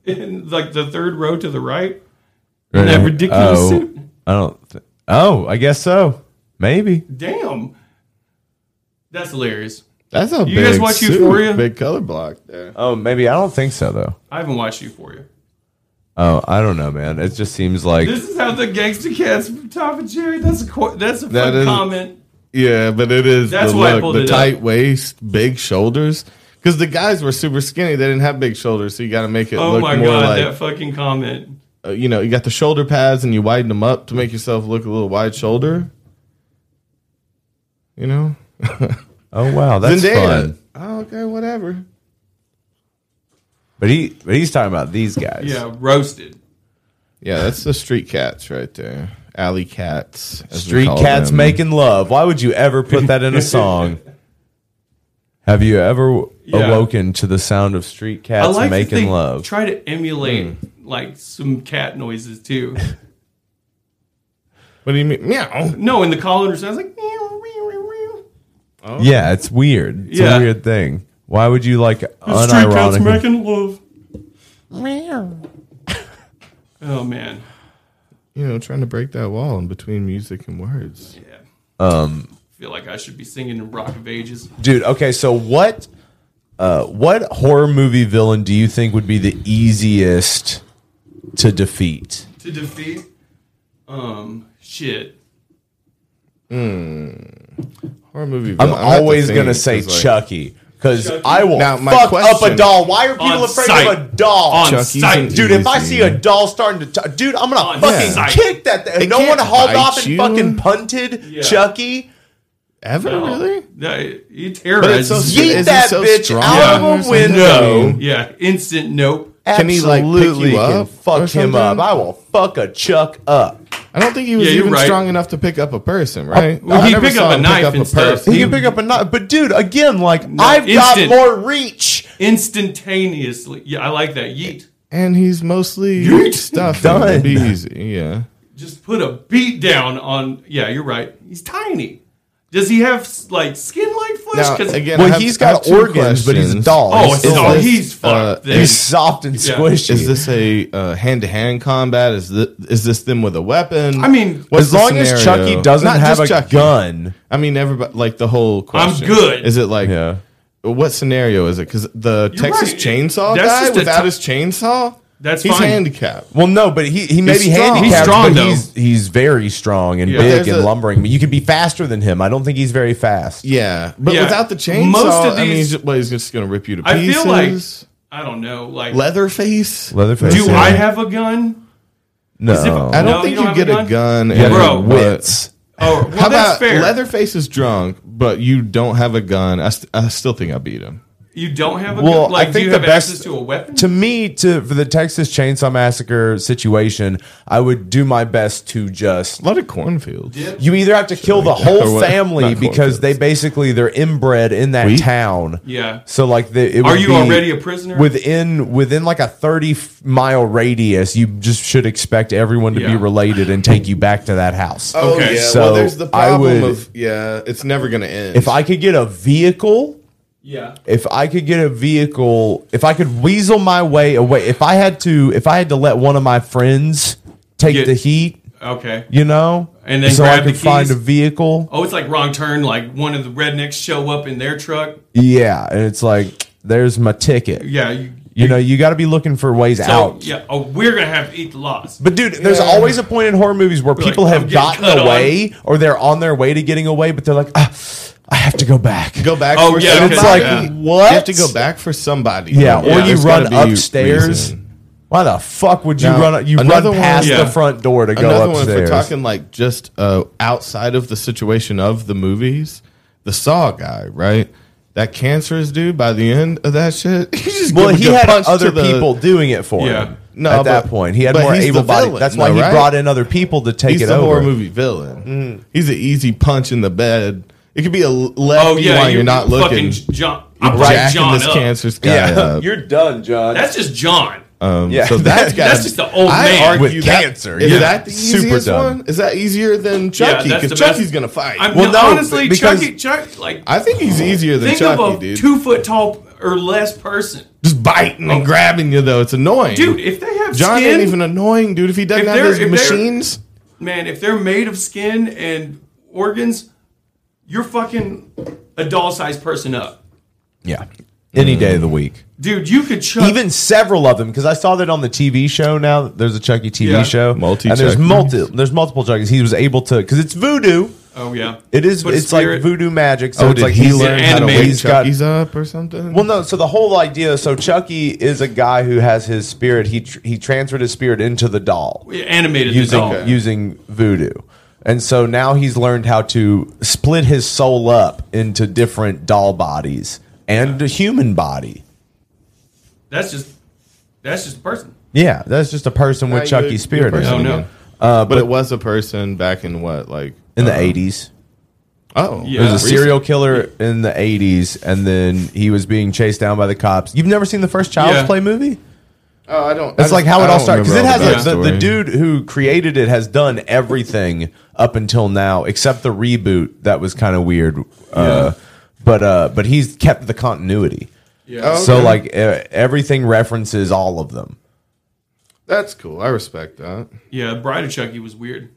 [SPEAKER 3] in like the third row to the right? In that ridiculous
[SPEAKER 2] oh,
[SPEAKER 3] suit.
[SPEAKER 2] I don't. Th- oh, I guess so. Maybe.
[SPEAKER 3] Damn, that's hilarious.
[SPEAKER 4] That's a
[SPEAKER 3] You
[SPEAKER 4] big
[SPEAKER 3] guys watch
[SPEAKER 4] suit,
[SPEAKER 3] Euphoria?
[SPEAKER 4] Big color block there.
[SPEAKER 2] Oh, maybe. I don't think so though.
[SPEAKER 3] I haven't watched Euphoria.
[SPEAKER 2] Oh, I don't know, man. It just seems like
[SPEAKER 3] This is how the gangster cats from Tom and Jerry. That's a qu- that's a
[SPEAKER 4] That
[SPEAKER 3] fun
[SPEAKER 4] is-
[SPEAKER 3] comment.
[SPEAKER 4] Yeah, but it is
[SPEAKER 3] That's
[SPEAKER 4] the
[SPEAKER 3] why I
[SPEAKER 4] look,
[SPEAKER 3] pulled
[SPEAKER 4] the
[SPEAKER 3] it up.
[SPEAKER 4] tight waist, big shoulders. Because the guys were super skinny, they didn't have big shoulders, so you got to make it
[SPEAKER 3] Oh
[SPEAKER 4] look
[SPEAKER 3] my
[SPEAKER 4] more
[SPEAKER 3] god,
[SPEAKER 4] like
[SPEAKER 3] that fucking comment.
[SPEAKER 4] uh, you know you got the shoulder pads and you widen them up to make yourself look a little wide shoulder. You know,
[SPEAKER 2] oh wow, that's
[SPEAKER 4] Zendaya.
[SPEAKER 2] fun.
[SPEAKER 4] Oh, okay, whatever.
[SPEAKER 2] But he, but he's talking about these guys.
[SPEAKER 3] Yeah, roasted.
[SPEAKER 4] Yeah, that's the street cats right there. Alley cats, as we
[SPEAKER 2] Street
[SPEAKER 4] call
[SPEAKER 2] cats
[SPEAKER 4] them.
[SPEAKER 2] making love. Why would you ever put that in a song? Have you ever?
[SPEAKER 3] Yeah.
[SPEAKER 2] awoken to the sound of street
[SPEAKER 3] I
[SPEAKER 2] cats
[SPEAKER 3] like that
[SPEAKER 2] making
[SPEAKER 3] they
[SPEAKER 2] love.
[SPEAKER 3] Try to emulate
[SPEAKER 4] Hmm.
[SPEAKER 3] like some cat noises too.
[SPEAKER 4] what do you mean? Meow.
[SPEAKER 3] No, in the colander sounds like
[SPEAKER 2] Yeah, it's weird. It's
[SPEAKER 3] Yeah.
[SPEAKER 2] a weird thing. Why would you like
[SPEAKER 3] street cats
[SPEAKER 2] unironic?
[SPEAKER 3] making love. Oh man.
[SPEAKER 4] You know, trying to break that wall in between music and words.
[SPEAKER 3] Yeah.
[SPEAKER 2] Um,
[SPEAKER 3] I feel like I should be singing in Rock of Ages.
[SPEAKER 2] dude. Okay, so what? Uh, what horror movie villain do you think would be the easiest to defeat?
[SPEAKER 3] To defeat um shit.
[SPEAKER 4] Horror movie.
[SPEAKER 2] I'm
[SPEAKER 4] villain. I'll have
[SPEAKER 2] always
[SPEAKER 4] think,
[SPEAKER 2] gonna say
[SPEAKER 4] 'cause, like-
[SPEAKER 2] Chucky because I will
[SPEAKER 4] Now, my
[SPEAKER 2] fuck up a
[SPEAKER 4] question-
[SPEAKER 2] doll. Why are people
[SPEAKER 4] On
[SPEAKER 2] afraid
[SPEAKER 4] sight.
[SPEAKER 2] of a doll?
[SPEAKER 4] On Chucky's sight. an
[SPEAKER 2] dude. If I
[SPEAKER 4] easy-
[SPEAKER 2] see a doll starting to, t- dude, I'm gonna fucking
[SPEAKER 4] sight.
[SPEAKER 2] kick that. thing.
[SPEAKER 4] It
[SPEAKER 2] If no one
[SPEAKER 4] can't
[SPEAKER 2] hauled
[SPEAKER 4] bite
[SPEAKER 2] off and
[SPEAKER 4] you.
[SPEAKER 2] fucking punted Chucky.
[SPEAKER 4] Ever
[SPEAKER 3] No.
[SPEAKER 4] Oh, really?
[SPEAKER 3] No, he
[SPEAKER 4] But it's
[SPEAKER 3] terrorizes.
[SPEAKER 4] so-
[SPEAKER 2] Yeet
[SPEAKER 4] is he
[SPEAKER 2] that
[SPEAKER 4] so
[SPEAKER 2] bitch
[SPEAKER 4] strong
[SPEAKER 2] out
[SPEAKER 4] or
[SPEAKER 2] of a
[SPEAKER 4] something?
[SPEAKER 2] window.
[SPEAKER 3] Yeah, instant nope.
[SPEAKER 4] Can he, like, pick you
[SPEAKER 2] Absolutely can
[SPEAKER 4] up or
[SPEAKER 2] fuck him up.
[SPEAKER 4] something?
[SPEAKER 2] I will fuck a Chuck up.
[SPEAKER 4] I don't think he was
[SPEAKER 2] Yeah, you're
[SPEAKER 4] even
[SPEAKER 2] right.
[SPEAKER 4] strong enough to pick up a person, right?
[SPEAKER 2] Well,
[SPEAKER 4] I
[SPEAKER 2] he'd
[SPEAKER 4] never
[SPEAKER 2] pick up
[SPEAKER 4] saw
[SPEAKER 2] a
[SPEAKER 4] him
[SPEAKER 2] knife and
[SPEAKER 4] person.
[SPEAKER 2] He can pick up a knife, but dude, again, like I've
[SPEAKER 3] Instant.
[SPEAKER 2] got more reach.
[SPEAKER 3] Instantaneously. Yeah, I like that. Yeet.
[SPEAKER 4] And he's mostly stuff.
[SPEAKER 3] Done.
[SPEAKER 4] It'd be easy. Yeah.
[SPEAKER 3] Just put a beat down on. Yeah, you're right. He's tiny. Does he have like skin like flesh?
[SPEAKER 4] Now,
[SPEAKER 3] 'Cause-
[SPEAKER 4] again, I have- I have two questions.
[SPEAKER 3] Oh, it's oh, he's fucked. then. Yeah.
[SPEAKER 4] uh, Is this a uh, hand-to-hand combat? Is this is this them with a weapon?
[SPEAKER 3] I mean-
[SPEAKER 2] As long as Chucky doesn't have a gun.
[SPEAKER 4] I mean, everybody like the whole question.
[SPEAKER 3] good.
[SPEAKER 4] Is it like what scenario is it? Because the
[SPEAKER 2] You're
[SPEAKER 4] Texas
[SPEAKER 2] right.
[SPEAKER 4] chainsaw
[SPEAKER 2] That's
[SPEAKER 4] guy
[SPEAKER 2] just a
[SPEAKER 4] without
[SPEAKER 2] t-
[SPEAKER 4] his chainsaw.
[SPEAKER 3] That's
[SPEAKER 4] he's
[SPEAKER 2] fine.
[SPEAKER 4] handicapped.
[SPEAKER 2] Well, no, but he, he may
[SPEAKER 4] He's
[SPEAKER 2] be
[SPEAKER 4] strong.
[SPEAKER 2] handicapped,
[SPEAKER 4] He's strong,
[SPEAKER 2] but
[SPEAKER 4] though.
[SPEAKER 2] he's he's very strong and
[SPEAKER 4] Yeah. But
[SPEAKER 2] big
[SPEAKER 4] there's
[SPEAKER 2] and
[SPEAKER 4] a-
[SPEAKER 2] lumbering. You could be faster than him. I don't think he's very fast.
[SPEAKER 4] Yeah, But without the chainsaw, I mean, he's just, well, he's just gonna rip you to
[SPEAKER 3] I
[SPEAKER 4] pieces.
[SPEAKER 3] feel like I don't know. Like
[SPEAKER 4] Leatherface.
[SPEAKER 2] Leatherface.
[SPEAKER 3] Do I have a gun?
[SPEAKER 4] No,
[SPEAKER 3] Is it-
[SPEAKER 4] I don't
[SPEAKER 3] No,
[SPEAKER 4] think
[SPEAKER 3] you
[SPEAKER 4] you,
[SPEAKER 3] don't
[SPEAKER 4] get
[SPEAKER 3] have a
[SPEAKER 4] a gun.
[SPEAKER 3] gun? You
[SPEAKER 4] and
[SPEAKER 3] have
[SPEAKER 4] a
[SPEAKER 2] Uh, wits.
[SPEAKER 3] Oh, well,
[SPEAKER 4] How
[SPEAKER 3] that's
[SPEAKER 4] about
[SPEAKER 3] fair.
[SPEAKER 4] Leatherface is drunk, but you don't have a gun? I, st- I still think I beat him.
[SPEAKER 3] You don't have a
[SPEAKER 2] Well,
[SPEAKER 3] gun.
[SPEAKER 2] I
[SPEAKER 3] Like, do
[SPEAKER 2] think
[SPEAKER 3] you
[SPEAKER 2] the
[SPEAKER 3] have
[SPEAKER 2] best
[SPEAKER 3] access to a weapon?
[SPEAKER 2] To me, to for the Texas Chainsaw Massacre situation, I would do my best to just
[SPEAKER 4] a lot of cornfields.
[SPEAKER 2] You either have to kill the
[SPEAKER 4] like that. Or
[SPEAKER 2] whole
[SPEAKER 4] what-
[SPEAKER 2] family
[SPEAKER 4] not
[SPEAKER 2] because they basically they're inbred in that
[SPEAKER 4] Wheat?
[SPEAKER 2] town.
[SPEAKER 3] Yeah.
[SPEAKER 2] So like the, it
[SPEAKER 3] Are
[SPEAKER 2] would
[SPEAKER 3] you
[SPEAKER 2] be
[SPEAKER 3] already a prisoner?
[SPEAKER 2] within within like a thirty f- mile radius? You just should expect everyone to be
[SPEAKER 4] Yeah.
[SPEAKER 2] related and take you back to that house.
[SPEAKER 4] Oh yeah.
[SPEAKER 2] So
[SPEAKER 4] well, there's the
[SPEAKER 2] I
[SPEAKER 4] problem
[SPEAKER 2] would,
[SPEAKER 4] of yeah, it's never gonna end.
[SPEAKER 2] if I could get a vehicle.
[SPEAKER 3] Yeah.
[SPEAKER 2] If I could get a vehicle, if I could weasel my way away, if I had to, if I had to let one of my friends take
[SPEAKER 3] Get-
[SPEAKER 2] the heat,
[SPEAKER 3] Okay.
[SPEAKER 2] you know,
[SPEAKER 3] And then
[SPEAKER 2] so I
[SPEAKER 3] grab the
[SPEAKER 2] could find a
[SPEAKER 3] keys?
[SPEAKER 2] vehicle.
[SPEAKER 3] Oh, it's like wrong turn. Like one of the rednecks show up in their truck.
[SPEAKER 2] Yeah, and it's like there's my ticket.
[SPEAKER 3] Yeah, you-
[SPEAKER 2] you know you got to be looking for ways
[SPEAKER 3] So,
[SPEAKER 2] out.
[SPEAKER 3] Yeah. Oh, we're gonna have to eat the loss.
[SPEAKER 2] But dude, there's
[SPEAKER 3] Yeah.
[SPEAKER 2] always a point in horror movies where people
[SPEAKER 3] like, I'm
[SPEAKER 2] have
[SPEAKER 3] getting
[SPEAKER 2] gotten
[SPEAKER 3] cut
[SPEAKER 2] away or they're on their way to getting away, but they're like, ah, I have to go back.
[SPEAKER 4] Go back.
[SPEAKER 2] Oh,
[SPEAKER 4] for
[SPEAKER 2] yeah,
[SPEAKER 4] somebody.
[SPEAKER 2] it's like, Yeah. what?
[SPEAKER 4] You have to go back for somebody.
[SPEAKER 2] Yeah, or you
[SPEAKER 4] there's
[SPEAKER 2] run
[SPEAKER 4] gotta be
[SPEAKER 2] upstairs.
[SPEAKER 4] reason.
[SPEAKER 2] Why the fuck would you
[SPEAKER 4] Now,
[SPEAKER 2] run? You run
[SPEAKER 4] another one-
[SPEAKER 2] past
[SPEAKER 4] Yeah.
[SPEAKER 2] the front door to go
[SPEAKER 4] Another
[SPEAKER 2] upstairs.
[SPEAKER 4] One, if we're talking like just uh, outside of the situation of the movies, the Saw guy, right? That cancerous dude. By the end of that shit, he just
[SPEAKER 2] Well,
[SPEAKER 4] give a
[SPEAKER 2] he
[SPEAKER 4] good
[SPEAKER 2] had
[SPEAKER 4] punch
[SPEAKER 2] other
[SPEAKER 4] to the-
[SPEAKER 2] people doing it for
[SPEAKER 4] Yeah.
[SPEAKER 2] him.
[SPEAKER 4] No,
[SPEAKER 2] at
[SPEAKER 4] but-
[SPEAKER 2] that point, he had
[SPEAKER 4] but
[SPEAKER 2] more
[SPEAKER 4] he's the
[SPEAKER 2] able body.
[SPEAKER 4] villain,
[SPEAKER 2] That's why
[SPEAKER 4] though,
[SPEAKER 2] he
[SPEAKER 4] right?
[SPEAKER 2] brought in other people to take
[SPEAKER 4] he's
[SPEAKER 2] it
[SPEAKER 4] the
[SPEAKER 2] over.
[SPEAKER 4] horror movie villain. He's an easy punch in the bed. It could be a left
[SPEAKER 3] Oh, yeah,
[SPEAKER 4] while
[SPEAKER 3] you
[SPEAKER 4] you're not looking.
[SPEAKER 3] fucking John-
[SPEAKER 4] You're
[SPEAKER 3] I'm right,
[SPEAKER 4] jacking
[SPEAKER 3] John
[SPEAKER 4] this
[SPEAKER 3] up.
[SPEAKER 4] cancerous guy
[SPEAKER 2] Yeah.
[SPEAKER 4] up.
[SPEAKER 2] You're done, John.
[SPEAKER 3] That's just John.
[SPEAKER 4] Um,
[SPEAKER 2] Yeah.
[SPEAKER 4] so that's got
[SPEAKER 3] That's just the old
[SPEAKER 4] I
[SPEAKER 3] man
[SPEAKER 4] argue
[SPEAKER 3] with
[SPEAKER 4] that-
[SPEAKER 3] cancer.
[SPEAKER 4] Is
[SPEAKER 3] Yeah.
[SPEAKER 4] that the
[SPEAKER 2] Super
[SPEAKER 4] easiest
[SPEAKER 2] dumb.
[SPEAKER 4] one? Is that easier than
[SPEAKER 3] Yeah,
[SPEAKER 4] Chucky?
[SPEAKER 3] that's
[SPEAKER 4] Because
[SPEAKER 3] the best-
[SPEAKER 4] Chucky's gonna fight.
[SPEAKER 3] I'm,
[SPEAKER 4] well, no,
[SPEAKER 3] honestly,
[SPEAKER 4] because
[SPEAKER 3] Chucky, Chuck, like
[SPEAKER 4] I think he's easier than
[SPEAKER 3] think
[SPEAKER 4] Chucky,
[SPEAKER 3] of a
[SPEAKER 4] dude.
[SPEAKER 3] two foot tall or less person.
[SPEAKER 4] Just biting and grabbing you though, it's annoying,
[SPEAKER 3] Dude, if they have
[SPEAKER 4] John
[SPEAKER 3] skin-
[SPEAKER 4] ain't even annoying, dude. If he doesn't
[SPEAKER 3] If
[SPEAKER 4] have
[SPEAKER 3] they're-
[SPEAKER 4] his
[SPEAKER 3] if they're-
[SPEAKER 4] machines,
[SPEAKER 3] Man, if they're made of skin and organs, you're fucking a doll sized person up,
[SPEAKER 2] Yeah. Any day of the week.
[SPEAKER 3] dude. You could chuck
[SPEAKER 2] Even several of them, because I saw that on the TV show. Now there's a Chucky TV
[SPEAKER 3] Yeah.
[SPEAKER 2] show,
[SPEAKER 4] Multi
[SPEAKER 2] and there's
[SPEAKER 4] Chuckies.
[SPEAKER 2] multi, there's multiple Chuckies. He was able to, because it's voodoo.
[SPEAKER 3] Oh yeah,
[SPEAKER 2] It is.
[SPEAKER 3] Put a
[SPEAKER 2] it's like
[SPEAKER 3] spirit-
[SPEAKER 2] voodoo magic. So
[SPEAKER 4] oh,
[SPEAKER 2] it's
[SPEAKER 4] did
[SPEAKER 2] like
[SPEAKER 4] he
[SPEAKER 2] he's
[SPEAKER 4] learn how to
[SPEAKER 2] animated.
[SPEAKER 4] wake
[SPEAKER 2] He's got-
[SPEAKER 4] Chucky's up or something?
[SPEAKER 2] Well, no. So the whole idea. So Chucky is a guy who has his spirit. He tr- he transferred his spirit into the doll,
[SPEAKER 3] Yeah, animated the
[SPEAKER 2] using
[SPEAKER 4] uh,
[SPEAKER 3] doll.
[SPEAKER 2] using voodoo, and so now he's learned how to split his soul up into different doll bodies and a human body.
[SPEAKER 3] That's just that's just a person.
[SPEAKER 2] Yeah, that's just a person with
[SPEAKER 4] Nah,
[SPEAKER 2] Chucky
[SPEAKER 4] you're-
[SPEAKER 2] spirit.
[SPEAKER 4] you're
[SPEAKER 2] in it.
[SPEAKER 4] a person
[SPEAKER 3] Oh, no.
[SPEAKER 4] again.
[SPEAKER 2] Uh,
[SPEAKER 4] but,
[SPEAKER 2] but-
[SPEAKER 4] it was a person back in what, like
[SPEAKER 2] In the
[SPEAKER 4] uh,
[SPEAKER 2] 80s.
[SPEAKER 4] Oh,
[SPEAKER 2] There was a serial killer in the 80s, and then he was being chased down by the cops. You've never seen the first Child's
[SPEAKER 4] Yeah.
[SPEAKER 2] Play movie?
[SPEAKER 4] Oh, I don't.
[SPEAKER 2] That's
[SPEAKER 4] I
[SPEAKER 2] like
[SPEAKER 4] don't-
[SPEAKER 2] how
[SPEAKER 4] I
[SPEAKER 2] it all
[SPEAKER 4] don't
[SPEAKER 2] started. Because it
[SPEAKER 4] remember all
[SPEAKER 2] has like,
[SPEAKER 4] that
[SPEAKER 2] the, the
[SPEAKER 4] backstory.
[SPEAKER 2] dude who created it has done everything up until now, except the reboot that was kind of weird. Uh, but uh, but he's kept the continuity.
[SPEAKER 4] Yeah. Oh,
[SPEAKER 2] So
[SPEAKER 4] okay.
[SPEAKER 2] like e- everything references all of them.
[SPEAKER 4] That's cool. I respect that.
[SPEAKER 3] Yeah, Bride of Chucky was weird.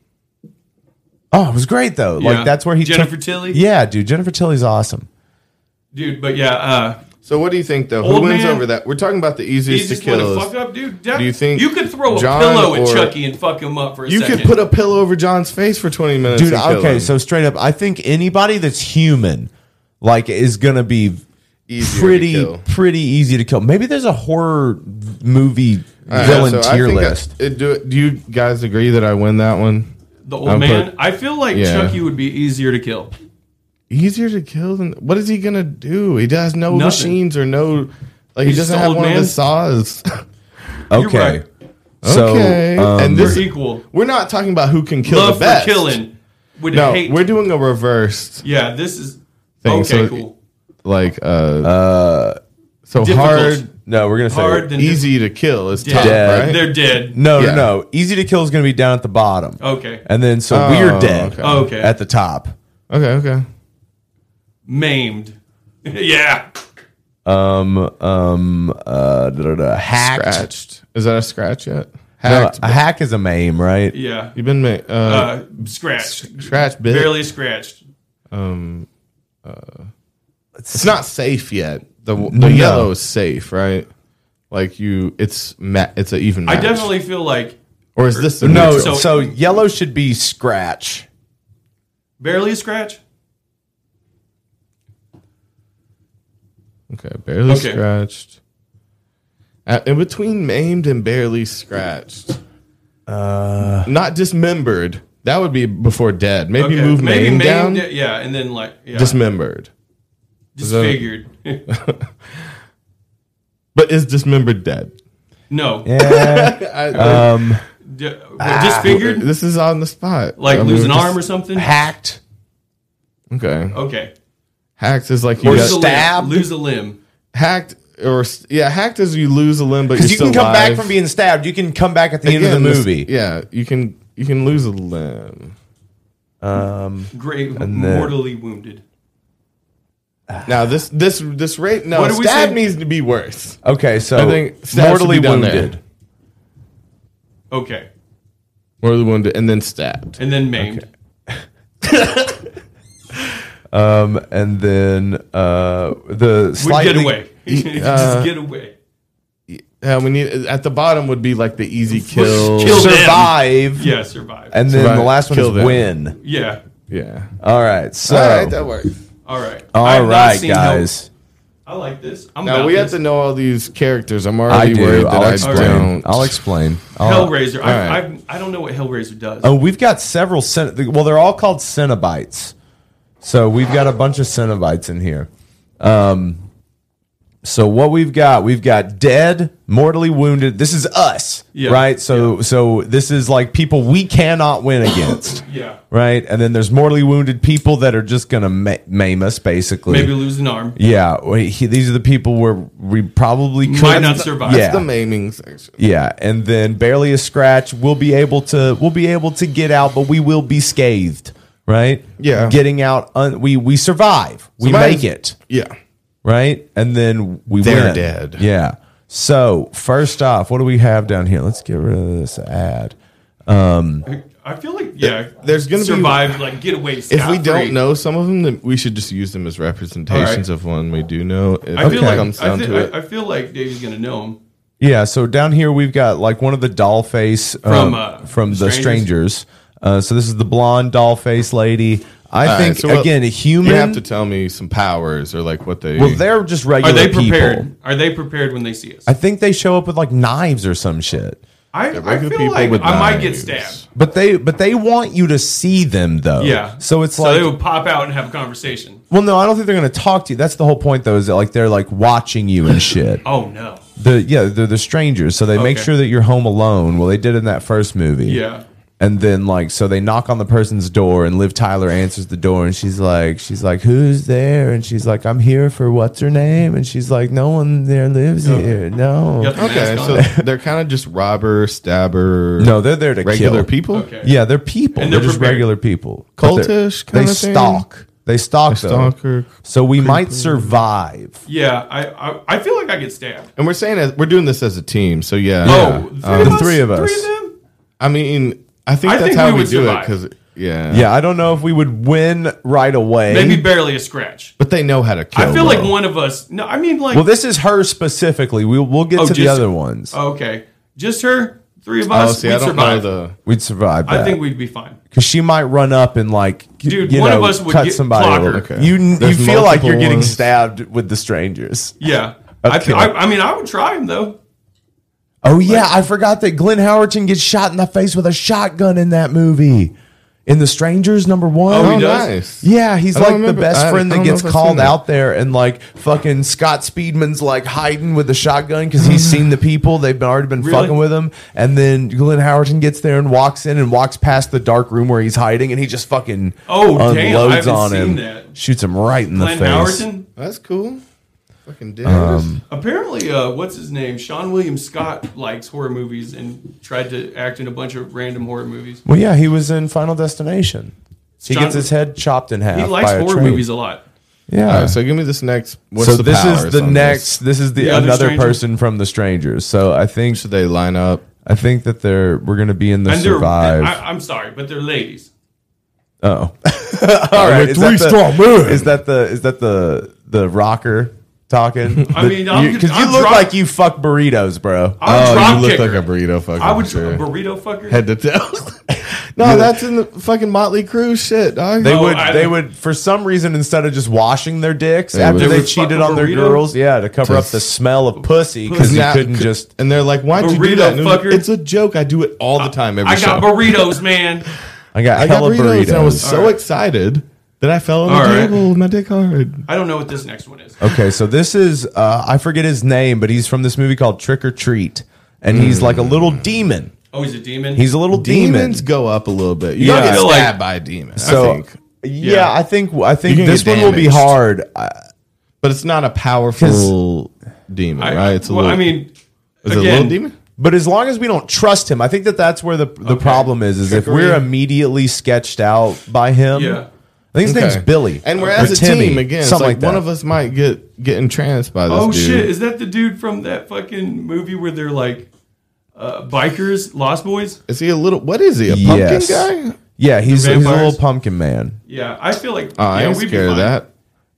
[SPEAKER 2] Oh, it was great though.
[SPEAKER 3] Yeah.
[SPEAKER 2] Like that's where he
[SPEAKER 3] Jennifer
[SPEAKER 2] took,
[SPEAKER 3] Tilly?
[SPEAKER 2] Yeah, dude, Jennifer Tilly's awesome.
[SPEAKER 3] Dude, but yeah. Uh,
[SPEAKER 4] so what do you think though? Who
[SPEAKER 3] Old
[SPEAKER 4] wins
[SPEAKER 3] man-
[SPEAKER 4] over that? We're talking about the easiest,
[SPEAKER 3] Easiest
[SPEAKER 4] to
[SPEAKER 3] one to
[SPEAKER 4] kill. is-
[SPEAKER 3] fuck up, dude.
[SPEAKER 4] Do you think
[SPEAKER 3] you could throw a
[SPEAKER 4] John
[SPEAKER 3] pillow at
[SPEAKER 4] or-
[SPEAKER 3] Chucky and fuck him up for a
[SPEAKER 4] You
[SPEAKER 3] second?
[SPEAKER 4] could put a pillow over John's face for twenty minutes.
[SPEAKER 2] Dude,
[SPEAKER 4] and kill
[SPEAKER 2] okay,
[SPEAKER 4] him.
[SPEAKER 2] so straight up, I think anybody that's human, like, is gonna be
[SPEAKER 4] Easier to
[SPEAKER 2] pretty,
[SPEAKER 4] kill.
[SPEAKER 2] pretty easy to kill. Maybe there's a horror movie
[SPEAKER 4] All right,
[SPEAKER 2] villain
[SPEAKER 4] so I
[SPEAKER 2] tier
[SPEAKER 4] think I-
[SPEAKER 2] list.
[SPEAKER 4] it- do, do you guys agree that I win that one?
[SPEAKER 3] the old
[SPEAKER 4] I'll
[SPEAKER 3] man.
[SPEAKER 4] put-
[SPEAKER 3] I feel like
[SPEAKER 4] Yeah.
[SPEAKER 3] Chucky would be easier to kill.
[SPEAKER 4] easier to kill than what is he gonna do? He has no
[SPEAKER 3] Nothing.
[SPEAKER 4] machines or no like
[SPEAKER 3] He's
[SPEAKER 4] he doesn't
[SPEAKER 3] just
[SPEAKER 4] have
[SPEAKER 3] old
[SPEAKER 4] one
[SPEAKER 3] man.
[SPEAKER 4] of the saws.
[SPEAKER 2] Okay. right. So,
[SPEAKER 4] okay.
[SPEAKER 2] um,
[SPEAKER 4] and this
[SPEAKER 3] We're equal.
[SPEAKER 4] We're not talking about who can kill
[SPEAKER 3] Love
[SPEAKER 4] the
[SPEAKER 3] for
[SPEAKER 4] best.
[SPEAKER 3] killing would
[SPEAKER 4] no,
[SPEAKER 3] hate-
[SPEAKER 4] we're doing a reversed
[SPEAKER 3] Yeah, this is
[SPEAKER 4] thing.
[SPEAKER 3] okay.
[SPEAKER 4] so,
[SPEAKER 3] cool.
[SPEAKER 4] Like uh, uh so
[SPEAKER 3] Difficult.
[SPEAKER 4] hard.
[SPEAKER 2] No, we're gonna say
[SPEAKER 3] Hard, then
[SPEAKER 4] easy to kill is
[SPEAKER 3] Dead.
[SPEAKER 4] top,
[SPEAKER 2] Dead.
[SPEAKER 4] right?
[SPEAKER 3] They're dead.
[SPEAKER 2] No,
[SPEAKER 4] Yeah.
[SPEAKER 2] no, no. Easy to kill is gonna be down at the bottom.
[SPEAKER 3] Okay.
[SPEAKER 2] and then so
[SPEAKER 4] Oh,
[SPEAKER 2] we're dead.
[SPEAKER 4] okay. Oh, okay.
[SPEAKER 2] at the top.
[SPEAKER 4] Okay, okay.
[SPEAKER 3] Maimed. yeah.
[SPEAKER 2] Um, um, uh, da, da, da, hacked.
[SPEAKER 4] Scratched. Is that a scratch yet?
[SPEAKER 2] Hacked.
[SPEAKER 4] Hacked.
[SPEAKER 2] a hack is a maim, right?
[SPEAKER 3] Yeah.
[SPEAKER 4] You've been ma- uh,
[SPEAKER 3] Uh, scratched.
[SPEAKER 4] Scratch bit.
[SPEAKER 3] Barely scratched.
[SPEAKER 4] um uh it's, not safe yet the the
[SPEAKER 2] No.
[SPEAKER 4] yellow is safe right like you it's ma- it's an even match.
[SPEAKER 3] I definitely feel like
[SPEAKER 4] or is this the
[SPEAKER 2] No,
[SPEAKER 4] neutral?
[SPEAKER 2] so, yellow should be scratch.
[SPEAKER 3] barely a scratch.
[SPEAKER 4] okay barely
[SPEAKER 3] Okay.
[SPEAKER 4] scratched Uh, in between maimed and barely scratched uh not dismembered that would be before dead maybe
[SPEAKER 3] Okay,
[SPEAKER 4] move maimed,
[SPEAKER 3] maimed,
[SPEAKER 4] down
[SPEAKER 3] yeah, yeah, and then like yeah.
[SPEAKER 4] dismembered Is that-
[SPEAKER 3] disfigured.
[SPEAKER 4] but is dismembered dead
[SPEAKER 3] no.
[SPEAKER 4] I-
[SPEAKER 2] um,
[SPEAKER 3] D- well, disfigured?
[SPEAKER 4] Ah. this is on the spot
[SPEAKER 3] Like
[SPEAKER 4] I mean,
[SPEAKER 3] lose an
[SPEAKER 4] just-
[SPEAKER 3] arm or something?
[SPEAKER 2] Hacked.
[SPEAKER 4] okay
[SPEAKER 3] Okay.
[SPEAKER 4] hacked is like you got-
[SPEAKER 3] lose A limb, lose a limb.
[SPEAKER 4] hacked or yeah, hacked is you lose a limb, but you're
[SPEAKER 2] Because you
[SPEAKER 4] still
[SPEAKER 2] can come
[SPEAKER 4] alive.
[SPEAKER 2] back from being stabbed. You can come back at the end of
[SPEAKER 4] Again,
[SPEAKER 2] the
[SPEAKER 4] this-
[SPEAKER 2] movie.
[SPEAKER 4] yeah, you can you can lose a limb.
[SPEAKER 2] Um,
[SPEAKER 3] Grave,
[SPEAKER 2] And then-
[SPEAKER 3] mortally wounded.
[SPEAKER 4] now this this this rate no
[SPEAKER 3] What do we
[SPEAKER 4] stab
[SPEAKER 3] say?
[SPEAKER 4] needs to be worse.
[SPEAKER 2] okay, so
[SPEAKER 4] I think stab should
[SPEAKER 2] Oh, mortally
[SPEAKER 4] be down there.
[SPEAKER 2] wounded.
[SPEAKER 3] Okay.
[SPEAKER 4] mortally wounded, and then stabbed.
[SPEAKER 3] And then maimed.
[SPEAKER 2] Um, and then uh, the
[SPEAKER 3] Would
[SPEAKER 2] slightly
[SPEAKER 3] get away.
[SPEAKER 4] uh,
[SPEAKER 3] Just get away.
[SPEAKER 4] Yeah, we need at the bottom would be like the easy kill,
[SPEAKER 2] kill survive.
[SPEAKER 3] them. Yeah, survive.
[SPEAKER 2] And then
[SPEAKER 4] Survive,
[SPEAKER 2] the last one
[SPEAKER 4] kill
[SPEAKER 2] is
[SPEAKER 4] them.
[SPEAKER 2] win.
[SPEAKER 3] Yeah.
[SPEAKER 4] Yeah.
[SPEAKER 2] All right. So
[SPEAKER 4] All right, that works.
[SPEAKER 3] All right.
[SPEAKER 2] All
[SPEAKER 3] I've not
[SPEAKER 2] right,
[SPEAKER 3] seen Help.
[SPEAKER 2] guys.
[SPEAKER 3] I like this. I'm
[SPEAKER 4] Now
[SPEAKER 3] about
[SPEAKER 4] we have
[SPEAKER 3] this.
[SPEAKER 4] to know all these characters. I'm
[SPEAKER 2] I
[SPEAKER 4] already worried
[SPEAKER 2] do.
[SPEAKER 4] that
[SPEAKER 2] I'll
[SPEAKER 4] I
[SPEAKER 2] explain.
[SPEAKER 4] don't.
[SPEAKER 2] I'll explain. I'll-
[SPEAKER 3] Hellraiser.
[SPEAKER 4] All
[SPEAKER 3] I,
[SPEAKER 4] right.
[SPEAKER 3] I've, I don't know what Hellraiser does.
[SPEAKER 2] Oh, we've got several. Cen- well, they're all called Cenobites. So we've got a bunch of Cenobites in here. Um, so what we've got, we've got dead, mortally wounded. This is us,
[SPEAKER 1] Yeah.
[SPEAKER 2] right? So so this is like people we cannot win against.
[SPEAKER 3] Yeah.
[SPEAKER 2] Right, and then there's mortally wounded people that are just gonna ma- maim us, basically.
[SPEAKER 3] Maybe lose an arm.
[SPEAKER 2] Yeah, we- he- these are the people where we probably
[SPEAKER 3] Might
[SPEAKER 2] couldn't-
[SPEAKER 3] not survive.
[SPEAKER 2] Yeah,
[SPEAKER 4] That's the maiming section.
[SPEAKER 2] yeah, and then barely a scratch. We'll be able to we'll be able to get out, but we will be scathed, right?
[SPEAKER 4] Yeah.
[SPEAKER 2] getting out. Un- we we survive. We
[SPEAKER 4] Somebody's-
[SPEAKER 2] make it,
[SPEAKER 4] Yeah.
[SPEAKER 2] right? And then we
[SPEAKER 4] They're
[SPEAKER 2] win.
[SPEAKER 4] dead.
[SPEAKER 2] Yeah. So first off, what do we have down here? Let's get rid of this ad. Um,
[SPEAKER 3] I feel like yeah.
[SPEAKER 4] There's gonna be-
[SPEAKER 3] survive. Like get away.
[SPEAKER 4] If we
[SPEAKER 3] scot-free.
[SPEAKER 4] don't know some of them, then we should just use them as representations
[SPEAKER 3] All right.
[SPEAKER 4] of one we do know. If
[SPEAKER 3] I feel
[SPEAKER 4] it
[SPEAKER 3] like
[SPEAKER 4] comes
[SPEAKER 3] I,
[SPEAKER 4] down
[SPEAKER 3] thi-
[SPEAKER 4] to it.
[SPEAKER 3] I, I feel like Davey's gonna know him.
[SPEAKER 2] Yeah, so down here we've got like one of the doll face um,
[SPEAKER 3] From, uh,
[SPEAKER 2] from the
[SPEAKER 3] Strangers.
[SPEAKER 2] strangers. Uh, so this is the blonde doll face lady. I
[SPEAKER 4] All right,
[SPEAKER 2] think
[SPEAKER 4] so what-
[SPEAKER 2] again, human.
[SPEAKER 4] You have to tell me some powers or like what they.
[SPEAKER 2] well, they're just regular
[SPEAKER 3] Are they prepared?
[SPEAKER 2] people.
[SPEAKER 3] Are they prepared when they see us?
[SPEAKER 2] I think they show up with like knives or some shit.
[SPEAKER 3] I,
[SPEAKER 4] They're
[SPEAKER 3] I
[SPEAKER 4] regular
[SPEAKER 3] feel
[SPEAKER 4] people
[SPEAKER 3] like
[SPEAKER 4] with
[SPEAKER 3] I might get
[SPEAKER 4] knives. Oh.
[SPEAKER 3] stabbed.
[SPEAKER 2] But they but they want you to see them though.
[SPEAKER 3] Yeah.
[SPEAKER 2] So it's
[SPEAKER 3] so
[SPEAKER 2] like
[SPEAKER 3] they would pop out and have a conversation.
[SPEAKER 2] well, no, I don't think they're going to talk to you. That's the whole point though, is that like they're like watching you and shit.
[SPEAKER 3] Oh no.
[SPEAKER 2] The yeah, they're the strangers, so they make
[SPEAKER 3] Okay.
[SPEAKER 2] sure that you're home alone. Well, they did in that first movie.
[SPEAKER 3] Yeah.
[SPEAKER 2] And then like so they knock on the person's door and Liv Tyler answers the door and she's like she's like who's there and she's like I'm here for what's her name and she's like no one there lives here no
[SPEAKER 4] Okay, so they're kind of just robber, stabber.
[SPEAKER 2] No, they're there to
[SPEAKER 4] regular
[SPEAKER 2] kill.
[SPEAKER 4] people.
[SPEAKER 2] Yeah, they're people.
[SPEAKER 4] And
[SPEAKER 2] they're,
[SPEAKER 4] they're
[SPEAKER 2] just
[SPEAKER 4] prepared-
[SPEAKER 2] regular people. But they're-
[SPEAKER 4] Cultish
[SPEAKER 2] They
[SPEAKER 4] kinda thing?
[SPEAKER 2] stalk. They stalk.
[SPEAKER 4] They
[SPEAKER 2] though.
[SPEAKER 4] stalker,
[SPEAKER 2] So we might
[SPEAKER 4] creeper.
[SPEAKER 2] survive.
[SPEAKER 3] Yeah, I, I I feel like I get stabbed.
[SPEAKER 4] And we're saying that we're doing this as a team, so yeah.
[SPEAKER 3] Oh,
[SPEAKER 4] Yeah. Uh,
[SPEAKER 3] three of
[SPEAKER 2] us? Uh, Three of us. Three
[SPEAKER 4] I mean, I think
[SPEAKER 3] I
[SPEAKER 4] that's
[SPEAKER 3] think
[SPEAKER 4] how
[SPEAKER 3] we
[SPEAKER 4] we,
[SPEAKER 3] would
[SPEAKER 4] do it
[SPEAKER 3] survive.
[SPEAKER 4] because yeah,
[SPEAKER 2] Yeah, I don't know if we would win right away.
[SPEAKER 3] Maybe barely a scratch.
[SPEAKER 4] But they know how to kill.
[SPEAKER 3] I feel
[SPEAKER 4] though.
[SPEAKER 3] like one of us. No, I mean like.
[SPEAKER 2] well, this is her specifically. We'll we'll get
[SPEAKER 3] Oh,
[SPEAKER 2] to the
[SPEAKER 3] just-
[SPEAKER 2] other ones.
[SPEAKER 3] oh, okay, just her. Three of
[SPEAKER 2] Oh,
[SPEAKER 3] us.
[SPEAKER 2] see,
[SPEAKER 3] we'd
[SPEAKER 2] I don't know
[SPEAKER 3] survive.
[SPEAKER 2] the- We'd survive
[SPEAKER 3] I
[SPEAKER 2] that.
[SPEAKER 3] think we'd be fine.
[SPEAKER 2] Because she might run up and like, y-
[SPEAKER 3] Dude,
[SPEAKER 2] you
[SPEAKER 3] one
[SPEAKER 2] know,
[SPEAKER 3] of us would
[SPEAKER 2] cut
[SPEAKER 3] get-
[SPEAKER 2] somebody.
[SPEAKER 3] clock
[SPEAKER 2] over.
[SPEAKER 3] her. Okay.
[SPEAKER 2] You you
[SPEAKER 3] There's
[SPEAKER 2] feel like
[SPEAKER 3] multiple
[SPEAKER 2] you're getting
[SPEAKER 3] ones.
[SPEAKER 2] stabbed with the strangers.
[SPEAKER 3] Yeah. I,
[SPEAKER 2] Okay.
[SPEAKER 3] I, I mean, I would try him though.
[SPEAKER 2] Oh yeah, I forgot that Glenn Howerton gets shot in the face with a shotgun in that movie. In The Strangers, number one.
[SPEAKER 4] Oh, he Oh, does? nice.
[SPEAKER 2] Yeah, he's
[SPEAKER 4] I don't
[SPEAKER 2] like
[SPEAKER 4] remember-
[SPEAKER 2] the best
[SPEAKER 4] I-
[SPEAKER 2] friend that
[SPEAKER 4] I don't know
[SPEAKER 2] gets
[SPEAKER 4] if I've
[SPEAKER 2] called
[SPEAKER 4] seen
[SPEAKER 2] out there, and like fucking Scott Speedman's like hiding with the shotgun because he's seen the people. They've been, already been
[SPEAKER 4] Mm-hmm. Really?
[SPEAKER 2] fucking with him, and then Glenn Howerton gets there and walks in and walks past the dark room where he's hiding, and he just fucking
[SPEAKER 4] Oh, damn, I
[SPEAKER 2] unloads
[SPEAKER 4] haven't
[SPEAKER 2] on
[SPEAKER 4] seen
[SPEAKER 2] him,
[SPEAKER 4] that.
[SPEAKER 2] shoots him right in the face.
[SPEAKER 4] That's cool. Fucking did.
[SPEAKER 2] Um,
[SPEAKER 3] Apparently, uh, what's his name? Sean William Scott likes horror movies and tried to act in a bunch of random horror movies.
[SPEAKER 2] Well, yeah, he was in Final Destination. He
[SPEAKER 3] John-
[SPEAKER 2] gets his head chopped in half.
[SPEAKER 3] He likes
[SPEAKER 2] by a
[SPEAKER 3] horror
[SPEAKER 2] train.
[SPEAKER 3] movies a lot.
[SPEAKER 2] Yeah.
[SPEAKER 4] All right, so give me this next. What's
[SPEAKER 2] so
[SPEAKER 4] the
[SPEAKER 2] this
[SPEAKER 4] powers
[SPEAKER 2] is the
[SPEAKER 4] on
[SPEAKER 2] next. This, is the,
[SPEAKER 4] The other
[SPEAKER 2] another
[SPEAKER 4] stranger?
[SPEAKER 2] person from the strangers. So I think
[SPEAKER 4] should they line up?
[SPEAKER 2] I think that they're we're gonna be in the
[SPEAKER 3] and they're,
[SPEAKER 2] survive.
[SPEAKER 3] I, I'm sorry, but they're ladies.
[SPEAKER 2] Oh, all
[SPEAKER 3] We're
[SPEAKER 2] right. Is
[SPEAKER 3] three
[SPEAKER 2] that, the,
[SPEAKER 3] strong
[SPEAKER 4] men.
[SPEAKER 2] is that the is that the the rocker talking?
[SPEAKER 3] I mean, I'm-
[SPEAKER 2] because you,
[SPEAKER 3] I'm
[SPEAKER 2] look
[SPEAKER 3] drop-
[SPEAKER 2] like you fuck burritos, bro.
[SPEAKER 4] oh, you look like a burrito fucker.
[SPEAKER 3] I would
[SPEAKER 4] sure.
[SPEAKER 3] a burrito fucker.
[SPEAKER 4] head to toe. no, that's in the fucking Motley Crue shit. Dog.
[SPEAKER 3] Oh,
[SPEAKER 2] They would, they would, for some reason, instead of just washing their dicks
[SPEAKER 4] They
[SPEAKER 2] after
[SPEAKER 4] would-
[SPEAKER 2] they
[SPEAKER 4] They would fuck
[SPEAKER 2] cheated
[SPEAKER 4] a
[SPEAKER 2] on their
[SPEAKER 4] burrito?
[SPEAKER 2] girls, yeah, to cover
[SPEAKER 4] To
[SPEAKER 2] up the smell of pussy because you
[SPEAKER 4] Now-
[SPEAKER 2] couldn't just.
[SPEAKER 4] And they're like, "Why'd you do
[SPEAKER 2] Burrito
[SPEAKER 4] that?" And it was like,
[SPEAKER 2] fucker.
[SPEAKER 4] it's a joke. I do it all the time. Every
[SPEAKER 3] I
[SPEAKER 4] show.
[SPEAKER 3] got burritos, man.
[SPEAKER 2] I got
[SPEAKER 4] I got
[SPEAKER 2] hella
[SPEAKER 4] burritos. and I was
[SPEAKER 2] burritos.
[SPEAKER 4] so
[SPEAKER 2] All right.
[SPEAKER 4] excited that I fell on
[SPEAKER 2] All
[SPEAKER 4] the
[SPEAKER 2] right.
[SPEAKER 4] table with my dick hard.
[SPEAKER 3] I don't know what this next one is.
[SPEAKER 2] Okay, so this is uh, I forget his name, but he's from this movie called Trick or Treat, and he's like a little demon.
[SPEAKER 3] Oh, he's a demon.
[SPEAKER 2] He's a little demon.
[SPEAKER 4] Hmm. Demons go up a little bit. You don't get stabbed by a demon, I
[SPEAKER 2] So,
[SPEAKER 4] think.
[SPEAKER 2] Yeah,
[SPEAKER 4] Yeah.
[SPEAKER 2] I think I
[SPEAKER 4] You
[SPEAKER 2] think
[SPEAKER 4] can
[SPEAKER 2] this
[SPEAKER 4] get
[SPEAKER 2] one will be
[SPEAKER 4] damaged.
[SPEAKER 2] hard. uh,
[SPEAKER 4] But it's not a powerful demon,
[SPEAKER 2] I-
[SPEAKER 4] right? It's a
[SPEAKER 2] well,
[SPEAKER 4] little,
[SPEAKER 2] I mean,
[SPEAKER 4] is it a little demon?
[SPEAKER 2] But as long as we don't trust him, I think that that's where the the problem is. Is if
[SPEAKER 4] Trickery.
[SPEAKER 2] we're immediately sketched out by him.
[SPEAKER 4] Yeah.
[SPEAKER 2] I think his
[SPEAKER 4] Okay.
[SPEAKER 2] name's Billy,
[SPEAKER 4] And we're
[SPEAKER 2] or
[SPEAKER 4] as a
[SPEAKER 2] Timmy,
[SPEAKER 4] team again. Something
[SPEAKER 2] Something
[SPEAKER 4] like,
[SPEAKER 2] like,
[SPEAKER 4] one
[SPEAKER 2] that.
[SPEAKER 4] of us might get get entranced by this.
[SPEAKER 3] Oh
[SPEAKER 4] dude.
[SPEAKER 3] shit! Is that the dude from that fucking movie where they're like uh, bikers, Lost Boys?
[SPEAKER 4] Is he a little? What is he? A pumpkin
[SPEAKER 2] Yes.
[SPEAKER 4] guy?
[SPEAKER 2] Yeah, he's, he's a
[SPEAKER 3] vampires?
[SPEAKER 2] little pumpkin man.
[SPEAKER 3] Yeah, I feel like
[SPEAKER 4] Oh, I
[SPEAKER 3] yeah,
[SPEAKER 4] ain't
[SPEAKER 3] we'd be
[SPEAKER 4] scared of
[SPEAKER 3] fine.
[SPEAKER 4] that.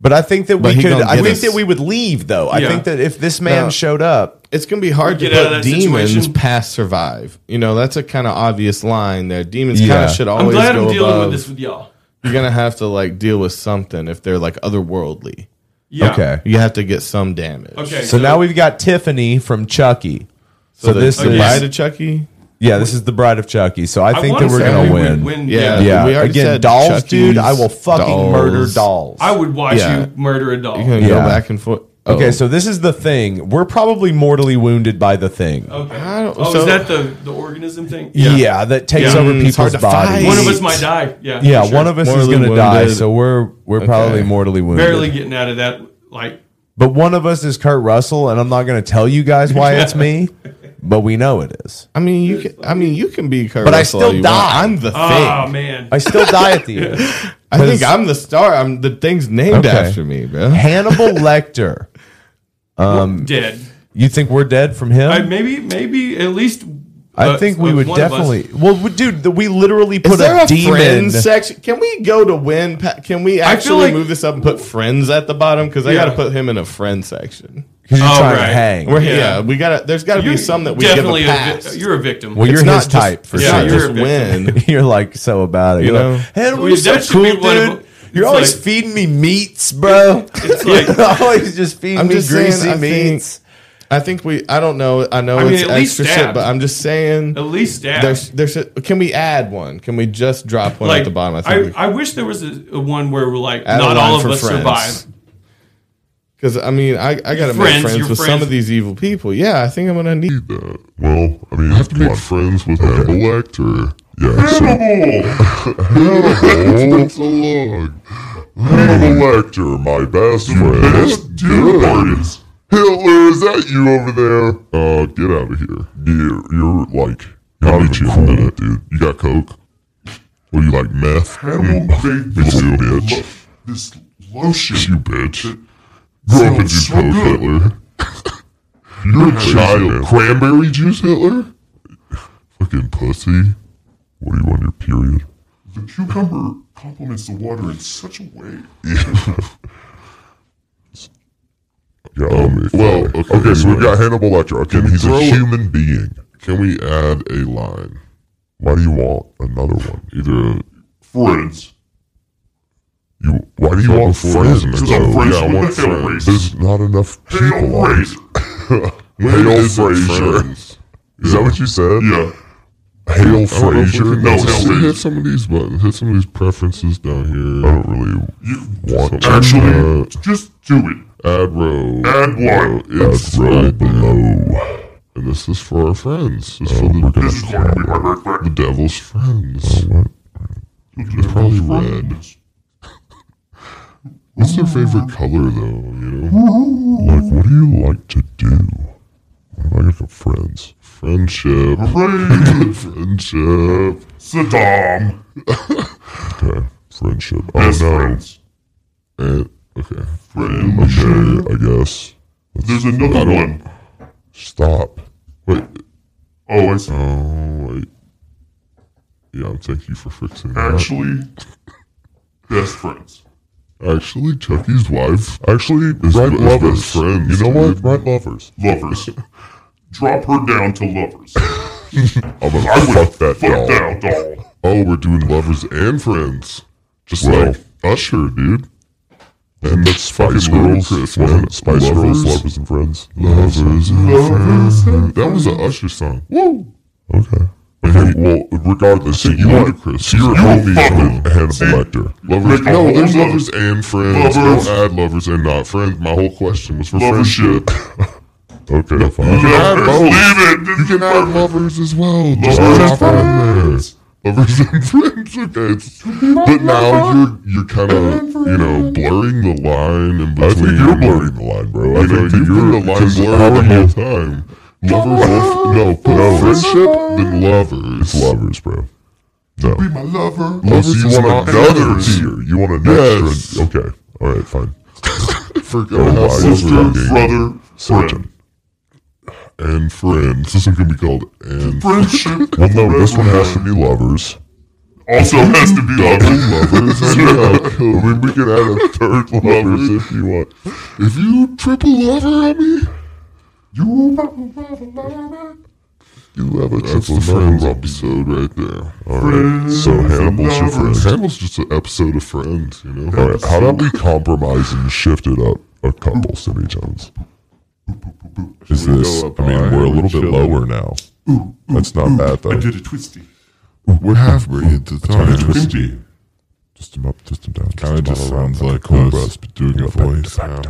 [SPEAKER 2] But I think that
[SPEAKER 4] But
[SPEAKER 2] we
[SPEAKER 4] he
[SPEAKER 2] could.
[SPEAKER 4] gonna
[SPEAKER 2] I
[SPEAKER 4] get
[SPEAKER 2] think
[SPEAKER 4] us.
[SPEAKER 2] that we would leave though. I
[SPEAKER 4] Yeah.
[SPEAKER 2] think that if this man
[SPEAKER 4] No.
[SPEAKER 2] showed up,
[SPEAKER 4] it's gonna be hard to
[SPEAKER 2] Get out of that
[SPEAKER 4] put demons
[SPEAKER 2] situation.
[SPEAKER 4] past survive. You know, that's a kind of obvious line there. Demons kind
[SPEAKER 2] Yeah.
[SPEAKER 4] of should
[SPEAKER 2] I'm
[SPEAKER 4] always.
[SPEAKER 2] glad
[SPEAKER 4] go
[SPEAKER 2] I'm dealing with
[SPEAKER 4] above.
[SPEAKER 2] this
[SPEAKER 3] with y'all.
[SPEAKER 4] You're gonna have to like deal with something if they're like otherworldly.
[SPEAKER 2] Yeah. Okay.
[SPEAKER 4] you have to get some damage.
[SPEAKER 2] Okay. So, now we've got Tiffany from Chucky. So,
[SPEAKER 4] the-
[SPEAKER 2] this
[SPEAKER 4] the
[SPEAKER 2] is
[SPEAKER 4] bride of Chucky.
[SPEAKER 2] Yeah, this is the bride of Chucky. So I
[SPEAKER 4] I
[SPEAKER 2] think
[SPEAKER 4] wanna
[SPEAKER 2] that we're
[SPEAKER 4] say we
[SPEAKER 2] gonna
[SPEAKER 4] would
[SPEAKER 2] win.
[SPEAKER 4] win,
[SPEAKER 2] Yeah,
[SPEAKER 4] yeah.
[SPEAKER 2] yeah.
[SPEAKER 4] We already
[SPEAKER 2] Again,
[SPEAKER 4] said
[SPEAKER 2] dolls,
[SPEAKER 4] Chucky's,
[SPEAKER 2] dude. I will fucking
[SPEAKER 4] dolls.
[SPEAKER 2] murder dolls.
[SPEAKER 3] I would watch you murder a doll.
[SPEAKER 4] You can go back and forth. Oh.
[SPEAKER 2] Okay, so this is the thing. We're probably mortally wounded by the thing.
[SPEAKER 3] Okay.
[SPEAKER 4] I don't-
[SPEAKER 3] oh,
[SPEAKER 4] so-
[SPEAKER 3] is that the, the organism thing?
[SPEAKER 2] Yeah, that takes
[SPEAKER 3] Yeah.
[SPEAKER 2] over
[SPEAKER 3] Mm, it's hard
[SPEAKER 2] people's
[SPEAKER 3] to
[SPEAKER 2] bodies.
[SPEAKER 3] fight. One of us might die. Yeah,
[SPEAKER 2] yeah.
[SPEAKER 3] for sure.
[SPEAKER 2] One of us is
[SPEAKER 3] Mortally
[SPEAKER 2] going to die,
[SPEAKER 3] wounded.
[SPEAKER 2] so we're we're
[SPEAKER 3] Okay.
[SPEAKER 2] probably mortally wounded.
[SPEAKER 3] Barely getting out of that. Like,
[SPEAKER 2] But one of us is Kurt Russell, and I'm not going to tell you guys why it's me, but we know it is.
[SPEAKER 4] I mean, you can. I mean, you can be Kurt.
[SPEAKER 2] But I
[SPEAKER 4] Russell
[SPEAKER 2] still
[SPEAKER 4] all you want.
[SPEAKER 2] die.
[SPEAKER 4] I'm the thing.
[SPEAKER 2] Oh,
[SPEAKER 3] man.
[SPEAKER 2] I still die at the end. But
[SPEAKER 4] I think
[SPEAKER 2] it's-
[SPEAKER 4] I'm the star. I'm the thing's named
[SPEAKER 2] Okay.
[SPEAKER 4] after me, bro.
[SPEAKER 2] Hannibal Lecter. Um,
[SPEAKER 3] dead.
[SPEAKER 2] You think we're dead from him?
[SPEAKER 3] I, maybe, maybe at least.
[SPEAKER 2] I
[SPEAKER 3] uh,
[SPEAKER 2] think we
[SPEAKER 3] uh,
[SPEAKER 2] would
[SPEAKER 3] one of us-
[SPEAKER 2] definitely. Well, we- dude, the, we literally
[SPEAKER 4] Is
[SPEAKER 2] put
[SPEAKER 4] there
[SPEAKER 2] a,
[SPEAKER 4] a,
[SPEAKER 2] demon.
[SPEAKER 4] friends section? Can we go to win? pa- Can we
[SPEAKER 2] I feel
[SPEAKER 4] actually
[SPEAKER 2] like-
[SPEAKER 4] move this up and put friends at the bottom? Because I
[SPEAKER 2] Yeah.
[SPEAKER 4] got to put him in a friend section.
[SPEAKER 2] 'Cause you're Oh, trying to right. hang.
[SPEAKER 4] We're-
[SPEAKER 2] Yeah.
[SPEAKER 4] yeah. we got. There's got to be
[SPEAKER 3] You're
[SPEAKER 4] some that we give
[SPEAKER 3] definitely
[SPEAKER 4] a
[SPEAKER 3] a
[SPEAKER 4] pass.
[SPEAKER 3] vic- you're a victim.
[SPEAKER 2] well,
[SPEAKER 4] It's
[SPEAKER 2] you're his
[SPEAKER 4] not just-
[SPEAKER 2] type for
[SPEAKER 4] yeah,
[SPEAKER 2] sure.
[SPEAKER 4] you're a Just victim. win.
[SPEAKER 2] you're like so about it.
[SPEAKER 4] You
[SPEAKER 2] You
[SPEAKER 4] know?
[SPEAKER 2] know, hey,
[SPEAKER 4] Well,
[SPEAKER 2] you're
[SPEAKER 4] that
[SPEAKER 2] so
[SPEAKER 4] should
[SPEAKER 2] cool,
[SPEAKER 4] be one of-
[SPEAKER 2] dude. You're
[SPEAKER 4] it's
[SPEAKER 2] always
[SPEAKER 4] like-
[SPEAKER 2] feeding me meats, bro.
[SPEAKER 4] It's like-
[SPEAKER 2] You're always just feeding me greasy meats.
[SPEAKER 4] I think we. I don't know. I know
[SPEAKER 2] I mean,
[SPEAKER 4] it's
[SPEAKER 2] at least
[SPEAKER 4] extra shit,
[SPEAKER 2] stabbed.
[SPEAKER 4] but I'm just saying.
[SPEAKER 3] At least stabbed.
[SPEAKER 4] There's, there's. a- Can we add one? Can we just drop one at the bottom? I think.
[SPEAKER 3] I, wish there was a, a one where we're like,
[SPEAKER 4] Add a line
[SPEAKER 3] not all of
[SPEAKER 4] for
[SPEAKER 3] us
[SPEAKER 4] friends.
[SPEAKER 3] survive.
[SPEAKER 4] Because I mean, I, I got to make
[SPEAKER 3] Friends,
[SPEAKER 4] friends
[SPEAKER 3] your
[SPEAKER 4] with some
[SPEAKER 3] friends.
[SPEAKER 4] of these evil people. Yeah, I think I'm gonna need that.
[SPEAKER 7] Well, I mean,
[SPEAKER 13] I have to make friends with Hannibal Lecter.
[SPEAKER 7] Yeah, so. Hannibal! It's been so long. Hannibal Lecter, my best friend. Best dinner parties. Hitler, is that you over there? Uh, get out of here. You're, you're like, not even cool. minute, dude. You got coke? What do you like, meth?
[SPEAKER 13] Hannibal made
[SPEAKER 7] Me
[SPEAKER 13] this,
[SPEAKER 7] too,
[SPEAKER 13] lo-
[SPEAKER 7] bitch.
[SPEAKER 13] this lotion.
[SPEAKER 7] You bitch. Grow up and do
[SPEAKER 13] Sounds so
[SPEAKER 7] coke,
[SPEAKER 13] good.
[SPEAKER 7] Hitler. You're a
[SPEAKER 13] Crazy man.
[SPEAKER 7] child. Cranberry juice, Hitler? Fucking pussy. What do you want your period?
[SPEAKER 13] The cucumber complements the water in such a way.
[SPEAKER 7] Yeah, um, well, okay, so we've got Hannibal Lecter. Okay,
[SPEAKER 13] Can we
[SPEAKER 7] he's a
[SPEAKER 13] throw it-
[SPEAKER 7] human being. Can we add a line? Why do you want another one? Either
[SPEAKER 13] Friends.
[SPEAKER 7] you. Why do you
[SPEAKER 13] Fucking
[SPEAKER 7] want
[SPEAKER 13] friends.
[SPEAKER 7] friends?
[SPEAKER 13] Because
[SPEAKER 7] though?
[SPEAKER 13] I'm friends
[SPEAKER 7] yeah, I
[SPEAKER 13] with
[SPEAKER 7] want
[SPEAKER 13] the Hail
[SPEAKER 7] friends.
[SPEAKER 13] Raisers.
[SPEAKER 7] There's not enough
[SPEAKER 13] Hail
[SPEAKER 7] people. on
[SPEAKER 13] Raisers.
[SPEAKER 7] it.
[SPEAKER 13] When
[SPEAKER 7] Hail
[SPEAKER 13] is it
[SPEAKER 7] Fraser.
[SPEAKER 13] friends?
[SPEAKER 7] Is that what you said?
[SPEAKER 13] Yeah.
[SPEAKER 7] Hail
[SPEAKER 13] I don't know if we
[SPEAKER 7] Fraser.
[SPEAKER 13] can- No, Hail Fraser.
[SPEAKER 7] Hit some of these buttons. Hit some of these preferences down here. I don't really want
[SPEAKER 13] Actually,
[SPEAKER 7] that.
[SPEAKER 13] just do it.
[SPEAKER 7] Add row. Uh,
[SPEAKER 13] Add one.
[SPEAKER 7] It's add row below. Oh, And this is for our friends. This is for the,
[SPEAKER 13] This is going to be my right back.
[SPEAKER 7] the devil's friends. They're probably red. What's their favorite color, though? You know, like what do you like to do? What do I got for friends? Friendship.
[SPEAKER 13] Hooray!
[SPEAKER 7] friendship.
[SPEAKER 13] Saddam.
[SPEAKER 7] Okay, friendship. Oh
[SPEAKER 13] Best
[SPEAKER 7] no.
[SPEAKER 13] friends.
[SPEAKER 7] Eh, okay.
[SPEAKER 13] Friendship.
[SPEAKER 7] Okay, I guess.
[SPEAKER 13] There's
[SPEAKER 7] I
[SPEAKER 13] another
[SPEAKER 7] don't-
[SPEAKER 13] one.
[SPEAKER 7] Stop. Wait.
[SPEAKER 13] Oh, I see.
[SPEAKER 7] Oh, wait. Yeah, thank you for fixing that.
[SPEAKER 13] Actually, best friends.
[SPEAKER 7] Actually, Chucky's wife. Actually,
[SPEAKER 13] Is-
[SPEAKER 7] right
[SPEAKER 13] is
[SPEAKER 7] lovers.
[SPEAKER 13] best
[SPEAKER 7] friends.
[SPEAKER 13] friends,
[SPEAKER 7] You know what?
[SPEAKER 13] dude.
[SPEAKER 7] Right lovers.
[SPEAKER 13] Lovers. Drop her down to lovers.
[SPEAKER 7] I'm gonna
[SPEAKER 13] I would
[SPEAKER 7] fuck that
[SPEAKER 13] fuck
[SPEAKER 7] doll.
[SPEAKER 13] that doll.
[SPEAKER 7] Oh, we're doing lovers and friends. Just
[SPEAKER 13] Wow.
[SPEAKER 7] like Usher, dude. And that's fucking
[SPEAKER 13] Spice
[SPEAKER 7] Little
[SPEAKER 13] Girls,
[SPEAKER 7] Chris,
[SPEAKER 13] wasn't
[SPEAKER 7] man.
[SPEAKER 13] it? Spice
[SPEAKER 7] lovers,
[SPEAKER 13] Girls,
[SPEAKER 7] lovers and friends. Lovers and
[SPEAKER 13] Lovers
[SPEAKER 7] friends.
[SPEAKER 13] and
[SPEAKER 7] That was an
[SPEAKER 13] friends.
[SPEAKER 7] Usher song.
[SPEAKER 13] Woo!
[SPEAKER 7] Okay. Okay, well, regardless, so you
[SPEAKER 13] what?
[SPEAKER 7] are Chris.
[SPEAKER 13] You're
[SPEAKER 7] You're
[SPEAKER 13] a
[SPEAKER 7] a homie
[SPEAKER 13] fucker.
[SPEAKER 7] of Hannibal
[SPEAKER 13] See?
[SPEAKER 7] Lecter.
[SPEAKER 13] Make
[SPEAKER 7] Lovers,
[SPEAKER 13] a
[SPEAKER 7] no,
[SPEAKER 13] whole
[SPEAKER 7] there's
[SPEAKER 13] nother-
[SPEAKER 7] lovers and friends.
[SPEAKER 13] Lovers.
[SPEAKER 7] Don't add lovers and not friends. My whole question was for
[SPEAKER 13] Lovership.
[SPEAKER 7] friendship. okay, fine.
[SPEAKER 13] You
[SPEAKER 7] add
[SPEAKER 13] can
[SPEAKER 7] both.
[SPEAKER 13] leave it.
[SPEAKER 7] You can add lovers as well. Just
[SPEAKER 13] Lovers and
[SPEAKER 7] drop it in there. Lovers and friends. Okay, it's- but now you're you're kind of you know blurring the line in between.
[SPEAKER 13] I think you're blurring the line, bro. I
[SPEAKER 7] You know,
[SPEAKER 13] think you've been the
[SPEAKER 7] you're
[SPEAKER 13] line
[SPEAKER 7] the line
[SPEAKER 13] blurrer
[SPEAKER 7] blurred the whole time. Lovers, love- no, put friendship, then lovers. It's lovers, bro. No.
[SPEAKER 13] Be my lover.
[SPEAKER 7] Lovers you want another
[SPEAKER 13] lovers.
[SPEAKER 7] tier. You want an
[SPEAKER 13] Yes.
[SPEAKER 7] extra. Okay. All right. Fine.
[SPEAKER 13] Forgot
[SPEAKER 7] Oh,
[SPEAKER 13] how
[SPEAKER 7] why
[SPEAKER 13] sister,
[SPEAKER 7] lovers
[SPEAKER 13] brother,
[SPEAKER 7] certain. And friends. This one can be called and
[SPEAKER 13] Friendship.
[SPEAKER 7] Well, no, this one has to be lovers.
[SPEAKER 13] Also has to be
[SPEAKER 7] Double
[SPEAKER 13] lovers.
[SPEAKER 7] lovers. I know. I mean, we can add a third lovers if you want. If you triple lover on me, you have a triple friends episode right there. All right.
[SPEAKER 13] Friends
[SPEAKER 7] So
[SPEAKER 13] and
[SPEAKER 7] Hannibal's your friend.
[SPEAKER 13] lovers.
[SPEAKER 7] Hannibal's just an episode of Friends, you know. All right. How about we compromise and shift it up a couple semitones?
[SPEAKER 26] Is
[SPEAKER 7] We
[SPEAKER 26] this?
[SPEAKER 7] go up
[SPEAKER 26] I mean,
[SPEAKER 7] high,
[SPEAKER 26] we're a
[SPEAKER 7] we
[SPEAKER 26] little bit
[SPEAKER 7] chill.
[SPEAKER 26] lower now. That's not bad though.
[SPEAKER 13] I did a twisty.
[SPEAKER 26] We're halfway into
[SPEAKER 13] time. Twisty.
[SPEAKER 26] Just him up, just him down.
[SPEAKER 13] Kinda just sounds like us
[SPEAKER 26] doing a voice. All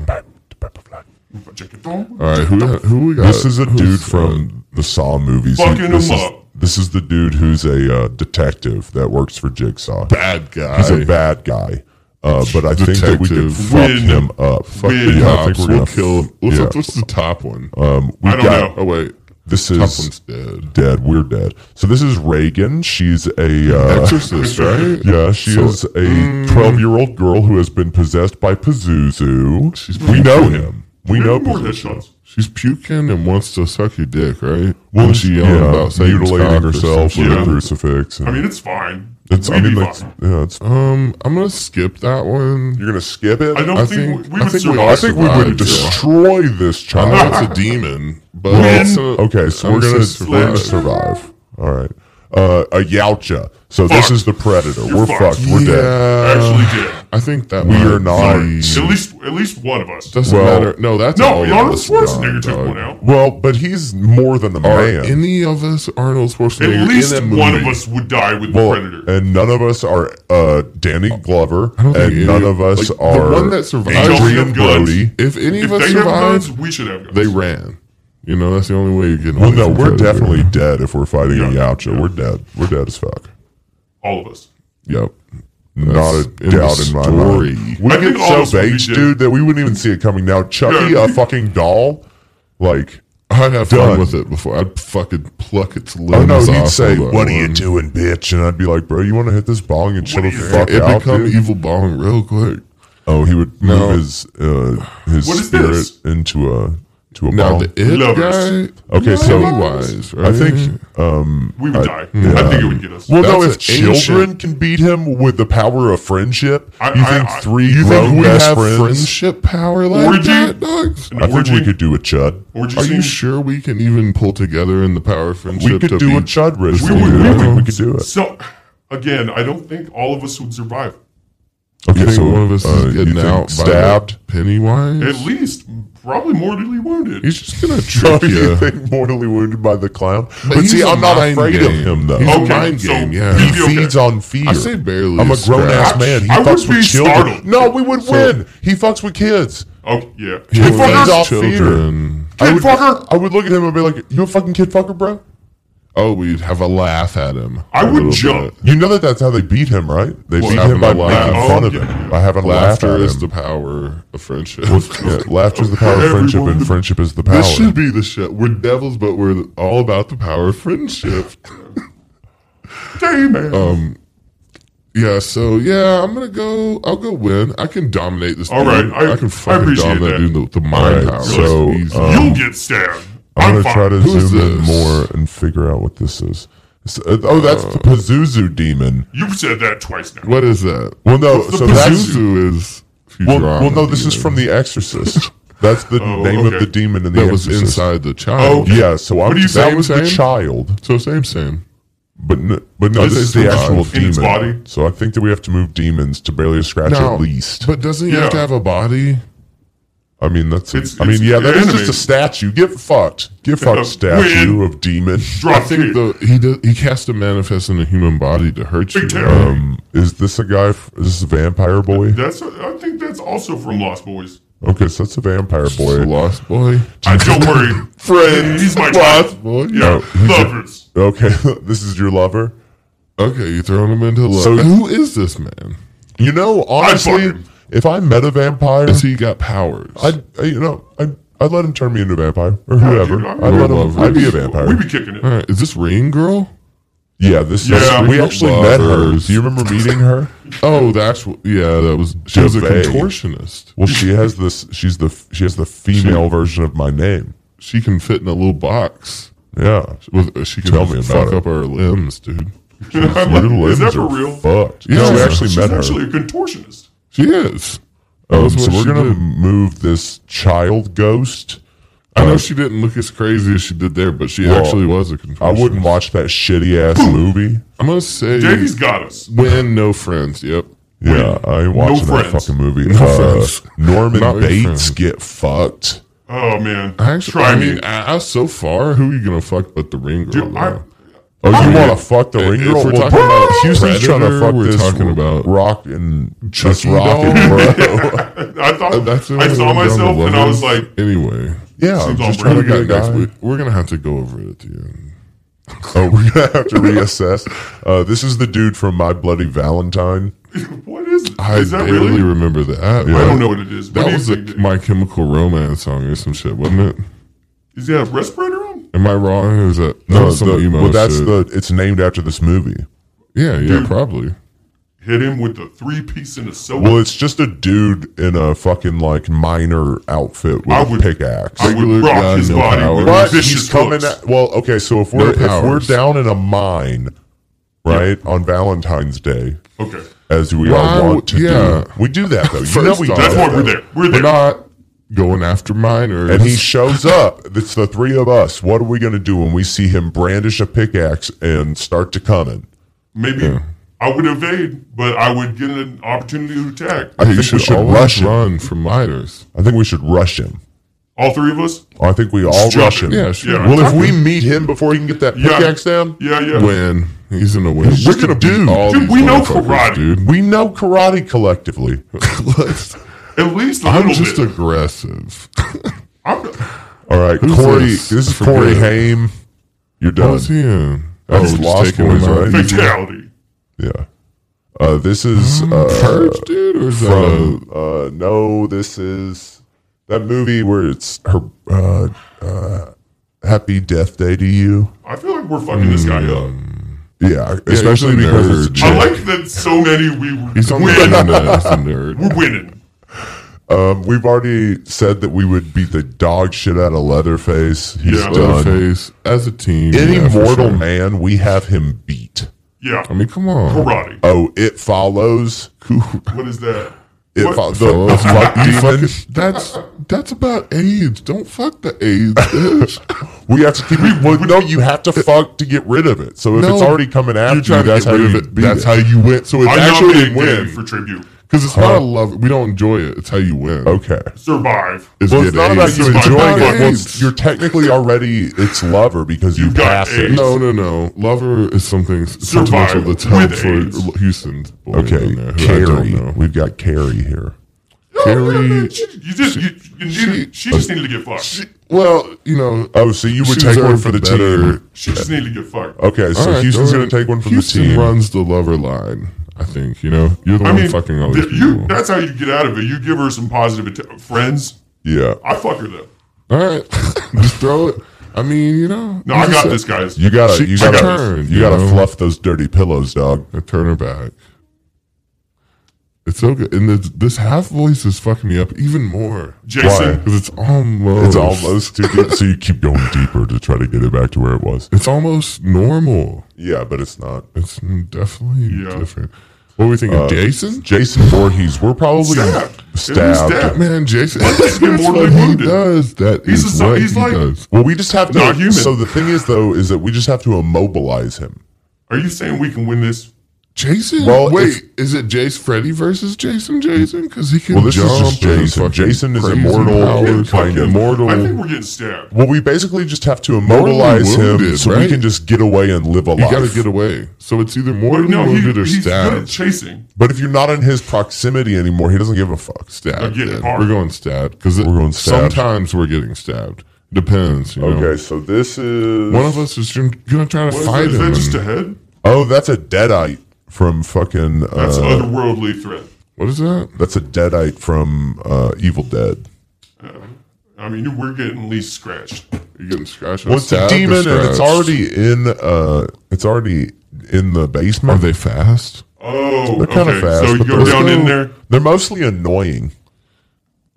[SPEAKER 13] All
[SPEAKER 26] right, who who we got? This is a
[SPEAKER 13] Who's- uh,
[SPEAKER 26] dude from the Saw movies. He-
[SPEAKER 13] Fucking
[SPEAKER 26] this
[SPEAKER 13] him
[SPEAKER 26] is-
[SPEAKER 13] up.
[SPEAKER 26] This is the dude who's a uh, detective that works for Jigsaw. Bad
[SPEAKER 13] guy.
[SPEAKER 26] He's a bad guy. Uh, but I think that we could
[SPEAKER 13] Detective.
[SPEAKER 26] fuck
[SPEAKER 13] Win.
[SPEAKER 26] him up. Fuck
[SPEAKER 13] Win.
[SPEAKER 26] yeah, I think
[SPEAKER 13] Cops.
[SPEAKER 26] we're
[SPEAKER 13] We'll
[SPEAKER 26] gonna
[SPEAKER 13] kill him. What's up- what's
[SPEAKER 26] the top one? Um, we
[SPEAKER 13] I don't
[SPEAKER 26] got,
[SPEAKER 13] know. Oh, wait.
[SPEAKER 26] This
[SPEAKER 13] Top
[SPEAKER 26] is
[SPEAKER 13] one's dead.
[SPEAKER 26] Dead. We're dead. So this is Reagan. She's a uh,
[SPEAKER 13] Exorcist, right?
[SPEAKER 26] Yeah, she
[SPEAKER 13] So- mm.
[SPEAKER 26] is a twelve-year-old girl who has been possessed by Pazuzu. we know him. We know
[SPEAKER 7] more
[SPEAKER 26] Pazuzu.
[SPEAKER 7] She's puking and wants to suck your dick, right?
[SPEAKER 26] Well,
[SPEAKER 7] When she yelling
[SPEAKER 26] yeah,
[SPEAKER 7] about Satan's
[SPEAKER 26] mutilating
[SPEAKER 7] cock or
[SPEAKER 26] herself with
[SPEAKER 7] something.
[SPEAKER 26] a crucifix. and-
[SPEAKER 7] I mean,
[SPEAKER 13] It's fine.
[SPEAKER 26] it's. I
[SPEAKER 7] we'd
[SPEAKER 26] mean,
[SPEAKER 7] be
[SPEAKER 26] like, yeah, it's.
[SPEAKER 7] Um, I'm gonna skip that one.
[SPEAKER 26] You're gonna skip it?
[SPEAKER 7] I don't
[SPEAKER 26] I
[SPEAKER 7] think,
[SPEAKER 26] think-
[SPEAKER 7] we
[SPEAKER 26] I
[SPEAKER 7] would
[SPEAKER 26] think we-
[SPEAKER 7] survive.
[SPEAKER 26] I think we would destroy this child.
[SPEAKER 7] I know it's a demon, but
[SPEAKER 26] Well,
[SPEAKER 7] it's a-
[SPEAKER 26] okay, so
[SPEAKER 7] I'm
[SPEAKER 26] we're gonna,
[SPEAKER 7] just
[SPEAKER 26] we're gonna
[SPEAKER 7] survived.
[SPEAKER 26] survive. All right. Uh, a Yautja. So this is the predator.
[SPEAKER 13] You're
[SPEAKER 26] we're
[SPEAKER 13] fucked.
[SPEAKER 26] fucked. We're
[SPEAKER 7] Yeah.
[SPEAKER 26] dead.
[SPEAKER 13] Actually dead.
[SPEAKER 7] I think that
[SPEAKER 26] we
[SPEAKER 7] might
[SPEAKER 26] are not.
[SPEAKER 7] be-
[SPEAKER 13] At least, at least one of us.
[SPEAKER 7] Doesn't
[SPEAKER 26] Well-
[SPEAKER 7] matter. No, that's
[SPEAKER 13] no.
[SPEAKER 7] all of
[SPEAKER 13] Arnold
[SPEAKER 7] us are
[SPEAKER 13] Schwarzenegger
[SPEAKER 7] gone,
[SPEAKER 13] took
[SPEAKER 7] dog.
[SPEAKER 13] one out.
[SPEAKER 26] Well, but he's more than the
[SPEAKER 7] Are
[SPEAKER 26] man.
[SPEAKER 7] any of us Arnold Schwarzenegger?
[SPEAKER 13] At least
[SPEAKER 7] in that
[SPEAKER 13] one
[SPEAKER 7] movie?
[SPEAKER 13] of us would die with
[SPEAKER 26] Well,
[SPEAKER 13] the predator.
[SPEAKER 26] and none of us are uh, Danny Glover,
[SPEAKER 7] I don't think any
[SPEAKER 26] and none
[SPEAKER 7] of-
[SPEAKER 26] of us
[SPEAKER 7] like, the
[SPEAKER 26] are
[SPEAKER 7] one that survived-
[SPEAKER 26] Adrian
[SPEAKER 7] Don't have guns.
[SPEAKER 26] Brody.
[SPEAKER 7] If any of
[SPEAKER 13] If
[SPEAKER 7] us
[SPEAKER 13] they have guns,
[SPEAKER 7] survived,
[SPEAKER 13] we should have guns.
[SPEAKER 7] They ran. You know, that's the only way you're getting.
[SPEAKER 26] Well,
[SPEAKER 7] away
[SPEAKER 26] no,
[SPEAKER 7] from
[SPEAKER 26] we're
[SPEAKER 7] predator.
[SPEAKER 26] definitely dead if we're fighting a Yautja. We're dead. We're dead as fuck. All of us.
[SPEAKER 7] Yep.
[SPEAKER 26] That's
[SPEAKER 7] Not a doubt in my
[SPEAKER 26] story.
[SPEAKER 7] mind.
[SPEAKER 26] I
[SPEAKER 7] We
[SPEAKER 26] think
[SPEAKER 7] get
[SPEAKER 26] all
[SPEAKER 7] so
[SPEAKER 26] of us would be
[SPEAKER 7] baked,
[SPEAKER 26] dead.
[SPEAKER 7] dude, that we wouldn't even see it coming. Now, Chucky,
[SPEAKER 26] Yeah.
[SPEAKER 7] a fucking doll, like
[SPEAKER 26] I'd have fun
[SPEAKER 7] Done.
[SPEAKER 26] with it before. I'd fucking pluck its limbs
[SPEAKER 7] Oh no, he'd
[SPEAKER 26] off
[SPEAKER 7] say,
[SPEAKER 26] of it.
[SPEAKER 7] "What are you
[SPEAKER 26] Wouldn't-
[SPEAKER 7] doing, bitch?" And I'd be like, "Bro, you want to hit this bong and shut the
[SPEAKER 26] you-
[SPEAKER 7] fuck
[SPEAKER 26] It'd
[SPEAKER 7] out?"
[SPEAKER 26] become
[SPEAKER 7] evil bong real quick. Oh, he would
[SPEAKER 26] No.
[SPEAKER 7] move his uh, his
[SPEAKER 26] What is
[SPEAKER 7] spirit
[SPEAKER 26] this?
[SPEAKER 7] into a to a
[SPEAKER 26] Now,
[SPEAKER 7] bong.
[SPEAKER 26] the It Lovers. guy-
[SPEAKER 7] Okay, so
[SPEAKER 26] Pennywise,
[SPEAKER 7] I
[SPEAKER 26] right?
[SPEAKER 7] think um,
[SPEAKER 26] We would
[SPEAKER 7] I,
[SPEAKER 26] die. I think it would get us.
[SPEAKER 7] Well, no,
[SPEAKER 26] That's
[SPEAKER 7] if
[SPEAKER 26] an ancient-
[SPEAKER 7] children can beat him with the power of friendship,
[SPEAKER 26] I-
[SPEAKER 7] you
[SPEAKER 26] I-
[SPEAKER 7] think
[SPEAKER 26] I-
[SPEAKER 7] three
[SPEAKER 26] You think
[SPEAKER 7] grown
[SPEAKER 26] we
[SPEAKER 7] best
[SPEAKER 26] have
[SPEAKER 7] friends?
[SPEAKER 26] friendship
[SPEAKER 7] power
[SPEAKER 26] like Orgy? that,
[SPEAKER 7] dogs?
[SPEAKER 26] An
[SPEAKER 7] I think we
[SPEAKER 26] orgy?
[SPEAKER 7] could do a chud.
[SPEAKER 26] Orgy
[SPEAKER 7] Are
[SPEAKER 26] scene?
[SPEAKER 7] you
[SPEAKER 26] sure
[SPEAKER 7] we can even pull together in the power of
[SPEAKER 26] friendship
[SPEAKER 7] We could
[SPEAKER 26] to
[SPEAKER 7] do
[SPEAKER 26] be-
[SPEAKER 7] a chud race.
[SPEAKER 26] We would- we
[SPEAKER 7] I think
[SPEAKER 26] would.
[SPEAKER 7] we could do it.
[SPEAKER 26] So, again, I don't think all of us would survive.
[SPEAKER 7] Okay,
[SPEAKER 26] You think
[SPEAKER 7] so
[SPEAKER 26] one of us is
[SPEAKER 7] uh, you
[SPEAKER 26] getting
[SPEAKER 7] think
[SPEAKER 26] out by
[SPEAKER 7] stabbed.
[SPEAKER 26] At
[SPEAKER 7] Pennywise.
[SPEAKER 26] least, probably mortally wounded.
[SPEAKER 7] He's just gonna
[SPEAKER 26] So
[SPEAKER 7] trick
[SPEAKER 26] you
[SPEAKER 7] you.
[SPEAKER 26] think
[SPEAKER 7] mortally wounded by the clown?
[SPEAKER 26] But
[SPEAKER 7] But
[SPEAKER 26] he's
[SPEAKER 7] see,
[SPEAKER 26] a
[SPEAKER 7] I'm not
[SPEAKER 26] mind
[SPEAKER 7] afraid of
[SPEAKER 26] game.
[SPEAKER 7] him though.
[SPEAKER 26] He's a Okay, mind so game, yeah. he'd be
[SPEAKER 7] He
[SPEAKER 26] okay.
[SPEAKER 7] feeds on fear.
[SPEAKER 26] I say barely
[SPEAKER 7] I'm a
[SPEAKER 26] is
[SPEAKER 7] grown ass
[SPEAKER 26] scratched.
[SPEAKER 7] man. He
[SPEAKER 26] I
[SPEAKER 7] fucks
[SPEAKER 26] would be
[SPEAKER 7] with children.
[SPEAKER 26] startled.
[SPEAKER 7] No, we would
[SPEAKER 26] So-
[SPEAKER 7] win. He fucks with kids.
[SPEAKER 26] Oh, yeah.
[SPEAKER 7] He
[SPEAKER 26] Kid
[SPEAKER 7] feeds
[SPEAKER 26] fucker?
[SPEAKER 7] off fear. I
[SPEAKER 26] Kid
[SPEAKER 7] would,
[SPEAKER 26] fucker?
[SPEAKER 7] I would look at him and be like, "You a fucking kid fucker, bro?"
[SPEAKER 26] Oh, we'd have a laugh at him. I would jump.
[SPEAKER 7] You know that that's how they beat him, right? They
[SPEAKER 26] Well,
[SPEAKER 7] beat
[SPEAKER 26] having
[SPEAKER 7] him by
[SPEAKER 26] a
[SPEAKER 7] making
[SPEAKER 26] laugh.
[SPEAKER 7] fun
[SPEAKER 26] Oh,
[SPEAKER 7] of him,
[SPEAKER 26] yeah.
[SPEAKER 7] by having a laugh
[SPEAKER 26] Laughter
[SPEAKER 7] at
[SPEAKER 26] is
[SPEAKER 7] him.
[SPEAKER 26] the power of friendship.
[SPEAKER 7] Well, yeah, laughter is the power of friendship,
[SPEAKER 26] Everyone-
[SPEAKER 7] and friendship is the power.
[SPEAKER 26] This should be the shit. We're devils, but we're all about the power of friendship. Damn.
[SPEAKER 7] Um, yeah. So yeah, I'm gonna go. I'll go win. I can dominate this.
[SPEAKER 26] All
[SPEAKER 7] dude.
[SPEAKER 26] right, I-
[SPEAKER 7] can
[SPEAKER 26] I
[SPEAKER 7] fucking
[SPEAKER 26] appreciate
[SPEAKER 7] dominate
[SPEAKER 26] that.
[SPEAKER 7] dude with the mind
[SPEAKER 26] All right,
[SPEAKER 7] power.
[SPEAKER 26] so,
[SPEAKER 7] Easy.
[SPEAKER 26] um, You'll get stabbed.
[SPEAKER 7] I'm,
[SPEAKER 26] I'm
[SPEAKER 7] gonna try
[SPEAKER 26] fine.
[SPEAKER 7] to
[SPEAKER 26] Who's
[SPEAKER 7] zoom in
[SPEAKER 26] this?
[SPEAKER 7] more and figure out what this is. It's- uh, oh, that's the Pazuzu demon.
[SPEAKER 26] You've said that twice now.
[SPEAKER 7] What is that? Well, no.
[SPEAKER 26] What's the
[SPEAKER 7] so that's
[SPEAKER 26] Pazuzu
[SPEAKER 7] is. Well, well, no. This is from The Exorcist. That's the
[SPEAKER 26] Oh,
[SPEAKER 7] name
[SPEAKER 26] okay.
[SPEAKER 7] of the demon in the
[SPEAKER 26] That was
[SPEAKER 7] Exorcist.
[SPEAKER 26] inside the child. Oh.
[SPEAKER 7] Yeah. So
[SPEAKER 26] What
[SPEAKER 7] I'm
[SPEAKER 26] do you
[SPEAKER 7] that
[SPEAKER 26] say,
[SPEAKER 7] was the
[SPEAKER 26] same?
[SPEAKER 7] child. So same same. But no, but no,
[SPEAKER 26] Oh, This
[SPEAKER 7] this,
[SPEAKER 26] is
[SPEAKER 7] is the
[SPEAKER 26] alive.
[SPEAKER 7] actual
[SPEAKER 26] In its
[SPEAKER 7] demon.
[SPEAKER 26] body?
[SPEAKER 7] So I think that we have to move demons to barely a scratch
[SPEAKER 26] No,
[SPEAKER 7] at least.
[SPEAKER 26] but doesn't he have to Yeah. have
[SPEAKER 7] a body? I mean that's. I mean
[SPEAKER 26] it's
[SPEAKER 7] yeah, that is
[SPEAKER 26] animated.
[SPEAKER 7] just a statue. Get fucked. Get fucked,
[SPEAKER 26] Uh,
[SPEAKER 7] statue of demon.
[SPEAKER 26] Drop I think kick.
[SPEAKER 7] the, he does, he has to manifest in a human body to hurt
[SPEAKER 26] Big you. Terry.
[SPEAKER 7] Um, is this a guy? f- Is this a vampire boy?
[SPEAKER 26] That's. I think that's also from Lost Boys.
[SPEAKER 7] Okay, so that's a vampire boy. Lost boy.
[SPEAKER 26] I don't worry,
[SPEAKER 7] Friend.
[SPEAKER 26] He's my
[SPEAKER 7] Lost
[SPEAKER 26] type.
[SPEAKER 7] boy.
[SPEAKER 26] Yeah, lovers.
[SPEAKER 7] okay, this is your lover. Okay, you throwing him into
[SPEAKER 26] love.
[SPEAKER 7] So who is this man? You know, honestly, if I met a vampire, he got powers. I, I you know, I. I'd let him turn me into a vampire or whoever.
[SPEAKER 26] dude, I
[SPEAKER 7] I'd, let
[SPEAKER 26] would
[SPEAKER 7] him,
[SPEAKER 26] love
[SPEAKER 7] I'd be a
[SPEAKER 26] this.
[SPEAKER 7] vampire.
[SPEAKER 26] We'd be kicking it.
[SPEAKER 7] All right, is this Rain Girl? Yeah, this
[SPEAKER 26] Yeah,
[SPEAKER 7] is. We
[SPEAKER 26] we
[SPEAKER 7] actually
[SPEAKER 26] love
[SPEAKER 7] met her.
[SPEAKER 26] her.
[SPEAKER 7] Do you remember meeting her?
[SPEAKER 26] Oh, the actual. Yeah, that was.
[SPEAKER 7] She was a
[SPEAKER 26] vague.
[SPEAKER 7] contortionist. Well, she has this. She's the. She has the female version of my name. She can fit in a little box. uh, Yeah,
[SPEAKER 26] With- she can
[SPEAKER 7] Tell me about
[SPEAKER 26] fuck
[SPEAKER 7] it.
[SPEAKER 26] up our limbs, dude.
[SPEAKER 7] Your
[SPEAKER 26] Is that
[SPEAKER 7] limbs
[SPEAKER 26] for
[SPEAKER 7] are
[SPEAKER 26] real?
[SPEAKER 7] fucked.
[SPEAKER 26] Yeah,
[SPEAKER 7] No, we
[SPEAKER 26] she's-
[SPEAKER 7] actually
[SPEAKER 26] she's
[SPEAKER 7] met her.
[SPEAKER 26] Actually, a contortionist.
[SPEAKER 7] She is.
[SPEAKER 26] That
[SPEAKER 7] Um,
[SPEAKER 26] was
[SPEAKER 7] so
[SPEAKER 26] what
[SPEAKER 7] we're
[SPEAKER 26] she
[SPEAKER 7] gonna
[SPEAKER 26] did.
[SPEAKER 7] move this child ghost.
[SPEAKER 26] I know
[SPEAKER 7] Uh,
[SPEAKER 26] she didn't look as crazy as she did there, but she
[SPEAKER 7] well,
[SPEAKER 26] actually was a
[SPEAKER 7] I
[SPEAKER 26] contortionist.
[SPEAKER 7] wouldn't watch that shitty ass movie.
[SPEAKER 26] I'm gonna say Davey's got us.
[SPEAKER 7] Win, no friends. Yep. Yeah, I ain't
[SPEAKER 26] No
[SPEAKER 7] watching that
[SPEAKER 26] friends.
[SPEAKER 7] fucking movie.
[SPEAKER 26] No
[SPEAKER 7] Uh,
[SPEAKER 26] friends.
[SPEAKER 7] Norman
[SPEAKER 26] Not my
[SPEAKER 7] Bates
[SPEAKER 26] friends.
[SPEAKER 7] get fucked.
[SPEAKER 26] Oh man,
[SPEAKER 7] Actually,
[SPEAKER 26] try
[SPEAKER 7] I
[SPEAKER 26] me.
[SPEAKER 7] mean, I, I, so far, who are you gonna fuck but the ring girl?
[SPEAKER 26] Dude, I-
[SPEAKER 7] though? oh, you
[SPEAKER 26] I-
[SPEAKER 7] want to fuck the
[SPEAKER 26] If-
[SPEAKER 7] ring
[SPEAKER 26] if
[SPEAKER 7] girl?
[SPEAKER 26] we're
[SPEAKER 7] Well,
[SPEAKER 26] talking about
[SPEAKER 7] Houston's
[SPEAKER 26] Predator,
[SPEAKER 7] trying to fuck
[SPEAKER 26] we're
[SPEAKER 7] this
[SPEAKER 26] talking
[SPEAKER 7] about rock and this
[SPEAKER 26] Chucky
[SPEAKER 7] rock
[SPEAKER 26] doll?
[SPEAKER 7] and
[SPEAKER 26] I thought
[SPEAKER 7] That's the
[SPEAKER 26] I
[SPEAKER 7] only
[SPEAKER 26] saw
[SPEAKER 7] one down the
[SPEAKER 26] myself and I was
[SPEAKER 7] levels.
[SPEAKER 26] like,
[SPEAKER 7] anyway, yeah,
[SPEAKER 26] Seems
[SPEAKER 7] I'm
[SPEAKER 26] all
[SPEAKER 7] just trying to
[SPEAKER 26] pretty
[SPEAKER 7] get a
[SPEAKER 26] good next
[SPEAKER 7] guy.
[SPEAKER 26] week.
[SPEAKER 7] We're gonna have to go over it at the end. oh, we're gonna have to reassess. Uh, this is the dude from My Bloody Valentine.
[SPEAKER 26] what is?
[SPEAKER 7] I
[SPEAKER 26] is that
[SPEAKER 7] barely
[SPEAKER 26] really?
[SPEAKER 7] remember that.
[SPEAKER 26] I don't know what it is. What do
[SPEAKER 7] That
[SPEAKER 26] you
[SPEAKER 7] was a My Chemical Romance song or some shit, wasn't it?
[SPEAKER 26] He's got a respirator on.
[SPEAKER 7] Am I wrong? Or is that
[SPEAKER 26] No,
[SPEAKER 7] that was some
[SPEAKER 26] Oh, the-
[SPEAKER 7] emo
[SPEAKER 26] well, that's
[SPEAKER 7] shit.
[SPEAKER 26] the-
[SPEAKER 7] It's named after this movie. Yeah, yeah,
[SPEAKER 26] Dude.
[SPEAKER 7] probably.
[SPEAKER 26] Hit him with the three piece and a soda.
[SPEAKER 7] Well, it's just a dude in a fucking like miner outfit with
[SPEAKER 26] I
[SPEAKER 7] a
[SPEAKER 26] would-
[SPEAKER 7] pickaxe.
[SPEAKER 26] I would Regular rock guy, his no body power. with
[SPEAKER 7] But
[SPEAKER 26] vicious
[SPEAKER 7] he's coming.
[SPEAKER 26] hooks.
[SPEAKER 7] At, well, okay, so if
[SPEAKER 26] No
[SPEAKER 7] we're if we're
[SPEAKER 26] powers.
[SPEAKER 7] down in a mine, right on Valentine's Day,
[SPEAKER 26] Okay.
[SPEAKER 7] as we
[SPEAKER 26] Why
[SPEAKER 7] all
[SPEAKER 26] would-
[SPEAKER 7] want to
[SPEAKER 26] yeah.
[SPEAKER 7] do, we do that though. You know
[SPEAKER 26] First
[SPEAKER 7] we
[SPEAKER 26] off,
[SPEAKER 7] do
[SPEAKER 26] That's
[SPEAKER 7] that,
[SPEAKER 26] why we're
[SPEAKER 7] though.
[SPEAKER 26] there. We're there.
[SPEAKER 7] not going after minors. And he shows up. It's the three of us. What are we going to do when we see him brandish a pickaxe and start to coming?
[SPEAKER 26] Maybe I would evade, but I would get an opportunity to attack.
[SPEAKER 7] I think we should rush him.
[SPEAKER 26] run from minors.
[SPEAKER 7] I think we should rush him.
[SPEAKER 26] All three of us.
[SPEAKER 7] I think we all
[SPEAKER 26] Just jump
[SPEAKER 7] rush him.
[SPEAKER 26] in. Yeah, sure.
[SPEAKER 7] Well, if
[SPEAKER 26] Yeah.
[SPEAKER 7] we meet him before he can get that
[SPEAKER 26] Yeah.
[SPEAKER 7] pickaxe down,
[SPEAKER 26] Yeah, yeah.
[SPEAKER 7] win. He's in a win.
[SPEAKER 26] He's
[SPEAKER 7] We're
[SPEAKER 26] just a
[SPEAKER 7] gonna do.
[SPEAKER 26] dude. Dude, we know karate.
[SPEAKER 7] dude. We know karate collectively.
[SPEAKER 26] At least a
[SPEAKER 7] I'm
[SPEAKER 26] little
[SPEAKER 7] just
[SPEAKER 26] bit.
[SPEAKER 7] aggressive. All right,
[SPEAKER 26] Who's
[SPEAKER 7] Corey.
[SPEAKER 26] this?
[SPEAKER 7] This, is
[SPEAKER 26] I
[SPEAKER 7] Corey
[SPEAKER 26] forget.
[SPEAKER 7] Haim. You're done.
[SPEAKER 26] What was he in?
[SPEAKER 7] That's
[SPEAKER 26] Oh, just
[SPEAKER 7] Lost
[SPEAKER 26] taking
[SPEAKER 7] Boys,
[SPEAKER 26] him out.
[SPEAKER 7] right?
[SPEAKER 26] Fatality.
[SPEAKER 7] Yeah. Uh, this is
[SPEAKER 6] Mm,
[SPEAKER 7] uh,
[SPEAKER 6] Purge, dude, or is that
[SPEAKER 7] from uh, no. This is that movie where it's her uh, uh, Happy Death Day to you. Mm.
[SPEAKER 6] I feel like we're fucking this guy up.
[SPEAKER 7] Yeah,
[SPEAKER 6] Yeah,
[SPEAKER 7] especially
[SPEAKER 6] he's a
[SPEAKER 7] because
[SPEAKER 6] nerd.
[SPEAKER 7] it's
[SPEAKER 6] I
[SPEAKER 7] chick.
[SPEAKER 6] like that so many we
[SPEAKER 7] He's a
[SPEAKER 6] win.
[SPEAKER 7] nerd. He's a nerd.
[SPEAKER 6] We're winning.
[SPEAKER 7] Um, we've already said that we would beat the dog shit out of Leatherface. He's
[SPEAKER 6] Yeah.
[SPEAKER 7] done.
[SPEAKER 6] Leatherface,
[SPEAKER 7] as a team. Any
[SPEAKER 6] yeah, for
[SPEAKER 7] mortal
[SPEAKER 6] sure.
[SPEAKER 7] man, we have him beat.
[SPEAKER 6] Yeah.
[SPEAKER 7] I mean, come on.
[SPEAKER 6] Karate.
[SPEAKER 7] Oh, it follows.
[SPEAKER 6] What is that?
[SPEAKER 7] It
[SPEAKER 6] What-
[SPEAKER 7] follows.
[SPEAKER 6] Fellows,
[SPEAKER 7] fuck
[SPEAKER 6] you
[SPEAKER 7] demon.
[SPEAKER 6] fucking- that's that's about AIDS. Don't fuck the AIDS. bitch.
[SPEAKER 7] we have to keep. We, well, no, you have to fuck to get rid of it. So if it's
[SPEAKER 6] No.
[SPEAKER 7] already coming
[SPEAKER 6] You're
[SPEAKER 7] after you,
[SPEAKER 6] trying to
[SPEAKER 7] that's
[SPEAKER 6] get
[SPEAKER 7] how
[SPEAKER 6] rid
[SPEAKER 7] you.
[SPEAKER 6] of it.
[SPEAKER 7] beat
[SPEAKER 6] That's
[SPEAKER 7] it.
[SPEAKER 6] how you win.
[SPEAKER 7] So it's
[SPEAKER 6] I
[SPEAKER 7] actually
[SPEAKER 6] nominate
[SPEAKER 7] win.
[SPEAKER 6] Dan for tribute.
[SPEAKER 7] Because
[SPEAKER 6] it's not a love. We don't enjoy it. It's how you win.
[SPEAKER 7] Okay.
[SPEAKER 6] Survive.
[SPEAKER 7] well, it's not about you
[SPEAKER 6] Survive
[SPEAKER 7] enjoying
[SPEAKER 6] by
[SPEAKER 7] it. Well,
[SPEAKER 6] AIDS.
[SPEAKER 7] it's- you're technically already its lover because you, pass it.
[SPEAKER 6] No, no, no. Lover is something s- sentimental
[SPEAKER 7] Survive
[SPEAKER 6] that's held
[SPEAKER 7] with
[SPEAKER 6] for Houston's boy.
[SPEAKER 7] Okay,
[SPEAKER 6] down there, who I don't
[SPEAKER 7] Carrie.
[SPEAKER 6] know.
[SPEAKER 7] We've got Carrie here.
[SPEAKER 6] Carrie. You just, you, you needed, she just needed to get fucked. well, you know.
[SPEAKER 7] Oh, so you
[SPEAKER 6] she
[SPEAKER 7] would take one
[SPEAKER 6] deserved
[SPEAKER 7] for the
[SPEAKER 6] better-
[SPEAKER 7] team.
[SPEAKER 6] She just needed to get fucked.
[SPEAKER 7] Okay, so
[SPEAKER 6] All right,
[SPEAKER 7] Houston's
[SPEAKER 6] all
[SPEAKER 7] going
[SPEAKER 6] right.
[SPEAKER 7] to take one for
[SPEAKER 6] Houston
[SPEAKER 7] the team.
[SPEAKER 6] runs the lover line.
[SPEAKER 7] I think you know you're the
[SPEAKER 6] I
[SPEAKER 7] one
[SPEAKER 6] mean,
[SPEAKER 7] fucking all these
[SPEAKER 6] th- you,
[SPEAKER 7] people.
[SPEAKER 6] that's how you get out of it. You give her some positive att- friends.
[SPEAKER 7] Yeah.
[SPEAKER 6] I fuck her though.
[SPEAKER 7] All right, just throw it. I mean, you know.
[SPEAKER 6] No, I got this, guys.
[SPEAKER 7] You gotta,
[SPEAKER 6] She-
[SPEAKER 7] you
[SPEAKER 6] she
[SPEAKER 7] gotta,
[SPEAKER 6] got this,
[SPEAKER 7] you,
[SPEAKER 6] you
[SPEAKER 7] gotta
[SPEAKER 6] know?
[SPEAKER 7] fluff those dirty pillows, dog.
[SPEAKER 6] turn her back. It's so good, and this, this half voice is fucking me up even more. because it's almost
[SPEAKER 7] it's almost too good. so you keep going deeper to try to get it back to where it was.
[SPEAKER 6] it's almost normal.
[SPEAKER 7] Yeah, but it's not.
[SPEAKER 6] It's definitely
[SPEAKER 7] Yeah.
[SPEAKER 6] different. What do we think
[SPEAKER 7] Uh,
[SPEAKER 6] of Jason?
[SPEAKER 7] Jason Voorhees. We're probably
[SPEAKER 6] Stabbed.
[SPEAKER 7] stabbed.
[SPEAKER 6] It was stabbed, man. Jason.
[SPEAKER 7] That's
[SPEAKER 6] That's
[SPEAKER 7] what
[SPEAKER 6] what
[SPEAKER 7] he
[SPEAKER 6] he does. That
[SPEAKER 7] He's
[SPEAKER 6] is
[SPEAKER 7] a zo-
[SPEAKER 6] what
[SPEAKER 7] he's
[SPEAKER 6] he
[SPEAKER 7] like-
[SPEAKER 6] does.
[SPEAKER 7] Well, we just have to.
[SPEAKER 6] Not human.
[SPEAKER 7] So the thing is, though, is that we just have to immobilize him.
[SPEAKER 6] Are you saying we can win this? Jason?
[SPEAKER 7] Well,
[SPEAKER 6] wait,
[SPEAKER 7] it's-
[SPEAKER 6] is it Jace Freddy versus Jason Jason? Because he can
[SPEAKER 7] Well, this is
[SPEAKER 6] jump.
[SPEAKER 7] just
[SPEAKER 6] and
[SPEAKER 7] Jason.
[SPEAKER 6] fucking
[SPEAKER 7] Jason is
[SPEAKER 6] crazy
[SPEAKER 7] immortal,
[SPEAKER 6] powers.
[SPEAKER 7] kind of. Immortal-
[SPEAKER 6] I think we're getting stabbed.
[SPEAKER 7] Well, we basically just have to immobilize
[SPEAKER 6] Mortally
[SPEAKER 7] him
[SPEAKER 6] wounded,
[SPEAKER 7] so we
[SPEAKER 6] right?
[SPEAKER 7] can just get away and live a
[SPEAKER 6] You
[SPEAKER 7] life.
[SPEAKER 6] gotta get away. So it's either mortally
[SPEAKER 7] Well, no, he-
[SPEAKER 6] wounded or
[SPEAKER 7] he's good at
[SPEAKER 6] stabbed. chasing.
[SPEAKER 7] But if you're not in his proximity anymore, he doesn't give a fuck.
[SPEAKER 6] They're
[SPEAKER 7] Stab.
[SPEAKER 6] getting
[SPEAKER 7] then.
[SPEAKER 6] hard. We're going stabbed. Because
[SPEAKER 7] We're going stabbed.
[SPEAKER 6] sometimes we're getting stabbed. Depends. You know?
[SPEAKER 7] Okay, so this is
[SPEAKER 6] One of us is going to try to
[SPEAKER 7] What is
[SPEAKER 6] fight
[SPEAKER 7] that? Is
[SPEAKER 6] him.
[SPEAKER 7] that just a
[SPEAKER 6] head?
[SPEAKER 7] Oh, that's a deadite from fucking.
[SPEAKER 6] That's
[SPEAKER 7] uh,
[SPEAKER 6] otherworldly threat. What is that?
[SPEAKER 7] That's a deadite from uh, Evil Dead.
[SPEAKER 6] I mean, we're getting at least scratched. You're getting scratched.
[SPEAKER 7] Well, it's a
[SPEAKER 6] stabbed or
[SPEAKER 7] demon, and it's
[SPEAKER 6] scratched?
[SPEAKER 7] already in. Uh, it's already in the basement. Are they fast?
[SPEAKER 6] Oh,
[SPEAKER 7] They're kind
[SPEAKER 6] okay.
[SPEAKER 7] of fast.
[SPEAKER 6] So you
[SPEAKER 7] but
[SPEAKER 6] go
[SPEAKER 7] they're
[SPEAKER 6] down in
[SPEAKER 7] still-
[SPEAKER 6] there.
[SPEAKER 7] They're mostly annoying.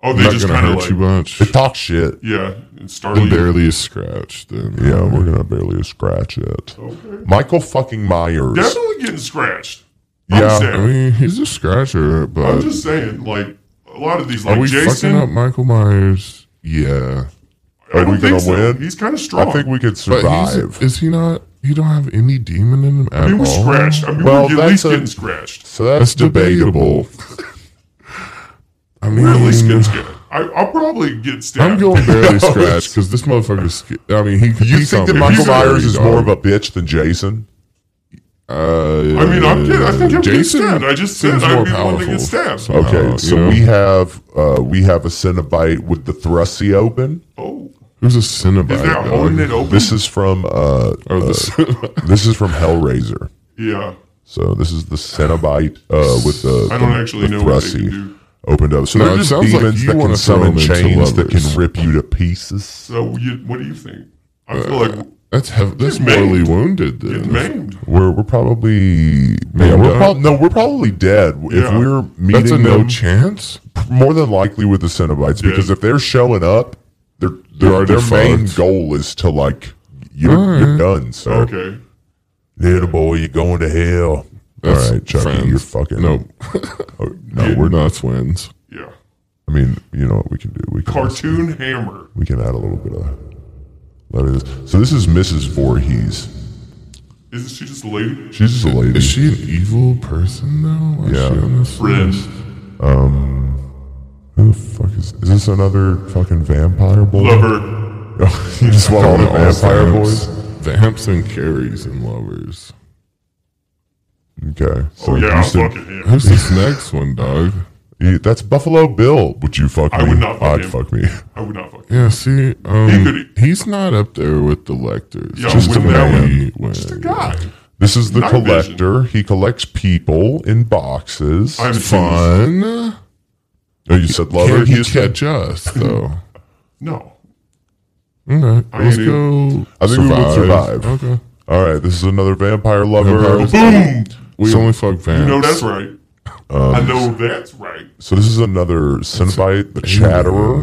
[SPEAKER 6] Oh, they
[SPEAKER 7] Not
[SPEAKER 6] just
[SPEAKER 7] gonna
[SPEAKER 6] kind of
[SPEAKER 7] hurt
[SPEAKER 6] like
[SPEAKER 7] you much. They talk shit.
[SPEAKER 6] yeah, and startle
[SPEAKER 7] Then
[SPEAKER 6] you.
[SPEAKER 7] barely a scratch. Then yeah, we're gonna barely scratch it.
[SPEAKER 6] Okay.
[SPEAKER 7] Michael fucking Myers.
[SPEAKER 6] Definitely getting scratched. I'm
[SPEAKER 7] yeah,
[SPEAKER 6] saying.
[SPEAKER 7] mean he's a scratcher,
[SPEAKER 6] I'm just saying, like a lot of these,
[SPEAKER 7] Are
[SPEAKER 6] like
[SPEAKER 7] we
[SPEAKER 6] Jason.
[SPEAKER 7] fucking up
[SPEAKER 6] Michael Myers?
[SPEAKER 7] yeah.
[SPEAKER 6] I
[SPEAKER 7] Are
[SPEAKER 6] don't
[SPEAKER 7] we gonna
[SPEAKER 6] think so.
[SPEAKER 7] win?
[SPEAKER 6] He's kind of strong.
[SPEAKER 7] I think we could
[SPEAKER 6] But he's-
[SPEAKER 7] survive.
[SPEAKER 6] is he not? He don't have any demon in him
[SPEAKER 7] at
[SPEAKER 6] he was
[SPEAKER 7] all?
[SPEAKER 6] scratched. I mean,
[SPEAKER 7] Well,
[SPEAKER 6] we're at
[SPEAKER 7] that's
[SPEAKER 6] least
[SPEAKER 7] a-
[SPEAKER 6] getting scratched.
[SPEAKER 7] So that's, debatable.
[SPEAKER 6] I mean, we're at least getting scratched. I, I'll probably get stabbed.
[SPEAKER 7] I'm going barely scratched
[SPEAKER 6] because this motherfucker's. I mean, he.
[SPEAKER 7] You think that Michael Myers is more of
[SPEAKER 6] a?
[SPEAKER 7] a bitch than Jason? Uh,
[SPEAKER 6] I mean, I'm kidding. I think I'm getting stabbed. I just said I'd be the one to get stabbed. Uh-huh,
[SPEAKER 7] okay, so we have uh, we have a Cenobite with the thrusty open.
[SPEAKER 6] Oh.
[SPEAKER 7] Who's a Cenobite?
[SPEAKER 6] Is that holding it open?
[SPEAKER 7] This is from
[SPEAKER 6] Oh,
[SPEAKER 7] uh, uh, this is from Hellraiser.
[SPEAKER 6] Yeah.
[SPEAKER 7] So this is the Cenobite uh, with the
[SPEAKER 6] I don't
[SPEAKER 7] the-
[SPEAKER 6] actually
[SPEAKER 7] the
[SPEAKER 6] know what they can
[SPEAKER 7] thrusty
[SPEAKER 6] do.
[SPEAKER 7] opened up. So
[SPEAKER 6] No,
[SPEAKER 7] they're
[SPEAKER 6] it
[SPEAKER 7] just
[SPEAKER 6] sounds like
[SPEAKER 7] demons
[SPEAKER 6] you
[SPEAKER 7] that
[SPEAKER 6] wanna
[SPEAKER 7] can
[SPEAKER 6] throw
[SPEAKER 7] summon
[SPEAKER 6] them into
[SPEAKER 7] chains that can
[SPEAKER 6] lovers.
[SPEAKER 7] rip you to pieces.
[SPEAKER 6] So you, what do you think? I feel
[SPEAKER 7] Uh,
[SPEAKER 6] like
[SPEAKER 7] that's hev- that's
[SPEAKER 6] Get maimed.
[SPEAKER 7] mortally wounded, then.
[SPEAKER 6] Get maimed.
[SPEAKER 7] We're we're probably yeah,
[SPEAKER 6] Maimed
[SPEAKER 7] we're
[SPEAKER 6] up?
[SPEAKER 7] prob- no we're probably dead
[SPEAKER 6] Yeah.
[SPEAKER 7] if we're
[SPEAKER 6] That's
[SPEAKER 7] meeting
[SPEAKER 6] a no
[SPEAKER 7] them,
[SPEAKER 6] chance?
[SPEAKER 7] More than likely with the Cenobites because if they're showing up, their
[SPEAKER 6] They're
[SPEAKER 7] their
[SPEAKER 6] already
[SPEAKER 7] their main
[SPEAKER 6] fucked.
[SPEAKER 7] goal is to like you're,
[SPEAKER 6] All
[SPEAKER 7] you're
[SPEAKER 6] right.
[SPEAKER 7] done. So
[SPEAKER 6] Okay.
[SPEAKER 7] little boy, you're going to hell.
[SPEAKER 6] That's
[SPEAKER 7] All right, Chucky,
[SPEAKER 6] friends.
[SPEAKER 7] you're fucking
[SPEAKER 6] No.
[SPEAKER 7] Oh, no, we're not twins.
[SPEAKER 6] Yeah.
[SPEAKER 7] I mean, you know what we can do? We can
[SPEAKER 6] cartoon hammer.
[SPEAKER 7] we can add a little bit of. Let it- So this is Mrs. Voorhees.
[SPEAKER 6] Isn't she just a lady?
[SPEAKER 7] She's just a lady.
[SPEAKER 6] Is she an evil person though? Why is she on this Friend. list?
[SPEAKER 7] Um, who the fuck is? Is this another fucking vampire boy?
[SPEAKER 6] Lover.
[SPEAKER 7] you just want all the
[SPEAKER 6] All
[SPEAKER 7] vampire
[SPEAKER 6] vamps.
[SPEAKER 7] boys?
[SPEAKER 6] Vamps and carries and lovers.
[SPEAKER 7] Okay. So
[SPEAKER 6] Oh, yeah, I'll
[SPEAKER 7] Houston-
[SPEAKER 6] fucking him. Who's this
[SPEAKER 7] next one, dog? that's Buffalo Bill. Would you fuck
[SPEAKER 6] I
[SPEAKER 7] me?
[SPEAKER 6] would not fuck
[SPEAKER 7] I'd
[SPEAKER 6] him.
[SPEAKER 7] fuck me.
[SPEAKER 6] I would not fuck.
[SPEAKER 7] Yeah, see,
[SPEAKER 6] um, He could-
[SPEAKER 7] he's not up there with the lectors.
[SPEAKER 6] Yeah, with that one.
[SPEAKER 7] Just
[SPEAKER 6] a guy.
[SPEAKER 7] This is the
[SPEAKER 2] Night vision.
[SPEAKER 7] collector. He collects people in boxes.
[SPEAKER 2] I'm
[SPEAKER 7] fun.
[SPEAKER 2] fun.
[SPEAKER 7] No, you said lover.
[SPEAKER 2] Can he
[SPEAKER 7] is
[SPEAKER 2] catch us though? No.
[SPEAKER 7] Okay,
[SPEAKER 2] I
[SPEAKER 7] let's
[SPEAKER 2] mean,
[SPEAKER 7] go. I think we would
[SPEAKER 2] survive.
[SPEAKER 7] survive.
[SPEAKER 2] Okay.
[SPEAKER 7] All right. This is another vampire lover.
[SPEAKER 2] Vampires. Boom!
[SPEAKER 7] We
[SPEAKER 2] It's only fuck
[SPEAKER 7] fans.
[SPEAKER 2] You know that's right. I know that's right.
[SPEAKER 7] Um, So this is another Cenobite, the Chatterer.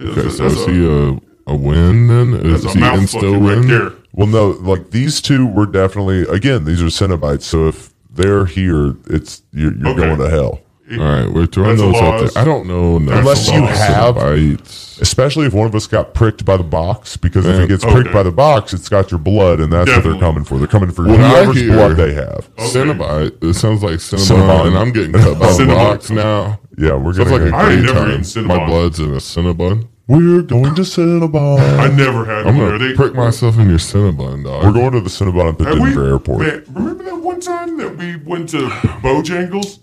[SPEAKER 2] Okay,
[SPEAKER 7] Okay,
[SPEAKER 2] so is he a, a win then? Is
[SPEAKER 7] That's a
[SPEAKER 2] he
[SPEAKER 7] mouthful
[SPEAKER 2] insta
[SPEAKER 7] right
[SPEAKER 2] win?
[SPEAKER 7] there. Well, no, like these two were definitely again. These are Cenobites, so if they're here, it's you're, you're
[SPEAKER 2] Okay.
[SPEAKER 7] going to hell.
[SPEAKER 2] All right, we're throwing That's those out laws. there. I don't know enough
[SPEAKER 7] unless you
[SPEAKER 2] about
[SPEAKER 7] have,
[SPEAKER 2] Cenobites.
[SPEAKER 7] especially if one of us got pricked by the box. Because if
[SPEAKER 2] Man,
[SPEAKER 7] it gets
[SPEAKER 2] okay.
[SPEAKER 7] pricked by the box, it's got your blood, and that's what
[SPEAKER 2] Definitely.
[SPEAKER 7] they're coming for. They're coming for
[SPEAKER 2] When I
[SPEAKER 7] whoever's
[SPEAKER 2] hear
[SPEAKER 7] blood they have.
[SPEAKER 2] Cenobite. It sounds like Cinnabon,
[SPEAKER 7] Cinnabon.
[SPEAKER 2] and I'm getting cut by a
[SPEAKER 7] Cinnabon.
[SPEAKER 2] box Oh, now.
[SPEAKER 7] Yeah, we're
[SPEAKER 2] Sounds
[SPEAKER 7] gonna
[SPEAKER 2] like a
[SPEAKER 7] go
[SPEAKER 2] great
[SPEAKER 7] great
[SPEAKER 2] time.
[SPEAKER 7] time.
[SPEAKER 2] My blood's in a Cinnabon.
[SPEAKER 7] We're going to Cinnabon.
[SPEAKER 2] I never had
[SPEAKER 7] I'm
[SPEAKER 2] one.
[SPEAKER 7] gonna
[SPEAKER 2] Are they-
[SPEAKER 7] prick myself in your Cinnabon, dog. We're going to the Cinnabon at the
[SPEAKER 2] Have we-
[SPEAKER 7] Denver airport.
[SPEAKER 2] Man, remember that one time that we went to Bojangles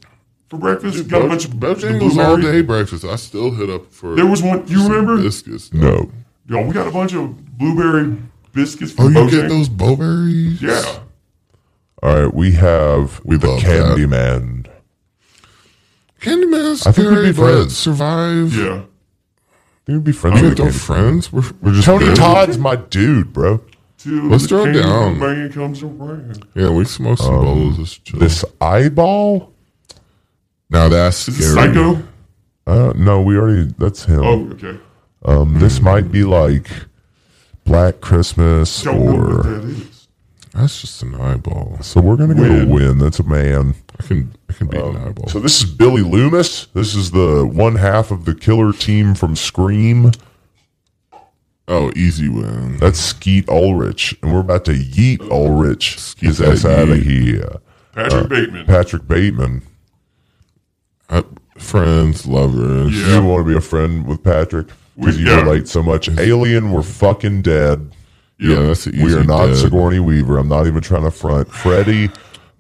[SPEAKER 2] for breakfast? Got a bunch of Bojangles all day breakfast. I still hit up for. There was one. You some remember? biscuits?
[SPEAKER 7] No.
[SPEAKER 2] Yo, we got a bunch of blueberry biscuits. Oh, From you get Bojangles. those blueberries? Yeah.
[SPEAKER 7] All right, we have we the
[SPEAKER 2] love
[SPEAKER 7] Candyman.
[SPEAKER 2] Candyman's
[SPEAKER 7] I think we'd
[SPEAKER 2] scary,
[SPEAKER 7] be
[SPEAKER 2] but
[SPEAKER 7] friends.
[SPEAKER 2] Survive. Yeah.
[SPEAKER 7] We would be friends.
[SPEAKER 2] You
[SPEAKER 7] with the
[SPEAKER 2] think
[SPEAKER 7] Candyman.
[SPEAKER 2] we're friends? We're- we're just
[SPEAKER 7] Tony
[SPEAKER 2] friends?
[SPEAKER 7] Todd's my dude, bro.
[SPEAKER 2] Let's throw it down.
[SPEAKER 7] Candyman
[SPEAKER 2] comes around. Yeah, we smoke some
[SPEAKER 7] Um,
[SPEAKER 2] bowls. It's chill.
[SPEAKER 7] This eyeball.
[SPEAKER 2] Now that's scary. psycho?
[SPEAKER 7] Uh, no, we already. That's him.
[SPEAKER 2] Oh, okay.
[SPEAKER 7] Um, this might be like Black Christmas
[SPEAKER 2] Don't know what
[SPEAKER 7] or.
[SPEAKER 2] that is.
[SPEAKER 7] That's just an eyeball. So we're gonna go
[SPEAKER 2] Win.
[SPEAKER 7] win. win. That's a man. I can I can be an eyeball. So this is Billy Loomis. This is the one half of the killer team from Scream.
[SPEAKER 2] Oh, easy win.
[SPEAKER 7] That's Skeet Ulrich, and we're about to yeet Ulrich. his
[SPEAKER 2] that
[SPEAKER 7] ass out of
[SPEAKER 2] yeet.
[SPEAKER 7] here. Uh,
[SPEAKER 2] Patrick Bateman.
[SPEAKER 7] Patrick Bateman.
[SPEAKER 2] friends, lovers. Yeah.
[SPEAKER 7] You want to be a friend with Patrick because
[SPEAKER 2] We-
[SPEAKER 7] you
[SPEAKER 2] yeah.
[SPEAKER 7] relate so much. Alien, we're fucking dead.
[SPEAKER 2] Yeah, that's an
[SPEAKER 7] we
[SPEAKER 2] easy
[SPEAKER 7] are not
[SPEAKER 2] dead.
[SPEAKER 7] Sigourney Weaver. I'm not even trying to front Freddy.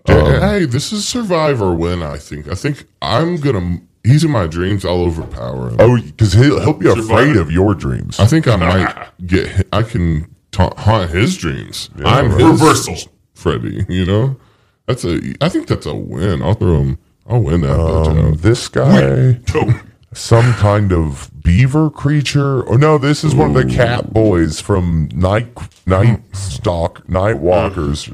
[SPEAKER 2] Yeah,
[SPEAKER 7] um,
[SPEAKER 2] hey, this is Survivor win. I think. I think I'm gonna. He's in my dreams. I'll overpower him.
[SPEAKER 7] Oh, because he'll, he'll be afraid
[SPEAKER 2] Survivor.
[SPEAKER 7] of your dreams.
[SPEAKER 2] I think I might get. hi- I can ta- haunt his dreams.
[SPEAKER 7] Yeah,
[SPEAKER 2] I'm
[SPEAKER 7] right.
[SPEAKER 2] his
[SPEAKER 7] Reversal.
[SPEAKER 2] Freddy. You know, that's a. I think that's a win. I'll throw him. I'll win that.
[SPEAKER 7] Um,
[SPEAKER 2] bitch out.
[SPEAKER 7] this guy, some kind of beaver creature. Oh no, this is one of the cat boys from Night Night Stalk Night Walkers,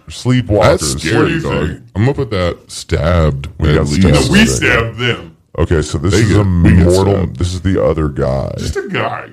[SPEAKER 2] That's
[SPEAKER 7] Sleepwalkers.
[SPEAKER 2] scary, dog. I'm gonna put that stabbed.
[SPEAKER 7] We
[SPEAKER 2] at
[SPEAKER 7] got
[SPEAKER 2] least.
[SPEAKER 7] stabbed.
[SPEAKER 2] We
[SPEAKER 7] Yeah.
[SPEAKER 2] stabbed them.
[SPEAKER 7] Okay, so this
[SPEAKER 2] They
[SPEAKER 7] is
[SPEAKER 2] get-
[SPEAKER 7] a
[SPEAKER 2] we get
[SPEAKER 7] mortal.
[SPEAKER 2] stabbed.
[SPEAKER 7] This is the other guy,
[SPEAKER 2] Just a guy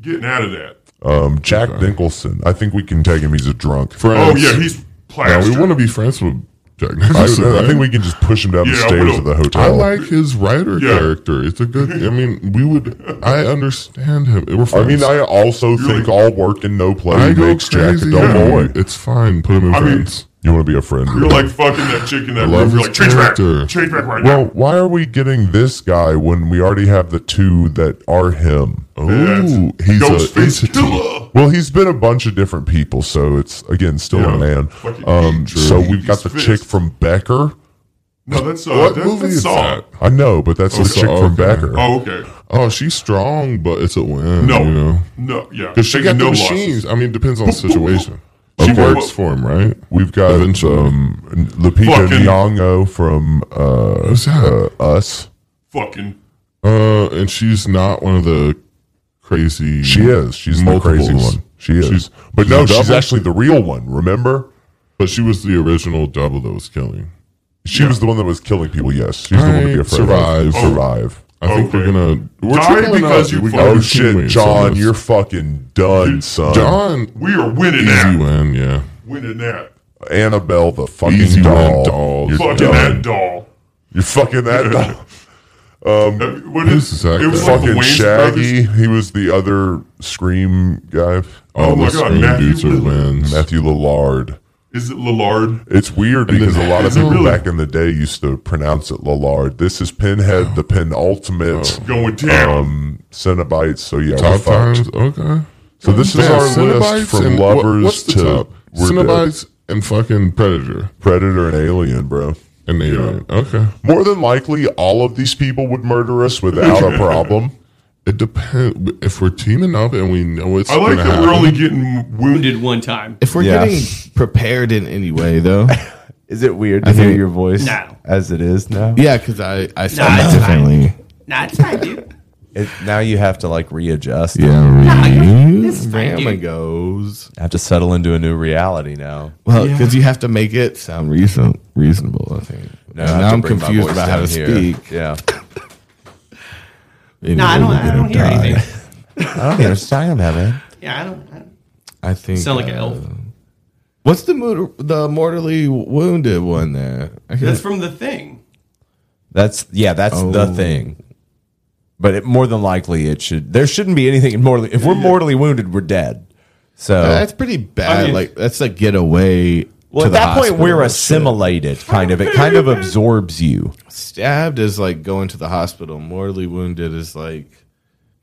[SPEAKER 2] getting out of that.
[SPEAKER 7] um, Jack Nicholson. I think we can take him. He's a drunk.
[SPEAKER 2] Oh yeah, he's
[SPEAKER 7] Now,
[SPEAKER 2] plastered.
[SPEAKER 7] we
[SPEAKER 2] want to be friends with Jack
[SPEAKER 7] I, I think we can just push him down the
[SPEAKER 2] Yeah,
[SPEAKER 7] stairs
[SPEAKER 2] we'll-
[SPEAKER 7] of the
[SPEAKER 2] I
[SPEAKER 7] hotel.
[SPEAKER 2] like his writer
[SPEAKER 7] Yeah.
[SPEAKER 2] character. It's a good. I mean, we would. I understand him. We're
[SPEAKER 7] I
[SPEAKER 2] friends.
[SPEAKER 7] mean, I also think all work and no play
[SPEAKER 2] I go
[SPEAKER 7] makes Jack a
[SPEAKER 2] crazy.
[SPEAKER 7] dull
[SPEAKER 2] Yeah.
[SPEAKER 7] boy.
[SPEAKER 2] It's fine. Put him in
[SPEAKER 7] I mean-
[SPEAKER 2] friends.
[SPEAKER 7] You want to be a friend?
[SPEAKER 2] You're like fucking that chick in
[SPEAKER 7] I
[SPEAKER 2] that
[SPEAKER 7] love
[SPEAKER 2] room. You're
[SPEAKER 7] his
[SPEAKER 2] like change back,
[SPEAKER 7] character.
[SPEAKER 2] change back right
[SPEAKER 7] well,
[SPEAKER 2] now.
[SPEAKER 7] why are we getting this guy when we already have the two that are him? Oh,
[SPEAKER 2] That's
[SPEAKER 7] he's a,
[SPEAKER 2] Ghostface
[SPEAKER 7] he's a-
[SPEAKER 2] Killer.
[SPEAKER 7] well, he's been a bunch of different people, so it's again still
[SPEAKER 2] Yeah.
[SPEAKER 7] a man.
[SPEAKER 2] Fucking
[SPEAKER 7] Um,
[SPEAKER 2] True.
[SPEAKER 7] so we've got
[SPEAKER 2] He's
[SPEAKER 7] the
[SPEAKER 2] fist.
[SPEAKER 7] chick from Becker.
[SPEAKER 2] No, that's uh,
[SPEAKER 7] What
[SPEAKER 2] that,
[SPEAKER 7] movie
[SPEAKER 2] that's
[SPEAKER 7] is
[SPEAKER 2] Saw.
[SPEAKER 7] that? I know, but that's the
[SPEAKER 2] Okay.
[SPEAKER 7] chick from
[SPEAKER 2] Okay.
[SPEAKER 7] Becker.
[SPEAKER 2] Oh, okay. Oh, she's strong, but it's a win. No,
[SPEAKER 7] you know?
[SPEAKER 2] no, yeah. because she
[SPEAKER 7] Taking
[SPEAKER 2] got
[SPEAKER 7] no
[SPEAKER 2] the
[SPEAKER 7] losses.
[SPEAKER 2] machines. I mean, depends on the situation. She
[SPEAKER 7] Okay.
[SPEAKER 2] works for him, right?
[SPEAKER 7] We've got
[SPEAKER 2] Eventually.
[SPEAKER 7] um, Lupita
[SPEAKER 2] Fucking-
[SPEAKER 7] Nyong'o from uh, uh, Us.
[SPEAKER 2] Fucking. Uh, and she's not one of the crazy.
[SPEAKER 7] She is. She's the crazy
[SPEAKER 2] multiples.
[SPEAKER 7] one. She is.
[SPEAKER 2] She's-
[SPEAKER 7] but no,
[SPEAKER 2] a
[SPEAKER 7] she's
[SPEAKER 2] double.
[SPEAKER 7] actually the real one. Remember?
[SPEAKER 2] But she was the original double that was killing.
[SPEAKER 7] She was the one that was killing people. Yes, she's the one to be
[SPEAKER 2] I
[SPEAKER 7] afraid
[SPEAKER 2] survive.
[SPEAKER 7] of. Oh, Survive.
[SPEAKER 2] I think we're gonna we're
[SPEAKER 7] Die
[SPEAKER 2] tripling
[SPEAKER 7] because
[SPEAKER 2] up.
[SPEAKER 7] you
[SPEAKER 2] We
[SPEAKER 7] fucking-
[SPEAKER 2] gotta
[SPEAKER 7] Oh,
[SPEAKER 2] be
[SPEAKER 7] shit,
[SPEAKER 2] teammates
[SPEAKER 7] John,
[SPEAKER 2] on this.
[SPEAKER 7] you're fucking done, son.
[SPEAKER 2] John, we are winning
[SPEAKER 7] Easy
[SPEAKER 2] that.
[SPEAKER 7] win, yeah.
[SPEAKER 2] Winning that.
[SPEAKER 7] Annabelle, the fucking
[SPEAKER 2] Easy
[SPEAKER 7] doll.
[SPEAKER 2] win, doll.
[SPEAKER 7] You're
[SPEAKER 2] Fucking
[SPEAKER 7] done.
[SPEAKER 2] that doll.
[SPEAKER 7] You're fucking that doll. Um,
[SPEAKER 2] what is- Who's that it was guy? like the Wayans
[SPEAKER 7] fucking Shaggy. He was the other Scream guy.
[SPEAKER 2] Oh my God, Matthew
[SPEAKER 7] wins. Matthew Lillard.
[SPEAKER 2] Is it Lillard?
[SPEAKER 7] It's weird
[SPEAKER 2] And then-
[SPEAKER 7] because a lot of
[SPEAKER 2] Is it
[SPEAKER 7] people
[SPEAKER 2] really?
[SPEAKER 7] back in the day used to pronounce it Lillard. This is Pinhead, the penultimate
[SPEAKER 2] Oh. Going down.
[SPEAKER 7] um, Cenobites. So yeah, we're
[SPEAKER 2] Top
[SPEAKER 7] fucked.
[SPEAKER 2] times. Okay.
[SPEAKER 7] So this is our list from
[SPEAKER 2] and-
[SPEAKER 7] lovers
[SPEAKER 2] what's the
[SPEAKER 7] to
[SPEAKER 2] top?
[SPEAKER 7] we're
[SPEAKER 2] Cenobites and fucking Predator.
[SPEAKER 7] Predator and Alien, bro.
[SPEAKER 2] And Alien. Okay.
[SPEAKER 7] More than likely, all of these people would murder us without a problem.
[SPEAKER 2] It depends if we're teaming up and we know it's.
[SPEAKER 3] I like
[SPEAKER 2] gonna
[SPEAKER 3] that we're
[SPEAKER 2] happen.
[SPEAKER 3] only getting wounded one time.
[SPEAKER 4] If we're getting prepared in any way, though,
[SPEAKER 2] Is it weird to
[SPEAKER 4] I
[SPEAKER 2] hear
[SPEAKER 4] think-
[SPEAKER 2] your voice
[SPEAKER 4] No.
[SPEAKER 2] as it is now?
[SPEAKER 4] Yeah, because I I
[SPEAKER 2] sound differently.
[SPEAKER 3] Nah, it's fine, dude.
[SPEAKER 2] It, now you have to like readjust.
[SPEAKER 4] Yeah, you're- it's fine, dude.
[SPEAKER 2] goes. I have to settle into a new reality now.
[SPEAKER 4] Well, because Uh, you have to make it sound reason reasonable. I think.
[SPEAKER 2] No, I
[SPEAKER 4] And
[SPEAKER 2] have
[SPEAKER 4] now
[SPEAKER 2] to
[SPEAKER 4] I'm
[SPEAKER 2] bring my
[SPEAKER 4] confused
[SPEAKER 2] voice
[SPEAKER 4] about how to
[SPEAKER 2] down here.
[SPEAKER 4] speak.
[SPEAKER 2] Yeah.
[SPEAKER 4] Maybe
[SPEAKER 3] No, I don't-
[SPEAKER 4] we're
[SPEAKER 3] I don't
[SPEAKER 4] gonna
[SPEAKER 3] hear
[SPEAKER 4] die.
[SPEAKER 3] anything.
[SPEAKER 2] I don't hear what you're talking about, man.
[SPEAKER 3] Yeah, I don't. I don't.
[SPEAKER 4] I think
[SPEAKER 3] Sound like an
[SPEAKER 4] uh,
[SPEAKER 3] elf.
[SPEAKER 4] What's the mo- the mortally wounded one there? I
[SPEAKER 3] That's
[SPEAKER 4] can't-
[SPEAKER 3] from the thing.
[SPEAKER 2] That's yeah, that's the
[SPEAKER 4] Oh.
[SPEAKER 2] thing. But it, more than likely, it should. There shouldn't be anything mortally. If we're mortally wounded, we're dead. So
[SPEAKER 4] that's pretty bad.
[SPEAKER 2] Oh. I mean-
[SPEAKER 4] like that's a getaway.
[SPEAKER 2] well,
[SPEAKER 4] to
[SPEAKER 2] at
[SPEAKER 4] the
[SPEAKER 2] that point,
[SPEAKER 4] hospital
[SPEAKER 2] we're
[SPEAKER 4] and shit.
[SPEAKER 2] assimilated, kind of. It kind of absorbs you.
[SPEAKER 4] stabbed is like going to the hospital. Mortally wounded is like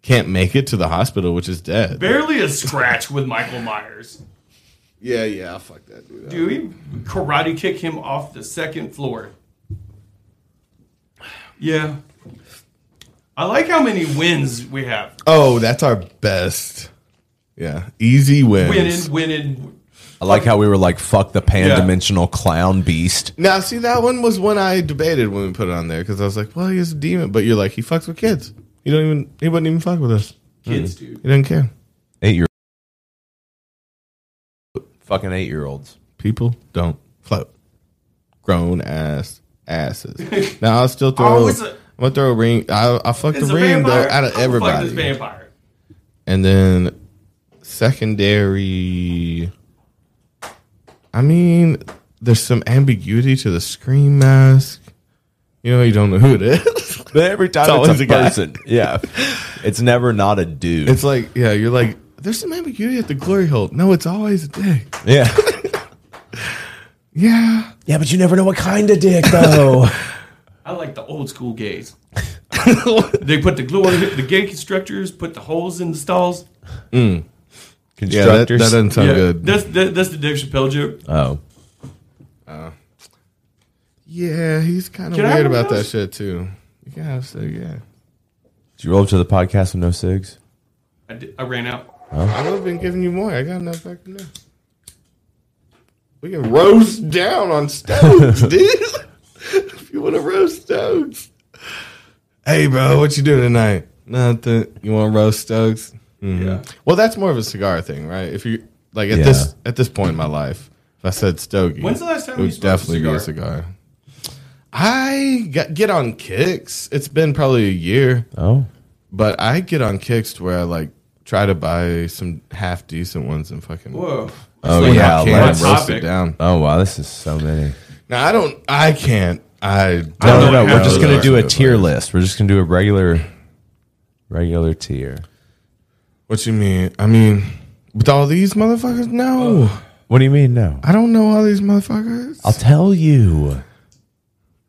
[SPEAKER 4] can't make it to the hospital, which is dead.
[SPEAKER 3] Barely a scratch with Michael Myers.
[SPEAKER 4] Yeah, yeah, fuck that dude.
[SPEAKER 3] Do we karate kick him off the second floor? Yeah. I like how many wins we have.
[SPEAKER 4] Oh, that's our best. Yeah, easy wins.
[SPEAKER 3] Winning, winning.
[SPEAKER 2] I like how we were like, "Fuck the
[SPEAKER 4] Yeah.
[SPEAKER 2] pan-dimensional clown beast."
[SPEAKER 4] Now, see, that one was one I debated when we put it on there because I was like, well, he's a demon, but you're like, he fucks with kids. He don't even, he wouldn't even fuck with us.
[SPEAKER 2] Kids,
[SPEAKER 4] Mm.
[SPEAKER 2] dude.
[SPEAKER 4] He doesn't care.
[SPEAKER 2] Eight-year, fucking eight-year-olds.
[SPEAKER 4] People don't float. Grown ass asses. now I'll still
[SPEAKER 3] Oh,
[SPEAKER 4] throw. i
[SPEAKER 3] it's
[SPEAKER 4] am
[SPEAKER 3] a-
[SPEAKER 4] I'm gonna throw a ring. I I fuck the
[SPEAKER 3] It's a
[SPEAKER 4] ring though
[SPEAKER 3] vampire.
[SPEAKER 4] out of
[SPEAKER 3] I will fuck
[SPEAKER 4] everybody.
[SPEAKER 3] this vampire.
[SPEAKER 4] And then secondary. I mean, there's some ambiguity to the scream mask. You know, you don't know who it is.
[SPEAKER 2] But every time it's,
[SPEAKER 4] always
[SPEAKER 2] a,
[SPEAKER 4] guy.
[SPEAKER 2] person. Yeah, it's never not a dude.
[SPEAKER 4] It's like, yeah, you're like, there's some ambiguity at the glory hole. No, it's always a dick.
[SPEAKER 2] yeah,
[SPEAKER 4] Yeah.
[SPEAKER 2] yeah, but you never know what kind of dick though.
[SPEAKER 3] I like the old school gays. they put the glue on the gay constructors, put the holes in the stalls.
[SPEAKER 4] Mm. Yeah, that, that
[SPEAKER 2] Constructors.
[SPEAKER 4] doesn't sound
[SPEAKER 3] Yeah,
[SPEAKER 4] Oh, good.
[SPEAKER 3] That's that, that's the Dave Chappelle joke.
[SPEAKER 2] Oh.
[SPEAKER 4] Yeah, he's kind of
[SPEAKER 3] Can I
[SPEAKER 4] weird
[SPEAKER 3] have
[SPEAKER 4] about
[SPEAKER 3] those?
[SPEAKER 4] that shit too. You gotta have to, yeah.
[SPEAKER 2] Did you roll up to the podcast with no cigs?
[SPEAKER 3] I, did- I ran out.
[SPEAKER 4] I would have been giving you more. I got enough back there. We can roast down on stones, dude. if you want to roast stones. Hey, bro, what you doing tonight? Nothing. You want roast stones? Yeah. Well, that's more of a cigar thing, right? If you like at
[SPEAKER 2] Yeah.
[SPEAKER 4] this at this point in my life, if I said stogie,
[SPEAKER 3] When's the last time
[SPEAKER 4] it
[SPEAKER 3] you
[SPEAKER 4] would
[SPEAKER 3] smoked a
[SPEAKER 4] definitely be a cigar. I get, get on kicks. It's been probably a year.
[SPEAKER 2] Oh.
[SPEAKER 4] But I get on kicks to where I like try to buy some half decent ones and fucking
[SPEAKER 3] Whoa.
[SPEAKER 2] Oh
[SPEAKER 4] Like,
[SPEAKER 2] yeah,
[SPEAKER 4] I can't
[SPEAKER 2] let him
[SPEAKER 4] roast it down.
[SPEAKER 2] Oh wow, this is so many.
[SPEAKER 4] Now I don't I can't I
[SPEAKER 2] No, no, no.
[SPEAKER 4] have
[SPEAKER 2] We're just gonna
[SPEAKER 4] those.
[SPEAKER 2] do a tier list. We're just gonna do a regular, regular tier.
[SPEAKER 4] What you mean? I mean, with all these motherfuckers? No.
[SPEAKER 2] What do you mean? No,
[SPEAKER 4] I don't know all these motherfuckers.
[SPEAKER 2] I'll tell you.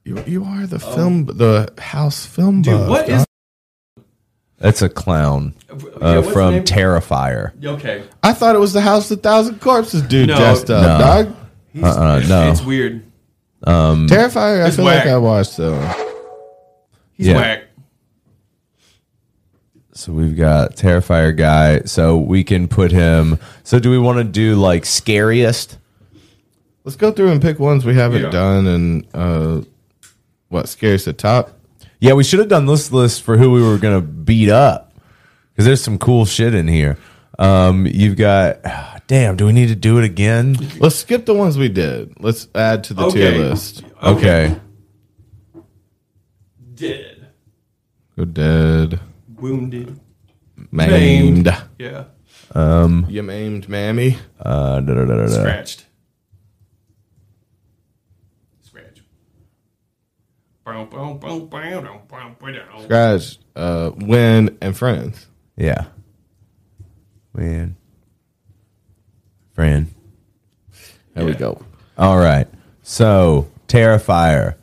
[SPEAKER 4] You, you are the film the house film
[SPEAKER 3] Oh. Dude,
[SPEAKER 4] buff,
[SPEAKER 3] what
[SPEAKER 4] dog.
[SPEAKER 3] is-
[SPEAKER 2] That's a clown
[SPEAKER 3] Uh, yeah,
[SPEAKER 2] uh,
[SPEAKER 3] what's the
[SPEAKER 2] from
[SPEAKER 3] name?
[SPEAKER 2] Terrifier.
[SPEAKER 3] Okay.
[SPEAKER 4] I thought it was the house of thousand corpses dude
[SPEAKER 3] No.
[SPEAKER 4] dressed up,
[SPEAKER 2] No.
[SPEAKER 4] dog.
[SPEAKER 3] He's-
[SPEAKER 4] Uh,
[SPEAKER 2] Uh-uh, no.
[SPEAKER 3] It's weird.
[SPEAKER 2] Um,
[SPEAKER 4] Terrifier, I
[SPEAKER 3] It's
[SPEAKER 4] feel
[SPEAKER 3] whack.
[SPEAKER 4] like I watched that one.
[SPEAKER 3] He's
[SPEAKER 2] Yeah.
[SPEAKER 3] whack.
[SPEAKER 2] So we've got Terrifier guy. So we can put him. So do we want to do like scariest?
[SPEAKER 4] Let's go through and pick ones we haven't
[SPEAKER 2] Yeah.
[SPEAKER 4] done and uh what scares the top?
[SPEAKER 2] Yeah, we should have done this list for who we were gonna beat up because there's some cool shit in here. Um, you've got. ah, Damn, do we need to do it again?
[SPEAKER 4] Let's skip the ones we did. Let's add to the
[SPEAKER 3] Okay.
[SPEAKER 4] tier list.
[SPEAKER 2] Okay.
[SPEAKER 3] Dead.
[SPEAKER 4] Go dead.
[SPEAKER 3] Wounded.
[SPEAKER 4] Maimed.
[SPEAKER 3] Yeah.
[SPEAKER 2] Um,
[SPEAKER 4] You maimed mammy.
[SPEAKER 2] uh, da, da, da, da, da.
[SPEAKER 3] Scratched. Scratch. Bow, bow, bow, bow, dow, bow, bow, dow.
[SPEAKER 4] Scratch, uh, Win, and Friends.
[SPEAKER 2] Yeah. Man. Friend.
[SPEAKER 4] There we go.
[SPEAKER 2] All right. So, Terrifier.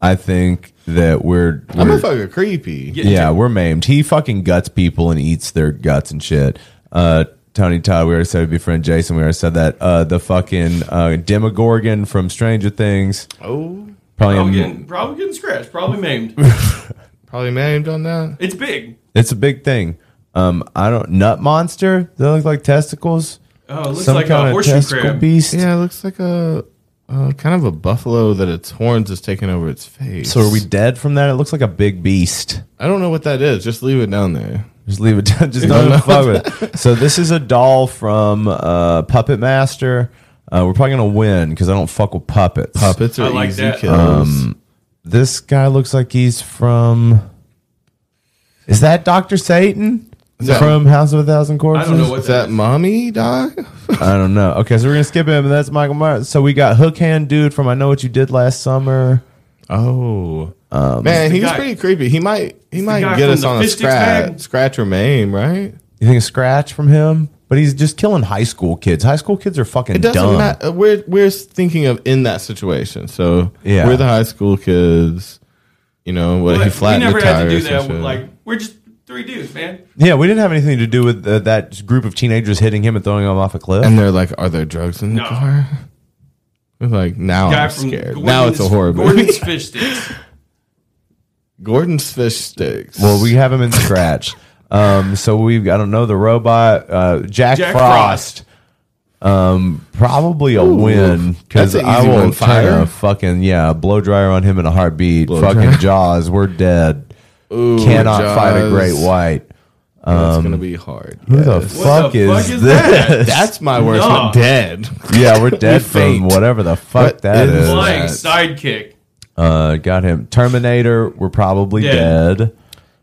[SPEAKER 2] I think that we're.
[SPEAKER 4] I'm
[SPEAKER 2] we're-
[SPEAKER 4] a fucking creepy.
[SPEAKER 2] yeah, we're maimed. He fucking guts people and eats their guts and shit. Uh, Tony Todd, we already said we befriend Jason. We already said that. Uh, the fucking uh, Demogorgon from Stranger Things.
[SPEAKER 4] Oh.
[SPEAKER 2] Probably. um,
[SPEAKER 3] Probably getting, probably getting scratched. Probably maimed.
[SPEAKER 4] Probably maimed on that.
[SPEAKER 3] It's big.
[SPEAKER 2] It's a big thing. Um, I don't nut monster. They look like testicles.
[SPEAKER 3] Uh, Oh, it looks like a horseshoe crab.
[SPEAKER 2] beast.
[SPEAKER 4] Yeah, it looks like a Uh, kind of a buffalo that its horns is taking over its face.
[SPEAKER 2] So are we dead from that? It looks like a big beast.
[SPEAKER 4] I don't know what that is. Just leave it down there.
[SPEAKER 2] Just leave it down. Just don't even fuck with it. So this is a doll from uh, Puppet Master. Uh, we're probably gonna win because I don't fuck with puppets.
[SPEAKER 4] Puppets are I like easy that. kills.
[SPEAKER 2] Um, this guy looks like he's from. Is that Doctor Satan
[SPEAKER 4] No.
[SPEAKER 2] from House of a Thousand Corpses?
[SPEAKER 4] is that. Mommy dog?
[SPEAKER 2] I don't know. Okay, so we're gonna skip him, and that's Michael Myers. So we got Hook Hand Dude from I Know What You Did Last Summer.
[SPEAKER 4] Oh
[SPEAKER 2] um,
[SPEAKER 4] Man, he was pretty creepy. He might he
[SPEAKER 2] the
[SPEAKER 4] might
[SPEAKER 2] guy
[SPEAKER 4] get
[SPEAKER 2] from
[SPEAKER 4] us
[SPEAKER 2] the
[SPEAKER 4] on a
[SPEAKER 2] fistics
[SPEAKER 4] scratch,
[SPEAKER 2] bag?
[SPEAKER 4] scratch or maim, right?
[SPEAKER 2] You think a scratch from him? Um, But he's just killing high school kids. High school kids are fucking
[SPEAKER 4] It doesn't
[SPEAKER 2] dumb.
[SPEAKER 4] matter. uh, We're we're thinking of in that situation. So
[SPEAKER 2] Yeah.
[SPEAKER 4] we're the high school kids. You know what?
[SPEAKER 3] But
[SPEAKER 4] he flattened
[SPEAKER 3] we never
[SPEAKER 4] the
[SPEAKER 3] had to do
[SPEAKER 4] tires. and
[SPEAKER 3] that.
[SPEAKER 4] shit.
[SPEAKER 3] Like we're just three dudes, man.
[SPEAKER 2] Yeah, we didn't have anything to do with uh, that group of teenagers hitting him and throwing him off a cliff.
[SPEAKER 4] And they're like, "Are there drugs in the car?" We're like, now
[SPEAKER 3] Guy
[SPEAKER 4] I'm
[SPEAKER 3] from
[SPEAKER 4] scared. now it's a
[SPEAKER 3] Gordon's-
[SPEAKER 4] horror movie.
[SPEAKER 3] Gordon's fish sticks.
[SPEAKER 4] Gordon's fish sticks.
[SPEAKER 2] Well, we have him in scratch. um, so we've I don't know the robot uh, Jack,
[SPEAKER 4] Jack
[SPEAKER 2] Frost. Um, probably a
[SPEAKER 4] Ooh,
[SPEAKER 2] win because
[SPEAKER 4] that's an
[SPEAKER 2] I
[SPEAKER 4] easy
[SPEAKER 2] will
[SPEAKER 4] one.
[SPEAKER 2] turn
[SPEAKER 4] Fire?
[SPEAKER 2] a fucking yeah a blow dryer on him in a heartbeat.
[SPEAKER 4] Blow
[SPEAKER 2] fucking
[SPEAKER 4] dryer.
[SPEAKER 2] Jaws, we're dead.
[SPEAKER 4] Ooh,
[SPEAKER 2] Cannot fight a
[SPEAKER 4] Jaws.
[SPEAKER 2] great white.
[SPEAKER 4] Yeah, it's
[SPEAKER 2] Um,
[SPEAKER 4] gonna be hard.
[SPEAKER 2] Who the
[SPEAKER 4] Yes. What
[SPEAKER 2] fuck
[SPEAKER 4] the
[SPEAKER 2] is
[SPEAKER 4] fuck is
[SPEAKER 2] this?
[SPEAKER 4] that? That's my worst one.
[SPEAKER 2] Nah.
[SPEAKER 4] Dead.
[SPEAKER 2] Yeah, we're dead
[SPEAKER 4] We
[SPEAKER 2] from
[SPEAKER 4] faint.
[SPEAKER 2] whatever the fuck
[SPEAKER 4] What
[SPEAKER 2] that
[SPEAKER 4] is
[SPEAKER 2] is.
[SPEAKER 3] Flying sidekick.
[SPEAKER 2] Uh, got him. Terminator, we're probably
[SPEAKER 3] Dead.
[SPEAKER 2] dead.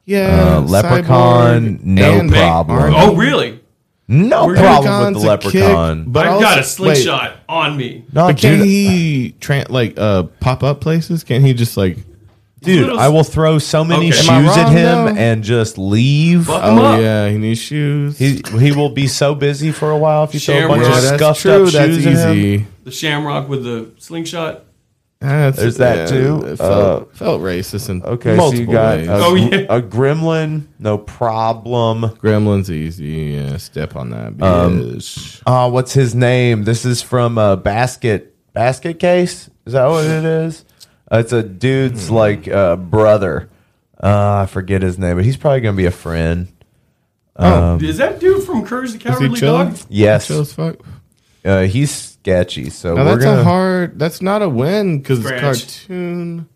[SPEAKER 3] Yeah,
[SPEAKER 2] Uh, leprechaun,
[SPEAKER 3] Cyborg,
[SPEAKER 2] no
[SPEAKER 3] and Big
[SPEAKER 2] problem.
[SPEAKER 3] Army. Oh, really?
[SPEAKER 2] No
[SPEAKER 3] We're-
[SPEAKER 2] problem with
[SPEAKER 4] Leprechaun's
[SPEAKER 2] the
[SPEAKER 4] a kick,
[SPEAKER 2] leprechaun.
[SPEAKER 4] But
[SPEAKER 3] I've
[SPEAKER 4] also-
[SPEAKER 3] got a
[SPEAKER 4] wait.
[SPEAKER 3] slingshot on me.
[SPEAKER 2] No,
[SPEAKER 4] but can
[SPEAKER 2] dude.
[SPEAKER 4] he tran like uh, pop up places? Can he just like,
[SPEAKER 2] Dude, I will throw so many
[SPEAKER 4] Okay.
[SPEAKER 2] shoes
[SPEAKER 4] Am I
[SPEAKER 2] at
[SPEAKER 4] wrong,
[SPEAKER 2] him
[SPEAKER 4] though?
[SPEAKER 2] and just leave.
[SPEAKER 4] Fuck 'em Oh, up. yeah, he needs shoes.
[SPEAKER 2] He he will be so busy for a while if you throw a bunch
[SPEAKER 3] Shamrock.
[SPEAKER 2] of
[SPEAKER 3] That's
[SPEAKER 2] scuffed
[SPEAKER 3] true,
[SPEAKER 2] up
[SPEAKER 3] that's
[SPEAKER 2] shoes at him.
[SPEAKER 4] easy.
[SPEAKER 3] The shamrock with the slingshot.
[SPEAKER 4] That's-
[SPEAKER 2] There's that
[SPEAKER 4] yeah,
[SPEAKER 2] too.
[SPEAKER 4] it
[SPEAKER 2] Uh,
[SPEAKER 4] felt, felt racist and
[SPEAKER 2] Okay, so you
[SPEAKER 4] multiple
[SPEAKER 2] got uh,
[SPEAKER 4] ways.
[SPEAKER 2] a,
[SPEAKER 4] Oh, yeah.
[SPEAKER 2] a gremlin, no problem.
[SPEAKER 4] Gremlin's easy. Yeah, step on that.
[SPEAKER 2] Um,
[SPEAKER 4] bitch.
[SPEAKER 2] uh, what's his name? This is from a basket basket case. Is that what it is? Uh, it's a
[SPEAKER 4] Hmm.
[SPEAKER 2] dude's like uh, brother. Uh, I forget his name, but he's probably gonna be a friend. Um,
[SPEAKER 3] Is that dude from Courage the Cowardly Dog?
[SPEAKER 2] Yes.
[SPEAKER 4] Oh, Chill as fuck.
[SPEAKER 2] Uh, he's sketchy, so
[SPEAKER 4] now
[SPEAKER 2] we're
[SPEAKER 4] that's
[SPEAKER 2] gonna.
[SPEAKER 4] a hard. That's not a win because it's
[SPEAKER 3] Scratch.
[SPEAKER 4] cartoon.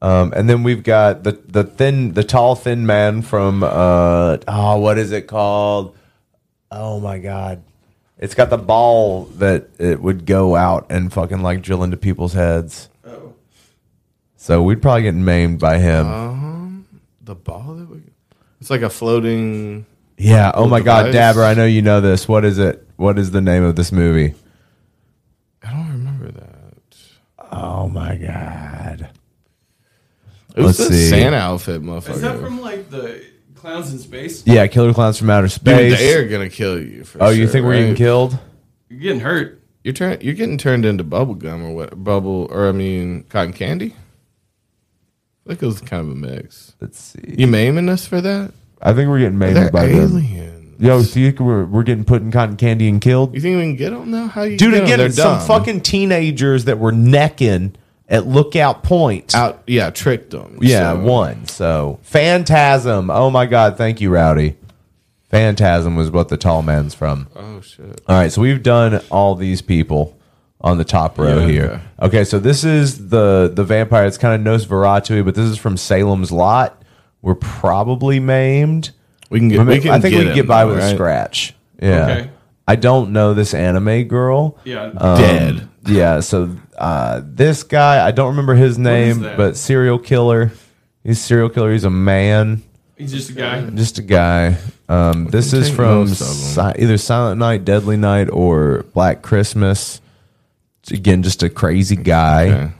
[SPEAKER 2] um, and then we've got the the thin, the tall, thin man from uh, oh, what is it called? Oh my god, it's got the ball that it would go out and fucking like drill into people's heads. So we'd probably get maimed by him.
[SPEAKER 4] Um, the ball that we. It's like a floating.
[SPEAKER 2] yeah. Oh my god,
[SPEAKER 4] device.
[SPEAKER 2] Dabber, I know you know this. What is it? What is the name of this movie?
[SPEAKER 4] I don't remember that.
[SPEAKER 2] Oh my god.
[SPEAKER 4] It was
[SPEAKER 2] Let's
[SPEAKER 4] the
[SPEAKER 2] see.
[SPEAKER 4] Santa outfit, motherfucker.
[SPEAKER 3] Is that from like the Clowns in Space?
[SPEAKER 2] Yeah, Killer Clowns from Outer Space.
[SPEAKER 4] Dude, they are gonna kill you. For
[SPEAKER 2] oh, you
[SPEAKER 4] sure,
[SPEAKER 2] think we're
[SPEAKER 4] right?
[SPEAKER 2] getting killed?
[SPEAKER 3] You're getting hurt.
[SPEAKER 4] You're turn, You're getting turned into bubble gum or what? Bubble or I mean cotton candy. I think it was kind of a mix.
[SPEAKER 2] Let's see.
[SPEAKER 4] You maiming us for that?
[SPEAKER 2] I think we're getting
[SPEAKER 4] They're
[SPEAKER 2] maimed by
[SPEAKER 4] aliens.
[SPEAKER 2] them. Yo, so you think we're, we're getting put in cotton candy and killed?
[SPEAKER 4] You think we can get them now? How you
[SPEAKER 2] Dude,
[SPEAKER 4] get 'em?
[SPEAKER 2] again,
[SPEAKER 4] They're
[SPEAKER 2] it's some
[SPEAKER 4] dumb.
[SPEAKER 2] fucking teenagers that were necking at Lookout Point.
[SPEAKER 4] out. Yeah, tricked them.
[SPEAKER 2] Yeah, one. So, Phantasm. Oh my God. Thank you, Rowdy. Phantasm was what the tall man's from.
[SPEAKER 4] Oh shit.
[SPEAKER 2] All right, so we've done all these people on the top row
[SPEAKER 4] Yeah,
[SPEAKER 2] here.
[SPEAKER 4] okay.
[SPEAKER 2] Okay. so this is the the vampire. It's kind of Nosferatu, but this is from Salem's Lot. We're probably maimed.
[SPEAKER 4] We can get-
[SPEAKER 2] I, mean,
[SPEAKER 4] we can
[SPEAKER 2] I think
[SPEAKER 4] get
[SPEAKER 2] we can get
[SPEAKER 4] him,
[SPEAKER 2] by
[SPEAKER 4] though,
[SPEAKER 2] with a
[SPEAKER 4] right?
[SPEAKER 2] scratch. Yeah.
[SPEAKER 4] Okay.
[SPEAKER 2] I don't know this anime girl. Um,
[SPEAKER 3] Yeah,
[SPEAKER 4] Uh, dead.
[SPEAKER 2] Yeah, so uh, this guy, I don't remember his name,
[SPEAKER 3] that?
[SPEAKER 2] but serial killer. He's serial killer. He's a man.
[SPEAKER 3] He's just a guy.
[SPEAKER 2] Just a guy. Um, this
[SPEAKER 3] can
[SPEAKER 2] is
[SPEAKER 3] take
[SPEAKER 2] from
[SPEAKER 3] most of 'em.
[SPEAKER 2] Si- either Silent Night, Deadly Night, or Black Christmas. It's, Again, just a crazy guy.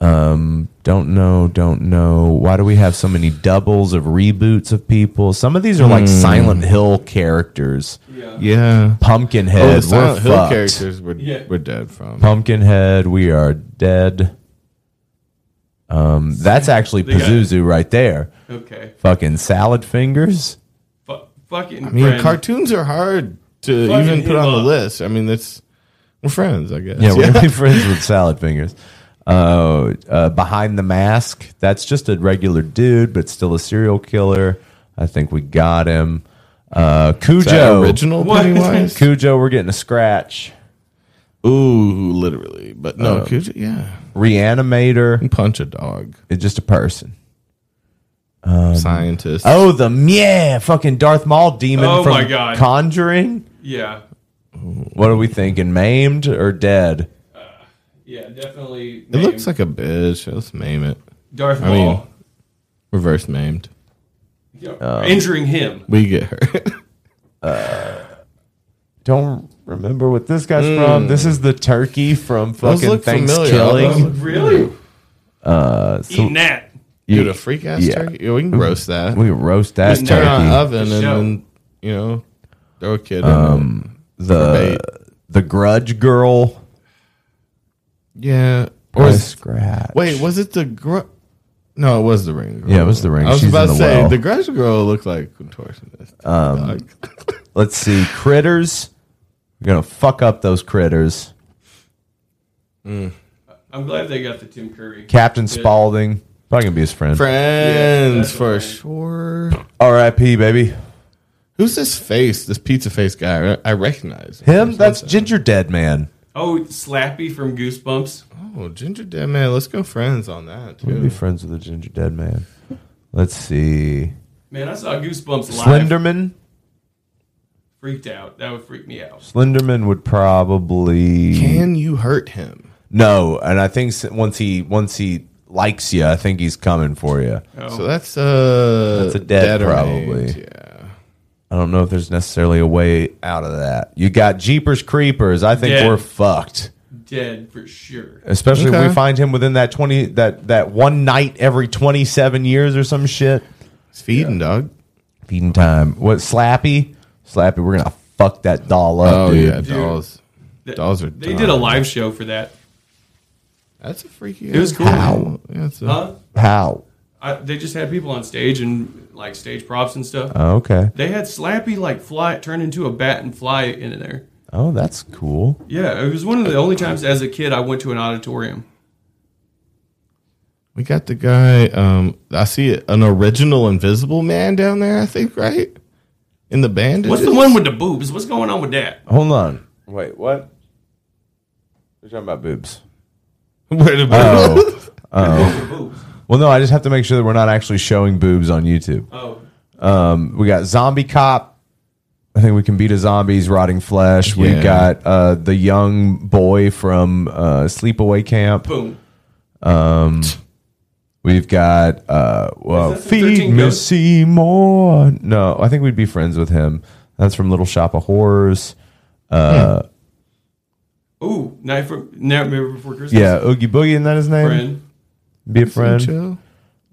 [SPEAKER 2] Um, don't know, don't know. Why do we have so many doubles of reboots of people? Some of these are like
[SPEAKER 4] Hmm.
[SPEAKER 2] Silent Hill characters. Yeah.
[SPEAKER 4] Yeah.
[SPEAKER 2] Pumpkinhead.
[SPEAKER 4] Oh,
[SPEAKER 2] we're
[SPEAKER 4] the Silent Hill
[SPEAKER 2] fucked.
[SPEAKER 4] characters were- Yeah. were dead from.
[SPEAKER 2] Pumpkinhead. We are dead. Um, that's actually
[SPEAKER 3] They got-
[SPEAKER 2] Pazuzu right there.
[SPEAKER 3] Okay.
[SPEAKER 2] Fucking salad fingers.
[SPEAKER 3] Fu- fucking.
[SPEAKER 4] I mean,
[SPEAKER 3] friend.
[SPEAKER 4] cartoons are hard to
[SPEAKER 3] Fucking
[SPEAKER 4] even put
[SPEAKER 3] him
[SPEAKER 4] on the
[SPEAKER 3] up.
[SPEAKER 4] list. I mean, that's we're friends, I guess.
[SPEAKER 2] Yeah, we're gonna be friends with salad fingers. Uh, uh, behind the mask. That's just a regular dude, but still a serial killer. I think we got him. Uh, Cujo
[SPEAKER 4] original What? Pennywise?
[SPEAKER 2] Cujo, we're getting a scratch.
[SPEAKER 4] Ooh, literally. But no,
[SPEAKER 2] Uh,
[SPEAKER 4] Oh, could you? Yeah.
[SPEAKER 2] Reanimator.
[SPEAKER 4] Punch a dog.
[SPEAKER 2] It's just a person. Um,
[SPEAKER 4] Scientist.
[SPEAKER 2] Oh, the yeah, fucking Darth Maul demon
[SPEAKER 3] Oh
[SPEAKER 2] from
[SPEAKER 3] my God.
[SPEAKER 2] Conjuring.
[SPEAKER 3] Yeah.
[SPEAKER 2] What are we thinking? Maimed or dead?
[SPEAKER 3] Yeah, definitely.
[SPEAKER 4] It looks like a bitch. Let's maim it.
[SPEAKER 3] Darth
[SPEAKER 4] I mean, reverse maimed.
[SPEAKER 3] Uh, injuring him.
[SPEAKER 4] We get her.
[SPEAKER 2] Don't remember what this guy's
[SPEAKER 3] Mm.
[SPEAKER 2] from. This is the turkey from
[SPEAKER 4] Hmm. Those
[SPEAKER 2] fucking
[SPEAKER 4] look familiar.
[SPEAKER 2] Thanksgiving.
[SPEAKER 4] Those- Really?
[SPEAKER 2] Uh, so-
[SPEAKER 3] Oh, Eating that.
[SPEAKER 4] Dude, a freak ass turkey? Yeah, we can roast that.
[SPEAKER 2] We can roast that
[SPEAKER 4] Just turn on
[SPEAKER 2] turkey.
[SPEAKER 4] the oven
[SPEAKER 2] Good
[SPEAKER 4] and
[SPEAKER 2] show.
[SPEAKER 4] then you know throw a kid. in
[SPEAKER 2] Um,
[SPEAKER 4] uh,
[SPEAKER 2] the the Grudge Girl.
[SPEAKER 4] it. Yeah.
[SPEAKER 2] Or
[SPEAKER 4] is-
[SPEAKER 2] scratch.
[SPEAKER 4] Wait, was it the gr? No, it was the ring. Girl.
[SPEAKER 2] Yeah, it was the ring.
[SPEAKER 4] I was
[SPEAKER 2] She's
[SPEAKER 4] about
[SPEAKER 2] in
[SPEAKER 4] to
[SPEAKER 2] the
[SPEAKER 4] say
[SPEAKER 2] well.
[SPEAKER 4] the grudge girl looked like contortionist.
[SPEAKER 2] Um, let's see, critters. We're gonna fuck up those critters.
[SPEAKER 3] I'm glad they got the Tim Curry.
[SPEAKER 2] Captain
[SPEAKER 3] bit.
[SPEAKER 2] Spaulding. Probably gonna be his friend.
[SPEAKER 3] Yeah,
[SPEAKER 4] Friends
[SPEAKER 3] that's
[SPEAKER 4] for
[SPEAKER 3] right.
[SPEAKER 4] sure.
[SPEAKER 2] R.I.P. Baby.
[SPEAKER 4] Who's this face? This pizza face guy? I I recognize him.
[SPEAKER 2] Him? That's Ginger Dead Man.
[SPEAKER 3] Oh, Slappy from Goosebumps.
[SPEAKER 4] Oh, Ginger Dead Man. Let's go friends on that
[SPEAKER 2] We'll
[SPEAKER 4] too.
[SPEAKER 2] be friends with the Ginger Dead Man. Let's see.
[SPEAKER 3] Man, I saw Goosebumps live.
[SPEAKER 2] Slenderman.
[SPEAKER 3] Freaked out. That would freak me out.
[SPEAKER 2] Slenderman would probably.
[SPEAKER 4] Can you hurt him?
[SPEAKER 2] No, and I think s- once he once he likes you, I think he's coming for you.
[SPEAKER 3] Oh,
[SPEAKER 4] So that's uh
[SPEAKER 2] That's a dead,
[SPEAKER 4] or
[SPEAKER 2] probably.
[SPEAKER 4] maimed, yeah.
[SPEAKER 2] I don't know if there's necessarily a way out of that. You got Jeepers Creepers. I think
[SPEAKER 3] Dead.
[SPEAKER 2] we're fucked.
[SPEAKER 3] Dead for sure.
[SPEAKER 2] Especially if
[SPEAKER 3] Okay.
[SPEAKER 2] we find him within that twenty that that one night every twenty seven years or some shit.
[SPEAKER 4] It's feeding dog.
[SPEAKER 2] Feeding time. What Slappy? Slappy, we're gonna fuck that doll up.
[SPEAKER 4] Oh,
[SPEAKER 2] dude.
[SPEAKER 4] yeah, dolls.
[SPEAKER 3] Th-
[SPEAKER 4] Dolls are
[SPEAKER 3] They did a live show for that.
[SPEAKER 4] That's a freaky.
[SPEAKER 3] It was cool.
[SPEAKER 2] How?
[SPEAKER 4] Yeah, it's a-
[SPEAKER 3] Huh?
[SPEAKER 2] How?
[SPEAKER 3] I, they just had people on stage and like stage props and
[SPEAKER 4] Uh-huh.
[SPEAKER 3] stuff.
[SPEAKER 2] Oh, okay.
[SPEAKER 3] They had Slappy like fly turn into a bat and fly in there.
[SPEAKER 2] Oh, that's cool.
[SPEAKER 3] Yeah, it was one of the only times as a kid I went to an auditorium.
[SPEAKER 4] We got the guy. Um, I see an original Invisible Man down there. I think right in the band.
[SPEAKER 3] What's the one with the boobs? What's going on with that?
[SPEAKER 4] Uh-huh.
[SPEAKER 2] Hold on. Wait, what? We're talking about boobs.
[SPEAKER 4] Where the
[SPEAKER 2] Oh.
[SPEAKER 4] boobs?
[SPEAKER 2] oh. Well, no, I just have to make sure that we're not actually showing boobs on YouTube.
[SPEAKER 3] Oh.
[SPEAKER 2] Um, we got Zombie Cop. I think we can beat a zombie's rotting flesh. We
[SPEAKER 4] Yeah.
[SPEAKER 2] got uh, the young boy from uh, Sleepaway Camp.
[SPEAKER 3] Boom.
[SPEAKER 2] Um, we've got uh, well,
[SPEAKER 3] that the 13
[SPEAKER 2] Feed
[SPEAKER 3] Ghosts?
[SPEAKER 2] Miss Seymour. No, I think we'd be friends with him. That's from Little Shop of Horrors. Uh,
[SPEAKER 3] Ooh, Night from Nightmare Before Christmas.
[SPEAKER 2] Yeah, Oogie Boogie, isn't that his name?
[SPEAKER 3] Friend.
[SPEAKER 2] Be a
[SPEAKER 3] Isn't
[SPEAKER 2] friend.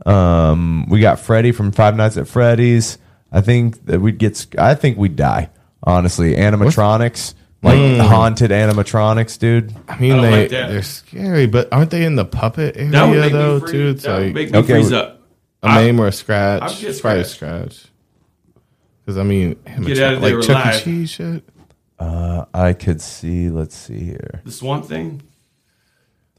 [SPEAKER 2] Um, we got Freddy from Five Nights at Freddy's. I think that we'd get. sc- I think we'd die. Honestly, animatronics, like
[SPEAKER 4] Mm.
[SPEAKER 2] haunted animatronics, dude.
[SPEAKER 4] I mean, they they're scary, but aren't they in the puppet area
[SPEAKER 3] That would make me
[SPEAKER 4] though?
[SPEAKER 3] freak-
[SPEAKER 4] Too. It's
[SPEAKER 3] that would
[SPEAKER 4] like
[SPEAKER 3] make me Okay. freeze up.
[SPEAKER 4] A
[SPEAKER 3] I-
[SPEAKER 4] name or a scratch?
[SPEAKER 3] I'd get
[SPEAKER 4] It's probably a scratch. Because I mean,
[SPEAKER 3] Get out of
[SPEAKER 4] like
[SPEAKER 3] there
[SPEAKER 4] Chuck E.
[SPEAKER 3] alive.
[SPEAKER 4] Cheese shit.
[SPEAKER 2] Uh, I could see. Let's see here.
[SPEAKER 3] The Swamp Thing.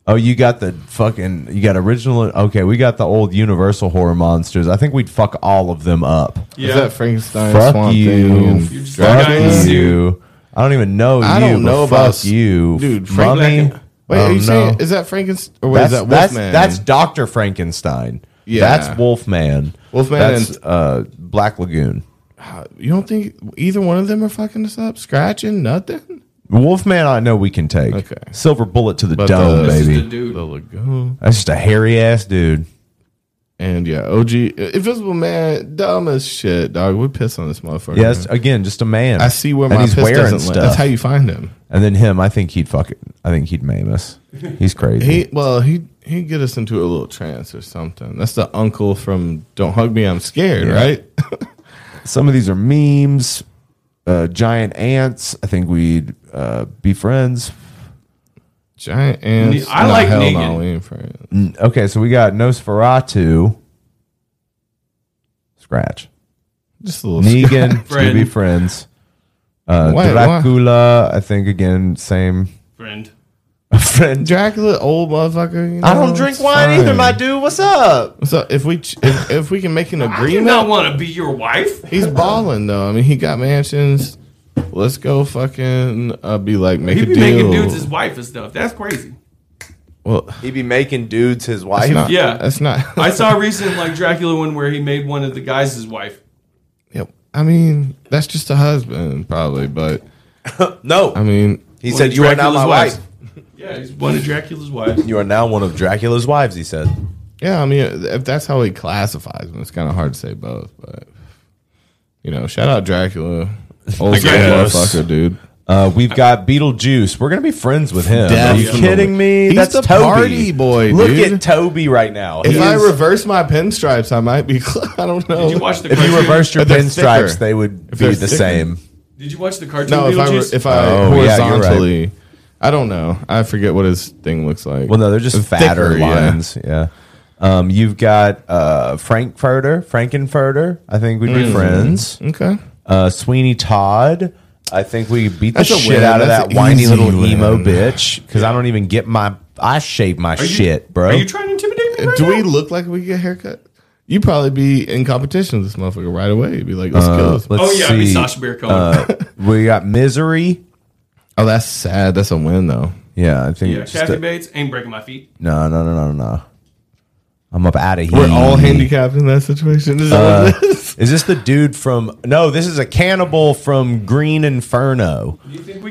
[SPEAKER 2] Oh, you got the fucking. You got original. Okay, we got the old Universal horror monsters. I think we'd fuck all of them up.
[SPEAKER 4] Yeah. Is that Frankenstein,
[SPEAKER 2] Fuck
[SPEAKER 4] Swamp
[SPEAKER 2] you.
[SPEAKER 4] Thing, and You're just
[SPEAKER 2] fuck
[SPEAKER 4] like, guys,
[SPEAKER 2] you. I don't even know
[SPEAKER 4] I
[SPEAKER 2] you.
[SPEAKER 4] don't
[SPEAKER 2] but
[SPEAKER 4] know
[SPEAKER 2] fuck
[SPEAKER 4] about
[SPEAKER 2] you,
[SPEAKER 4] dude. Frank-
[SPEAKER 2] Mummy.
[SPEAKER 4] Wait, are
[SPEAKER 2] Oh,
[SPEAKER 4] you saying
[SPEAKER 2] no.
[SPEAKER 4] is that Frankenstein or what is that
[SPEAKER 2] that's,
[SPEAKER 4] Wolfman?
[SPEAKER 2] That's Doctor Frankenstein.
[SPEAKER 4] Yeah.
[SPEAKER 2] that's Wolfman.
[SPEAKER 4] Wolfman
[SPEAKER 2] That's
[SPEAKER 4] and-
[SPEAKER 2] uh, Black Lagoon.
[SPEAKER 4] you don't think either one of them are fucking us up? Scratching nothing.
[SPEAKER 2] Wolfman, I know we can take. Okay. Silver bullet to the dome,
[SPEAKER 4] This is
[SPEAKER 2] baby.
[SPEAKER 4] the dude. The lagoon.
[SPEAKER 2] That's just a hairy ass dude.
[SPEAKER 4] And yeah, OG Invisible Man, dumb as shit, dog. We piss on this motherfucker.
[SPEAKER 2] Yes,
[SPEAKER 4] man.
[SPEAKER 2] again, just a man.
[SPEAKER 4] I see where my piss doesn't land. That's how you find him.
[SPEAKER 2] And then him, I think he'd fuck it. I think he'd maim us. He's crazy.
[SPEAKER 4] He well, he he get us into a little trance or something. That's the uncle from Don't Hug Me, I'm Scared,
[SPEAKER 2] Yeah.
[SPEAKER 4] right?
[SPEAKER 2] Some of these are memes. Uh, giant ants. I think we'd uh, be friends.
[SPEAKER 4] Giant ants.
[SPEAKER 3] I like
[SPEAKER 4] hell
[SPEAKER 3] Negan.
[SPEAKER 4] no, we ain't friends.
[SPEAKER 2] Mm, Okay, so we got Nosferatu. Scratch.
[SPEAKER 4] Just a little
[SPEAKER 2] Negan.
[SPEAKER 4] scratch.
[SPEAKER 2] To be friends. Uh,
[SPEAKER 4] Why- why-
[SPEAKER 2] Dracula. I think again same.
[SPEAKER 3] Friend.
[SPEAKER 2] friend.
[SPEAKER 4] Dracula, old motherfucker. you
[SPEAKER 2] I don't
[SPEAKER 4] know,
[SPEAKER 2] drink
[SPEAKER 4] it's
[SPEAKER 2] wine either,
[SPEAKER 4] fine.
[SPEAKER 2] my dude. What's up?
[SPEAKER 4] So if we ch- if, if we can make an
[SPEAKER 3] I do
[SPEAKER 4] agreement,
[SPEAKER 3] not want to be your wife.
[SPEAKER 4] He's balling though. I mean, he got mansions. Let's go fucking uh, be like make
[SPEAKER 3] He'd
[SPEAKER 4] a
[SPEAKER 3] be
[SPEAKER 4] deal.
[SPEAKER 3] making dudes his wife and stuff. That's crazy.
[SPEAKER 4] well,
[SPEAKER 2] He'd be making dudes his wife.
[SPEAKER 4] not-
[SPEAKER 3] yeah,
[SPEAKER 4] that's not-
[SPEAKER 3] I saw a recent like Dracula one where he made one of the guys his wife.
[SPEAKER 4] I mean, that's just a husband probably, but
[SPEAKER 2] no.
[SPEAKER 4] I mean,
[SPEAKER 2] He said, "You are now my wife."
[SPEAKER 3] Yeah, he's one of Dracula's wives.
[SPEAKER 2] You are now one of Dracula's wives. He said.
[SPEAKER 4] Yeah, I mean, if that's how he classifies them, it's kind of hard to say both. But you know, shout out Dracula, old school
[SPEAKER 2] guess.
[SPEAKER 4] motherfucker, dude.
[SPEAKER 2] Uh, we've got Beetlejuice. We're gonna be friends with him. Are you
[SPEAKER 4] Definitely.
[SPEAKER 2] kidding me?
[SPEAKER 4] He's
[SPEAKER 2] That's
[SPEAKER 4] the
[SPEAKER 2] Toby.
[SPEAKER 4] party boy,
[SPEAKER 2] Look
[SPEAKER 4] dude.
[SPEAKER 2] at Toby right now.
[SPEAKER 4] If
[SPEAKER 2] He
[SPEAKER 4] I
[SPEAKER 2] is-
[SPEAKER 4] reverse my pinstripes, I might be. I don't know.
[SPEAKER 3] Did you watch the
[SPEAKER 2] if you
[SPEAKER 3] cartoon?
[SPEAKER 2] reversed your
[SPEAKER 4] But they're
[SPEAKER 2] pinstripes,
[SPEAKER 4] thicker.
[SPEAKER 2] they would
[SPEAKER 4] If
[SPEAKER 2] be
[SPEAKER 4] they're
[SPEAKER 2] the
[SPEAKER 4] thicker.
[SPEAKER 2] same.
[SPEAKER 3] Did you watch the cartoon?
[SPEAKER 4] No, if I
[SPEAKER 3] Beetlejuice?
[SPEAKER 4] if I
[SPEAKER 2] Oh, yeah, you're right.
[SPEAKER 4] horizontally, I don't know. I forget what his thing looks like.
[SPEAKER 2] Well, no, they're just
[SPEAKER 4] It's
[SPEAKER 2] fatter
[SPEAKER 4] thicker, yeah.
[SPEAKER 2] lines. Yeah. Um, you've got uh, Frankfurter, Frankenfurter. I think we'd be
[SPEAKER 4] Mm.
[SPEAKER 2] friends.
[SPEAKER 4] Okay.
[SPEAKER 2] Uh, Sweeney Todd. I think we beat
[SPEAKER 4] That's
[SPEAKER 2] the
[SPEAKER 4] a
[SPEAKER 2] shit
[SPEAKER 4] win.
[SPEAKER 2] out of
[SPEAKER 4] That's
[SPEAKER 2] that
[SPEAKER 4] an
[SPEAKER 2] whiny
[SPEAKER 4] easy
[SPEAKER 2] little emo
[SPEAKER 4] win.
[SPEAKER 2] bitch because I don't even get my. I shave my
[SPEAKER 4] you-
[SPEAKER 2] shit, bro. Uh,
[SPEAKER 4] are you
[SPEAKER 3] trying to intimidate
[SPEAKER 4] me? Do we look like we get haircut? You probably be in competition with this motherfucker right away. You'd be like, let's
[SPEAKER 2] Uh,
[SPEAKER 4] go.
[SPEAKER 2] let's
[SPEAKER 3] Oh,
[SPEAKER 2] see. Uh, we got misery.
[SPEAKER 4] oh, that's sad. That's a win though.
[SPEAKER 2] Yeah, I think
[SPEAKER 3] yeah,
[SPEAKER 2] it's
[SPEAKER 3] Kathy
[SPEAKER 2] just a-
[SPEAKER 3] Bates ain't breaking my feet.
[SPEAKER 2] no, no, no, no, no. I'm up out of here.
[SPEAKER 4] We're all handicapped in that situation. Is that
[SPEAKER 2] Uh,
[SPEAKER 4] what it is?
[SPEAKER 2] is this the dude from? No, this is a cannibal from Green Inferno.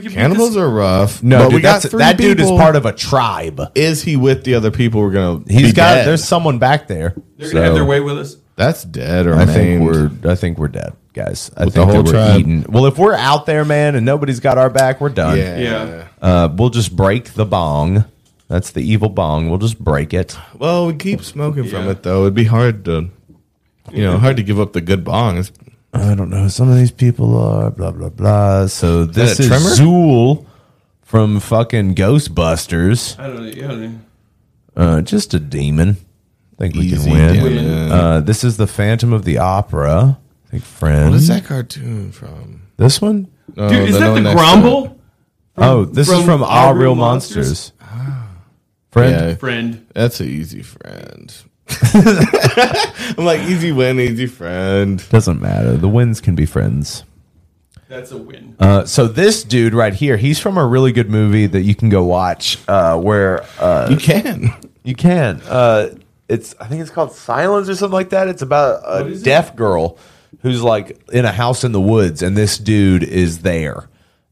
[SPEAKER 4] Cannibals are rough.
[SPEAKER 2] No,
[SPEAKER 4] but
[SPEAKER 2] dude,
[SPEAKER 4] we got
[SPEAKER 2] that's-
[SPEAKER 4] three
[SPEAKER 2] that dude is
[SPEAKER 4] people.
[SPEAKER 2] part of a tribe.
[SPEAKER 4] Is he with the other people? We're gonna.
[SPEAKER 2] He's
[SPEAKER 4] be
[SPEAKER 2] got.
[SPEAKER 4] dead.
[SPEAKER 2] There's someone back there.
[SPEAKER 3] They're gonna have their way with us.
[SPEAKER 4] That's dead or
[SPEAKER 2] I think
[SPEAKER 4] maimed.
[SPEAKER 2] we're. I think we're dead, guys. I
[SPEAKER 4] With the
[SPEAKER 2] think
[SPEAKER 4] whole
[SPEAKER 2] that we're
[SPEAKER 4] tribe?
[SPEAKER 2] eaten. Well, if we're out there, man, and nobody's got our back, we're done.
[SPEAKER 4] Yeah. Yeah.
[SPEAKER 2] Uh, we'll just break the bong. That's the evil bong. We'll just break it.
[SPEAKER 4] Well, we keep smoking from it though. It'd be hard to, you know, hard to give up the good bongs.
[SPEAKER 2] I don't know. who Some of these people are blah blah blah. So
[SPEAKER 4] that
[SPEAKER 2] this
[SPEAKER 4] a
[SPEAKER 2] is
[SPEAKER 4] tremor?
[SPEAKER 2] Zool from fucking Ghostbusters.
[SPEAKER 3] I don't know. Yeah, I don't know.
[SPEAKER 2] Uh, just a demon. I think we
[SPEAKER 4] Easy
[SPEAKER 2] can win.
[SPEAKER 4] demon.
[SPEAKER 2] Uh, this is the Phantom of the Opera. I think friend.
[SPEAKER 4] What is that cartoon from?
[SPEAKER 2] This one?
[SPEAKER 4] No,
[SPEAKER 3] Dude, is
[SPEAKER 4] Oh, the
[SPEAKER 3] that
[SPEAKER 4] one
[SPEAKER 3] the
[SPEAKER 4] next to
[SPEAKER 3] Grumble?
[SPEAKER 4] it.
[SPEAKER 3] From-
[SPEAKER 2] oh, this is from All Real Monsters. Ah. Friend.
[SPEAKER 4] Yeah.
[SPEAKER 3] Friend.
[SPEAKER 4] That's an easy friend. I'm like easy win, easy friend.
[SPEAKER 2] Doesn't matter. The wins can be friends.
[SPEAKER 3] That's a win.
[SPEAKER 2] Uh, so this dude right here, he's from a really good movie that you can go watch. Uh, where uh,
[SPEAKER 4] You can.
[SPEAKER 2] you can. Uh, it's I think it's called Silence or something like that. It's about a deaf girl who's like in a house in the woods, and this dude is there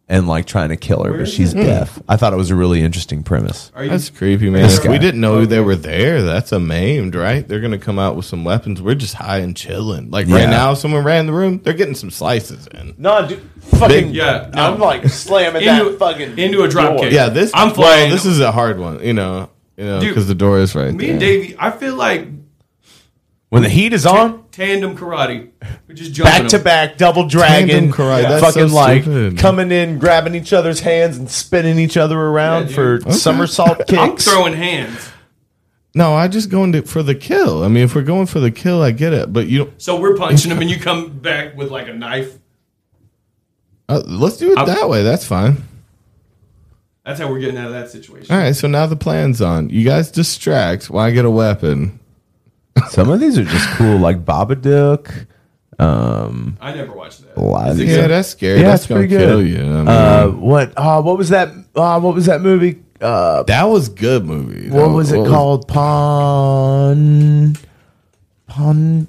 [SPEAKER 2] and like trying to kill her, but she's
[SPEAKER 4] this?
[SPEAKER 2] deaf. I thought it was a really interesting premise.
[SPEAKER 4] That's creepy, man.
[SPEAKER 2] This
[SPEAKER 4] If we
[SPEAKER 2] guy.
[SPEAKER 4] didn't know they were there. That's a maimed, right? They're gonna come out with some weapons. We're just high and chilling. Like right
[SPEAKER 2] Yeah.
[SPEAKER 4] now, if someone ran the room. They're getting some slices in.
[SPEAKER 2] No, dude,
[SPEAKER 4] fucking-
[SPEAKER 3] Yeah,
[SPEAKER 2] I'm like slamming
[SPEAKER 3] Into-
[SPEAKER 2] that fucking
[SPEAKER 3] into a drop
[SPEAKER 2] door.
[SPEAKER 3] kick.
[SPEAKER 4] Yeah, this.
[SPEAKER 3] I'm
[SPEAKER 4] well,
[SPEAKER 3] flying.
[SPEAKER 4] this is a hard one. You know, you know,
[SPEAKER 3] Dude,
[SPEAKER 4] because the door is right.
[SPEAKER 3] Me
[SPEAKER 4] there.
[SPEAKER 3] and Davey, I feel like
[SPEAKER 2] When the heat is on,
[SPEAKER 3] tandem karate. We're just jumping
[SPEAKER 2] back to
[SPEAKER 3] them.
[SPEAKER 2] back, double dragon,
[SPEAKER 4] Tandem karate, that's
[SPEAKER 2] fucking
[SPEAKER 4] so
[SPEAKER 2] like
[SPEAKER 4] stupid.
[SPEAKER 2] coming in, grabbing each other's hands and spinning each other around for somersault
[SPEAKER 3] I'm
[SPEAKER 2] kicks.
[SPEAKER 3] throwing hands.
[SPEAKER 4] No, I just going to, for the kill. I mean, if we're going for the kill, I get it. But you don't.
[SPEAKER 3] So we're punching them, and you come back with like a knife.
[SPEAKER 4] Uh, let's do it
[SPEAKER 3] I'm-
[SPEAKER 4] that way. That's fine.
[SPEAKER 3] That's how we're getting out of that situation.
[SPEAKER 4] All right. So now the plan's on. You guys distract. While I get a weapon.
[SPEAKER 2] Some of these are just cool, like Babadook. Um,
[SPEAKER 3] I never watched that.
[SPEAKER 2] Live.
[SPEAKER 4] Is it Yeah, good? that's scary. That's gonna kill you. I mean-
[SPEAKER 2] uh, what? Uh, what was that? Uh, what was that movie? Uh,
[SPEAKER 4] That was good movie.
[SPEAKER 2] what was it
[SPEAKER 4] What was-
[SPEAKER 2] called? Pawn. Pawn.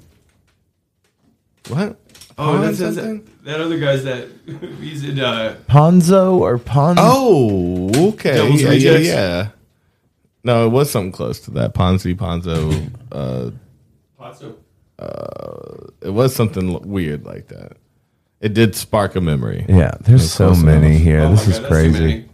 [SPEAKER 4] What?
[SPEAKER 3] Oh,
[SPEAKER 4] Pawn
[SPEAKER 3] that's, that's
[SPEAKER 4] something?
[SPEAKER 3] that other guy's that he's in. Uh,
[SPEAKER 2] Ponzo or Pon?
[SPEAKER 4] Oh, okay.
[SPEAKER 3] Devil's
[SPEAKER 4] yeah, yeah,
[SPEAKER 3] Rejects.
[SPEAKER 4] yeah. No, it was something close to that. Ponzi Ponzo. Uh,
[SPEAKER 3] Ponzo.
[SPEAKER 4] Uh, it was something l- weird like that. It did spark a memory.
[SPEAKER 2] Yeah, there's
[SPEAKER 4] That's
[SPEAKER 2] so
[SPEAKER 4] close enough. Oh
[SPEAKER 2] many
[SPEAKER 3] Oh
[SPEAKER 2] here. this is crazy.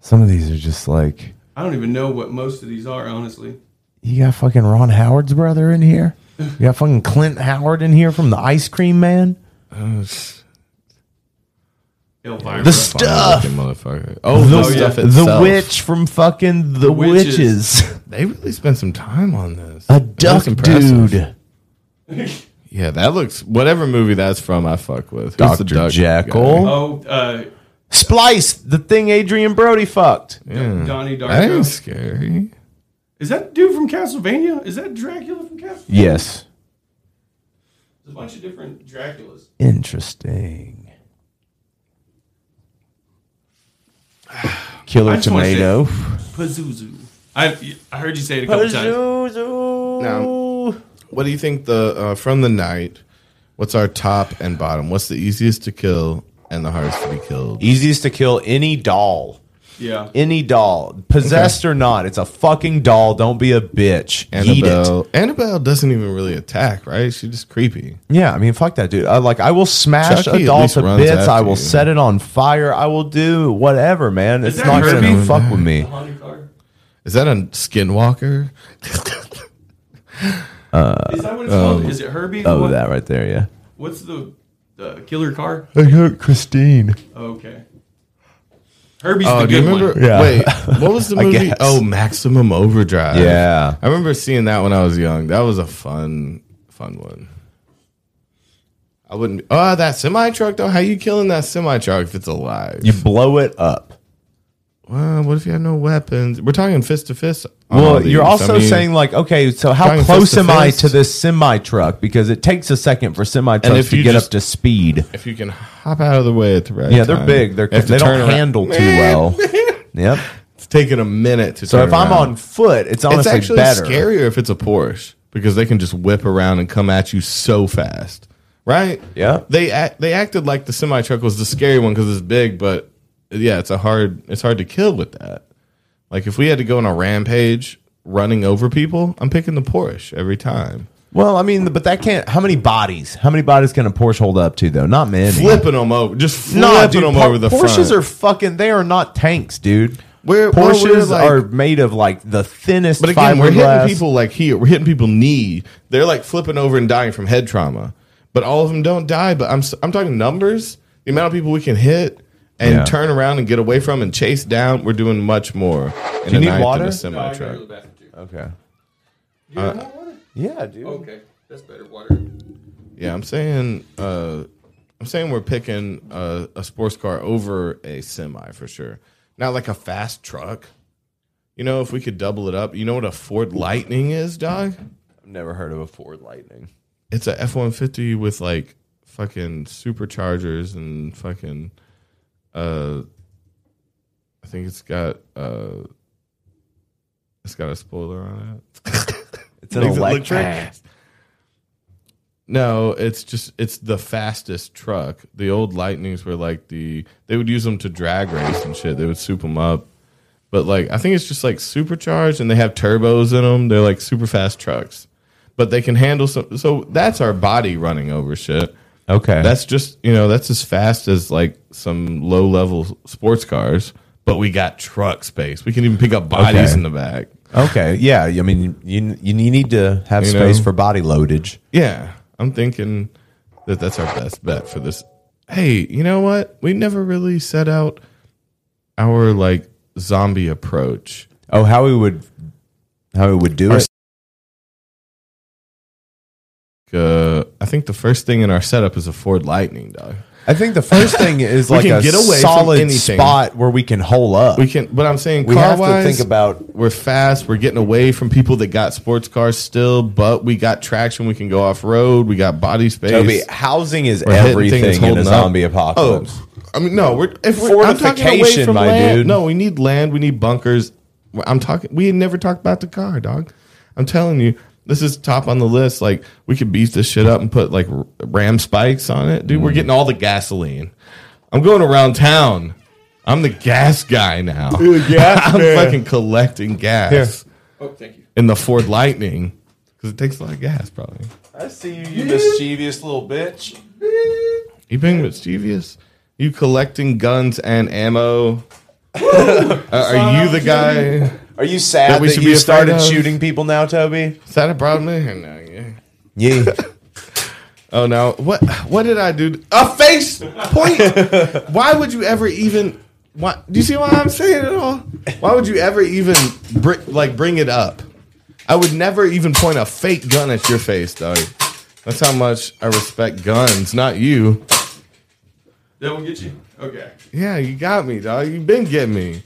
[SPEAKER 2] Some of these are just like
[SPEAKER 3] I don't even know what most of these are, honestly.
[SPEAKER 2] you got fucking Ron Howard's brother in here. You got fucking Clint Howard in here from the Ice Cream Man.
[SPEAKER 3] Elvira.
[SPEAKER 2] The stuff.
[SPEAKER 4] Fucking motherfucker. Oh, the stuff
[SPEAKER 2] the
[SPEAKER 4] itself.
[SPEAKER 2] witch from fucking the witches.
[SPEAKER 4] They really spent some time on this.
[SPEAKER 2] A
[SPEAKER 4] That's
[SPEAKER 2] duck
[SPEAKER 4] impressive.
[SPEAKER 2] dude.
[SPEAKER 4] Yeah, that looks whatever movie that's from. I fuck with Who's
[SPEAKER 2] Dr.
[SPEAKER 4] duck
[SPEAKER 2] Jekyll.
[SPEAKER 4] guy?
[SPEAKER 3] Oh, uh,
[SPEAKER 2] Splice, the thing Adrian Brody fucked.
[SPEAKER 4] Yeah.
[SPEAKER 3] Donnie Darko.
[SPEAKER 4] That ain't scary.
[SPEAKER 3] Is that dude from Castlevania? Is that Dracula from Castlevania?
[SPEAKER 2] Yes.
[SPEAKER 3] It's There's a bunch of different Draculas.
[SPEAKER 14] Interesting. Killer
[SPEAKER 3] I just wanna say
[SPEAKER 14] tomato.
[SPEAKER 3] Pazuzu. I I heard you say it a couple times.
[SPEAKER 4] Now, what do you think the uh, from the night? What's our top and bottom? What's the easiest to kill and the hardest to be killed?
[SPEAKER 2] Easiest to kill any doll.
[SPEAKER 3] Yeah.
[SPEAKER 2] Any doll, possessed or not, it's a fucking doll. Don't be a bitch. Eat
[SPEAKER 4] Annabelle.
[SPEAKER 2] it.
[SPEAKER 4] Annabelle doesn't even really attack, right? She's just creepy.
[SPEAKER 2] Yeah, I mean, fuck that dude. I like, I will smash
[SPEAKER 4] Chucky
[SPEAKER 2] a
[SPEAKER 4] at
[SPEAKER 2] doll
[SPEAKER 4] least
[SPEAKER 2] to
[SPEAKER 4] runs
[SPEAKER 2] bits. I
[SPEAKER 4] after
[SPEAKER 2] will
[SPEAKER 4] you.
[SPEAKER 2] set it on fire. I will do whatever, man.
[SPEAKER 3] Is
[SPEAKER 2] it's
[SPEAKER 3] that
[SPEAKER 2] not gonna
[SPEAKER 3] Herbie?
[SPEAKER 2] fuck with me.
[SPEAKER 4] Is that a skinwalker?
[SPEAKER 2] Uh,
[SPEAKER 3] Is that what it's
[SPEAKER 4] um,
[SPEAKER 3] called? Is it Herbie?
[SPEAKER 2] Oh,
[SPEAKER 3] What-
[SPEAKER 2] that right there, yeah.
[SPEAKER 3] What's the the killer car? Oh,
[SPEAKER 26] I got Christine.
[SPEAKER 3] Okay. Herbie's
[SPEAKER 4] oh,
[SPEAKER 3] the
[SPEAKER 4] do you
[SPEAKER 3] good
[SPEAKER 4] remember?
[SPEAKER 3] one.
[SPEAKER 4] Wait, what was the
[SPEAKER 3] I
[SPEAKER 4] movie?
[SPEAKER 3] guess.
[SPEAKER 4] Oh, Maximum Overdrive.
[SPEAKER 2] Yeah.
[SPEAKER 4] I remember seeing that when I was young. That was a fun, fun one. I wouldn't. Oh, that semi truck though. How you killing that semi truck if it's alive?
[SPEAKER 2] You blow it up.
[SPEAKER 4] Well, what if you had no weapons? We're talking fist to fist. on all
[SPEAKER 2] Well,
[SPEAKER 4] these.
[SPEAKER 2] you're
[SPEAKER 4] I
[SPEAKER 2] also
[SPEAKER 4] mean-
[SPEAKER 2] saying like, okay, so how
[SPEAKER 4] Trying
[SPEAKER 2] close
[SPEAKER 4] fist to
[SPEAKER 2] am I
[SPEAKER 4] fist.
[SPEAKER 2] to this semi truck? Because it takes a second for semi trucks
[SPEAKER 4] if
[SPEAKER 2] to
[SPEAKER 4] you
[SPEAKER 2] get
[SPEAKER 4] just-
[SPEAKER 2] up to speed.
[SPEAKER 4] If you can hop out of the way at the right
[SPEAKER 2] Yeah, they're
[SPEAKER 4] time.
[SPEAKER 2] big. They're-
[SPEAKER 4] You have to
[SPEAKER 2] they don't
[SPEAKER 4] turn around.
[SPEAKER 2] handle too well. Yep.
[SPEAKER 4] It's taking a minute to
[SPEAKER 2] So
[SPEAKER 4] turn
[SPEAKER 2] if I'm
[SPEAKER 4] around.
[SPEAKER 2] on foot, it's honestly
[SPEAKER 4] actually
[SPEAKER 2] better.
[SPEAKER 4] scarier if it's a Porsche because they can just whip around and come at you so fast, right?
[SPEAKER 2] Yeah.
[SPEAKER 4] They act, they acted like the semi truck was the scary one because it's big, but yeah, it's a hard it's hard to kill with that. Like if we had to go on a rampage running over people, I'm picking the Porsche every time.
[SPEAKER 2] Well, I mean, but that can't. How many bodies? How many bodies can a Porsche hold up to though? Not many.
[SPEAKER 4] Flipping them over, just flipping
[SPEAKER 2] Nah, dude,
[SPEAKER 4] them
[SPEAKER 2] Por-
[SPEAKER 4] over the
[SPEAKER 2] Porsches
[SPEAKER 4] front.
[SPEAKER 2] are fucking. They are not tanks, dude.
[SPEAKER 4] We're- well,
[SPEAKER 2] Porsches
[SPEAKER 4] we're like-
[SPEAKER 2] are made of like the thinnest.
[SPEAKER 4] But again, we're hitting
[SPEAKER 2] fiberglass.
[SPEAKER 4] people like here. We're hitting people knee. They're like flipping over and dying from head trauma. But all of them don't die. But I'm s- I'm talking numbers. The amount of people we can hit and
[SPEAKER 2] Yeah.
[SPEAKER 4] turn around and get away from and chase down. We're doing much more. In
[SPEAKER 2] you
[SPEAKER 4] a
[SPEAKER 2] need
[SPEAKER 4] night than
[SPEAKER 2] water?
[SPEAKER 4] a semi truck.
[SPEAKER 2] Okay.
[SPEAKER 4] Uh,
[SPEAKER 2] Yeah, dude.
[SPEAKER 3] Okay, that's better water.
[SPEAKER 4] yeah, I'm saying. Uh, I'm saying we're picking a, a sports car over a semi for sure. Not like a fast truck. You know, if we could double it up, you know what a Ford Lightning is, dog?
[SPEAKER 2] I've never heard of a Ford Lightning.
[SPEAKER 4] it's a F one fifty with like fucking superchargers and fucking uh I think it's got uh it's got a spoiler on it.
[SPEAKER 2] It's an
[SPEAKER 4] Makes it look
[SPEAKER 2] electric.
[SPEAKER 4] fast. No, it's just it's the fastest truck. The old Lightnings were like the they would use them to drag race and shit. They would soup them up. But like I think it's just like supercharged and they have turbos in them. They're like super fast trucks. But they can handle some so that's our body running over shit.
[SPEAKER 2] Okay.
[SPEAKER 4] That's just, you know, that's as fast as like some low-level sports cars, but we got truck space. We can even pick up bodies
[SPEAKER 2] Okay.
[SPEAKER 4] in the back.
[SPEAKER 2] Okay. Yeah. I mean, you you, you need to have
[SPEAKER 4] You
[SPEAKER 2] space
[SPEAKER 4] know?
[SPEAKER 2] for body loadage.
[SPEAKER 4] Yeah, I'm thinking that that's our best bet for this. Hey, you know what? We never really set out our like zombie approach.
[SPEAKER 2] Oh, how we would how we would do
[SPEAKER 4] Our
[SPEAKER 2] it.
[SPEAKER 4] Uh, I think the first thing in our setup is a Ford Lightning, dog.
[SPEAKER 2] I think the first thing is
[SPEAKER 4] We
[SPEAKER 2] like
[SPEAKER 4] can
[SPEAKER 2] a
[SPEAKER 4] get away from
[SPEAKER 2] solid
[SPEAKER 4] anything.
[SPEAKER 2] spot where we can hole up.
[SPEAKER 4] We can, but I'm saying
[SPEAKER 2] We
[SPEAKER 4] car
[SPEAKER 2] have to
[SPEAKER 4] wise,
[SPEAKER 2] think about-
[SPEAKER 4] we're fast. We're getting away from people that got sports cars still, but we got traction. We can go off road. We got body space.
[SPEAKER 2] Toby, housing is
[SPEAKER 4] We're hitting things,
[SPEAKER 2] everything in a
[SPEAKER 4] holding up.
[SPEAKER 2] zombie apocalypse.
[SPEAKER 4] Oh, I mean, no, we're if we're, I'm talking away
[SPEAKER 2] Fortification,
[SPEAKER 4] from
[SPEAKER 2] my
[SPEAKER 4] land.
[SPEAKER 2] dude.
[SPEAKER 4] No, we need land. We need bunkers. I'm talking. We had never talked about the car, dog. I'm telling you, this is top on the list. Like we could beef this shit up and put like r- ram spikes on it, dude.
[SPEAKER 2] Mm.
[SPEAKER 4] We're getting all the gasoline. I'm going around town. I'm the gas guy now.
[SPEAKER 2] You're the gas
[SPEAKER 4] I'm
[SPEAKER 2] man.
[SPEAKER 4] fucking collecting gas.
[SPEAKER 3] Oh, thank you.
[SPEAKER 4] In the Ford Lightning, because it takes a lot of gas, probably.
[SPEAKER 2] I see you, you mischievous little bitch.
[SPEAKER 4] You being mischievous? You collecting guns and ammo? Uh, are you the guy?
[SPEAKER 2] Are you sad that,
[SPEAKER 4] we should
[SPEAKER 2] you
[SPEAKER 4] be
[SPEAKER 2] started
[SPEAKER 4] afraid of?
[SPEAKER 2] shooting people now, Toby?
[SPEAKER 4] Is that a problem? No, yeah.
[SPEAKER 2] Yeah.
[SPEAKER 4] Oh no! What what did I do? A face point. why would you ever even? Why do you see why I'm saying it all? Why would you ever even br- like bring it up? I would never even point a fake gun at your face, dog. That's how much I respect guns, not you.
[SPEAKER 3] That will get you. Okay.
[SPEAKER 4] Yeah, you got me, dog. You've been getting me.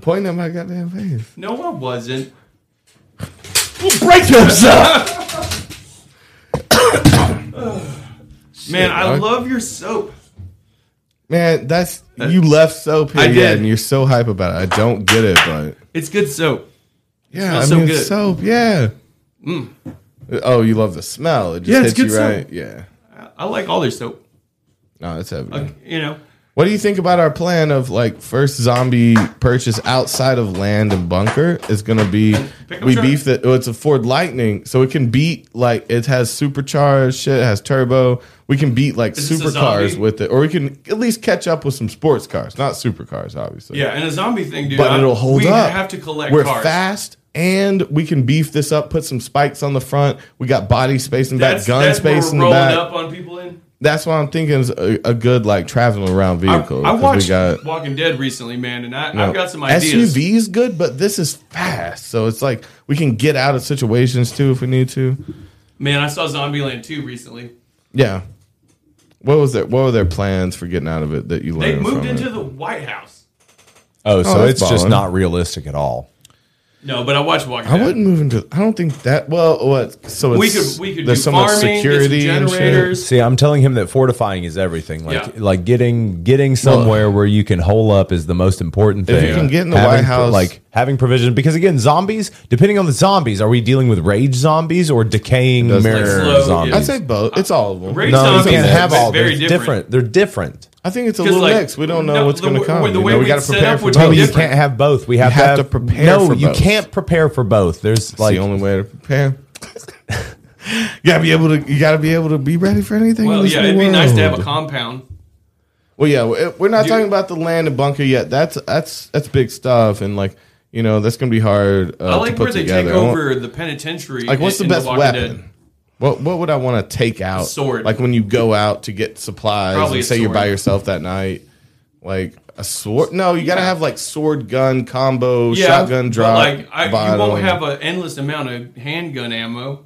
[SPEAKER 4] Pointing at my goddamn face.
[SPEAKER 3] No, I wasn't.
[SPEAKER 4] Break yourself.
[SPEAKER 3] Man, I
[SPEAKER 4] dog.
[SPEAKER 3] love your soap.
[SPEAKER 4] Man, that's you left soap here
[SPEAKER 3] I
[SPEAKER 4] yet,
[SPEAKER 3] did.
[SPEAKER 4] and you're so hype about it. I don't get it, but
[SPEAKER 3] It's good soap.
[SPEAKER 4] yeah,
[SPEAKER 3] Smells
[SPEAKER 4] I
[SPEAKER 3] so
[SPEAKER 4] mean
[SPEAKER 3] good.
[SPEAKER 4] soap. Yeah.
[SPEAKER 3] Mm.
[SPEAKER 4] Oh, you love the smell. It just
[SPEAKER 3] Yeah, it's
[SPEAKER 4] hits
[SPEAKER 3] good
[SPEAKER 4] you
[SPEAKER 3] soap.
[SPEAKER 4] right. Yeah.
[SPEAKER 3] I- I like all their soap.
[SPEAKER 4] No, it's heavy.
[SPEAKER 3] Uh, you know,
[SPEAKER 4] What do you think about our plan of like first zombie purchase outside of land and bunker is going to be
[SPEAKER 3] Pick up
[SPEAKER 4] we
[SPEAKER 3] truck.
[SPEAKER 4] beef that oh, it's a Ford Lightning so it can beat like it has supercharged shit it has turbo we can beat like
[SPEAKER 3] Is this a
[SPEAKER 4] supercars
[SPEAKER 3] zombie?
[SPEAKER 4] with it or we can at least catch up with some sports cars not supercars obviously
[SPEAKER 3] yeah, and a zombie thing, dude.
[SPEAKER 4] but
[SPEAKER 3] I-
[SPEAKER 4] it'll hold
[SPEAKER 3] we
[SPEAKER 4] up
[SPEAKER 3] have to collect
[SPEAKER 4] we're
[SPEAKER 3] cars.
[SPEAKER 4] fast and we can beef this up put some spikes on the front we got body space in the
[SPEAKER 3] That's,
[SPEAKER 4] back gun
[SPEAKER 3] that's where
[SPEAKER 4] space
[SPEAKER 3] we're
[SPEAKER 4] in the
[SPEAKER 3] rolling
[SPEAKER 4] back
[SPEAKER 3] up on people in.
[SPEAKER 4] that's why I'm thinking is a, a good like traveling around vehicle.
[SPEAKER 3] I
[SPEAKER 4] 'cause
[SPEAKER 3] watched Walking Dead recently, man, and I,
[SPEAKER 4] no.
[SPEAKER 3] I've got some ideas.
[SPEAKER 4] SUV is good, but this is fast, so it's like we can get out of situations too if we need to.
[SPEAKER 3] Man, I saw Zombieland 2 recently.
[SPEAKER 4] Yeah. What was their What were their plans for getting out of it that you
[SPEAKER 3] They
[SPEAKER 4] learned?
[SPEAKER 3] moved
[SPEAKER 4] from
[SPEAKER 3] into
[SPEAKER 4] it?
[SPEAKER 3] the White House.
[SPEAKER 2] Oh, so
[SPEAKER 4] that's
[SPEAKER 2] it's just
[SPEAKER 4] ballin'.
[SPEAKER 2] not realistic at all.
[SPEAKER 3] No, but I watched Walking
[SPEAKER 4] I
[SPEAKER 3] Dead.
[SPEAKER 4] wouldn't move into. I don't think that. Well, what? So it's,
[SPEAKER 3] We could- we could
[SPEAKER 4] there's
[SPEAKER 3] do
[SPEAKER 4] so much
[SPEAKER 3] farming, get some
[SPEAKER 4] security and shit.
[SPEAKER 3] generators.
[SPEAKER 2] See, I'm telling him that fortifying is everything. Like,
[SPEAKER 3] Yeah.
[SPEAKER 2] like getting getting somewhere where you can hole up is the most important
[SPEAKER 4] If
[SPEAKER 2] thing.
[SPEAKER 4] you can get in the
[SPEAKER 2] having,
[SPEAKER 4] White House-
[SPEAKER 2] like having provision, because again, zombies. Depending on the zombies, are we dealing with rage zombies or decaying
[SPEAKER 4] Does-
[SPEAKER 2] mirror zombies?
[SPEAKER 4] I'd say both. It's all of them.
[SPEAKER 2] no, you can't have all. They're different. They're different.
[SPEAKER 4] I think it's a
[SPEAKER 2] 'Cause,
[SPEAKER 4] little
[SPEAKER 2] like,
[SPEAKER 4] mixed. We don't know
[SPEAKER 2] no,
[SPEAKER 4] what's
[SPEAKER 2] the
[SPEAKER 4] going to
[SPEAKER 2] w-
[SPEAKER 4] come.
[SPEAKER 2] the
[SPEAKER 4] You
[SPEAKER 2] way
[SPEAKER 4] know, we
[SPEAKER 2] we'd
[SPEAKER 4] got to
[SPEAKER 2] set
[SPEAKER 4] prepare
[SPEAKER 2] up
[SPEAKER 4] for
[SPEAKER 2] would
[SPEAKER 4] both.
[SPEAKER 2] be No, you different. can't have both. We
[SPEAKER 4] You
[SPEAKER 2] have to
[SPEAKER 4] have to
[SPEAKER 2] have-
[SPEAKER 4] prepare.
[SPEAKER 2] No,
[SPEAKER 4] for
[SPEAKER 2] you
[SPEAKER 4] both.
[SPEAKER 2] can't prepare for both. There's
[SPEAKER 4] It's
[SPEAKER 2] like-
[SPEAKER 4] the only way to prepare. you gotta be able to. You gotta be able to be ready for anything. in
[SPEAKER 3] Well,
[SPEAKER 4] this
[SPEAKER 3] yeah,
[SPEAKER 4] new
[SPEAKER 3] it'd be nice to have a
[SPEAKER 4] world.
[SPEAKER 3] compound.
[SPEAKER 4] Well, yeah, we- we're not talking about the land and bunker yet. That's that's that's big stuff, and like you know, that's gonna be hard. Uh,
[SPEAKER 3] I like
[SPEAKER 4] to put
[SPEAKER 3] where they
[SPEAKER 4] together.
[SPEAKER 3] take
[SPEAKER 4] I want-
[SPEAKER 3] over the penitentiary.
[SPEAKER 4] Like, what's the
[SPEAKER 3] in
[SPEAKER 4] best
[SPEAKER 3] Walking
[SPEAKER 4] weapon?
[SPEAKER 3] Dead.
[SPEAKER 4] What what would I want to take out?
[SPEAKER 3] sword.
[SPEAKER 4] Like when you go out to get supplies.
[SPEAKER 3] Probably
[SPEAKER 4] and
[SPEAKER 3] a
[SPEAKER 4] say you're by
[SPEAKER 3] sword.
[SPEAKER 4] yourself that night. Like a sword. No, you gotta have like sword gun combo,
[SPEAKER 3] Yeah,
[SPEAKER 4] shotgun
[SPEAKER 3] but,
[SPEAKER 4] drop.
[SPEAKER 3] Like I, you
[SPEAKER 4] bottle.
[SPEAKER 3] won't have an endless amount of handgun ammo.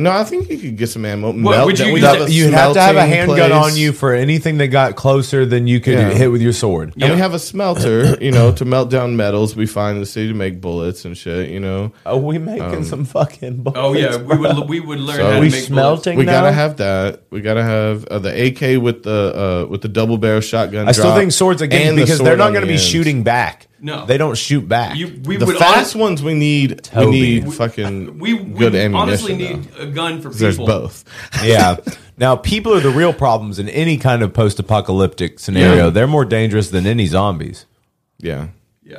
[SPEAKER 4] No, I think you could get some ammo.
[SPEAKER 3] What, would you
[SPEAKER 4] down-
[SPEAKER 3] use
[SPEAKER 4] we
[SPEAKER 3] that-
[SPEAKER 4] a
[SPEAKER 2] You'd have to have a
[SPEAKER 4] smelting
[SPEAKER 2] handgun
[SPEAKER 4] place.
[SPEAKER 2] on you for anything that got closer than you could
[SPEAKER 4] Yeah.
[SPEAKER 2] hit with your sword.
[SPEAKER 4] And we have a smelter, you know, to melt down metals. We find in the city to make bullets and shit, you know.
[SPEAKER 2] Oh, we making
[SPEAKER 4] Um,
[SPEAKER 2] some fucking. Bullets,
[SPEAKER 3] Oh, yeah, we would-
[SPEAKER 2] bro.
[SPEAKER 3] we would learn
[SPEAKER 4] So-
[SPEAKER 3] how to make smelting
[SPEAKER 4] We gotta
[SPEAKER 2] now?
[SPEAKER 4] have that. We gotta have uh, the AK with the uh, with the double barrel shotgun.
[SPEAKER 2] I still
[SPEAKER 4] drop
[SPEAKER 2] think swords again
[SPEAKER 4] and the
[SPEAKER 2] because
[SPEAKER 4] sword
[SPEAKER 2] they're not
[SPEAKER 4] on
[SPEAKER 2] going to
[SPEAKER 4] the
[SPEAKER 2] be
[SPEAKER 4] end.
[SPEAKER 2] shooting back.
[SPEAKER 3] No.
[SPEAKER 2] they don't shoot back.
[SPEAKER 3] we
[SPEAKER 4] the
[SPEAKER 3] would
[SPEAKER 4] fast ones we need.
[SPEAKER 2] Toby.
[SPEAKER 4] We need fucking
[SPEAKER 3] We, we
[SPEAKER 4] good ammunition.
[SPEAKER 3] honestly
[SPEAKER 4] though.
[SPEAKER 3] need a gun for
[SPEAKER 4] 'Cause
[SPEAKER 3] people.
[SPEAKER 4] There's both.
[SPEAKER 2] yeah. Now, people are the real problems in any kind of post-apocalyptic scenario.
[SPEAKER 4] Yeah.
[SPEAKER 2] They're more dangerous than any zombies.
[SPEAKER 4] Yeah.
[SPEAKER 3] Yeah.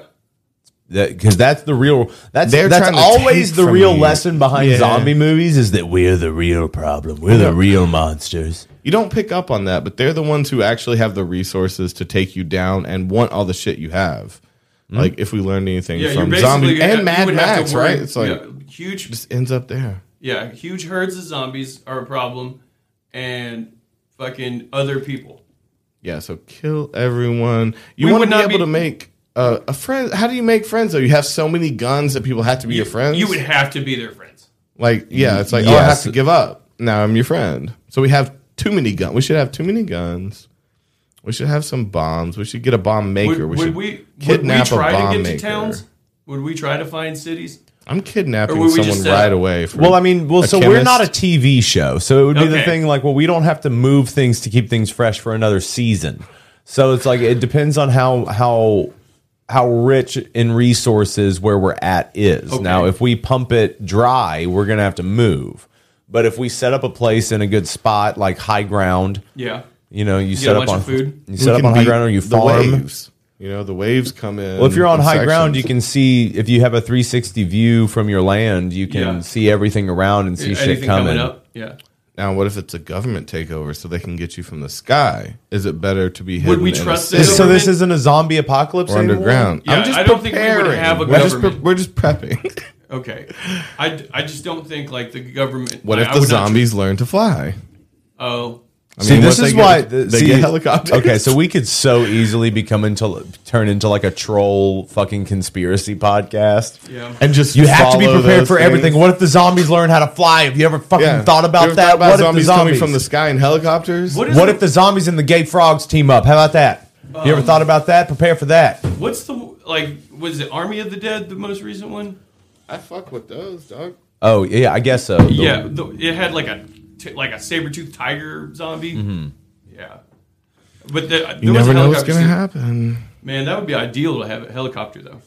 [SPEAKER 2] Because that's the real. That's
[SPEAKER 14] They're
[SPEAKER 2] that's
[SPEAKER 14] trying to
[SPEAKER 2] always
[SPEAKER 14] take
[SPEAKER 2] the
[SPEAKER 14] from
[SPEAKER 2] real
[SPEAKER 14] you.
[SPEAKER 2] lesson behind
[SPEAKER 14] Yeah.
[SPEAKER 2] zombie movies is that we're the real problem. We're the real monsters.
[SPEAKER 4] You don't pick up on that, but they're the ones who actually have the resources to take you down and want all the shit you have. Like if we learned anything
[SPEAKER 3] Yeah,
[SPEAKER 4] from
[SPEAKER 3] you're basically
[SPEAKER 4] zombie
[SPEAKER 3] gonna-
[SPEAKER 4] and
[SPEAKER 3] you
[SPEAKER 4] Mad
[SPEAKER 3] would have to
[SPEAKER 4] Max,
[SPEAKER 3] worry-
[SPEAKER 4] right? It's like
[SPEAKER 3] yeah, huge
[SPEAKER 4] just ends up there.
[SPEAKER 3] Yeah, huge herds of zombies are a problem, and fucking other people.
[SPEAKER 4] Yeah, so kill everyone. You
[SPEAKER 3] We
[SPEAKER 4] want to be
[SPEAKER 3] would not
[SPEAKER 4] able
[SPEAKER 3] be-
[SPEAKER 4] to make uh, a friend. How do you make friends though? You have so many guns that people have to be your friends.
[SPEAKER 3] You would have to be their friends.
[SPEAKER 4] like yeah, it's like oh, I have
[SPEAKER 2] Yes.
[SPEAKER 4] to give up. Now I'm your friend. So we have too many guns. We should have too many guns. We should have some bombs. We should get a bomb maker.
[SPEAKER 3] Would,
[SPEAKER 4] we
[SPEAKER 3] would
[SPEAKER 4] should
[SPEAKER 3] we would we
[SPEAKER 4] kidnap
[SPEAKER 3] try
[SPEAKER 4] a bomb
[SPEAKER 3] to get
[SPEAKER 4] maker.
[SPEAKER 3] to towns? Would we try to find cities?
[SPEAKER 4] I'm kidnapping
[SPEAKER 3] Or would we just
[SPEAKER 4] someone
[SPEAKER 3] set
[SPEAKER 4] right
[SPEAKER 3] up-
[SPEAKER 4] away. For
[SPEAKER 2] Well, I mean, well,
[SPEAKER 4] a
[SPEAKER 2] so we're not a
[SPEAKER 4] chemist.
[SPEAKER 2] TV show, so it would be the
[SPEAKER 3] Okay.
[SPEAKER 2] thing like, well, we don't have to move things to keep things fresh for another season. So it's like it depends on how how how rich in resources where we're at is. Now, if we pump it dry, we're gonna have to move. But if we set up a place in a good spot, like high ground,
[SPEAKER 3] Yeah.
[SPEAKER 2] you know, you
[SPEAKER 3] Get
[SPEAKER 2] set
[SPEAKER 3] a
[SPEAKER 2] up
[SPEAKER 3] bunch
[SPEAKER 2] on
[SPEAKER 3] of food.
[SPEAKER 2] you
[SPEAKER 4] We
[SPEAKER 2] set up
[SPEAKER 4] can
[SPEAKER 2] on high
[SPEAKER 4] beat
[SPEAKER 2] ground or you
[SPEAKER 4] the
[SPEAKER 2] farm.
[SPEAKER 4] waves. You know, the waves come in.
[SPEAKER 2] Well, if you're on
[SPEAKER 4] in
[SPEAKER 2] high ground,
[SPEAKER 4] sections.
[SPEAKER 2] you can see if you have a 360 view from your land, you can
[SPEAKER 3] Yeah.
[SPEAKER 2] see everything around and see shit
[SPEAKER 3] Anything
[SPEAKER 2] coming.
[SPEAKER 3] coming up? Yeah.
[SPEAKER 4] Now, what if it's a government takeover so they can get you from the sky? Is it better to be hidden?
[SPEAKER 3] Would we
[SPEAKER 4] in a
[SPEAKER 3] trust
[SPEAKER 4] city
[SPEAKER 3] the
[SPEAKER 2] So this isn't a zombie apocalypse
[SPEAKER 4] or underground?
[SPEAKER 3] Yeah,
[SPEAKER 4] I'm just
[SPEAKER 3] I don't think we would
[SPEAKER 4] preparing.
[SPEAKER 3] have a
[SPEAKER 4] we're just,
[SPEAKER 3] government.
[SPEAKER 4] pre- we're just prepping.
[SPEAKER 3] Okay. I, d- I just don't think like the government.
[SPEAKER 4] what
[SPEAKER 3] I-
[SPEAKER 4] if
[SPEAKER 3] I
[SPEAKER 4] the
[SPEAKER 3] would not-
[SPEAKER 4] zombies learn to fly?
[SPEAKER 3] Oh.
[SPEAKER 4] I
[SPEAKER 2] see,
[SPEAKER 4] mean,
[SPEAKER 2] this
[SPEAKER 4] what
[SPEAKER 2] is
[SPEAKER 4] they
[SPEAKER 2] why
[SPEAKER 4] get-
[SPEAKER 2] the-
[SPEAKER 4] they
[SPEAKER 2] see,
[SPEAKER 4] get helicopters.
[SPEAKER 2] Okay, so we could so easily become into turn into like a troll fucking conspiracy podcast.
[SPEAKER 3] Yeah.
[SPEAKER 4] And just
[SPEAKER 2] you have to be
[SPEAKER 4] follow
[SPEAKER 2] prepared
[SPEAKER 4] those
[SPEAKER 2] for everything.
[SPEAKER 4] things.
[SPEAKER 2] What if the zombies learn how to fly? Have you ever fucking
[SPEAKER 4] Yeah.
[SPEAKER 2] thought about
[SPEAKER 4] You ever
[SPEAKER 2] that?
[SPEAKER 4] thought
[SPEAKER 2] what
[SPEAKER 4] zombies
[SPEAKER 2] if the zombies
[SPEAKER 4] coming from the sky in helicopters?
[SPEAKER 3] What is
[SPEAKER 2] What
[SPEAKER 3] the-
[SPEAKER 2] if the zombies and the gay frogs team up? How about that? you ever
[SPEAKER 3] Um,
[SPEAKER 2] thought about that? Prepare for that.
[SPEAKER 3] What's the like? Was it Army of the Dead the most recent one?
[SPEAKER 4] I fuck with those, dog.
[SPEAKER 2] Oh yeah, I guess so. The-
[SPEAKER 3] yeah, the, it had like a t- like a saber toothed tiger zombie.
[SPEAKER 4] Mhm.
[SPEAKER 3] Yeah, but the,
[SPEAKER 4] You
[SPEAKER 3] there was a
[SPEAKER 4] never know what's
[SPEAKER 3] helicopter
[SPEAKER 4] gonna
[SPEAKER 3] scene.
[SPEAKER 4] happen.
[SPEAKER 3] Man, that would be ideal to have a helicopter though.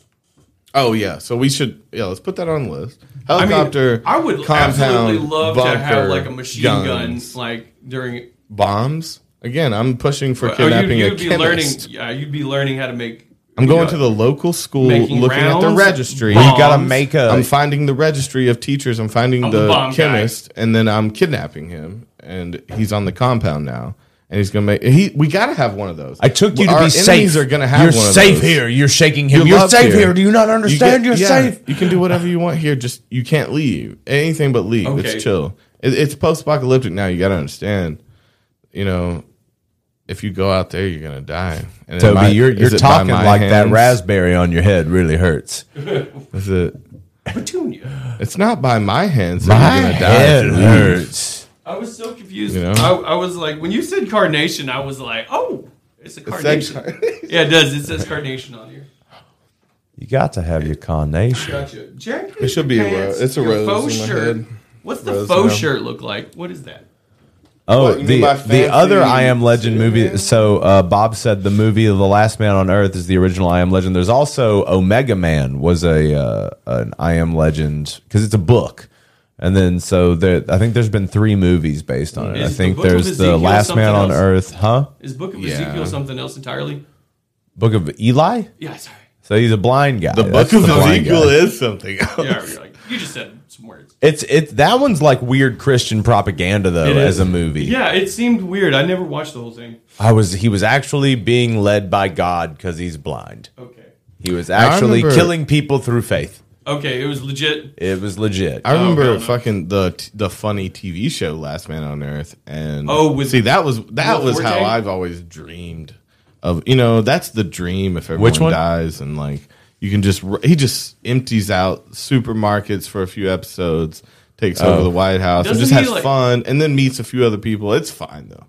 [SPEAKER 4] Oh yeah, so we should yeah let's put that on the list.
[SPEAKER 3] I mean,
[SPEAKER 4] Helicopter.
[SPEAKER 3] I, would absolutely love to have like a machine
[SPEAKER 4] guns.
[SPEAKER 3] gun like during
[SPEAKER 4] bombs. Again, I'm pushing for
[SPEAKER 3] Well, you-
[SPEAKER 4] kidnapping
[SPEAKER 3] you
[SPEAKER 4] a
[SPEAKER 3] would be
[SPEAKER 4] chemist.
[SPEAKER 3] learning. Yeah, you'd be learning how to make.
[SPEAKER 4] I'm going to the local school,
[SPEAKER 3] Making
[SPEAKER 4] looking at the
[SPEAKER 3] rounds,
[SPEAKER 4] registry.
[SPEAKER 3] bombs. You gotta make
[SPEAKER 4] a. I'm finding the registry of teachers. I'm finding
[SPEAKER 3] I'm the
[SPEAKER 4] the,
[SPEAKER 3] bomb
[SPEAKER 4] chemist, and then I'm kidnapping him. And he's on the compound now, and he's gonna make. He we gotta have one of those.
[SPEAKER 2] I took you to
[SPEAKER 4] Our
[SPEAKER 2] be
[SPEAKER 4] enemies
[SPEAKER 2] safe.
[SPEAKER 4] Are gonna have
[SPEAKER 2] You're
[SPEAKER 4] one of
[SPEAKER 2] safe
[SPEAKER 4] those.
[SPEAKER 2] here. You're shaking him. You're
[SPEAKER 4] loved
[SPEAKER 2] safe here. Do you not understand? You're safe.
[SPEAKER 4] You can do whatever you want here. Just you can't leave anything but leave.
[SPEAKER 2] Okay.
[SPEAKER 4] It's chill. It, it's post-apocalyptic now. You gotta understand. You know, if you go out there, you're gonna die. And
[SPEAKER 2] Toby,
[SPEAKER 4] am I-
[SPEAKER 2] you're
[SPEAKER 4] is
[SPEAKER 2] you're
[SPEAKER 4] it by
[SPEAKER 2] talking
[SPEAKER 4] my
[SPEAKER 2] like that
[SPEAKER 4] hands?
[SPEAKER 2] raspberry on your head really hurts.
[SPEAKER 4] Is it?
[SPEAKER 3] Petunia.
[SPEAKER 4] It's not by my hands. that
[SPEAKER 2] My
[SPEAKER 4] you're gonna die
[SPEAKER 2] head
[SPEAKER 4] if you leave.
[SPEAKER 2] hurts.
[SPEAKER 3] I was so confused.
[SPEAKER 4] You know?
[SPEAKER 3] I, I was like, when you said carnation, I was like, oh, it's a carnation. yeah, it does. It says carnation on here.
[SPEAKER 2] You got to have your carnation.
[SPEAKER 3] Gotcha. Jack,
[SPEAKER 4] It should be a
[SPEAKER 3] pants,
[SPEAKER 4] ro- it's a
[SPEAKER 3] your
[SPEAKER 4] rose
[SPEAKER 3] Faux
[SPEAKER 4] in my
[SPEAKER 3] shirt.
[SPEAKER 4] head.
[SPEAKER 3] What's the
[SPEAKER 4] Rose
[SPEAKER 3] faux
[SPEAKER 4] now.
[SPEAKER 3] shirt look like? What is that?
[SPEAKER 2] Oh,
[SPEAKER 4] What, you
[SPEAKER 2] the
[SPEAKER 4] mean by fancy
[SPEAKER 2] the other I Am Legend movie. So uh, Bob said the movie The Last Man on Earth is the original I Am Legend. There's also Omega Man was a uh, an I Am Legend because it's a book, and then so there I think there's been three movies based on it.
[SPEAKER 3] Is
[SPEAKER 2] I
[SPEAKER 3] the
[SPEAKER 2] think
[SPEAKER 3] Book of
[SPEAKER 2] there's the
[SPEAKER 3] Ezekiel
[SPEAKER 2] Last Man
[SPEAKER 3] something
[SPEAKER 2] on
[SPEAKER 3] else?
[SPEAKER 2] Earth, huh?
[SPEAKER 3] Is Book of
[SPEAKER 4] Yeah.
[SPEAKER 3] Ezekiel something else entirely?
[SPEAKER 2] Book of Eli.
[SPEAKER 3] Yeah, sorry.
[SPEAKER 2] So he's a blind guy.
[SPEAKER 4] The
[SPEAKER 2] That's
[SPEAKER 4] Book of
[SPEAKER 2] blind
[SPEAKER 4] Ezekiel
[SPEAKER 2] guy.
[SPEAKER 4] is something else.
[SPEAKER 3] Yeah, you're like, you just said some words.
[SPEAKER 2] It's it that one's like weird Christian propaganda though
[SPEAKER 3] It
[SPEAKER 2] as
[SPEAKER 3] is.
[SPEAKER 2] a movie.
[SPEAKER 3] Yeah, it seemed weird. I never watched the whole thing.
[SPEAKER 2] I was he was actually being led by God because he's blind.
[SPEAKER 3] Okay.
[SPEAKER 2] He was
[SPEAKER 4] I
[SPEAKER 2] actually
[SPEAKER 4] remember-
[SPEAKER 2] killing people through faith.
[SPEAKER 3] Okay, it was legit.
[SPEAKER 2] It was legit.
[SPEAKER 4] I remember fucking the t- the funny TV show Last Man on Earth, and
[SPEAKER 3] Oh, with-
[SPEAKER 4] see that was that
[SPEAKER 3] Will
[SPEAKER 4] was
[SPEAKER 3] Forte?
[SPEAKER 4] how I've always dreamed of you know that's the dream if everyone
[SPEAKER 2] Which one?
[SPEAKER 4] dies and like you can just r- he just empties out supermarkets for a few episodes, takes
[SPEAKER 2] Oh.
[SPEAKER 4] over the White House, and
[SPEAKER 2] Doesn't
[SPEAKER 4] just
[SPEAKER 2] he,
[SPEAKER 4] has
[SPEAKER 2] like-
[SPEAKER 4] fun, and then meets a few other people. It's fine though.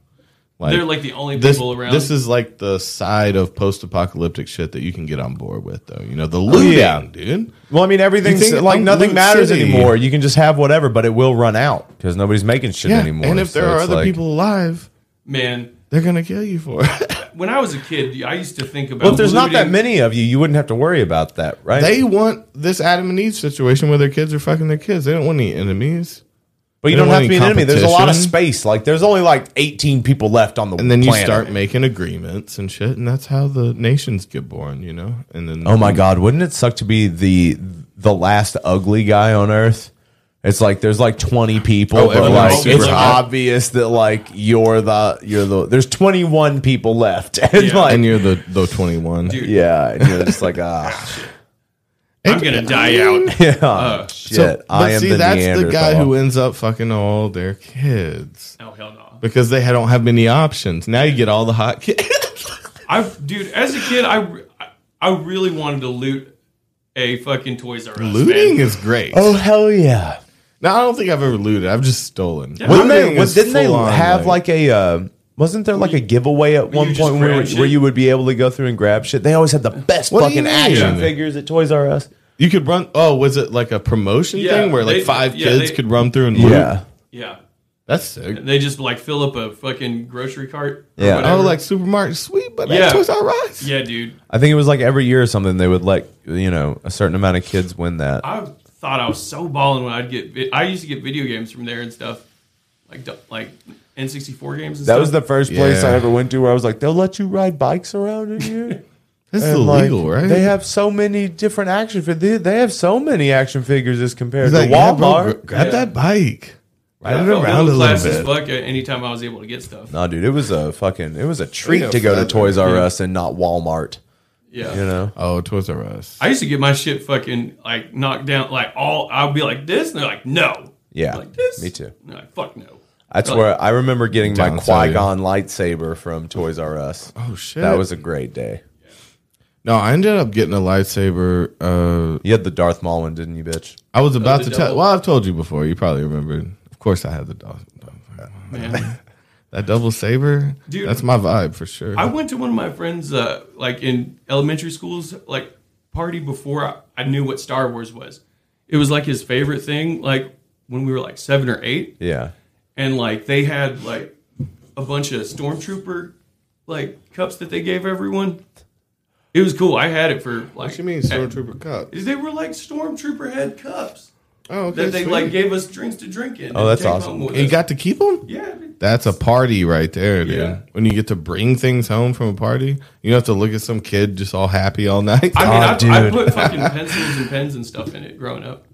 [SPEAKER 3] They're, like, the only
[SPEAKER 4] this-
[SPEAKER 3] people around.
[SPEAKER 4] This is like the side of post-apocalyptic shit that you can get on board with, though. You know the
[SPEAKER 2] Oh,
[SPEAKER 4] looting,
[SPEAKER 2] yeah.
[SPEAKER 4] dude.
[SPEAKER 2] Well, I mean, everything's
[SPEAKER 4] You think-
[SPEAKER 2] like
[SPEAKER 4] I'm
[SPEAKER 2] nothing
[SPEAKER 4] Loot
[SPEAKER 2] matters
[SPEAKER 4] City.
[SPEAKER 2] anymore. You can just have whatever, but it will run out because nobody's making shit
[SPEAKER 4] Yeah,
[SPEAKER 2] anymore.
[SPEAKER 4] and if there
[SPEAKER 2] So
[SPEAKER 4] are
[SPEAKER 2] it's
[SPEAKER 4] other
[SPEAKER 2] like-
[SPEAKER 4] people alive,
[SPEAKER 3] Man,
[SPEAKER 4] they're gonna kill you for it.
[SPEAKER 3] when I was a kid, I used to think about.
[SPEAKER 2] well, if there's not that
[SPEAKER 3] looting-
[SPEAKER 2] many of you, you wouldn't have to worry about that, right?
[SPEAKER 4] They want this Adam and Eve situation where their kids are fucking their kids. They don't want any enemies.
[SPEAKER 2] but you
[SPEAKER 4] They
[SPEAKER 2] don't have to be
[SPEAKER 4] want
[SPEAKER 2] an
[SPEAKER 4] any
[SPEAKER 2] enemy. There's a lot of
[SPEAKER 4] competition.
[SPEAKER 2] space. Like there's only like 18 people left on the
[SPEAKER 4] And then you
[SPEAKER 2] planet.
[SPEAKER 4] start making agreements and shit, and that's how the nations get born, you know. And then
[SPEAKER 2] Oh my god, wouldn't it suck to be the the last ugly guy on earth? It's like there's like 20 people,
[SPEAKER 4] Oh,
[SPEAKER 2] but
[SPEAKER 4] everyone's
[SPEAKER 2] like
[SPEAKER 4] super
[SPEAKER 2] it's
[SPEAKER 4] hot.
[SPEAKER 2] obvious that like you're the you're the there's 21 people left. And
[SPEAKER 3] Yeah.
[SPEAKER 2] like
[SPEAKER 4] and you're the the twenty one.
[SPEAKER 3] Dude.
[SPEAKER 2] yeah, and you're just like ah
[SPEAKER 3] I'm gonna die out.
[SPEAKER 2] yeah.
[SPEAKER 3] Uh,
[SPEAKER 2] shit. I am the
[SPEAKER 4] that's the
[SPEAKER 2] Neanderthal.
[SPEAKER 4] guy who ends up fucking all their kids.
[SPEAKER 3] Oh, hell no.
[SPEAKER 4] Because they don't have many options. Now you get all the hot kids.
[SPEAKER 3] I, dude, as a kid, I, re- I- I really wanted to loot a fucking Toys R Us. man.
[SPEAKER 4] Looting is great.
[SPEAKER 2] Oh hell yeah.
[SPEAKER 4] Now I don't think I've ever looted. I've just stolen.
[SPEAKER 3] Yeah.
[SPEAKER 2] Wouldn't they,
[SPEAKER 4] Looting
[SPEAKER 2] what,
[SPEAKER 4] is
[SPEAKER 2] didn't they
[SPEAKER 4] full-on,
[SPEAKER 2] have like, a uh, wasn't there like a giveaway at one
[SPEAKER 3] just
[SPEAKER 2] point where,
[SPEAKER 3] grab shit?
[SPEAKER 2] where you would be able to go through and grab shit? They always had the best
[SPEAKER 4] What do
[SPEAKER 2] fucking
[SPEAKER 4] you mean?
[SPEAKER 2] action figures at Toys R Us.
[SPEAKER 4] You could run. Oh, was it like a promotion
[SPEAKER 3] Yeah,
[SPEAKER 4] thing where like
[SPEAKER 3] they-
[SPEAKER 4] five
[SPEAKER 3] yeah,
[SPEAKER 4] kids
[SPEAKER 3] they-
[SPEAKER 4] could run through and loot?
[SPEAKER 2] Yeah.
[SPEAKER 3] Yeah.
[SPEAKER 4] that's sick.
[SPEAKER 3] They just like fill up a fucking grocery cart. or
[SPEAKER 2] Yeah.
[SPEAKER 4] Oh,
[SPEAKER 3] whatever.
[SPEAKER 4] like supermarket sweet, but
[SPEAKER 3] Yeah.
[SPEAKER 4] yeah. Toys R Us.
[SPEAKER 3] Yeah, dude.
[SPEAKER 2] I think it was like every year or something they would let you know a certain amount of kids win that.
[SPEAKER 3] I thought I was so balling when I'd get. vi- I used to get video games from there and stuff, like du- like N64 games. And
[SPEAKER 2] That
[SPEAKER 3] stuff.
[SPEAKER 2] was the first place
[SPEAKER 4] Yeah.
[SPEAKER 2] I ever went to where I was like, they'll let you ride bikes around in here.
[SPEAKER 4] That's
[SPEAKER 2] And, like,
[SPEAKER 4] illegal, right?
[SPEAKER 2] They have so many different action figures. They, they have so many action figures as compared
[SPEAKER 4] It's
[SPEAKER 2] to
[SPEAKER 4] like, yeah, bro,
[SPEAKER 2] Walmart.
[SPEAKER 4] gr- grab
[SPEAKER 3] Yeah.
[SPEAKER 4] that bike. Ride
[SPEAKER 3] I
[SPEAKER 4] it
[SPEAKER 3] felt
[SPEAKER 4] around a
[SPEAKER 3] middle class
[SPEAKER 4] little
[SPEAKER 3] as
[SPEAKER 4] bit.
[SPEAKER 3] fuck at any time I was able to get stuff.
[SPEAKER 2] No, dude, it was a fucking it was a treat
[SPEAKER 4] know
[SPEAKER 2] to go to
[SPEAKER 4] forever.
[SPEAKER 2] Toys R Us and not Walmart.
[SPEAKER 3] Yeah.
[SPEAKER 2] You know,
[SPEAKER 4] Oh, Toys R Us.
[SPEAKER 3] I used to get my shit fucking like knocked down. Like all, I'd be like this, and they're like, no.
[SPEAKER 2] yeah,
[SPEAKER 3] Like this?
[SPEAKER 2] me too.
[SPEAKER 3] And they're like, fuck no.
[SPEAKER 2] That's
[SPEAKER 3] They're
[SPEAKER 2] where I remember getting my
[SPEAKER 4] Down south,
[SPEAKER 2] Qui
[SPEAKER 4] yeah.
[SPEAKER 2] Gon lightsaber from Toys R Us.
[SPEAKER 4] Oh, shit.
[SPEAKER 2] that was a great day.
[SPEAKER 4] No, I ended up getting a lightsaber. Uh,
[SPEAKER 2] You had the Darth Maul one, didn't you, bitch?
[SPEAKER 4] I was about
[SPEAKER 3] Oh,
[SPEAKER 4] to
[SPEAKER 3] the
[SPEAKER 4] tell.
[SPEAKER 3] double.
[SPEAKER 4] Well, I've told you before. You probably remember. Of course, I had the dog.
[SPEAKER 3] like, man.
[SPEAKER 4] That double saber,
[SPEAKER 3] Dude.
[SPEAKER 4] that's my vibe for sure.
[SPEAKER 3] I went to one of my friends, uh, like in elementary school's like party before I, I knew what Star Wars was. It was like his favorite thing, like when we were like seven or eight.
[SPEAKER 2] Yeah.
[SPEAKER 3] and like they had like a bunch of stormtrooper like cups that they gave everyone. It was cool. I had it for like. What
[SPEAKER 4] you mean stormtrooper cup?
[SPEAKER 3] They were like stormtrooper head cups.
[SPEAKER 4] Oh,
[SPEAKER 3] that they
[SPEAKER 4] sweet.
[SPEAKER 3] like gave us drinks to drink in.
[SPEAKER 4] Oh,
[SPEAKER 3] and
[SPEAKER 4] that's
[SPEAKER 3] take home
[SPEAKER 4] awesome.
[SPEAKER 3] with
[SPEAKER 4] You
[SPEAKER 3] us.
[SPEAKER 4] got to keep them?
[SPEAKER 3] Yeah.
[SPEAKER 4] That's a party right there, dude.
[SPEAKER 3] Yeah.
[SPEAKER 4] When you get to bring things home from a party, you have to look at some kid just all happy all night.
[SPEAKER 3] I mean, I, I put fucking pencils and pens and stuff in it growing up.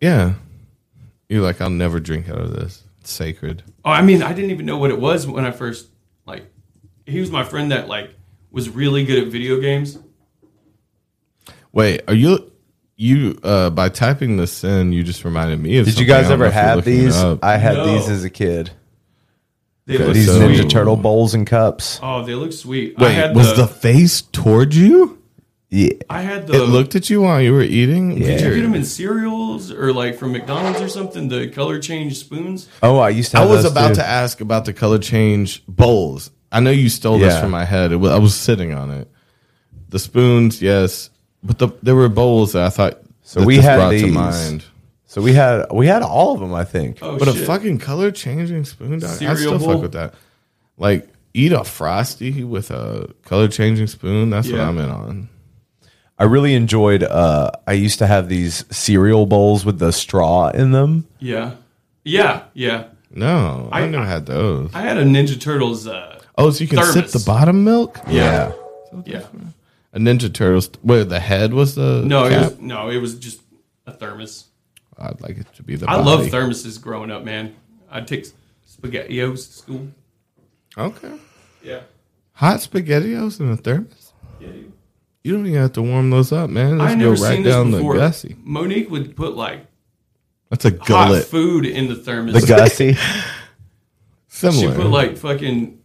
[SPEAKER 4] yeah. You're like, I'll never drink out of this. It's sacred.
[SPEAKER 3] Oh, I mean, I didn't even know what it was when I first like. He was my friend that like was really good at video games.
[SPEAKER 4] Wait, are you you uh by typing this in, you just reminded me of
[SPEAKER 2] Did you
[SPEAKER 4] something.
[SPEAKER 2] guys
[SPEAKER 4] I don't know
[SPEAKER 2] ever
[SPEAKER 4] if you're
[SPEAKER 2] have
[SPEAKER 4] looking it
[SPEAKER 2] these?
[SPEAKER 4] up.
[SPEAKER 2] I had
[SPEAKER 3] No.
[SPEAKER 2] these as a kid.
[SPEAKER 3] They look
[SPEAKER 2] these Ninja
[SPEAKER 3] sweet.
[SPEAKER 2] Turtle bowls and cups.
[SPEAKER 3] Oh, they look sweet. I
[SPEAKER 4] Wait,
[SPEAKER 3] had
[SPEAKER 4] was the, face toward you?
[SPEAKER 2] Yeah.
[SPEAKER 3] I had
[SPEAKER 4] It
[SPEAKER 3] the-
[SPEAKER 4] looked at you while you were eating?
[SPEAKER 3] Did you
[SPEAKER 4] Weird.
[SPEAKER 3] get them in cereals or like from McDonald's or something? The color change spoons.
[SPEAKER 2] Oh, I used to.
[SPEAKER 4] I
[SPEAKER 2] Have
[SPEAKER 4] was
[SPEAKER 2] those,
[SPEAKER 4] about
[SPEAKER 2] too.
[SPEAKER 4] to ask about the color change bowls. I know you stole this
[SPEAKER 2] Yeah.
[SPEAKER 4] from my head. It was, I was sitting on it. The spoons, yes, but the, there were bowls that I thought.
[SPEAKER 2] So
[SPEAKER 4] that
[SPEAKER 2] we
[SPEAKER 4] this
[SPEAKER 2] had
[SPEAKER 4] brought
[SPEAKER 2] these. So we had we had all of them. I think.
[SPEAKER 3] Oh,
[SPEAKER 4] but a fucking color changing spoon, dog, I
[SPEAKER 2] Cereal
[SPEAKER 4] still
[SPEAKER 2] bowl?
[SPEAKER 4] fuck with that. Like eat a frosty with a color changing spoon. That's what
[SPEAKER 2] Yeah.
[SPEAKER 4] I'm in on.
[SPEAKER 2] I really enjoyed. Uh, I used to have these cereal bowls with the straw in them.
[SPEAKER 3] Yeah, yeah, yeah.
[SPEAKER 4] No, I,
[SPEAKER 3] I-
[SPEAKER 4] never had those.
[SPEAKER 3] I had a Ninja Turtles. Uh,
[SPEAKER 4] oh, so you can sip
[SPEAKER 3] thermos.
[SPEAKER 4] the bottom milk.
[SPEAKER 3] Yeah. Yeah.
[SPEAKER 4] A Ninja Turtles. Where the head was the
[SPEAKER 3] No, it
[SPEAKER 4] cap?
[SPEAKER 3] was, no, it was just a thermos.
[SPEAKER 4] I'd like it to be the.
[SPEAKER 3] I love
[SPEAKER 4] body.
[SPEAKER 3] thermoses growing up, man. I'd take spaghettios to school.
[SPEAKER 4] Okay.
[SPEAKER 3] Yeah.
[SPEAKER 4] Hot spaghettios in a thermos? You don't even have to warm those up, man. Just
[SPEAKER 3] I've
[SPEAKER 4] go
[SPEAKER 3] never
[SPEAKER 4] right
[SPEAKER 3] seen
[SPEAKER 4] down
[SPEAKER 3] this
[SPEAKER 4] the
[SPEAKER 3] before.
[SPEAKER 4] gussy.
[SPEAKER 3] Monique would put like
[SPEAKER 4] That's a
[SPEAKER 3] hot
[SPEAKER 4] gullet.
[SPEAKER 3] food in the thermos.
[SPEAKER 4] The Gussie? Similar.
[SPEAKER 3] She put like fucking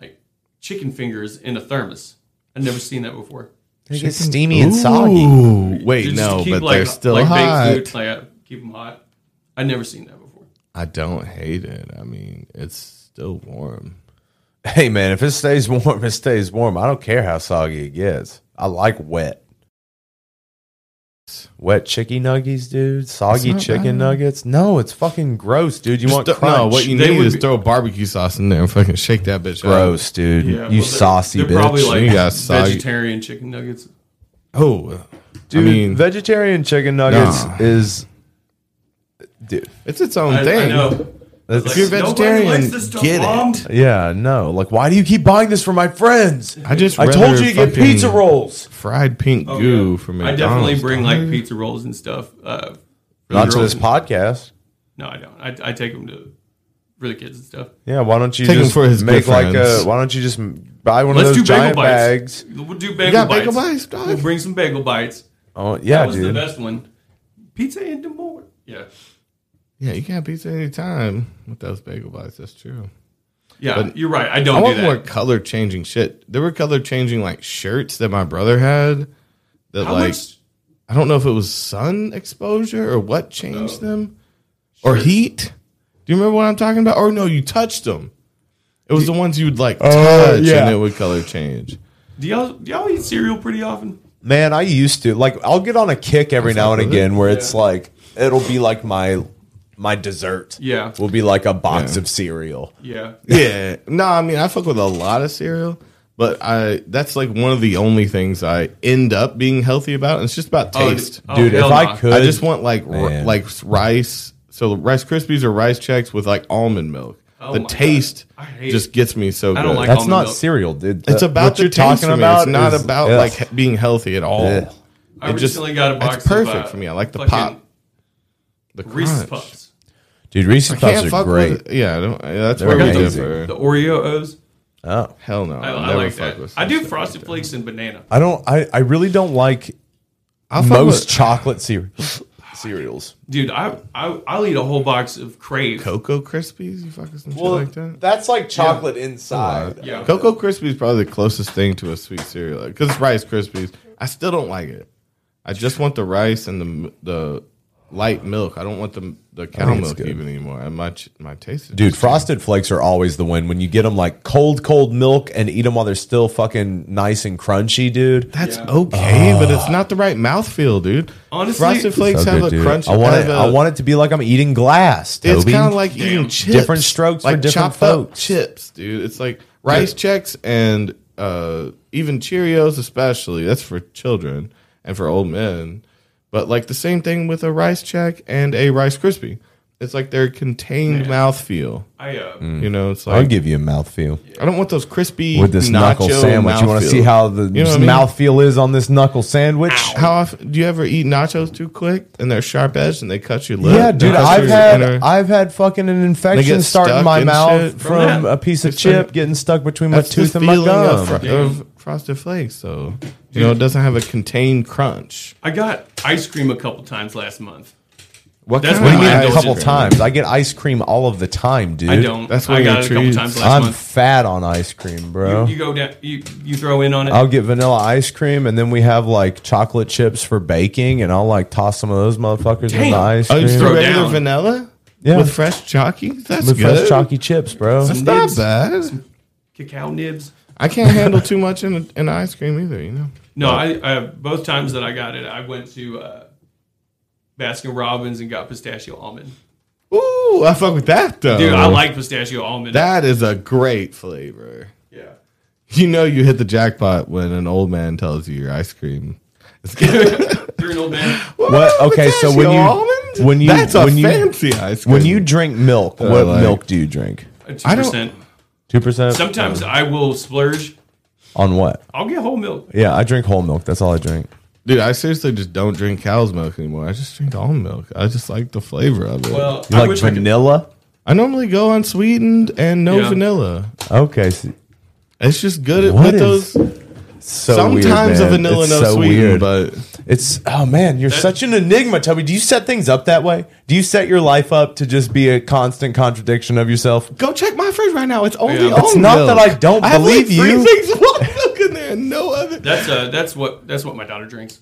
[SPEAKER 3] like chicken fingers in a thermos. I've never seen that before.
[SPEAKER 14] They
[SPEAKER 4] Chicken-
[SPEAKER 14] get steamy and soggy.
[SPEAKER 4] Ooh, wait,
[SPEAKER 3] Just
[SPEAKER 4] no,
[SPEAKER 3] keep,
[SPEAKER 4] but
[SPEAKER 3] like,
[SPEAKER 4] they're still
[SPEAKER 3] like
[SPEAKER 4] hot.
[SPEAKER 3] Baked food, like uh, keep them hot. I've never seen that before.
[SPEAKER 4] I don't hate it. I mean, it's still warm.
[SPEAKER 2] Hey man, if it stays warm, it stays warm. I don't care how soggy it gets. I like wet. Wet chicken nuggets, dude. Soggy
[SPEAKER 4] not
[SPEAKER 2] chicken
[SPEAKER 4] bad.
[SPEAKER 2] nuggets. No, it's fucking gross, dude. You
[SPEAKER 4] Just
[SPEAKER 2] want
[SPEAKER 4] th-
[SPEAKER 2] crunch.
[SPEAKER 4] No, what you need is throw barbecue sauce in there and fucking shake that bitch out.
[SPEAKER 2] Gross, dude. You
[SPEAKER 3] well, they're-
[SPEAKER 2] saucy
[SPEAKER 3] they're
[SPEAKER 2] bitch.
[SPEAKER 3] Probably like
[SPEAKER 4] You got soggy-
[SPEAKER 3] vegetarian chicken nuggets.
[SPEAKER 4] Oh,
[SPEAKER 2] dude.
[SPEAKER 4] I mean,
[SPEAKER 2] vegetarian chicken nuggets
[SPEAKER 4] Nah.
[SPEAKER 2] is, dude.
[SPEAKER 4] it's its own
[SPEAKER 3] I- I
[SPEAKER 4] thing.
[SPEAKER 3] know.
[SPEAKER 2] That's-
[SPEAKER 4] If you're
[SPEAKER 2] Nobody likes
[SPEAKER 4] vegetarian,
[SPEAKER 3] this stuff
[SPEAKER 4] get
[SPEAKER 3] bombed.
[SPEAKER 4] it.
[SPEAKER 2] Yeah, no. Like, why do you keep buying this for my friends?
[SPEAKER 4] I just
[SPEAKER 2] I told
[SPEAKER 4] rather
[SPEAKER 2] you to get
[SPEAKER 4] fucking
[SPEAKER 2] pizza rolls.
[SPEAKER 4] fried pink
[SPEAKER 3] Oh,
[SPEAKER 4] goo
[SPEAKER 3] yeah.
[SPEAKER 4] from
[SPEAKER 3] I
[SPEAKER 4] McDonald's.
[SPEAKER 3] definitely bring
[SPEAKER 4] dog.
[SPEAKER 3] like pizza rolls and stuff. Uh, for
[SPEAKER 2] Not
[SPEAKER 3] the
[SPEAKER 2] to
[SPEAKER 3] girls.
[SPEAKER 2] this podcast.
[SPEAKER 3] No, I don't. I, I take them to for the kids and stuff.
[SPEAKER 2] Yeah, why don't you
[SPEAKER 4] Take him
[SPEAKER 2] just
[SPEAKER 4] for his
[SPEAKER 2] make
[SPEAKER 4] good
[SPEAKER 2] like a?
[SPEAKER 4] friends.
[SPEAKER 2] Why don't you just buy one
[SPEAKER 3] Let's
[SPEAKER 2] of
[SPEAKER 3] do
[SPEAKER 2] those
[SPEAKER 3] bagel
[SPEAKER 2] giant
[SPEAKER 3] bites.
[SPEAKER 2] bags?
[SPEAKER 3] We'll do
[SPEAKER 4] You
[SPEAKER 3] bagel
[SPEAKER 4] got
[SPEAKER 3] bites.
[SPEAKER 4] bagel bites, dog?
[SPEAKER 3] We'll bring some bagel bites.
[SPEAKER 2] Oh yeah,
[SPEAKER 3] that was the
[SPEAKER 2] dude.
[SPEAKER 3] best one. Pizza and more. Yeah,
[SPEAKER 4] Yeah, you can't pizza anytime with those bagel bites. That's true.
[SPEAKER 3] Yeah, you're right. I don't
[SPEAKER 4] I
[SPEAKER 3] do
[SPEAKER 4] want
[SPEAKER 3] that.
[SPEAKER 4] more color changing shit. There were color changing like shirts that my brother had. That
[SPEAKER 3] How
[SPEAKER 4] like
[SPEAKER 3] much-
[SPEAKER 4] I don't know if it was sun exposure or what changed them, or heat. Do you remember what I'm talking about? Or no, you touched them. It was the ones you would like
[SPEAKER 2] Oh,
[SPEAKER 4] touch
[SPEAKER 2] yeah.
[SPEAKER 4] and it would color change.
[SPEAKER 3] do y'all do y'all eat cereal pretty often?
[SPEAKER 2] Man, I used to like. I'll get on a kick every now and again where it's like it'll be like my my dessert.
[SPEAKER 3] Yeah.
[SPEAKER 2] will be like a box of cereal.
[SPEAKER 3] Yeah,
[SPEAKER 4] yeah. No, I mean I fuck with a lot of cereal, but I that's like one of the only things I end up being healthy about. And it's just about
[SPEAKER 2] Oh,
[SPEAKER 4] taste,
[SPEAKER 2] d- oh, Dude, if hell I no. could-
[SPEAKER 4] I just want like r-
[SPEAKER 2] Man.
[SPEAKER 4] like rice. So Rice Krispies or Rice Checks with like almond milk.
[SPEAKER 2] Oh
[SPEAKER 4] the
[SPEAKER 2] my God.
[SPEAKER 4] taste
[SPEAKER 2] I hate
[SPEAKER 4] just
[SPEAKER 2] it.
[SPEAKER 4] gets me so
[SPEAKER 2] I
[SPEAKER 4] good.
[SPEAKER 2] don't like That's almond not milk. cereal, dude.
[SPEAKER 4] It's
[SPEAKER 2] The-
[SPEAKER 4] about
[SPEAKER 2] what
[SPEAKER 4] the
[SPEAKER 2] you're
[SPEAKER 4] taste
[SPEAKER 2] talking
[SPEAKER 4] for me.
[SPEAKER 2] about
[SPEAKER 4] It's not
[SPEAKER 2] is-
[SPEAKER 4] about
[SPEAKER 2] ugh.
[SPEAKER 4] like he- being healthy at all.
[SPEAKER 2] Ugh.
[SPEAKER 3] I
[SPEAKER 4] It just-
[SPEAKER 3] recently got a
[SPEAKER 4] it's
[SPEAKER 3] box.
[SPEAKER 4] perfect
[SPEAKER 3] of, uh,
[SPEAKER 4] for me. I like the
[SPEAKER 3] fucking
[SPEAKER 4] pop, the
[SPEAKER 3] Reese's
[SPEAKER 4] crunch.
[SPEAKER 3] Puffs.
[SPEAKER 2] Dude, Reese's
[SPEAKER 4] I
[SPEAKER 2] Puffs
[SPEAKER 4] can't
[SPEAKER 2] are
[SPEAKER 4] fuck
[SPEAKER 2] great.
[SPEAKER 4] with it. yeah, I don't, that's
[SPEAKER 2] They're
[SPEAKER 4] where we
[SPEAKER 2] amazing.
[SPEAKER 4] differ.
[SPEAKER 3] The Oreo O's.
[SPEAKER 2] Oh
[SPEAKER 4] hell no!
[SPEAKER 3] I,
[SPEAKER 4] I'll
[SPEAKER 3] I
[SPEAKER 4] never
[SPEAKER 3] like
[SPEAKER 4] fuck
[SPEAKER 3] that.
[SPEAKER 4] with
[SPEAKER 3] I do frosted flakes and banana.
[SPEAKER 2] I don't. I, I really don't like
[SPEAKER 4] I'll fuck
[SPEAKER 2] most
[SPEAKER 4] with-
[SPEAKER 2] chocolate cereal cereals.
[SPEAKER 3] Dude, I, I I'll eat a whole box of Crave.
[SPEAKER 4] Cocoa Krispies, you fucking some
[SPEAKER 2] Well,
[SPEAKER 4] shit like that.
[SPEAKER 2] that's like chocolate inside.
[SPEAKER 4] Uh, Cocoa Krispies is probably the closest thing to a sweet cereal because it's Rice Krispies. I still don't like it. I just want the rice and the the light milk. I don't want the the cow
[SPEAKER 2] think it's
[SPEAKER 4] milk
[SPEAKER 2] good.
[SPEAKER 4] even anymore. And my ch- my taste is
[SPEAKER 2] Dude, frosted flakes are always the win when you get them like cold, cold milk and eat them while they're still fucking nice and crunchy, dude.
[SPEAKER 4] That's okay, but
[SPEAKER 2] Ah.
[SPEAKER 4] it's not the right mouthfeel, dude. Honestly, frosted flakes have a crunch.
[SPEAKER 2] I want
[SPEAKER 4] have
[SPEAKER 2] it.
[SPEAKER 4] a-
[SPEAKER 2] I want it to be like I'm eating glass. Toby.
[SPEAKER 4] It's kind of like eating chips.
[SPEAKER 2] Different strokes
[SPEAKER 4] like
[SPEAKER 2] for different
[SPEAKER 4] chopped
[SPEAKER 2] folks.
[SPEAKER 4] Up chips, dude. It's like rice checks and uh, even Cheerios, especially. That's for children and for old men. But like the same thing with a rice check and a Rice crispy. It's like their contained mouthfeel.
[SPEAKER 3] I, uh,
[SPEAKER 4] you know, it's like
[SPEAKER 2] I'll give you a mouthfeel
[SPEAKER 4] I don't want those crispy
[SPEAKER 2] with this knuckle
[SPEAKER 4] nacho
[SPEAKER 2] sandwich. You want to
[SPEAKER 4] mouthfeel.
[SPEAKER 2] see how the
[SPEAKER 4] You know what I mean?
[SPEAKER 2] mouthfeel is on this knuckle sandwich?
[SPEAKER 4] How often do you ever eat nachos too quick and they're sharp edged and they cut your lip?
[SPEAKER 2] Yeah,
[SPEAKER 4] They
[SPEAKER 2] dude,
[SPEAKER 4] cut
[SPEAKER 2] I've
[SPEAKER 4] your
[SPEAKER 2] had
[SPEAKER 4] inner-
[SPEAKER 2] I've had fucking an infection start in
[SPEAKER 4] stuck
[SPEAKER 2] my
[SPEAKER 4] and
[SPEAKER 2] mouth
[SPEAKER 4] shit
[SPEAKER 2] from
[SPEAKER 4] that.
[SPEAKER 2] a piece of
[SPEAKER 4] It's like-
[SPEAKER 2] chip getting stuck between my
[SPEAKER 4] That's the
[SPEAKER 2] tooth and my
[SPEAKER 4] feeling
[SPEAKER 2] gum.
[SPEAKER 4] Of, fr- of frosted flakes, so you know it doesn't have a contained crunch.
[SPEAKER 3] I got ice cream a couple times last month.
[SPEAKER 2] What
[SPEAKER 3] That's
[SPEAKER 2] kind of
[SPEAKER 3] when
[SPEAKER 2] mean
[SPEAKER 3] I
[SPEAKER 2] a
[SPEAKER 3] indulge
[SPEAKER 2] couple
[SPEAKER 3] in-
[SPEAKER 2] times? I get ice cream all of the time, dude.
[SPEAKER 3] I don't. That's I one of got your it a couple treats. times last
[SPEAKER 2] I'm
[SPEAKER 3] month.
[SPEAKER 2] fat on ice cream, bro.
[SPEAKER 3] You go down. You you throw in on it.
[SPEAKER 2] I'll get vanilla ice cream, and then we have like chocolate chips for baking, and I'll like toss some of those motherfuckers in
[SPEAKER 4] Damn.
[SPEAKER 2] the ice
[SPEAKER 4] Oh,
[SPEAKER 2] cream.
[SPEAKER 4] you just throw regular vanilla
[SPEAKER 2] Yeah.
[SPEAKER 4] with fresh chalky. That's
[SPEAKER 2] With
[SPEAKER 4] good.
[SPEAKER 2] fresh chalky chips, bro.
[SPEAKER 4] That's not bad.
[SPEAKER 3] Some cacao nibs.
[SPEAKER 4] I can't handle too much in, in ice cream either. You know.
[SPEAKER 3] No, I, I both times that I got it, I went to uh, Baskin Robbins and got pistachio almond.
[SPEAKER 4] Ooh, I fuck with that though.
[SPEAKER 3] Dude, I like pistachio almond.
[SPEAKER 4] Oh. That is a great flavor. Yeah. You know you hit the jackpot when an old man tells you your ice cream. is good.
[SPEAKER 3] You're an old man.
[SPEAKER 2] What? Okay, so when you
[SPEAKER 4] Pistachio almond?
[SPEAKER 2] when you
[SPEAKER 4] That's a
[SPEAKER 2] when you,
[SPEAKER 4] fancy ice
[SPEAKER 2] When
[SPEAKER 4] cream.
[SPEAKER 2] you drink milk,
[SPEAKER 4] Uh,
[SPEAKER 2] what
[SPEAKER 4] like-
[SPEAKER 2] milk do you drink?
[SPEAKER 3] Two percent.
[SPEAKER 2] Two percent.
[SPEAKER 3] Sometimes I will splurge.
[SPEAKER 2] on what?
[SPEAKER 3] I'll get whole milk.
[SPEAKER 2] Yeah, I drink whole milk. That's all I drink.
[SPEAKER 4] Dude, I seriously just don't drink cow's milk anymore. I just drink almond milk. I just like the flavor of it.
[SPEAKER 3] Well, You I like wish I could-
[SPEAKER 2] vanilla?
[SPEAKER 4] I, normally go unsweetened and no
[SPEAKER 3] Yeah.
[SPEAKER 4] vanilla.
[SPEAKER 2] Okay. so-
[SPEAKER 4] It's just good at
[SPEAKER 2] What
[SPEAKER 4] with
[SPEAKER 2] is-
[SPEAKER 4] those.
[SPEAKER 2] So
[SPEAKER 4] sometimes
[SPEAKER 2] weird,
[SPEAKER 4] a
[SPEAKER 2] man.
[SPEAKER 4] vanilla
[SPEAKER 2] It's
[SPEAKER 4] no
[SPEAKER 2] so
[SPEAKER 4] sweetened,
[SPEAKER 2] weird.
[SPEAKER 4] but
[SPEAKER 2] it's oh man, you're such an enigma, Toby. Do you set things up that way? Do you set your life up to just be a constant contradiction of yourself?
[SPEAKER 4] Go check my fridge right now. It's only
[SPEAKER 2] Yeah. It's
[SPEAKER 4] almond
[SPEAKER 2] not
[SPEAKER 4] milk.
[SPEAKER 2] that I don't
[SPEAKER 4] have, like,
[SPEAKER 2] believe you.
[SPEAKER 4] Three things of almond milk in there, and no other.
[SPEAKER 3] That's uh that's what that's what my daughter drinks.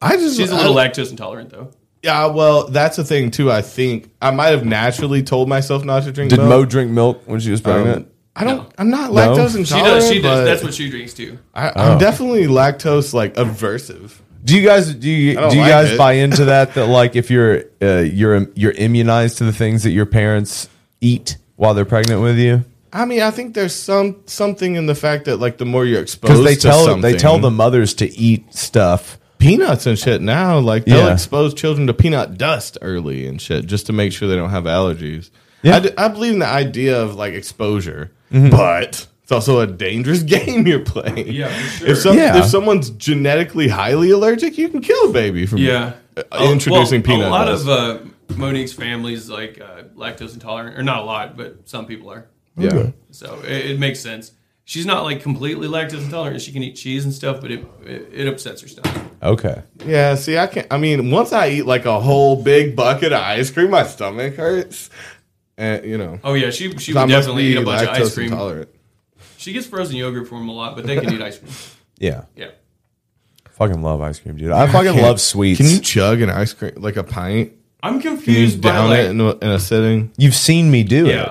[SPEAKER 4] I just-
[SPEAKER 3] she's a little
[SPEAKER 4] I-
[SPEAKER 3] lactose intolerant though.
[SPEAKER 4] Yeah, well, that's the thing too. I think I might have naturally told myself not to drink.
[SPEAKER 2] Did
[SPEAKER 4] milk.
[SPEAKER 2] Mo drink milk when
[SPEAKER 4] um,
[SPEAKER 2] she was pregnant?
[SPEAKER 4] I don't. I'm not
[SPEAKER 2] No?
[SPEAKER 4] lactose
[SPEAKER 2] She
[SPEAKER 4] intolerant.
[SPEAKER 2] does,
[SPEAKER 3] she does.
[SPEAKER 4] but
[SPEAKER 3] That's what she drinks, too.
[SPEAKER 4] I, I'm
[SPEAKER 2] Oh.
[SPEAKER 4] definitely lactose like aversive.
[SPEAKER 2] Do you guys do you
[SPEAKER 4] I don't
[SPEAKER 2] do you
[SPEAKER 4] like
[SPEAKER 2] guys
[SPEAKER 4] it.
[SPEAKER 2] buy into that that like if you're uh, you're you're immunized to the things that your parents eat while they're pregnant with you?
[SPEAKER 4] I mean, I think there's some something in the fact that like the more you're exposed,
[SPEAKER 2] Because they
[SPEAKER 4] to
[SPEAKER 2] tell
[SPEAKER 4] something,
[SPEAKER 2] they tell the mothers to eat stuff.
[SPEAKER 4] peanuts and shit now. Like they'll
[SPEAKER 2] Yeah.
[SPEAKER 4] expose children to peanut dust early and shit just to make sure they don't have allergies.
[SPEAKER 2] Yeah.
[SPEAKER 4] I, d- I believe in the idea of like exposure,
[SPEAKER 2] Mhm.
[SPEAKER 4] but it's also a dangerous game you're playing.
[SPEAKER 3] Yeah, for
[SPEAKER 4] If some,
[SPEAKER 3] sure. Yeah.
[SPEAKER 4] if someone's genetically highly allergic, you can kill a baby from
[SPEAKER 3] Yeah,
[SPEAKER 4] uh,
[SPEAKER 3] Oh,
[SPEAKER 4] introducing
[SPEAKER 3] well,
[SPEAKER 4] peanut
[SPEAKER 3] A lot
[SPEAKER 4] dust.
[SPEAKER 3] of uh, Monique's families like uh, lactose intolerant, or not a lot, but some people are.
[SPEAKER 4] Yeah. Okay.
[SPEAKER 3] so it, it makes sense. She's not like completely lactose intolerant. She can eat cheese and stuff, but it it, it upsets her stomach.
[SPEAKER 2] Okay.
[SPEAKER 4] Yeah, see, I can't. I mean, once I eat like a whole big bucket of ice cream, my stomach hurts. And you know.
[SPEAKER 3] Oh yeah, she she
[SPEAKER 4] I
[SPEAKER 3] would
[SPEAKER 4] must
[SPEAKER 3] definitely
[SPEAKER 4] be
[SPEAKER 3] eat a bunch of ice
[SPEAKER 4] lactose
[SPEAKER 3] cream.
[SPEAKER 4] intolerant.
[SPEAKER 3] She gets frozen yogurt for them a lot, but they can eat ice cream.
[SPEAKER 2] Yeah.
[SPEAKER 3] Yeah.
[SPEAKER 2] Fucking love ice cream, dude. I fucking
[SPEAKER 4] can't-
[SPEAKER 2] love sweets.
[SPEAKER 4] Can you chug an ice cream like a pint?
[SPEAKER 3] I'm
[SPEAKER 4] Can you
[SPEAKER 3] confused by
[SPEAKER 4] down
[SPEAKER 3] like
[SPEAKER 4] it in a, in a sitting?
[SPEAKER 2] You've seen me do
[SPEAKER 4] it.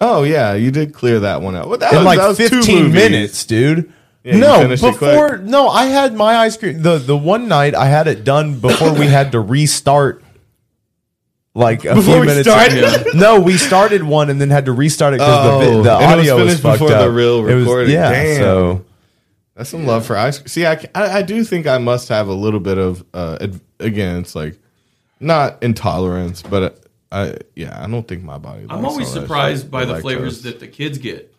[SPEAKER 4] Oh yeah, you did clear that one out. Well, that
[SPEAKER 2] in
[SPEAKER 4] was,
[SPEAKER 2] like
[SPEAKER 4] that was two
[SPEAKER 2] 15
[SPEAKER 4] movies.
[SPEAKER 2] minutes, dude.
[SPEAKER 4] Yeah, you
[SPEAKER 2] no,
[SPEAKER 4] finished it quick.
[SPEAKER 2] before no, I had my ice cream. The the one night I had it done before we had to restart. Like a
[SPEAKER 4] Before
[SPEAKER 2] few
[SPEAKER 4] we
[SPEAKER 2] minutes.
[SPEAKER 4] started?
[SPEAKER 2] ago. No, we started one and then had to restart it because the, vi-
[SPEAKER 4] Oh,
[SPEAKER 2] the
[SPEAKER 4] and it was
[SPEAKER 2] audio was,
[SPEAKER 4] finished
[SPEAKER 2] fucked
[SPEAKER 4] before
[SPEAKER 2] up.
[SPEAKER 4] the real
[SPEAKER 2] It was-
[SPEAKER 4] recording.
[SPEAKER 2] yeah,
[SPEAKER 4] Damn.
[SPEAKER 2] so
[SPEAKER 4] That's some love for ice cream. See, I, ca- I, I do think I must have a little bit of uh, ad- again, it's like not intolerance, but uh, I, I yeah, I don't think my body.
[SPEAKER 3] I'm
[SPEAKER 4] likes
[SPEAKER 3] always
[SPEAKER 4] all that shit.
[SPEAKER 3] surprised by the
[SPEAKER 4] lactose.
[SPEAKER 3] flavors that the kids get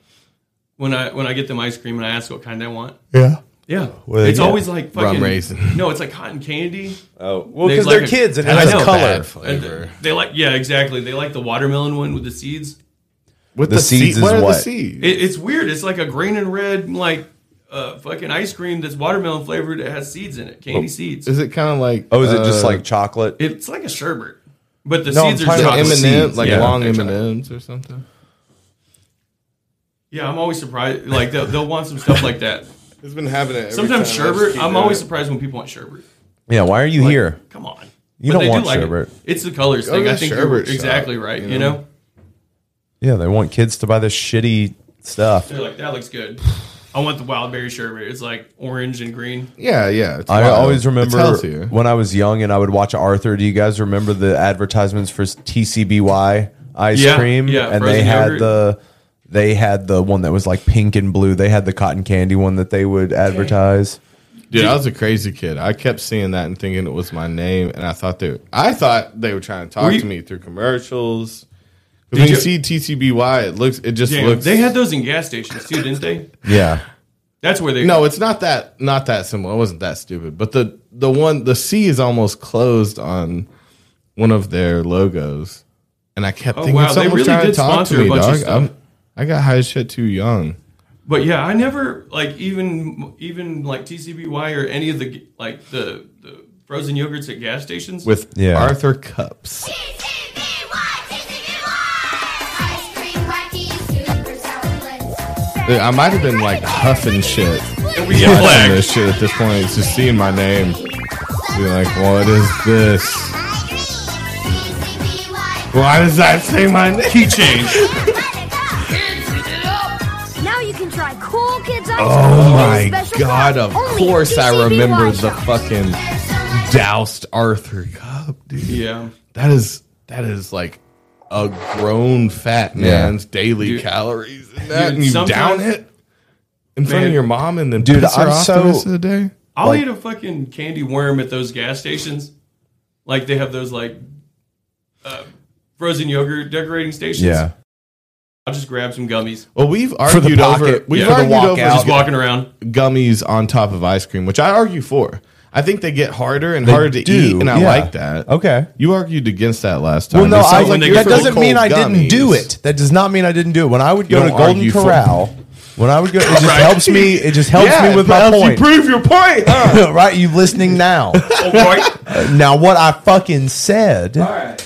[SPEAKER 3] when I when I get them ice cream and I ask what kind I want.
[SPEAKER 2] Yeah.
[SPEAKER 3] yeah.
[SPEAKER 2] What do they
[SPEAKER 3] it's
[SPEAKER 2] get?
[SPEAKER 3] always like
[SPEAKER 2] Rum
[SPEAKER 3] fucking,
[SPEAKER 2] raisin.
[SPEAKER 3] No, it's like cotton candy.
[SPEAKER 2] Oh, well, 'cause they're kids and it
[SPEAKER 3] I
[SPEAKER 2] has
[SPEAKER 3] know.
[SPEAKER 2] color.
[SPEAKER 3] And
[SPEAKER 2] flavor.
[SPEAKER 3] They like yeah, exactly. They like the watermelon one with the seeds.
[SPEAKER 4] With
[SPEAKER 2] The the seeds seed- is what are the what? seeds?
[SPEAKER 3] It, it's weird. It's like a green and red like uh, fucking ice cream that's watermelon flavored. It has seeds in it, candy seeds.
[SPEAKER 4] Is it kind of like?
[SPEAKER 2] Oh, is it just
[SPEAKER 4] uh,
[SPEAKER 2] like chocolate?
[SPEAKER 3] It's like a sherbet, but the
[SPEAKER 4] No, I'm
[SPEAKER 3] seeds are
[SPEAKER 4] talking about
[SPEAKER 3] chocolate
[SPEAKER 4] M&M,
[SPEAKER 3] seeds.
[SPEAKER 4] like
[SPEAKER 3] Yeah.
[SPEAKER 4] long M and M's or something?
[SPEAKER 3] Yeah, I'm always surprised. Like they'll, they'll want some stuff like that.
[SPEAKER 4] It's been happening. every
[SPEAKER 3] Sometimes
[SPEAKER 4] time I just
[SPEAKER 3] sherbet.
[SPEAKER 4] keep
[SPEAKER 3] I'm
[SPEAKER 4] doing
[SPEAKER 3] always
[SPEAKER 4] it.
[SPEAKER 3] surprised when people want sherbet.
[SPEAKER 2] Yeah, why are you here?
[SPEAKER 3] Come on.
[SPEAKER 2] You don't
[SPEAKER 3] But they do
[SPEAKER 2] want
[SPEAKER 3] like it.
[SPEAKER 2] sherbet.
[SPEAKER 3] It's the colors
[SPEAKER 4] Go
[SPEAKER 3] thing.
[SPEAKER 4] get
[SPEAKER 3] I
[SPEAKER 4] a
[SPEAKER 3] think you're
[SPEAKER 4] Oh, sherbet shot,
[SPEAKER 3] exactly right.
[SPEAKER 4] you
[SPEAKER 3] You
[SPEAKER 4] know?
[SPEAKER 3] know,
[SPEAKER 2] Yeah, they want kids to buy this shitty stuff.
[SPEAKER 3] they're like that looks good. I want the wild berry sherbet. It's like orange and green.
[SPEAKER 2] I always remember
[SPEAKER 4] healthier.
[SPEAKER 2] when I was young and I would watch Arthur. Do you guys remember the advertisements for TCBY ice
[SPEAKER 3] Yeah,
[SPEAKER 2] cream?
[SPEAKER 3] yeah,
[SPEAKER 2] and they
[SPEAKER 3] frozen
[SPEAKER 2] had
[SPEAKER 3] yogurt.
[SPEAKER 2] the they had the one that was like pink and blue. They had the cotton candy one that they would advertise.
[SPEAKER 4] Dude, I was a crazy kid. I kept seeing that and thinking it was my name, and I thought they, I thought they were trying to
[SPEAKER 3] Were
[SPEAKER 4] talk
[SPEAKER 3] you-
[SPEAKER 4] to me through commercials. 'Cause
[SPEAKER 3] Did
[SPEAKER 4] When you,
[SPEAKER 3] you-
[SPEAKER 4] see TCBY, it looks, it just
[SPEAKER 3] Damn,
[SPEAKER 4] looks.
[SPEAKER 3] They had those in gas stations too, didn't they?
[SPEAKER 2] yeah.
[SPEAKER 3] That's where they.
[SPEAKER 4] No, it's not that, not that simple. It wasn't that stupid, but the the one, the C is almost closed on one of their logos, and I kept
[SPEAKER 3] Oh,
[SPEAKER 4] thinking
[SPEAKER 3] wow, they
[SPEAKER 4] someone was
[SPEAKER 3] really
[SPEAKER 4] trying to
[SPEAKER 3] did
[SPEAKER 4] talk to
[SPEAKER 3] sponsor a
[SPEAKER 4] me,
[SPEAKER 3] bunch of
[SPEAKER 4] dog.
[SPEAKER 3] stuff.
[SPEAKER 4] I'm- I got high as shit too young.
[SPEAKER 3] But yeah, I never like even even like TCBY or any of the like the, the frozen yogurts at gas stations
[SPEAKER 4] with
[SPEAKER 2] Yeah.
[SPEAKER 4] Arthur Cups. Dude, I might have been like huffing shit.
[SPEAKER 3] we
[SPEAKER 4] watching
[SPEAKER 3] get flagged.
[SPEAKER 4] this shit at this point. It's just seeing my name. Be like, what is this? Why does that say my name?
[SPEAKER 3] Key change.
[SPEAKER 27] Now you can try cool kids ice
[SPEAKER 4] Oh
[SPEAKER 27] cream.
[SPEAKER 4] my god, of course I remember the fucking doused Arthur cup, dude.
[SPEAKER 3] Yeah.
[SPEAKER 4] That is that is like a grown fat
[SPEAKER 2] Yeah.
[SPEAKER 4] man's daily
[SPEAKER 2] Dude.
[SPEAKER 4] calories in that
[SPEAKER 3] Dude,
[SPEAKER 4] and you down
[SPEAKER 3] sometimes-
[SPEAKER 4] it in front of
[SPEAKER 3] Man.
[SPEAKER 4] your mom and then
[SPEAKER 2] Dude,
[SPEAKER 4] piss her
[SPEAKER 2] I'm
[SPEAKER 4] off
[SPEAKER 2] so-
[SPEAKER 4] the rest of the day.
[SPEAKER 3] I'll
[SPEAKER 4] Like-
[SPEAKER 3] eat a fucking candy worm at those gas stations. Like they have those like uh, frozen yogurt decorating stations.
[SPEAKER 4] Yeah.
[SPEAKER 3] I'll just grab some gummies.
[SPEAKER 4] Well, we've argued over. We've
[SPEAKER 3] yeah.
[SPEAKER 4] argued over
[SPEAKER 3] just walking around.
[SPEAKER 4] gummies on top of ice cream, which I argue for. I think they get harder and
[SPEAKER 2] They
[SPEAKER 4] harder to
[SPEAKER 2] do,
[SPEAKER 4] eat, and I
[SPEAKER 2] yeah.
[SPEAKER 4] like that.
[SPEAKER 2] Okay,
[SPEAKER 4] you argued against that last time.
[SPEAKER 2] Well, no,
[SPEAKER 4] It sounds
[SPEAKER 2] I,
[SPEAKER 4] like you're
[SPEAKER 2] that
[SPEAKER 4] for
[SPEAKER 2] doesn't
[SPEAKER 4] cold
[SPEAKER 2] mean I
[SPEAKER 4] gummies.
[SPEAKER 2] didn't do it. That does not mean I didn't do it. When I would
[SPEAKER 4] You
[SPEAKER 2] go to
[SPEAKER 4] don't
[SPEAKER 2] Golden
[SPEAKER 4] argue for-
[SPEAKER 2] Corral, when I would go, it just helps me. It just helps
[SPEAKER 4] Yeah,
[SPEAKER 2] me with
[SPEAKER 4] it
[SPEAKER 2] my
[SPEAKER 4] helps you
[SPEAKER 2] point.
[SPEAKER 4] prove your point,
[SPEAKER 2] right? You listening now?
[SPEAKER 3] Oh,
[SPEAKER 2] Uh, now what I fucking said.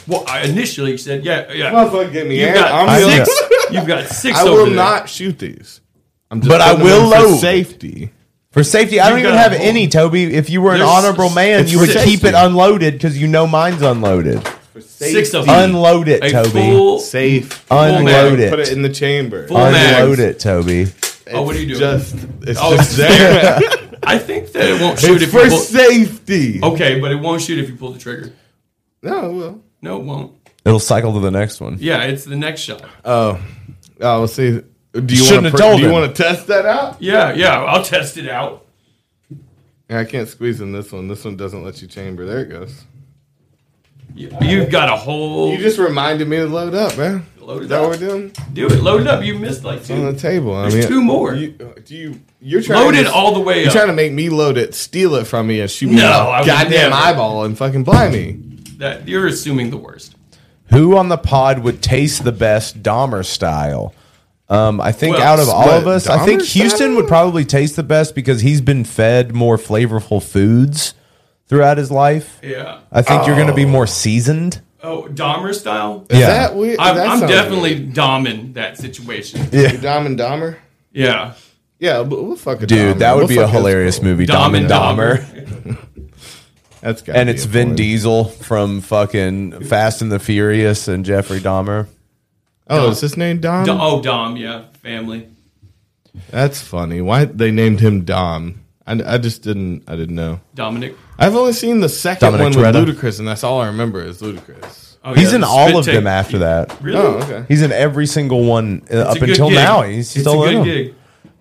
[SPEAKER 3] Well, I initially said, yeah, yeah.
[SPEAKER 4] Motherfucker, get me
[SPEAKER 3] You've
[SPEAKER 4] out.
[SPEAKER 3] got
[SPEAKER 4] I'm
[SPEAKER 3] six.
[SPEAKER 4] gonna-
[SPEAKER 3] you've got six.
[SPEAKER 4] I
[SPEAKER 3] over
[SPEAKER 4] will
[SPEAKER 3] there.
[SPEAKER 4] not shoot these. I'm
[SPEAKER 2] But I
[SPEAKER 4] putting them
[SPEAKER 2] will
[SPEAKER 4] in for
[SPEAKER 2] load.
[SPEAKER 4] safety.
[SPEAKER 2] For safety, I
[SPEAKER 4] You
[SPEAKER 2] don't even
[SPEAKER 4] gotta
[SPEAKER 2] have
[SPEAKER 4] hold-
[SPEAKER 2] any, Toby. If you were an
[SPEAKER 4] There's
[SPEAKER 2] honorable
[SPEAKER 4] s-
[SPEAKER 2] man,
[SPEAKER 4] it's
[SPEAKER 2] you would
[SPEAKER 4] for
[SPEAKER 2] keep it unloaded because you know mine's unloaded.
[SPEAKER 3] Six of them.
[SPEAKER 2] Unload it,
[SPEAKER 3] A
[SPEAKER 2] Toby.
[SPEAKER 3] full-
[SPEAKER 4] Safe.
[SPEAKER 2] Unload
[SPEAKER 4] Put it
[SPEAKER 2] it.
[SPEAKER 4] in the chamber.
[SPEAKER 2] Unload it, Toby.
[SPEAKER 3] Oh, what are you doing?
[SPEAKER 4] Just it's
[SPEAKER 3] Oh,
[SPEAKER 4] just
[SPEAKER 3] it's-
[SPEAKER 4] there.
[SPEAKER 3] I think that it Oh. won't shoot
[SPEAKER 4] It's
[SPEAKER 3] if
[SPEAKER 4] for
[SPEAKER 3] you pull-
[SPEAKER 4] safety.
[SPEAKER 3] Okay, but it won't shoot if you pull the trigger.
[SPEAKER 4] No, it will.
[SPEAKER 3] No, it won't.
[SPEAKER 2] It'll cycle to the next one.
[SPEAKER 3] Yeah, it's the next shot.
[SPEAKER 4] Oh, oh, we'll see. Do
[SPEAKER 2] You
[SPEAKER 4] you
[SPEAKER 2] shouldn't
[SPEAKER 4] want to?
[SPEAKER 2] have
[SPEAKER 4] Pr-
[SPEAKER 2] told
[SPEAKER 4] do you
[SPEAKER 2] him.
[SPEAKER 4] want to test that out?
[SPEAKER 3] Yeah, yeah. I'll test it out.
[SPEAKER 4] Yeah, I can't squeeze in this one. This one doesn't let you chamber. There it goes.
[SPEAKER 3] You've got a whole.
[SPEAKER 4] You just reminded me to load up, man.
[SPEAKER 3] Load it
[SPEAKER 4] Is that
[SPEAKER 3] up.
[SPEAKER 4] what we're doing?
[SPEAKER 3] Do it. Load it up. You missed like
[SPEAKER 4] It's
[SPEAKER 3] two.
[SPEAKER 4] on the table. I
[SPEAKER 3] There's
[SPEAKER 4] mean,
[SPEAKER 3] two more.
[SPEAKER 4] You, do you? You're trying
[SPEAKER 3] Load
[SPEAKER 4] to
[SPEAKER 3] it all the way
[SPEAKER 4] You're
[SPEAKER 3] up.
[SPEAKER 4] trying to make me load it, steal it from me, and shoot me
[SPEAKER 3] No,
[SPEAKER 4] in the
[SPEAKER 3] I would
[SPEAKER 4] goddamn
[SPEAKER 3] never.
[SPEAKER 4] eyeball and fucking blind me.
[SPEAKER 3] That you're assuming the worst.
[SPEAKER 2] Who on the pod would taste the best Dahmer style? Um, I think
[SPEAKER 3] Well,
[SPEAKER 2] out of all
[SPEAKER 3] split
[SPEAKER 2] of us, I think
[SPEAKER 3] Dahmer
[SPEAKER 2] Houston would probably taste the best because he's been fed more flavorful foods throughout his life.
[SPEAKER 3] Yeah.
[SPEAKER 2] I think you're going to be more seasoned.
[SPEAKER 3] Oh, Dahmer style.
[SPEAKER 2] Is Yeah. that
[SPEAKER 4] weird?
[SPEAKER 3] I'm,
[SPEAKER 4] That
[SPEAKER 3] I'm
[SPEAKER 4] sounds
[SPEAKER 3] definitely doming that situation.
[SPEAKER 2] Yeah.
[SPEAKER 4] You're Dom and Dahmer.
[SPEAKER 3] Yeah.
[SPEAKER 4] Yeah, but we'll fuck a
[SPEAKER 2] Dude,
[SPEAKER 4] Dahmer.
[SPEAKER 2] that would
[SPEAKER 4] We'll
[SPEAKER 2] be a
[SPEAKER 4] fuck his-
[SPEAKER 2] hilarious movie, Dom,
[SPEAKER 3] Dom
[SPEAKER 2] and
[SPEAKER 3] and
[SPEAKER 2] Dahmer.
[SPEAKER 4] That's gotta
[SPEAKER 2] and
[SPEAKER 4] be
[SPEAKER 2] it's
[SPEAKER 4] a
[SPEAKER 2] Vin
[SPEAKER 4] point.
[SPEAKER 2] Diesel from fucking Fast and the Furious and Jeffrey Dahmer.
[SPEAKER 4] Oh, is his name Dom?
[SPEAKER 3] Do- oh, Dom. Yeah, family.
[SPEAKER 4] That's funny. Why they named him Dom? I, I just didn't. I didn't know.
[SPEAKER 3] Dominic.
[SPEAKER 4] I've only seen the second
[SPEAKER 2] Dominic
[SPEAKER 4] one
[SPEAKER 2] Toretto?
[SPEAKER 4] with Ludacris, and that's all I remember is Ludacris.
[SPEAKER 3] Oh,
[SPEAKER 2] he's
[SPEAKER 3] yeah,
[SPEAKER 2] in
[SPEAKER 3] the
[SPEAKER 2] all
[SPEAKER 3] spit
[SPEAKER 2] of them
[SPEAKER 3] take.
[SPEAKER 2] after that.
[SPEAKER 3] Really?
[SPEAKER 4] Oh, okay.
[SPEAKER 2] He's in every single one uh,
[SPEAKER 3] It's
[SPEAKER 2] up
[SPEAKER 3] a good
[SPEAKER 2] until
[SPEAKER 3] gig.
[SPEAKER 2] now. He's
[SPEAKER 3] It's
[SPEAKER 2] still
[SPEAKER 3] a good
[SPEAKER 2] in 'em.
[SPEAKER 3] gig.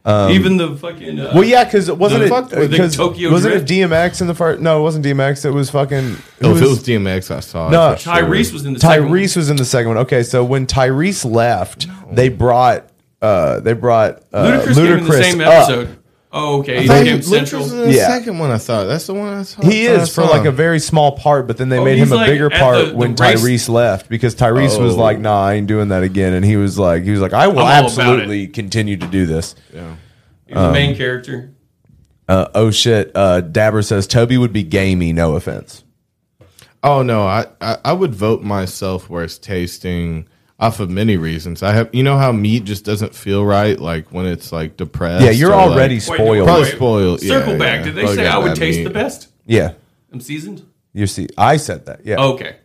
[SPEAKER 2] Um,
[SPEAKER 3] Even the fucking. Uh,
[SPEAKER 2] well, yeah, because wasn't
[SPEAKER 3] the
[SPEAKER 2] it?
[SPEAKER 3] fuck with the
[SPEAKER 2] Because
[SPEAKER 3] Tokyo
[SPEAKER 2] wasn't
[SPEAKER 3] Drift?
[SPEAKER 2] it DMX in the first? No, it wasn't DMX. It was fucking.
[SPEAKER 4] Oh, if it was DMX, I saw. it
[SPEAKER 2] No,
[SPEAKER 4] for sure.
[SPEAKER 3] Tyrese was in the second one.
[SPEAKER 2] Tyrese was in the second one. Okay, so when Tyrese left, they brought uh they brought uh,
[SPEAKER 3] Ludacris came in the
[SPEAKER 2] Ludacris
[SPEAKER 3] same
[SPEAKER 2] up.
[SPEAKER 3] episode. Oh, okay. He became
[SPEAKER 4] Ludacris
[SPEAKER 3] central.
[SPEAKER 4] was in the
[SPEAKER 2] Yeah.
[SPEAKER 4] second one. I thought that's the one I saw.
[SPEAKER 2] He
[SPEAKER 4] I
[SPEAKER 2] is for
[SPEAKER 4] saw.
[SPEAKER 2] like a very small part, but then they
[SPEAKER 3] Oh,
[SPEAKER 2] made
[SPEAKER 3] he's
[SPEAKER 2] him a
[SPEAKER 3] like
[SPEAKER 2] bigger
[SPEAKER 3] at
[SPEAKER 2] part
[SPEAKER 3] the- the
[SPEAKER 2] when
[SPEAKER 3] race-
[SPEAKER 2] Tyrese left because Tyrese was
[SPEAKER 4] Oh.
[SPEAKER 2] like, "Nah, I ain't doing that again," and he was like, "He was like, I will
[SPEAKER 3] I'm all about it.
[SPEAKER 2] absolutely continue to do this."
[SPEAKER 4] Yeah.
[SPEAKER 3] He was the
[SPEAKER 2] Um,
[SPEAKER 3] main character.
[SPEAKER 2] Uh, oh shit! Uh, Dabber says Toby would be gamey. No offense.
[SPEAKER 4] Oh no, I, I I would vote myself worst tasting off of many reasons. I have you know how meat just doesn't feel right, like when it's like depressed.
[SPEAKER 2] Yeah, you're
[SPEAKER 4] or, like-
[SPEAKER 2] already Wait, no, spoiled.
[SPEAKER 4] Probably
[SPEAKER 2] wait.
[SPEAKER 4] spoiled. yeah,
[SPEAKER 3] Circle back.
[SPEAKER 4] yeah.
[SPEAKER 3] Did they
[SPEAKER 4] Probably
[SPEAKER 3] say
[SPEAKER 4] got
[SPEAKER 3] I would
[SPEAKER 4] bad
[SPEAKER 3] taste
[SPEAKER 4] meat.
[SPEAKER 3] the best?
[SPEAKER 2] Yeah.
[SPEAKER 3] I'm seasoned.
[SPEAKER 2] Your seat. I said that. Yeah.
[SPEAKER 3] Okay.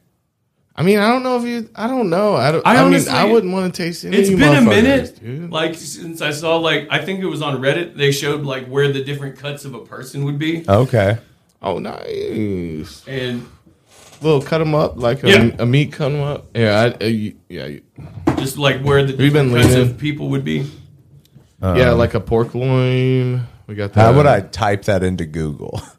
[SPEAKER 4] I mean, I don't know if you. I don't know. I don't. I,
[SPEAKER 3] honestly-
[SPEAKER 4] mean, I wouldn't want to taste any.
[SPEAKER 3] It's
[SPEAKER 4] of you
[SPEAKER 3] been a
[SPEAKER 4] motherfuckers,
[SPEAKER 3] minute,
[SPEAKER 4] dude.
[SPEAKER 3] like since I saw like I think it was on Reddit. They showed like where the different cuts of a person would be.
[SPEAKER 2] Okay.
[SPEAKER 4] Oh, nice.
[SPEAKER 3] And
[SPEAKER 4] Little cut them up like a,
[SPEAKER 3] Yeah.
[SPEAKER 4] a meat cut them up. Yeah, I, uh, you- yeah, you-
[SPEAKER 3] just like where the
[SPEAKER 4] Have you been
[SPEAKER 3] different cuts
[SPEAKER 4] leaning?
[SPEAKER 3] of people would be.
[SPEAKER 4] yeah, like a pork loin. We got that.
[SPEAKER 2] How would I type that into Google?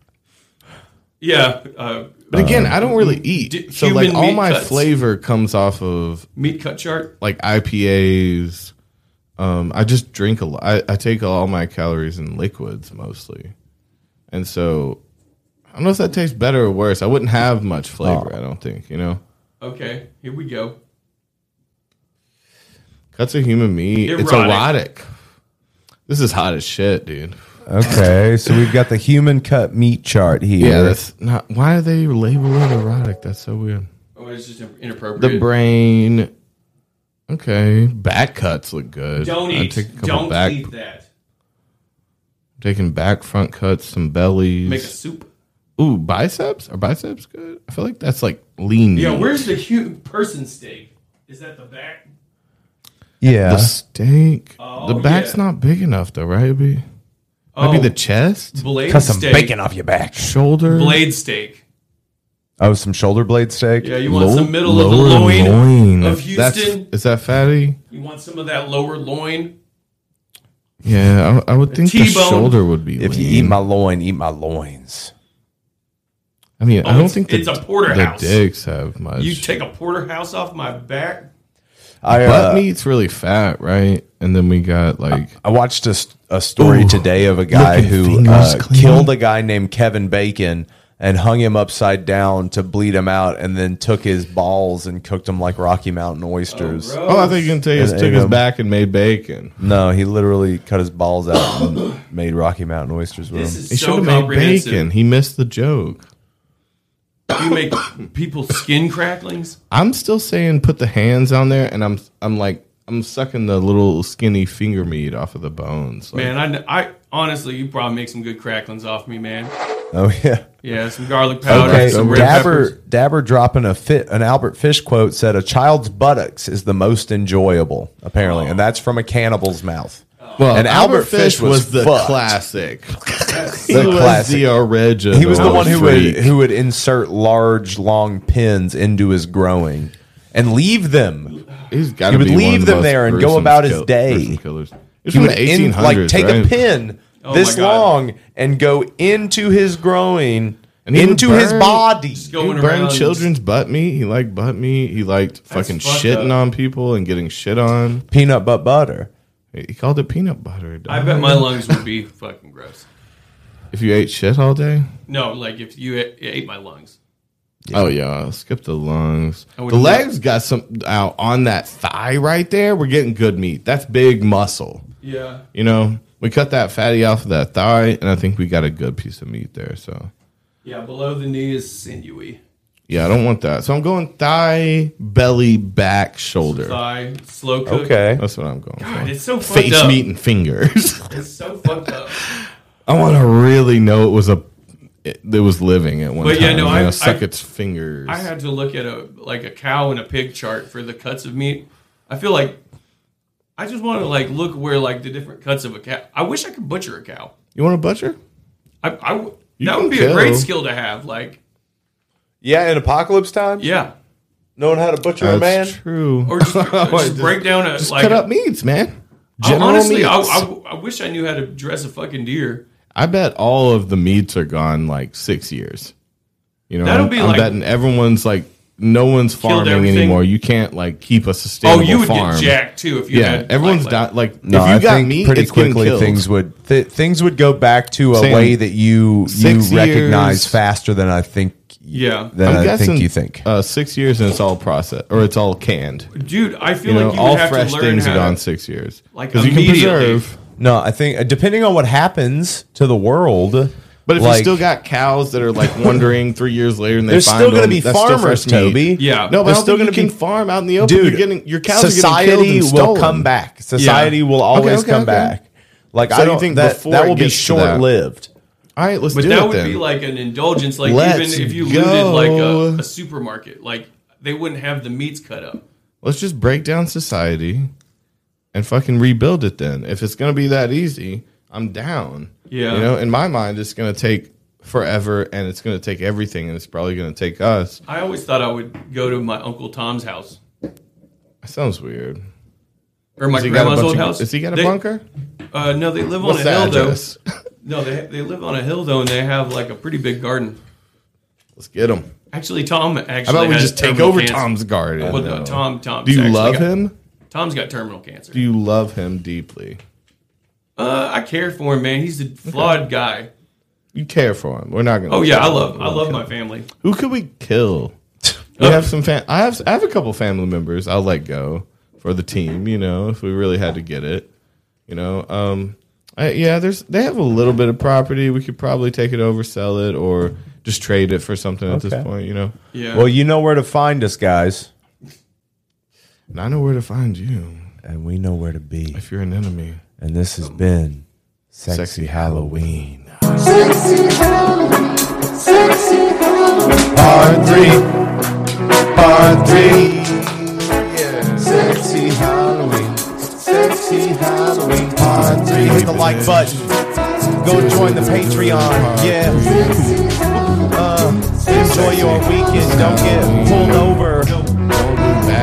[SPEAKER 3] Yeah. Uh,
[SPEAKER 4] But again, I don't really eat,
[SPEAKER 3] D-
[SPEAKER 4] so like
[SPEAKER 3] human
[SPEAKER 4] all
[SPEAKER 3] meat
[SPEAKER 4] my
[SPEAKER 3] cuts.
[SPEAKER 4] flavor comes off of
[SPEAKER 3] Meat cut chart?
[SPEAKER 4] like IPAs. Um, I just drink a lot. I, I take all my calories in liquids mostly, and so I don't know if that tastes better or worse. I wouldn't have much flavor. I don't think you know.
[SPEAKER 3] Okay, here we go.
[SPEAKER 4] Cuts of human meat. It's
[SPEAKER 3] Erotic.
[SPEAKER 4] erotic. This is hot as shit, dude.
[SPEAKER 2] Okay, so we've got the human cut meat chart here.
[SPEAKER 4] Yeah, that's not. Why are they labeling it erotic? That's so weird.
[SPEAKER 3] Oh, it's just inappropriate.
[SPEAKER 4] The brain. Okay, back cuts look good.
[SPEAKER 3] Don't
[SPEAKER 4] I'd
[SPEAKER 3] eat.
[SPEAKER 4] take a couple
[SPEAKER 3] Don't
[SPEAKER 4] back-
[SPEAKER 3] eat that.
[SPEAKER 4] Taking back front cuts, some bellies.
[SPEAKER 3] Make a soup.
[SPEAKER 4] Ooh, biceps? Are biceps good? I feel like that's like lean.
[SPEAKER 3] Yeah,
[SPEAKER 4] meat.
[SPEAKER 3] where's the hu- person steak? Is that the back?
[SPEAKER 2] Yeah.
[SPEAKER 4] The steak.
[SPEAKER 3] Oh,
[SPEAKER 4] the back's
[SPEAKER 3] yeah.
[SPEAKER 4] not big enough though, right? It'd be, might be
[SPEAKER 3] Oh,
[SPEAKER 4] the chest.
[SPEAKER 3] blade Cut some steak. bacon off your
[SPEAKER 2] back.
[SPEAKER 4] Shoulder.
[SPEAKER 3] Blade steak.
[SPEAKER 2] Oh, some shoulder blade steak.
[SPEAKER 3] Yeah, you want some middle of the loin of
[SPEAKER 4] That's-
[SPEAKER 3] Houston?
[SPEAKER 4] is that fatty?
[SPEAKER 3] You want some of that lower loin?
[SPEAKER 4] Yeah, I, I would think the
[SPEAKER 3] T-bone.
[SPEAKER 4] shoulder would be.
[SPEAKER 2] If you
[SPEAKER 4] lean.
[SPEAKER 2] eat my loin, eat my loins.
[SPEAKER 4] I mean,
[SPEAKER 3] Oh,
[SPEAKER 4] I don't
[SPEAKER 3] it's-
[SPEAKER 4] think the,
[SPEAKER 3] it's a porterhouse.
[SPEAKER 4] the dicks have much.
[SPEAKER 3] You take a porterhouse off my back?
[SPEAKER 2] I,
[SPEAKER 4] butt
[SPEAKER 2] uh,
[SPEAKER 4] meat's really fat, right? And then we got like
[SPEAKER 2] I watched a, s- a story
[SPEAKER 4] Ooh,
[SPEAKER 2] today of a guy
[SPEAKER 4] looking
[SPEAKER 2] who
[SPEAKER 4] fingers
[SPEAKER 2] uh,
[SPEAKER 4] clean.
[SPEAKER 2] killed a guy named Kevin Bacon and hung him upside down to bleed him out, and then took his balls and cooked them like Rocky Mountain oysters.
[SPEAKER 4] Oh, I think you can take his,
[SPEAKER 2] And
[SPEAKER 4] took
[SPEAKER 2] ate
[SPEAKER 4] his
[SPEAKER 2] them.
[SPEAKER 4] back and made bacon.
[SPEAKER 2] No, he literally cut his balls out and made Rocky Mountain oysters with
[SPEAKER 3] This
[SPEAKER 2] him.
[SPEAKER 3] is He so should've made comprehensive. bacon.
[SPEAKER 4] He missed the joke.
[SPEAKER 3] You make people's skin cracklings?
[SPEAKER 4] I'm still saying put the hands on there, and I'm I'm like I'm sucking the little skinny finger meat off of the bones. Like,
[SPEAKER 3] Man, I, kn- I honestly, you probably make some good cracklings off me, man.
[SPEAKER 2] Oh yeah.
[SPEAKER 3] Yeah, some garlic powder, some red peppers.
[SPEAKER 2] Dabber, Dabber dropping a fit an Albert Fish quote said a child's buttocks is the most enjoyable, apparently. And that's from a cannibal's mouth.
[SPEAKER 3] Oh,
[SPEAKER 4] well,
[SPEAKER 2] and
[SPEAKER 4] Albert, Fish, was, the
[SPEAKER 2] fucked.
[SPEAKER 4] classic. he
[SPEAKER 2] The
[SPEAKER 4] was
[SPEAKER 2] classic.
[SPEAKER 4] the original.
[SPEAKER 2] He was the one who
[SPEAKER 4] freak.
[SPEAKER 2] would who would insert large long pins into his growing and leave them.
[SPEAKER 4] He's
[SPEAKER 2] he would leave them there and go about his day.
[SPEAKER 4] He's
[SPEAKER 2] He
[SPEAKER 4] from
[SPEAKER 2] would
[SPEAKER 4] the
[SPEAKER 2] in-
[SPEAKER 4] 1800s,
[SPEAKER 2] like take a
[SPEAKER 4] right?
[SPEAKER 2] pin
[SPEAKER 4] Oh
[SPEAKER 2] this
[SPEAKER 4] my God.
[SPEAKER 2] long and go into his growing,
[SPEAKER 4] And he would
[SPEAKER 2] into his
[SPEAKER 4] burn-
[SPEAKER 2] body.
[SPEAKER 4] He would burn children's butt meat. He liked butt meat. He liked fucking
[SPEAKER 2] fucked
[SPEAKER 4] shitting
[SPEAKER 2] up.
[SPEAKER 4] on people and getting shit on.
[SPEAKER 2] Peanut butt butter.
[SPEAKER 4] He called it peanut butter. dog.
[SPEAKER 3] I bet my lungs would be fucking gross.
[SPEAKER 4] If you ate shit all day?
[SPEAKER 3] No, like if you a- ate my lungs.
[SPEAKER 4] Oh, yeah. Skip the lungs.
[SPEAKER 3] I
[SPEAKER 4] The
[SPEAKER 3] would not-
[SPEAKER 4] legs got some out on that thigh right there. We're getting good meat. That's big muscle.
[SPEAKER 3] Yeah.
[SPEAKER 4] You know, we cut that fatty off of that thigh, and I think we got a good piece of meat there. So,
[SPEAKER 3] Yeah, below the knee is sinewy.
[SPEAKER 4] yeah, I don't want that. So I'm going thigh, belly, back, shoulder.
[SPEAKER 3] Thigh, slow cook.
[SPEAKER 4] That's what I'm going
[SPEAKER 3] God,
[SPEAKER 4] for.
[SPEAKER 3] it's so fucked
[SPEAKER 4] Face
[SPEAKER 3] up.
[SPEAKER 4] meat and fingers.
[SPEAKER 3] It's so fucked up.
[SPEAKER 4] I want to really know it was a it, it was living at one
[SPEAKER 3] But
[SPEAKER 4] time.
[SPEAKER 3] yeah, no,
[SPEAKER 4] you know,
[SPEAKER 3] I
[SPEAKER 4] suck
[SPEAKER 3] I-
[SPEAKER 4] its fingers.
[SPEAKER 3] I had to look at a like a cow and a pig chart for the cuts of meat. I feel like I just want to like look where like the different cuts of a cow. I wish I could butcher a cow.
[SPEAKER 4] you want a butcher?
[SPEAKER 3] I, I w-
[SPEAKER 4] You
[SPEAKER 3] that
[SPEAKER 4] can
[SPEAKER 3] would be a great
[SPEAKER 4] kill.
[SPEAKER 3] skill to have. Like
[SPEAKER 2] Yeah, in apocalypse times.
[SPEAKER 3] Yeah.
[SPEAKER 2] Knowing how to butcher a
[SPEAKER 4] That's
[SPEAKER 2] man.
[SPEAKER 4] true.
[SPEAKER 3] Or just- just break down a-
[SPEAKER 4] just
[SPEAKER 3] like
[SPEAKER 4] cut
[SPEAKER 3] a-
[SPEAKER 4] up meats, man.
[SPEAKER 3] I,
[SPEAKER 4] General
[SPEAKER 3] honestly, I,
[SPEAKER 4] meats. I,
[SPEAKER 3] I, I wish I knew how to dress a fucking deer.
[SPEAKER 4] bet all of the meats are gone like six years. You know,
[SPEAKER 3] That'll
[SPEAKER 4] I'm,
[SPEAKER 3] be
[SPEAKER 4] I'm
[SPEAKER 3] like-
[SPEAKER 4] betting everyone's like no one's farming
[SPEAKER 3] everything.
[SPEAKER 4] anymore. You can't like keep a sustainable.
[SPEAKER 3] Oh, you would get
[SPEAKER 4] farm.
[SPEAKER 3] jacked, too, if you
[SPEAKER 4] yeah.
[SPEAKER 3] had,
[SPEAKER 4] everyone's
[SPEAKER 3] like-
[SPEAKER 4] di- like
[SPEAKER 2] No,
[SPEAKER 4] if you
[SPEAKER 2] I
[SPEAKER 4] got
[SPEAKER 2] think
[SPEAKER 4] meat,
[SPEAKER 2] pretty
[SPEAKER 4] it's getting
[SPEAKER 2] quickly
[SPEAKER 4] killed.
[SPEAKER 2] things would th- things would go back to a
[SPEAKER 4] Same.
[SPEAKER 2] way that you
[SPEAKER 4] Six
[SPEAKER 2] you recognize
[SPEAKER 4] years.
[SPEAKER 2] faster than I think.
[SPEAKER 3] Yeah.
[SPEAKER 2] than
[SPEAKER 4] I'm
[SPEAKER 2] i
[SPEAKER 4] guessing,
[SPEAKER 2] think you think.
[SPEAKER 4] uh, six years and it's all processed or it's all canned.
[SPEAKER 3] Dude, I feel
[SPEAKER 4] You
[SPEAKER 3] like
[SPEAKER 4] know,
[SPEAKER 3] you
[SPEAKER 4] all
[SPEAKER 3] would have
[SPEAKER 4] fresh
[SPEAKER 3] to learn
[SPEAKER 4] things
[SPEAKER 3] how
[SPEAKER 4] are
[SPEAKER 3] to-
[SPEAKER 4] gone six years.
[SPEAKER 3] Like
[SPEAKER 4] 'Cause you can
[SPEAKER 3] immediately.
[SPEAKER 4] preserve.
[SPEAKER 2] No, I think uh, depending on what happens to the world.
[SPEAKER 4] But if
[SPEAKER 2] like-
[SPEAKER 4] you still got cows that are like wandering three years later and they
[SPEAKER 2] They're
[SPEAKER 4] find
[SPEAKER 2] still gonna
[SPEAKER 4] them,
[SPEAKER 2] be
[SPEAKER 4] that's still
[SPEAKER 2] farmers,
[SPEAKER 4] fresh meat.
[SPEAKER 2] Toby. Yeah.
[SPEAKER 4] no, but
[SPEAKER 2] They're
[SPEAKER 4] I don't
[SPEAKER 2] still
[SPEAKER 4] think you
[SPEAKER 2] gonna be-
[SPEAKER 4] can farm out in the open. You're getting your cows are getting killed
[SPEAKER 2] society
[SPEAKER 4] and
[SPEAKER 2] will
[SPEAKER 4] stolen.
[SPEAKER 2] come back. Society will always
[SPEAKER 4] Okay, okay,
[SPEAKER 2] come
[SPEAKER 4] okay.
[SPEAKER 2] back. Like
[SPEAKER 4] So
[SPEAKER 2] I
[SPEAKER 4] you
[SPEAKER 2] don't think
[SPEAKER 4] think
[SPEAKER 2] that
[SPEAKER 4] before
[SPEAKER 2] that
[SPEAKER 4] it
[SPEAKER 2] will be
[SPEAKER 4] gets to that-
[SPEAKER 2] short lived.
[SPEAKER 4] I All right, let's
[SPEAKER 3] but
[SPEAKER 4] do
[SPEAKER 3] that
[SPEAKER 4] it
[SPEAKER 3] would
[SPEAKER 4] then.
[SPEAKER 3] be like an indulgence, like
[SPEAKER 4] Let's
[SPEAKER 3] even if you lived in like
[SPEAKER 4] go.
[SPEAKER 3] a, a supermarket, like they wouldn't have the meats cut up.
[SPEAKER 4] Let's just break down society and fucking rebuild it then. If it's going to be that easy, I'm down.
[SPEAKER 3] Yeah.
[SPEAKER 4] You know, in my mind, it's going to take forever and it's going to take everything and it's probably going to take us.
[SPEAKER 3] I always thought I would go to my uncle Tom's house
[SPEAKER 4] That sounds weird.
[SPEAKER 3] or my
[SPEAKER 4] Has he got a
[SPEAKER 3] grandma's
[SPEAKER 4] bunch
[SPEAKER 3] old
[SPEAKER 4] of-
[SPEAKER 3] house.
[SPEAKER 4] has he got a
[SPEAKER 3] They-
[SPEAKER 4] bunker?
[SPEAKER 3] Uh, no, they live
[SPEAKER 4] What's
[SPEAKER 3] on
[SPEAKER 4] the
[SPEAKER 3] a hill
[SPEAKER 4] address?
[SPEAKER 3] though. No, they they live on a hill though, and they have like a pretty big garden.
[SPEAKER 4] Let's get him.
[SPEAKER 3] Actually, Tom actually.
[SPEAKER 4] How about we
[SPEAKER 3] has
[SPEAKER 4] just take
[SPEAKER 3] terminal
[SPEAKER 4] over
[SPEAKER 3] cancer.
[SPEAKER 4] Tom's garden?
[SPEAKER 3] Well, no,
[SPEAKER 4] No.
[SPEAKER 3] Tom, Tom.
[SPEAKER 4] Do you love him?
[SPEAKER 3] Tom's got terminal cancer.
[SPEAKER 4] Do you love him deeply?
[SPEAKER 3] Uh, I care for him, man. He's a flawed guy.
[SPEAKER 4] You care for him. We're not going to.
[SPEAKER 3] Oh yeah, I love I love my family.
[SPEAKER 4] Who could we kill? We have some. Fam- I have. I have a couple family members. I'll let go for the team. You know, if we really had to get it. You know. Um. I, yeah. There's. They have a little bit of property. We could probably take it over, sell it, or just trade it for something at this
[SPEAKER 1] Okay.
[SPEAKER 4] point. You know.
[SPEAKER 1] Well, you know where to find us, guys.
[SPEAKER 4] And I know where to find you.
[SPEAKER 1] And we know where to be.
[SPEAKER 4] If you're an enemy.
[SPEAKER 1] And this has been Sexy, Halloween.
[SPEAKER 7] Sexy Halloween, sexy Halloween. Part three, part three. Yeah. Sexy Halloween, sexy Halloween. Part three.
[SPEAKER 1] Hit the like button. Go join the Patreon. Yeah. Uh, enjoy your weekend. Don't get pulled over.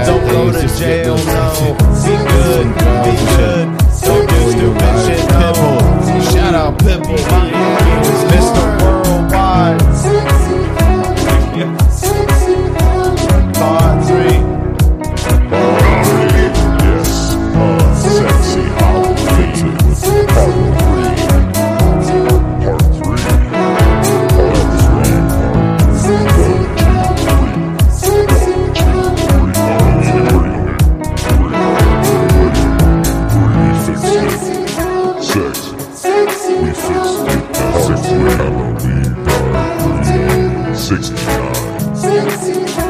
[SPEAKER 1] Don't go to jail. No. Be good. Be good. Don't do stupid shit. Pitbull. Shout out Pitbull. It's Mr. Worldwide. Yeah. Part three.
[SPEAKER 7] Yes, uh, sexy Halloween.
[SPEAKER 28] Sexy Halloween, 69.
[SPEAKER 7] Sexy Halloween.